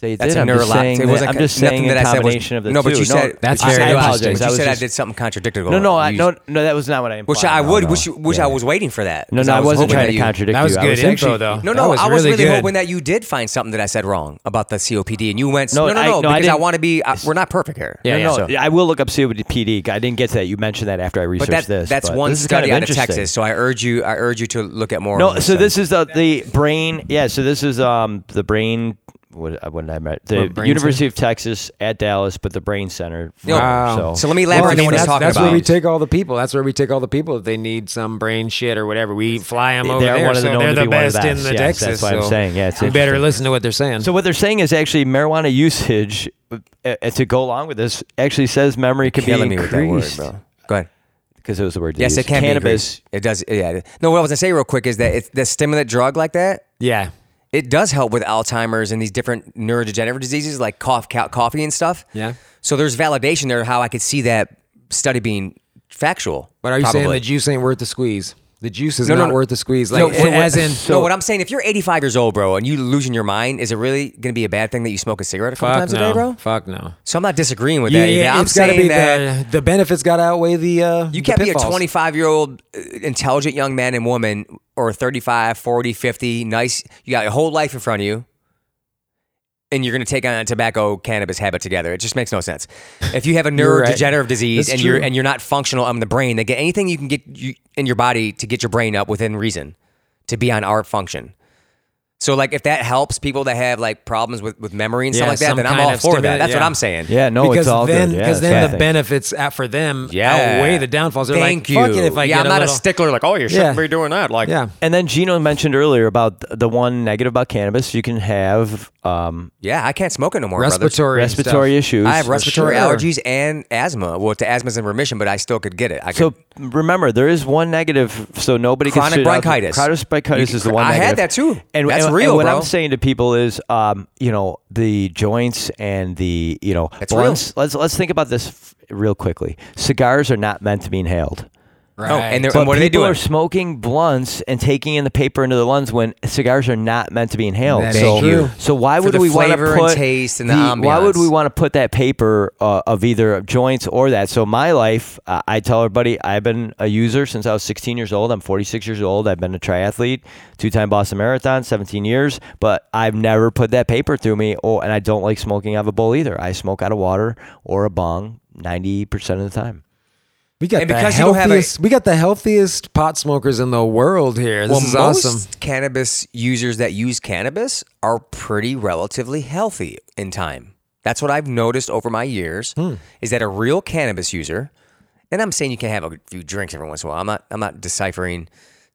[SPEAKER 1] They
[SPEAKER 2] That's
[SPEAKER 1] did.
[SPEAKER 2] a
[SPEAKER 1] I'm just
[SPEAKER 2] neurologic.
[SPEAKER 1] saying.
[SPEAKER 2] it
[SPEAKER 1] that-
[SPEAKER 2] wasn't
[SPEAKER 1] I'm just
[SPEAKER 2] nothing
[SPEAKER 1] saying
[SPEAKER 2] that I
[SPEAKER 1] the
[SPEAKER 2] said was-
[SPEAKER 1] combination of the
[SPEAKER 2] no,
[SPEAKER 1] two.
[SPEAKER 2] but you said
[SPEAKER 3] That's
[SPEAKER 2] you said
[SPEAKER 3] very
[SPEAKER 2] I
[SPEAKER 3] interesting.
[SPEAKER 2] apologize.
[SPEAKER 1] I
[SPEAKER 2] You
[SPEAKER 1] was
[SPEAKER 2] said I
[SPEAKER 1] just-
[SPEAKER 2] did something contradictory.
[SPEAKER 1] No, no, I,
[SPEAKER 2] You-
[SPEAKER 1] no, no. That was not what I implied.
[SPEAKER 2] Which I
[SPEAKER 1] No,
[SPEAKER 2] would,
[SPEAKER 1] no.
[SPEAKER 2] which, which
[SPEAKER 1] Yeah.
[SPEAKER 2] I was waiting for that.
[SPEAKER 1] No,
[SPEAKER 2] 'cause
[SPEAKER 1] no, I wasn't
[SPEAKER 2] hoping
[SPEAKER 1] trying
[SPEAKER 2] that
[SPEAKER 1] to
[SPEAKER 2] you-
[SPEAKER 1] contradict
[SPEAKER 3] That
[SPEAKER 1] you.
[SPEAKER 3] was
[SPEAKER 1] I
[SPEAKER 3] good
[SPEAKER 1] was
[SPEAKER 3] info,
[SPEAKER 1] actually,
[SPEAKER 3] though.
[SPEAKER 2] No,
[SPEAKER 3] That
[SPEAKER 2] no,
[SPEAKER 3] was
[SPEAKER 2] I was
[SPEAKER 3] really
[SPEAKER 2] really
[SPEAKER 3] good.
[SPEAKER 2] hoping that you did find something that I said wrong about the COPD, and you went,
[SPEAKER 1] No,
[SPEAKER 2] no, no, no,
[SPEAKER 1] I- no, I
[SPEAKER 2] because I,
[SPEAKER 1] didn't-
[SPEAKER 2] want to be. I, we're not perfect here.
[SPEAKER 1] No,
[SPEAKER 3] Yeah,
[SPEAKER 1] no,
[SPEAKER 2] So-
[SPEAKER 1] I will look up COPD. I didn't get to that. You mentioned that after I
[SPEAKER 2] but
[SPEAKER 1] researched
[SPEAKER 2] that,
[SPEAKER 1] this.
[SPEAKER 2] that's
[SPEAKER 1] but
[SPEAKER 2] one
[SPEAKER 1] this is
[SPEAKER 2] study
[SPEAKER 1] kind of
[SPEAKER 2] out of
[SPEAKER 1] interesting.
[SPEAKER 2] Texas. So I urge you, I urge you to look at more.
[SPEAKER 1] No,
[SPEAKER 2] on
[SPEAKER 1] so
[SPEAKER 2] study.
[SPEAKER 1] this is the the brain. Yeah, so this is um the brain what, what did I met the
[SPEAKER 2] brain
[SPEAKER 1] University of Texas at Dallas, but the brain center. for- So,
[SPEAKER 3] Wow.
[SPEAKER 2] So let me elaborate on what he's
[SPEAKER 3] that's,
[SPEAKER 2] talking
[SPEAKER 3] that's
[SPEAKER 2] about.
[SPEAKER 3] where we take all the people. That's where we take all the people if they need some brain shit or whatever. We fly them over
[SPEAKER 1] They're
[SPEAKER 3] there.
[SPEAKER 1] one of the
[SPEAKER 3] so
[SPEAKER 1] known
[SPEAKER 3] they're
[SPEAKER 1] to
[SPEAKER 3] the
[SPEAKER 1] be one of
[SPEAKER 3] best
[SPEAKER 1] the
[SPEAKER 3] in
[SPEAKER 1] best.
[SPEAKER 3] the
[SPEAKER 1] Yes, that's
[SPEAKER 3] Texas.
[SPEAKER 1] what I'm
[SPEAKER 3] so
[SPEAKER 1] saying. Yeah, it's
[SPEAKER 3] you better
[SPEAKER 1] interesting.
[SPEAKER 3] listen to what they're saying.
[SPEAKER 1] so what they're saying is actually marijuana usage uh, uh, to go along with this actually says memory could be
[SPEAKER 2] Killing me with that word,
[SPEAKER 1] increased
[SPEAKER 2] bro. Go ahead.
[SPEAKER 1] because it was the word. they
[SPEAKER 2] Yes, it
[SPEAKER 1] used.
[SPEAKER 2] can
[SPEAKER 1] Cannabis.
[SPEAKER 2] be. Cannabis. It does. Yeah. it- No, what I was gonna say real quick is that it's the stimulant drug like that.
[SPEAKER 3] yeah,
[SPEAKER 2] It does help with Alzheimer's and these different neurodegenerative diseases like cough, ca- coffee and stuff.
[SPEAKER 3] Yeah.
[SPEAKER 2] So there's validation there how I could see that study being factual.
[SPEAKER 3] but are you saying
[SPEAKER 2] probably.
[SPEAKER 3] the juice ain't worth the squeeze? The juice is
[SPEAKER 2] No, no,
[SPEAKER 3] not
[SPEAKER 2] no.
[SPEAKER 3] worth the squeeze. Like
[SPEAKER 2] No, so what-
[SPEAKER 3] as in,
[SPEAKER 2] no, what I'm saying, if you're 85 years old, bro, and you losing your mind, is it really going to be a bad thing that you smoke a cigarette a couple
[SPEAKER 3] fuck
[SPEAKER 2] times
[SPEAKER 3] no,
[SPEAKER 2] a day, bro?
[SPEAKER 3] fuck no.
[SPEAKER 2] So I'm not disagreeing with
[SPEAKER 3] Yeah,
[SPEAKER 2] that. either.
[SPEAKER 3] yeah,
[SPEAKER 2] I'm
[SPEAKER 3] it's gotta
[SPEAKER 2] saying
[SPEAKER 3] be
[SPEAKER 2] that
[SPEAKER 3] the, the benefits got to outweigh the. Uh,
[SPEAKER 2] you can't be a 25 year old intelligent young man and woman or 35, 40, 50, nice. You got your whole life in front of you. And you're going to take on a tobacco cannabis habit together. It just makes no sense. If you have a
[SPEAKER 3] [laughs] You're right.
[SPEAKER 2] neurodegenerative disease
[SPEAKER 3] That's
[SPEAKER 2] and you're
[SPEAKER 3] true.
[SPEAKER 2] and you're not functional on the brain, they get anything you can get you, in your body to get your brain up within reason to be on our function. So like if that helps people that have like problems with, with memory and
[SPEAKER 3] Yeah,
[SPEAKER 2] stuff like that,
[SPEAKER 3] some
[SPEAKER 2] then I'm
[SPEAKER 3] kind
[SPEAKER 2] all
[SPEAKER 3] of
[SPEAKER 2] for that.
[SPEAKER 3] stimulant,
[SPEAKER 2] That's what
[SPEAKER 3] yeah.
[SPEAKER 2] I'm saying.
[SPEAKER 1] Yeah, no,
[SPEAKER 3] because
[SPEAKER 1] it's all
[SPEAKER 3] then,
[SPEAKER 1] good. Yeah,
[SPEAKER 3] Because
[SPEAKER 1] it's
[SPEAKER 3] then
[SPEAKER 1] bad
[SPEAKER 3] the
[SPEAKER 1] thing.
[SPEAKER 3] benefits out for them outweigh the downfalls. They're
[SPEAKER 2] Thank
[SPEAKER 3] like,
[SPEAKER 2] you.
[SPEAKER 3] fuck it if I
[SPEAKER 2] yeah,
[SPEAKER 3] get
[SPEAKER 2] I'm
[SPEAKER 3] a
[SPEAKER 2] not
[SPEAKER 3] little-
[SPEAKER 2] a stickler like, oh, you
[SPEAKER 3] Yeah.
[SPEAKER 2] shouldn't be doing that. Like,
[SPEAKER 3] Yeah.
[SPEAKER 1] And then Gino mentioned earlier about th- the one negative about cannabis. You can have um,
[SPEAKER 2] Yeah, I can't smoke it no more. brothers.
[SPEAKER 3] respiratory and stuff.
[SPEAKER 1] respiratory issues.
[SPEAKER 2] I have respiratory
[SPEAKER 3] sure.
[SPEAKER 2] allergies and asthma. Well, the asthma's in remission, but I still could get it. I
[SPEAKER 1] So
[SPEAKER 2] could,
[SPEAKER 1] remember, there is one negative. So nobody
[SPEAKER 2] Chronic
[SPEAKER 1] can sit out-
[SPEAKER 2] bronchitis.
[SPEAKER 1] Chronic bronchitis
[SPEAKER 2] You-
[SPEAKER 1] is the one.
[SPEAKER 2] I
[SPEAKER 1] negative.
[SPEAKER 2] had that too.
[SPEAKER 1] And
[SPEAKER 2] That's
[SPEAKER 1] and-
[SPEAKER 2] real,
[SPEAKER 1] And what
[SPEAKER 2] bro.
[SPEAKER 1] I'm saying to people is, um, you know, the joints and the you know
[SPEAKER 2] That's real.
[SPEAKER 1] blunts. Let's let's think about this f- real quickly. Cigars are not meant to be inhaled.
[SPEAKER 3] Right.
[SPEAKER 2] Oh, and they're-
[SPEAKER 1] But
[SPEAKER 2] what are they
[SPEAKER 1] people
[SPEAKER 2] doing?
[SPEAKER 1] are smoking blunts and taking in the paper into the lungs when cigars are not meant to be inhaled.
[SPEAKER 3] That's
[SPEAKER 1] so,
[SPEAKER 3] true.
[SPEAKER 1] so why
[SPEAKER 2] For
[SPEAKER 1] would
[SPEAKER 2] the
[SPEAKER 1] we want to
[SPEAKER 2] flavor and
[SPEAKER 1] put
[SPEAKER 2] taste and the
[SPEAKER 1] Why would
[SPEAKER 2] ambiance.
[SPEAKER 1] we want to put that paper uh, of either joints or that? So my life, uh, I tell everybody, I've been a user since I was 16 years old. I'm 46 years old. I've been a triathlete, two-time Boston Marathon, 17 years, but I've never put that paper through me. Oh, and I don't like smoking out of a bowl either. I smoke out of water or a bong 90% of the time.
[SPEAKER 3] We got
[SPEAKER 2] And
[SPEAKER 3] the
[SPEAKER 2] because you don't have a-
[SPEAKER 3] healthiest. we got the healthiest pot smokers in the world here. This
[SPEAKER 2] well, most
[SPEAKER 3] is awesome.
[SPEAKER 2] cannabis users that use cannabis are pretty relatively healthy in time. That's what I've noticed over my years
[SPEAKER 3] Hmm.
[SPEAKER 2] is that a real cannabis user, and I'm saying you can have a few drinks every once in a while. I'm not. I'm not deciphering.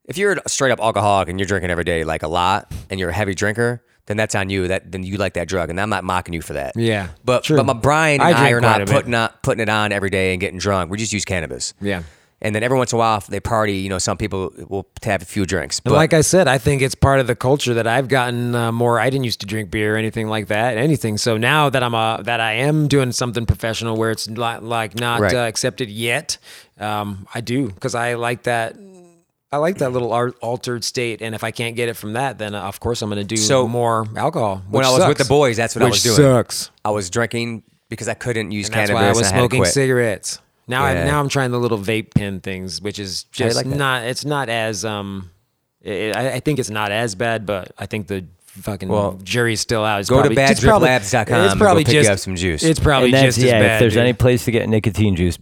[SPEAKER 2] If you're a straight up alcoholic and you're drinking every day like a lot, and you're a heavy drinker, then that's on you. That then you like that drug, and I'm not mocking you for that.
[SPEAKER 3] Yeah,
[SPEAKER 2] But
[SPEAKER 3] true.
[SPEAKER 2] but my Brian
[SPEAKER 3] I
[SPEAKER 2] and I,
[SPEAKER 3] drink
[SPEAKER 2] are
[SPEAKER 3] quite
[SPEAKER 2] not
[SPEAKER 3] a bit.
[SPEAKER 2] putting not putting it on every day and getting drunk. We just use cannabis.
[SPEAKER 3] Yeah.
[SPEAKER 2] And then every once in a while, if they party, you know, some people will have a few drinks. But
[SPEAKER 3] And like I said, I think it's part of the culture that I've gotten uh, more. I didn't used to drink beer or anything like that, anything. So now that I'm a, that I am doing something professional where it's not, like not
[SPEAKER 2] Right.
[SPEAKER 3] uh, accepted yet, um, I do because I like that. I like that little ar- altered state, and if I can't get it from that, then uh, of course I'm going to do
[SPEAKER 2] So,
[SPEAKER 3] more alcohol.
[SPEAKER 2] when
[SPEAKER 3] which
[SPEAKER 2] I was with
[SPEAKER 3] sucks.
[SPEAKER 2] the boys, that's what I
[SPEAKER 3] which
[SPEAKER 2] was doing.
[SPEAKER 3] sucks.
[SPEAKER 2] I was drinking because I couldn't use
[SPEAKER 3] That's
[SPEAKER 2] cannabis.
[SPEAKER 3] why I was
[SPEAKER 2] and had to
[SPEAKER 3] smoking
[SPEAKER 2] quit.
[SPEAKER 3] cigarettes. Now
[SPEAKER 2] Yeah.
[SPEAKER 3] I'm now I'm trying the little vape pen things, which is
[SPEAKER 2] you
[SPEAKER 3] just
[SPEAKER 2] like that?
[SPEAKER 3] not. It's not as um, it, I, I think it's not as bad, but I think the fucking
[SPEAKER 2] Well,
[SPEAKER 3] jury's still out. It's
[SPEAKER 2] go to
[SPEAKER 3] probably, it's probably-
[SPEAKER 2] badgriplabs.com
[SPEAKER 3] It's
[SPEAKER 2] and
[SPEAKER 3] probably
[SPEAKER 2] go pick you
[SPEAKER 3] just
[SPEAKER 2] up some juice.
[SPEAKER 3] It's probably
[SPEAKER 1] and that's,
[SPEAKER 3] just
[SPEAKER 1] yeah,
[SPEAKER 3] as bad.
[SPEAKER 1] if there's
[SPEAKER 3] dude.
[SPEAKER 1] any place to get nicotine juice,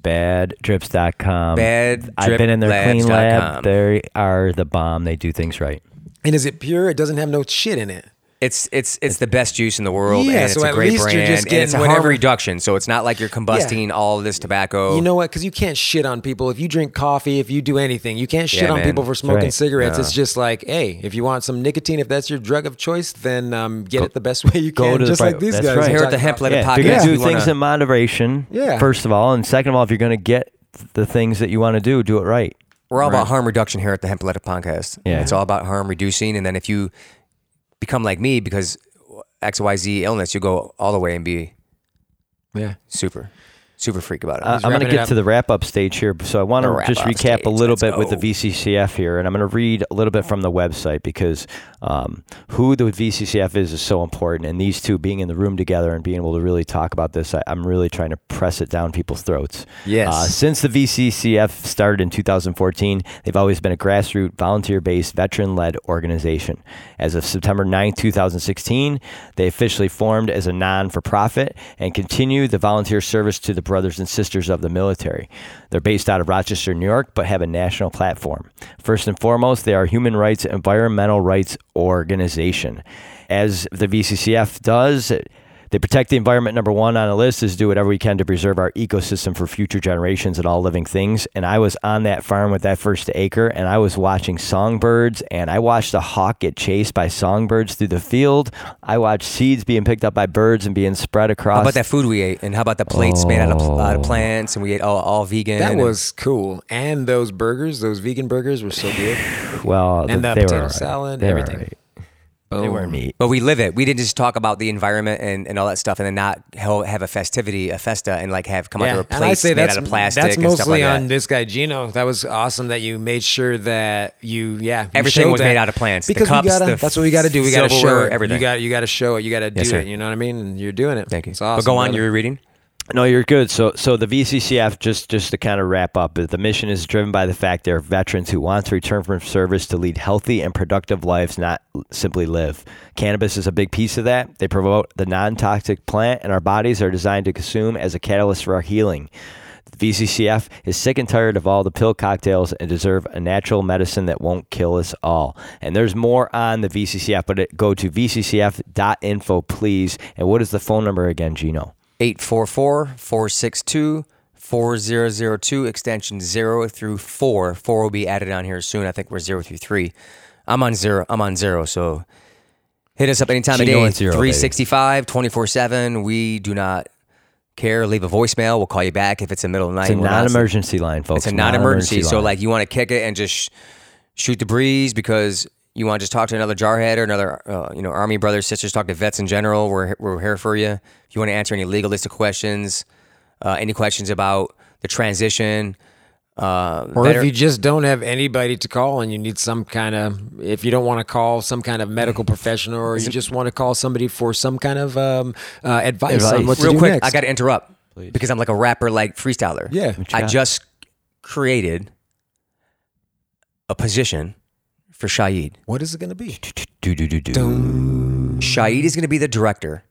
[SPEAKER 1] baddrips.com.
[SPEAKER 2] Bad
[SPEAKER 1] I've been in their
[SPEAKER 2] drip
[SPEAKER 1] clean
[SPEAKER 2] labs.com.
[SPEAKER 1] lab. They are the bomb. They do things right.
[SPEAKER 3] and is it pure? It doesn't have no shit in it.
[SPEAKER 2] It's it's it's the best juice in the world.
[SPEAKER 3] Yeah,
[SPEAKER 2] and it's
[SPEAKER 3] so
[SPEAKER 2] a
[SPEAKER 3] at
[SPEAKER 2] great
[SPEAKER 3] least
[SPEAKER 2] brand,
[SPEAKER 3] you're just
[SPEAKER 2] and it's a
[SPEAKER 3] getting
[SPEAKER 2] harm
[SPEAKER 3] whatever-
[SPEAKER 2] reduction. So it's not like you're combusting all this tobacco.
[SPEAKER 3] You know what? Because you can't shit on people if you drink coffee, if you do anything. You can't shit
[SPEAKER 2] Yeah,
[SPEAKER 3] on
[SPEAKER 2] man.
[SPEAKER 3] people for smoking
[SPEAKER 1] right.
[SPEAKER 3] cigarettes. It's just like, hey, if you want some nicotine, if that's your drug of choice, then um, get it the best [laughs] way you
[SPEAKER 1] go
[SPEAKER 3] can.
[SPEAKER 1] to the
[SPEAKER 3] Just
[SPEAKER 1] pri-
[SPEAKER 3] like these
[SPEAKER 1] that's
[SPEAKER 3] guys.
[SPEAKER 1] right.
[SPEAKER 3] we
[SPEAKER 2] here at the
[SPEAKER 3] talked
[SPEAKER 2] hemp
[SPEAKER 3] about.
[SPEAKER 2] leather
[SPEAKER 1] if you're
[SPEAKER 2] podcast,
[SPEAKER 1] gonna
[SPEAKER 2] we
[SPEAKER 1] do things
[SPEAKER 2] wanna-
[SPEAKER 1] in moderation.
[SPEAKER 3] Yeah.
[SPEAKER 1] First of all, and second of all, if you're gonna get the things that you want to do, do it right.
[SPEAKER 2] We're all about harm reduction here at the Hemp Letter Podcast.
[SPEAKER 1] Yeah.
[SPEAKER 2] It's all about harm reducing. And then if you become like me because XYZ illness, you go all the way and be
[SPEAKER 3] Yeah.
[SPEAKER 2] super, super freak about it.
[SPEAKER 1] Uh, I'm going to
[SPEAKER 3] wrapping it
[SPEAKER 1] get
[SPEAKER 3] up.
[SPEAKER 1] to the wrap up stage here. So I want
[SPEAKER 2] The
[SPEAKER 1] to
[SPEAKER 2] wrap
[SPEAKER 1] just
[SPEAKER 2] up
[SPEAKER 1] recap
[SPEAKER 2] stage.
[SPEAKER 1] a little
[SPEAKER 2] Let's
[SPEAKER 1] bit with
[SPEAKER 2] go.
[SPEAKER 1] the VCCF here, and I'm going to read a little bit from the website because um, who the VCCF is is so important. And these two being in the room together and being able to really talk about this, I, I'm really trying to press it down people's throats.
[SPEAKER 3] Yes.
[SPEAKER 1] Uh, since the VCCF started in 2014, they've always been a grassroots, volunteer based, veteran led organization. As of September 9, 2016, they officially formed as a non for profit and continue the volunteer service to the brothers and sisters of the military. They're based out of Rochester, New York, but have a national platform. First and foremost, they are a human rights, environmental rights organization. As the VCCF does, they protect the environment. Number one on the list is do whatever we can to preserve our ecosystem for future generations and all living things. And I was on that farm with that first acre and I was watching songbirds and I watched a hawk get chased by songbirds through the field. I watched seeds being picked up by birds and being spread across.
[SPEAKER 2] How about that food we ate, and how about the plates made out of, out of plants, and we ate all, all vegan.
[SPEAKER 3] Oh. That
[SPEAKER 2] and-
[SPEAKER 3] was cool. And those burgers, those vegan burgers were so [sighs] good.
[SPEAKER 1] Well, th-
[SPEAKER 3] And the
[SPEAKER 1] they were
[SPEAKER 3] potato
[SPEAKER 1] all right.
[SPEAKER 3] salad,
[SPEAKER 1] They were all
[SPEAKER 3] everything.
[SPEAKER 1] right. They were meat.
[SPEAKER 2] But we live it. We didn't just talk about the environment and, and all that stuff, and then not hel- have a festivity, a festa, and like have come out of a
[SPEAKER 3] and I
[SPEAKER 2] place
[SPEAKER 3] say
[SPEAKER 2] made
[SPEAKER 3] that's
[SPEAKER 2] out of plastic
[SPEAKER 3] That's
[SPEAKER 2] and stuff
[SPEAKER 3] mostly
[SPEAKER 2] like that.
[SPEAKER 3] on this guy Gino. That was awesome that you made sure that you yeah you
[SPEAKER 2] Everything
[SPEAKER 3] showed
[SPEAKER 2] was
[SPEAKER 3] that.
[SPEAKER 2] made out of plants. The
[SPEAKER 3] Because
[SPEAKER 2] cups,
[SPEAKER 3] we gotta,
[SPEAKER 2] the
[SPEAKER 3] that's what we got to do. We got to show
[SPEAKER 2] silverware,
[SPEAKER 3] it.
[SPEAKER 2] everything.
[SPEAKER 3] You got you got to show it. You got to do
[SPEAKER 2] Yes, sir.
[SPEAKER 3] it. You know what I mean? And you're doing it.
[SPEAKER 2] Thank you.
[SPEAKER 3] It's awesome.
[SPEAKER 2] but go on.
[SPEAKER 3] brother.
[SPEAKER 2] You were reading.
[SPEAKER 1] No, you're good. So, so the VCCF, just just to kind of wrap up, the mission is driven by the fact there are veterans who want to return from service to lead healthy and productive lives, not simply live. Cannabis is a big piece of that. They promote the non-toxic plant, and our bodies are designed to consume as a catalyst for our healing. The VCCF is sick and tired of all the pill cocktails and deserve a natural medicine that won't kill us all. And there's more on the VCCF, but it, go to vccf.info, please. And what is the phone number again, Gino?
[SPEAKER 2] 844-462-4002 extension 0 through 4 4 will be added on here soon i think we're 0 through 3 i'm on 0 i'm on 0 so hit us up anytime of
[SPEAKER 1] Gino
[SPEAKER 2] day
[SPEAKER 1] at zero, baby.
[SPEAKER 2] 365 24-7 we do not care leave a voicemail we'll call you back if it's in the middle of the night
[SPEAKER 1] It's a
[SPEAKER 2] We're not-
[SPEAKER 1] non-emergency line, folks.
[SPEAKER 2] it's a non-emergency so
[SPEAKER 1] line.
[SPEAKER 2] like you want to kick it and just sh- shoot the breeze because you want to just talk to another jarhead or another uh, you know army brothers sisters talk to vets in general we're, we're here for you if you want to answer any legalistic questions uh, any questions about the transition uh,
[SPEAKER 3] Or
[SPEAKER 2] veter-
[SPEAKER 3] if you just don't have anybody to call and you need some kind of, if you don't want to call some kind of medical professional or you just want to call somebody for some kind of um, uh, advice, on
[SPEAKER 1] Advice.
[SPEAKER 3] what to
[SPEAKER 2] real
[SPEAKER 3] do
[SPEAKER 2] quick
[SPEAKER 3] next.
[SPEAKER 2] i got to interrupt because i'm like a rapper like freestyler
[SPEAKER 3] Yeah.
[SPEAKER 1] What you
[SPEAKER 2] i
[SPEAKER 1] got?
[SPEAKER 2] just created a position for shaeed
[SPEAKER 3] what is it going to be?
[SPEAKER 1] Do, do, do, do.
[SPEAKER 2] shaeed is going to be the director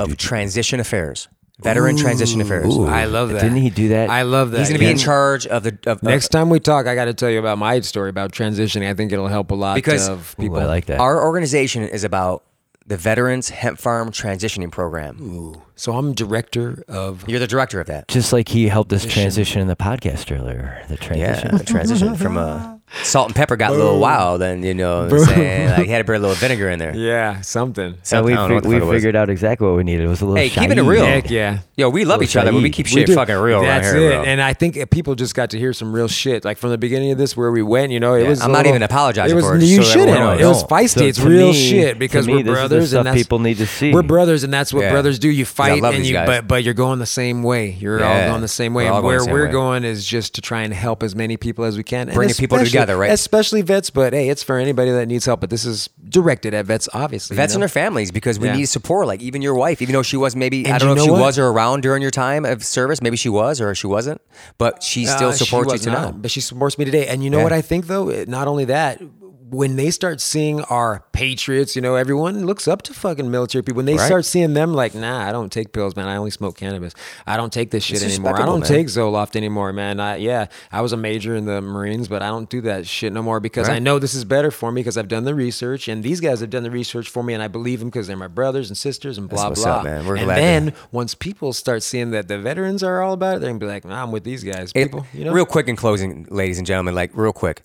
[SPEAKER 2] of transition affairs veteran transition affairs
[SPEAKER 3] I love that.
[SPEAKER 1] Didn't he do that?
[SPEAKER 3] I love that.
[SPEAKER 2] He's going to be in
[SPEAKER 3] Yes.
[SPEAKER 2] charge of the of,
[SPEAKER 3] Next time we talk, I got to tell you about my story about transitioning. I think it'll help a lot
[SPEAKER 2] Because-
[SPEAKER 3] of
[SPEAKER 1] Ooh,
[SPEAKER 3] people.
[SPEAKER 1] I like that.
[SPEAKER 2] Our organization is about the Veterans Hemp Farm Transitioning Program.
[SPEAKER 3] so I'm director of
[SPEAKER 2] You're the director of that.
[SPEAKER 1] Just like he helped us transition in the podcast earlier. The
[SPEAKER 2] [laughs]
[SPEAKER 1] transition.
[SPEAKER 2] the transition from uh, salt and pepper got a little wild, and you know, what I'm saying like he had to put a little vinegar in there.
[SPEAKER 3] yeah something.
[SPEAKER 1] So we
[SPEAKER 2] I don't know what
[SPEAKER 1] fig-
[SPEAKER 2] the
[SPEAKER 1] we
[SPEAKER 2] fuck it was.
[SPEAKER 1] figured out exactly what we needed. It was a little.
[SPEAKER 2] Hey, keeping it
[SPEAKER 1] Shaheed.
[SPEAKER 2] real.
[SPEAKER 3] Heck yeah.
[SPEAKER 2] Yo, we love each other, but we keep
[SPEAKER 1] We
[SPEAKER 2] shit
[SPEAKER 1] do.
[SPEAKER 2] fucking real
[SPEAKER 3] That's
[SPEAKER 2] around here.
[SPEAKER 3] it.
[SPEAKER 2] bro.
[SPEAKER 3] And I think if people just got to hear some real shit. Like from the beginning of this, where we went, you know, it was.
[SPEAKER 2] I'm
[SPEAKER 3] a
[SPEAKER 2] not
[SPEAKER 3] little-
[SPEAKER 2] even apologizing
[SPEAKER 3] it was,
[SPEAKER 2] for it, so
[SPEAKER 3] You should
[SPEAKER 2] everyone
[SPEAKER 3] have. It
[SPEAKER 2] knows.
[SPEAKER 3] was feisty.
[SPEAKER 1] So
[SPEAKER 3] it's
[SPEAKER 1] to
[SPEAKER 3] real
[SPEAKER 1] me-
[SPEAKER 3] shit because
[SPEAKER 1] to me,
[SPEAKER 3] we're
[SPEAKER 1] this is the
[SPEAKER 3] brothers,
[SPEAKER 1] stuff
[SPEAKER 3] and that's
[SPEAKER 1] people need to see.
[SPEAKER 3] We're brothers, and that's what
[SPEAKER 2] Yeah.
[SPEAKER 3] brothers do. You fight,
[SPEAKER 2] love
[SPEAKER 3] and
[SPEAKER 2] these
[SPEAKER 3] you
[SPEAKER 2] guys.
[SPEAKER 3] but but you're going the same way. You're
[SPEAKER 2] Yeah.
[SPEAKER 3] all going the same way.
[SPEAKER 2] We're all
[SPEAKER 3] and
[SPEAKER 2] going the
[SPEAKER 3] where
[SPEAKER 2] same
[SPEAKER 3] we're
[SPEAKER 2] way.
[SPEAKER 3] going is just to try and help as many people as we can, And
[SPEAKER 2] Bringing people
[SPEAKER 3] especially-
[SPEAKER 2] together, right?
[SPEAKER 3] Especially vets, but hey, it's for anybody that needs help. But this is directed at vets, obviously.
[SPEAKER 2] Vets
[SPEAKER 3] you
[SPEAKER 2] and
[SPEAKER 3] know?
[SPEAKER 2] their families because we
[SPEAKER 3] Yeah.
[SPEAKER 2] need support. Like even your wife, even though she was maybe I
[SPEAKER 3] And
[SPEAKER 2] don't
[SPEAKER 3] you
[SPEAKER 2] know if she
[SPEAKER 3] know what?
[SPEAKER 2] was or around during your time of service, maybe she was or she wasn't, but she still
[SPEAKER 3] Uh, she
[SPEAKER 2] supports you
[SPEAKER 3] was
[SPEAKER 2] to
[SPEAKER 3] not,
[SPEAKER 2] now.
[SPEAKER 3] But she supports me today. And you know
[SPEAKER 2] Yeah.
[SPEAKER 3] what I think though? It- Not only that, when they start seeing our patriots, you know, everyone looks up to fucking military people. When they
[SPEAKER 2] Right.
[SPEAKER 3] start seeing them like, nah, I don't take pills, man. I only smoke cannabis. I don't take this shit
[SPEAKER 2] It's
[SPEAKER 3] anymore. I
[SPEAKER 2] respectable,
[SPEAKER 3] don't
[SPEAKER 2] man.
[SPEAKER 3] take Zoloft anymore, man. I yeah, I was a major in the Marines, but I don't do that shit no more because I
[SPEAKER 2] Right.
[SPEAKER 3] know this is better for me because I've done the research and these guys have done the research for me and I believe them because they're my brothers and sisters and blah
[SPEAKER 2] what's
[SPEAKER 3] blah.
[SPEAKER 2] up, man. We're
[SPEAKER 3] and
[SPEAKER 2] glad to-
[SPEAKER 3] then once people start seeing that the veterans are all about it, they're gonna be like, nah, I'm with these guys.
[SPEAKER 2] It-
[SPEAKER 3] People, you know,
[SPEAKER 2] Real quick in closing, ladies and gentlemen, like real quick,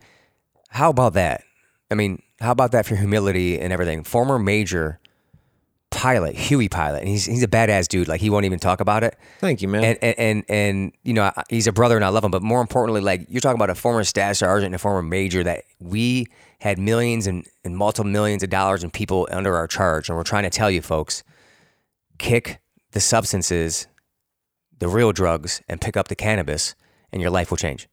[SPEAKER 2] how about that? I mean, how about that for humility and everything? Former major pilot, Huey pilot, and he's he's a badass dude. Like he won't even talk about it.
[SPEAKER 3] Thank you, man.
[SPEAKER 2] And and and, and you know, I- he's a brother and I love him. But more importantly, like you're talking about a former staff sergeant and a former major that we had millions and, and multiple millions of dollars in people under our charge. And we're trying to tell you folks, kick the substances, the real drugs, and pick up the cannabis, and your life will change.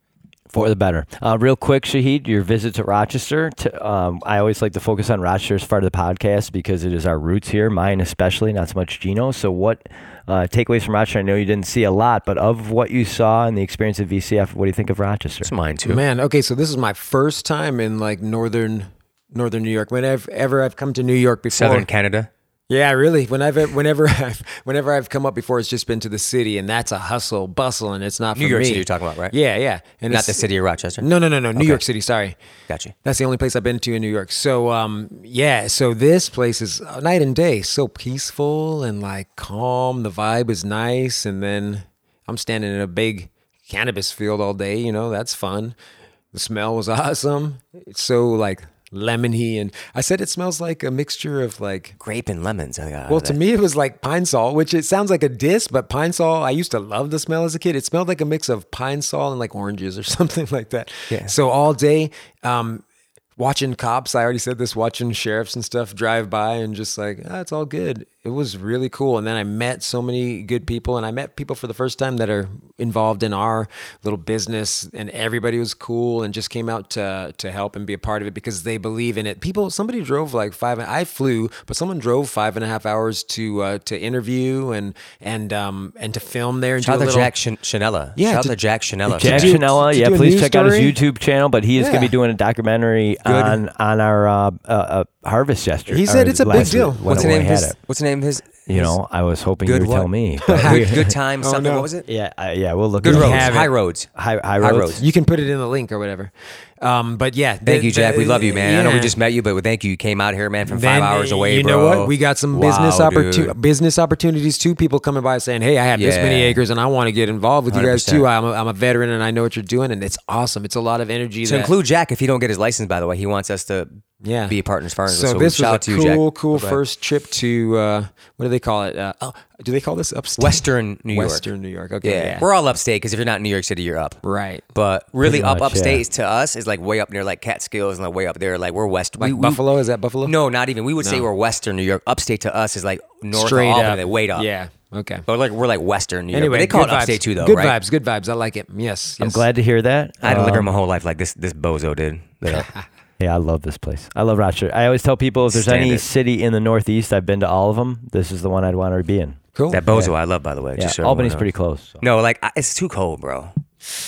[SPEAKER 1] for the better. Uh, real quick, Shahid, your visit to Rochester. To, um, I always like to focus on Rochester as part of the podcast because it is our roots here, mine especially, not so much Gino. So, what uh, takeaways from Rochester? I know you didn't see a lot, but of what you saw and the experience of VCF, what do you think of Rochester?
[SPEAKER 2] It's mine too.
[SPEAKER 3] Man, okay, so this is my first time in like northern northern New York. Whenever ever I've come to New York before,
[SPEAKER 2] Southern Canada.
[SPEAKER 3] Yeah, really. Whenever, whenever, [laughs] I've, whenever I've come up before, it's just been to the city, and that's a hustle, bustle, and it's not for
[SPEAKER 2] New York
[SPEAKER 3] me.
[SPEAKER 2] City you're talking about, right?
[SPEAKER 3] Yeah, yeah. And
[SPEAKER 2] Not
[SPEAKER 3] it's-
[SPEAKER 2] the city of Rochester.
[SPEAKER 3] No, no, no, no. New York City. Sorry.
[SPEAKER 2] Gotcha.
[SPEAKER 3] That's the only place I've been to in New York. So, um, yeah. So this place is uh, night and day. So peaceful and like calm. The vibe is nice. And then I'm standing in a big cannabis field all day. You know, that's fun. The smell was [laughs] awesome. It's so like lemony, and I said it smells like a mixture of like
[SPEAKER 2] Grape and lemons. I got out
[SPEAKER 3] well,
[SPEAKER 2] of
[SPEAKER 3] to
[SPEAKER 2] that.
[SPEAKER 3] me, it was like pine sol, which it sounds like a diss, but pine sol, I used to love the smell as a kid. It smelled like a mix of pine sol and like oranges or [laughs] something like that.
[SPEAKER 2] Yeah.
[SPEAKER 3] So all day, um, watching cops, I already said this, watching sheriffs and stuff drive by and just like, ah, it's all good. It was really cool. And then I met so many good people and I met people for the first time that are involved in our little business and everybody was cool and just came out to, to help and be a part of it because they believe in it. People, somebody drove like five, I flew, but someone drove five and a half hours to, uh, to interview and, and, um, and to film there and
[SPEAKER 2] Shout
[SPEAKER 3] do
[SPEAKER 2] out
[SPEAKER 3] a
[SPEAKER 2] to
[SPEAKER 3] little,
[SPEAKER 2] Jack Shin- Shinella.
[SPEAKER 3] Yeah,
[SPEAKER 2] Shout out
[SPEAKER 3] to-
[SPEAKER 2] to Jack Shinella.
[SPEAKER 1] Jack
[SPEAKER 3] do-
[SPEAKER 1] Chanella,
[SPEAKER 3] to
[SPEAKER 1] yeah,
[SPEAKER 3] do a
[SPEAKER 1] please
[SPEAKER 3] news
[SPEAKER 1] check out his
[SPEAKER 3] story?
[SPEAKER 1] YouTube channel. But he is going
[SPEAKER 3] Yeah.
[SPEAKER 1] to be doing a documentary on on our uh, uh, uh, harvest gesture.
[SPEAKER 3] He said
[SPEAKER 1] or
[SPEAKER 3] it's a big
[SPEAKER 1] last
[SPEAKER 3] deal.
[SPEAKER 1] week when
[SPEAKER 2] What's the
[SPEAKER 1] we
[SPEAKER 2] name of
[SPEAKER 1] had
[SPEAKER 2] his?
[SPEAKER 1] it.
[SPEAKER 2] What's the name of his?
[SPEAKER 1] You know, I was hoping you
[SPEAKER 2] Good
[SPEAKER 1] would
[SPEAKER 2] what?
[SPEAKER 1] tell me.
[SPEAKER 2] [laughs]
[SPEAKER 1] but-
[SPEAKER 2] Good, good [laughs] time. Something.
[SPEAKER 3] no.
[SPEAKER 2] What was it?
[SPEAKER 1] yeah, I, yeah, we'll look.
[SPEAKER 2] Good
[SPEAKER 1] it up.
[SPEAKER 2] roads.
[SPEAKER 1] Have it.
[SPEAKER 2] High roads.
[SPEAKER 1] High, high roads.
[SPEAKER 2] High roads.
[SPEAKER 3] you can put it in the link or whatever. Um, but yeah,
[SPEAKER 2] Thank you, Jack. We love you, man. I know we just met you, but thank you. You came out here, man, from
[SPEAKER 3] Then,
[SPEAKER 2] five hours away.
[SPEAKER 3] You know
[SPEAKER 2] bro.
[SPEAKER 3] what? We got some
[SPEAKER 2] Wow,
[SPEAKER 3] business
[SPEAKER 2] dude.
[SPEAKER 3] opportu- business opportunities too. People coming by saying, "Hey, I have this many
[SPEAKER 2] Yeah.
[SPEAKER 3] acres, and I want to get involved with you guys too.
[SPEAKER 2] 100%.
[SPEAKER 3] I'm a, I'm a veteran, and I know what you're doing, and it's awesome. It's a lot of energy."
[SPEAKER 2] To
[SPEAKER 3] that-
[SPEAKER 2] include Jack, if he don't get his license, by the way, he wants us to
[SPEAKER 3] Yeah.
[SPEAKER 2] be partners. partners.
[SPEAKER 3] so, this
[SPEAKER 2] shout out
[SPEAKER 3] was
[SPEAKER 2] to
[SPEAKER 3] a
[SPEAKER 2] you, Jack.
[SPEAKER 3] cool, cool
[SPEAKER 2] Go ahead.
[SPEAKER 3] first trip to uh, what do they call it? Uh, oh, do they call this upstate?
[SPEAKER 2] Western New York.
[SPEAKER 3] Western New York. Okay,
[SPEAKER 2] Yeah.
[SPEAKER 3] yeah.
[SPEAKER 2] we're all upstate because if you're not in New York City, you're up.
[SPEAKER 3] right.
[SPEAKER 2] But really, up
[SPEAKER 1] much,
[SPEAKER 2] upstate
[SPEAKER 1] yeah.
[SPEAKER 2] is to us is like way up near like Catskills and like way up there. Like we're west. we-
[SPEAKER 3] Like
[SPEAKER 2] we-
[SPEAKER 3] Buffalo is that Buffalo?
[SPEAKER 2] No, not even. We would say we're Western New York. Upstate to us is like north
[SPEAKER 3] straight
[SPEAKER 2] of
[SPEAKER 3] up.
[SPEAKER 2] Albany, way up.
[SPEAKER 3] Yeah. Okay.
[SPEAKER 2] But like we're like Western New York.
[SPEAKER 3] Anyway,
[SPEAKER 2] Anyway, they call it
[SPEAKER 3] good vibes.
[SPEAKER 2] upstate too, though,
[SPEAKER 3] Good
[SPEAKER 2] right?
[SPEAKER 3] vibes, good vibes. I like it. Yes,
[SPEAKER 1] I'm
[SPEAKER 3] yes.
[SPEAKER 1] glad to hear that.
[SPEAKER 2] I had to live
[SPEAKER 1] Um,
[SPEAKER 3] Uh,
[SPEAKER 2] here my whole life like this. This bozo
[SPEAKER 3] [laughs]
[SPEAKER 2] did.
[SPEAKER 1] Yeah, I love this place. I love Rochester. I always tell people if there's
[SPEAKER 2] Stand
[SPEAKER 1] any
[SPEAKER 2] it.
[SPEAKER 1] city in the Northeast, I've been to all of them. This is the one I'd want to be in.
[SPEAKER 3] Cool.
[SPEAKER 2] That bozo I love, by the way.
[SPEAKER 1] Yeah,
[SPEAKER 2] just so everyone
[SPEAKER 1] Albany's
[SPEAKER 2] knows.
[SPEAKER 1] pretty close. so.
[SPEAKER 2] No, like I, it's too cold, bro.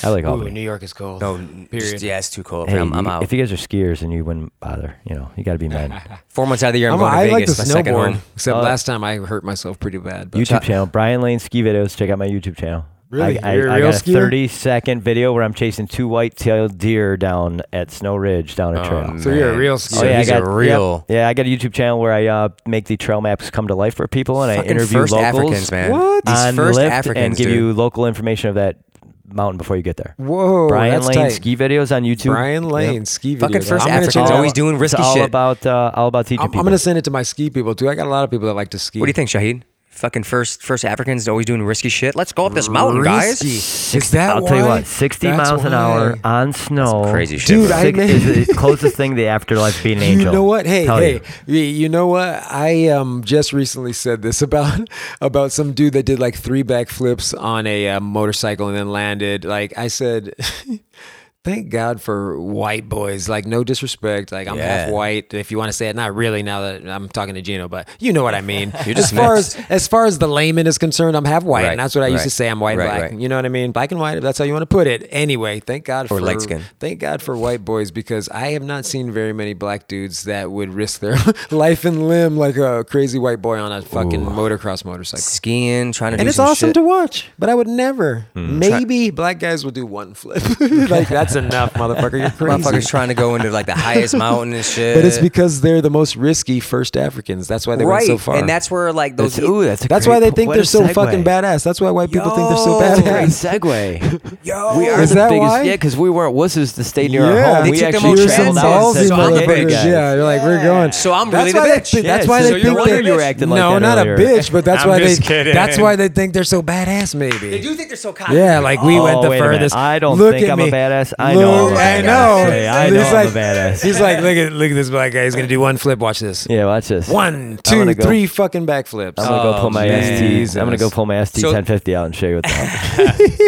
[SPEAKER 1] I like
[SPEAKER 3] Ooh,
[SPEAKER 1] Albany.
[SPEAKER 3] New York is cold.
[SPEAKER 2] No,
[SPEAKER 3] Oh, period.
[SPEAKER 2] Just, yeah, it's too cold.
[SPEAKER 1] Hey,
[SPEAKER 2] I'm, I'm
[SPEAKER 1] you-
[SPEAKER 2] out.
[SPEAKER 1] If you guys are skiers and you wouldn't bother, you know, you got to be
[SPEAKER 2] [laughs]
[SPEAKER 1] mad.
[SPEAKER 2] Four months out of the year, I'm,
[SPEAKER 3] I'm,
[SPEAKER 2] going to
[SPEAKER 3] I like the
[SPEAKER 2] Vegas. my second
[SPEAKER 3] snowboard.
[SPEAKER 2] home. Uh,
[SPEAKER 3] Except
[SPEAKER 1] Oh.
[SPEAKER 3] last time I hurt myself pretty bad. But
[SPEAKER 1] YouTube channel, Brian Lane Ski Videos. Check out my YouTube channel.
[SPEAKER 3] Really?
[SPEAKER 1] I, I,
[SPEAKER 3] You're a
[SPEAKER 1] I
[SPEAKER 3] real
[SPEAKER 1] got a
[SPEAKER 3] skier?
[SPEAKER 1] 30 second video where I'm chasing two white tailed deer down at Snow Ridge down a trail.
[SPEAKER 3] Oh,
[SPEAKER 1] Oh,
[SPEAKER 3] so
[SPEAKER 2] Oh,
[SPEAKER 3] you're a
[SPEAKER 2] man. oh,
[SPEAKER 3] real
[SPEAKER 2] So
[SPEAKER 3] skier.
[SPEAKER 1] yeah,
[SPEAKER 2] he's
[SPEAKER 1] I got
[SPEAKER 2] a real
[SPEAKER 1] yep. yeah. I got a YouTube channel where I uh, make the trail maps come to life for people, and I
[SPEAKER 2] Fucking
[SPEAKER 1] interview
[SPEAKER 2] first
[SPEAKER 1] locals.
[SPEAKER 2] Africans, man.
[SPEAKER 1] What?
[SPEAKER 2] These
[SPEAKER 1] on
[SPEAKER 2] first
[SPEAKER 1] Lyft
[SPEAKER 2] Africans,
[SPEAKER 1] and give
[SPEAKER 2] dude.
[SPEAKER 1] you local information of that mountain before you get there.
[SPEAKER 3] Whoa,
[SPEAKER 1] Brian
[SPEAKER 3] that's
[SPEAKER 1] Lane
[SPEAKER 3] tight.
[SPEAKER 1] ski videos on YouTube.
[SPEAKER 3] Brian Lane ski video.
[SPEAKER 2] Fucking first
[SPEAKER 3] I'm gonna
[SPEAKER 2] Africans
[SPEAKER 3] check it out.
[SPEAKER 2] always doing risky
[SPEAKER 1] it's all
[SPEAKER 2] shit.
[SPEAKER 1] about uh, all about teaching
[SPEAKER 3] I'm, I'm
[SPEAKER 1] people.
[SPEAKER 3] gonna send it to my ski people too. I got a lot of people that like to ski.
[SPEAKER 2] What do you think, Shahid? Fucking first, first Africans always doing risky shit. Let's go up this mountain, guys.
[SPEAKER 3] Risky. Is that
[SPEAKER 1] I'll tell you
[SPEAKER 3] why?
[SPEAKER 1] what, 60
[SPEAKER 3] That's
[SPEAKER 1] miles an hour
[SPEAKER 3] why.
[SPEAKER 1] on snow.
[SPEAKER 2] crazy shit,
[SPEAKER 3] Dude, bro. I made-
[SPEAKER 1] is the closest thing to afterlife being an
[SPEAKER 3] You
[SPEAKER 1] angel.
[SPEAKER 3] know what? Hey,
[SPEAKER 1] Tell
[SPEAKER 3] hey,
[SPEAKER 1] you.
[SPEAKER 3] you. you know what? I um just recently said this about [laughs] about some dude that did like three backflips on a uh, motorcycle and then landed. Like I said, [laughs] thank God for white boys. Like no disrespect. Like I'm
[SPEAKER 2] Yeah.
[SPEAKER 3] half white. If you want to say it, not really. Now that I'm talking to Gino, but you know what I mean.
[SPEAKER 2] [laughs] You're
[SPEAKER 3] as far as
[SPEAKER 2] dismissed.
[SPEAKER 3] as far as the layman is concerned, I'm half white,
[SPEAKER 2] Right,
[SPEAKER 3] and that's what I used
[SPEAKER 2] right,
[SPEAKER 3] to say. I'm white, and
[SPEAKER 2] right,
[SPEAKER 3] black.
[SPEAKER 2] right.
[SPEAKER 3] You know what I mean? Black and white. If that's how you want to put it. Anyway, thank God
[SPEAKER 2] Or
[SPEAKER 3] for
[SPEAKER 2] light skin.
[SPEAKER 3] Thank God for white boys because I have not seen very many black dudes that would risk their [laughs] life and limb like a crazy white boy on a fucking motocross motorcycle.
[SPEAKER 2] Skiing, trying to do
[SPEAKER 3] And it's
[SPEAKER 2] some
[SPEAKER 3] awesome
[SPEAKER 2] shit.
[SPEAKER 3] to watch, but I would never.
[SPEAKER 1] Hmm.
[SPEAKER 3] Maybe black guys will do one [laughs] flip.
[SPEAKER 1] [laughs]
[SPEAKER 3] like that's enough, [laughs] motherfucker. You're
[SPEAKER 2] Motherfuckers
[SPEAKER 3] crazy.
[SPEAKER 2] trying to go into like the
[SPEAKER 3] [laughs]
[SPEAKER 2] highest mountain and shit.
[SPEAKER 3] But it's because they're the most risky first Africans. That's why they
[SPEAKER 2] right,
[SPEAKER 3] went so far.
[SPEAKER 2] and that's where like those.
[SPEAKER 1] That's, ooh, that's a
[SPEAKER 3] that's
[SPEAKER 1] great
[SPEAKER 3] why they
[SPEAKER 1] po-
[SPEAKER 3] think
[SPEAKER 1] what
[SPEAKER 3] they're
[SPEAKER 1] a
[SPEAKER 3] so
[SPEAKER 1] segue.
[SPEAKER 3] fucking badass. That's why white people think they're so
[SPEAKER 2] Yo, that's a
[SPEAKER 1] Great
[SPEAKER 3] badass.
[SPEAKER 1] [laughs] segue.
[SPEAKER 2] yo,
[SPEAKER 1] We are
[SPEAKER 3] Is
[SPEAKER 1] the
[SPEAKER 3] that
[SPEAKER 1] biggest,
[SPEAKER 3] why?
[SPEAKER 1] yeah, because we weren't wusses to stay near
[SPEAKER 3] Yeah.
[SPEAKER 1] our home.
[SPEAKER 3] They
[SPEAKER 1] we
[SPEAKER 2] took them
[SPEAKER 1] actually trailed
[SPEAKER 2] old
[SPEAKER 3] You're some
[SPEAKER 2] Translate.
[SPEAKER 1] out and
[SPEAKER 3] ballsy
[SPEAKER 1] said,
[SPEAKER 2] So I'm a
[SPEAKER 1] "Fuck it,
[SPEAKER 2] big
[SPEAKER 3] motherfuckers.
[SPEAKER 1] guys."
[SPEAKER 3] Yeah, you're like, we're going.
[SPEAKER 2] So
[SPEAKER 1] Oh,
[SPEAKER 2] I'm
[SPEAKER 3] That's
[SPEAKER 2] really
[SPEAKER 3] why
[SPEAKER 2] the
[SPEAKER 3] they
[SPEAKER 2] bitch.
[SPEAKER 3] think- that's
[SPEAKER 1] Yeah,
[SPEAKER 3] why
[SPEAKER 1] so
[SPEAKER 3] they
[SPEAKER 1] you're
[SPEAKER 3] think
[SPEAKER 1] wondering
[SPEAKER 3] they-
[SPEAKER 1] you were acting like
[SPEAKER 3] no,
[SPEAKER 1] that
[SPEAKER 3] not
[SPEAKER 1] earlier.
[SPEAKER 3] a bitch, but that's
[SPEAKER 2] I'm
[SPEAKER 3] why they
[SPEAKER 2] just kidding.
[SPEAKER 3] that's why they think they're so badass. Maybe
[SPEAKER 2] They do think they're so cocky.
[SPEAKER 3] yeah, like we
[SPEAKER 1] Oh,
[SPEAKER 3] went the
[SPEAKER 1] wait a minute.
[SPEAKER 3] furthest.
[SPEAKER 1] I don't
[SPEAKER 3] Look
[SPEAKER 1] think
[SPEAKER 3] at
[SPEAKER 1] I'm a
[SPEAKER 3] me.
[SPEAKER 1] badass. I
[SPEAKER 3] Look,
[SPEAKER 1] know I'm a
[SPEAKER 3] I
[SPEAKER 1] badass.
[SPEAKER 3] know.
[SPEAKER 1] Hey, I
[SPEAKER 3] He's
[SPEAKER 1] know I'm a
[SPEAKER 3] like-
[SPEAKER 1] badass.
[SPEAKER 3] He's like, look at look at this black guy. He's gonna do one flip. Watch this.
[SPEAKER 1] Yeah, watch this.
[SPEAKER 3] One,
[SPEAKER 1] I'm
[SPEAKER 3] two,
[SPEAKER 1] gonna go-
[SPEAKER 3] three fucking backflips. Oh,
[SPEAKER 1] I'm gonna go pull my ST. I'm gonna go pull my ST
[SPEAKER 2] So-
[SPEAKER 1] 1050 out and show you [laughs] what the hell.
[SPEAKER 3] [laughs]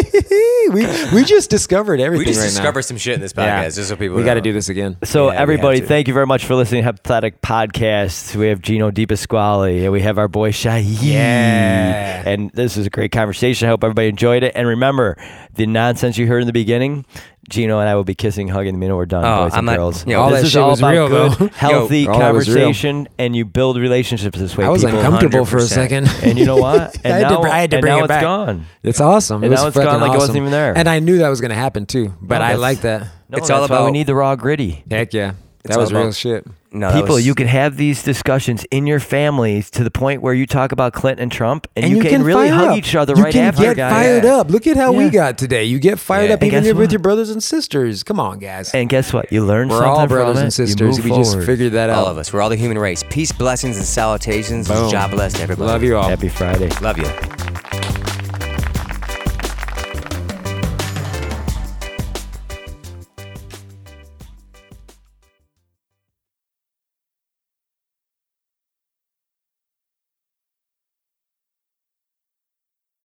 [SPEAKER 3] we we just discovered everything.
[SPEAKER 2] We just
[SPEAKER 3] right
[SPEAKER 2] discovered some shit in this podcast.
[SPEAKER 3] now.
[SPEAKER 2] This is what people.
[SPEAKER 3] We
[SPEAKER 2] know.
[SPEAKER 3] got to do this again.
[SPEAKER 1] So
[SPEAKER 2] Yeah, we have
[SPEAKER 1] everybody,
[SPEAKER 2] to.
[SPEAKER 1] thank you very much for listening to Hypothetic Podcast. We have Gino DePasquale and we have our boy Shahid.
[SPEAKER 3] Yeah.
[SPEAKER 1] And this is a great conversation. I hope everybody enjoyed it. And remember, the nonsense you heard in the beginning Gino and I will be kissing, hugging the minute we're done,
[SPEAKER 2] Oh,
[SPEAKER 1] boys and
[SPEAKER 2] I'm not-
[SPEAKER 1] girls.
[SPEAKER 2] yo, all
[SPEAKER 1] this
[SPEAKER 3] that
[SPEAKER 1] is
[SPEAKER 3] shit
[SPEAKER 1] all
[SPEAKER 3] was
[SPEAKER 1] about
[SPEAKER 3] real,
[SPEAKER 1] good,
[SPEAKER 3] [laughs] though.
[SPEAKER 1] healthy
[SPEAKER 2] Yo, all that was real.
[SPEAKER 1] converships, and you build relationships this way.
[SPEAKER 3] I was
[SPEAKER 1] people.
[SPEAKER 3] uncomfortable for a
[SPEAKER 2] 100%.
[SPEAKER 3] second.
[SPEAKER 1] and
[SPEAKER 3] [laughs]
[SPEAKER 1] you know what? And
[SPEAKER 3] I, had
[SPEAKER 1] now,
[SPEAKER 3] to, I had to
[SPEAKER 1] and
[SPEAKER 3] bring
[SPEAKER 1] now
[SPEAKER 3] it
[SPEAKER 1] it's
[SPEAKER 3] back.
[SPEAKER 1] gone.
[SPEAKER 3] It's awesome.
[SPEAKER 1] And
[SPEAKER 3] it was
[SPEAKER 1] now it's gone
[SPEAKER 3] fucking
[SPEAKER 1] like it wasn't
[SPEAKER 3] awesome.
[SPEAKER 1] even there.
[SPEAKER 3] And I knew that was going to happen too, but I
[SPEAKER 1] that's-
[SPEAKER 3] like that.
[SPEAKER 1] No,
[SPEAKER 2] It's all
[SPEAKER 1] that's why we
[SPEAKER 2] about-
[SPEAKER 1] need the raw gritty.
[SPEAKER 3] Heck yeah.
[SPEAKER 2] It's
[SPEAKER 3] That was
[SPEAKER 2] all
[SPEAKER 3] real
[SPEAKER 2] about-
[SPEAKER 3] shit.
[SPEAKER 2] No, that
[SPEAKER 1] People,
[SPEAKER 2] was-
[SPEAKER 1] you can have these discussions in your families to the point where you talk about Clinton and Trump, and, you, can, really
[SPEAKER 3] fire
[SPEAKER 1] hug
[SPEAKER 3] up.
[SPEAKER 1] each other
[SPEAKER 3] you
[SPEAKER 1] right
[SPEAKER 3] can
[SPEAKER 1] after,
[SPEAKER 3] get
[SPEAKER 1] guys.
[SPEAKER 3] fired up. Look at how
[SPEAKER 1] Yeah.
[SPEAKER 3] we got today. You get fired
[SPEAKER 2] Yeah.
[SPEAKER 3] up
[SPEAKER 1] And
[SPEAKER 3] even
[SPEAKER 1] guess
[SPEAKER 3] if
[SPEAKER 1] what?
[SPEAKER 3] with your brothers and sisters. Come on, guys.
[SPEAKER 1] And guess what? You learn
[SPEAKER 3] We're
[SPEAKER 1] something
[SPEAKER 3] all
[SPEAKER 1] from
[SPEAKER 3] brothers
[SPEAKER 1] it. You
[SPEAKER 3] and sisters.
[SPEAKER 1] move
[SPEAKER 3] We just
[SPEAKER 1] forward.
[SPEAKER 3] figured that
[SPEAKER 2] all
[SPEAKER 3] out.
[SPEAKER 2] of us. We're all the human race. Peace, blessings, and salutations.
[SPEAKER 3] Boom.
[SPEAKER 2] God bless everybody.
[SPEAKER 3] Love you all.
[SPEAKER 1] Happy Friday.
[SPEAKER 2] Love you.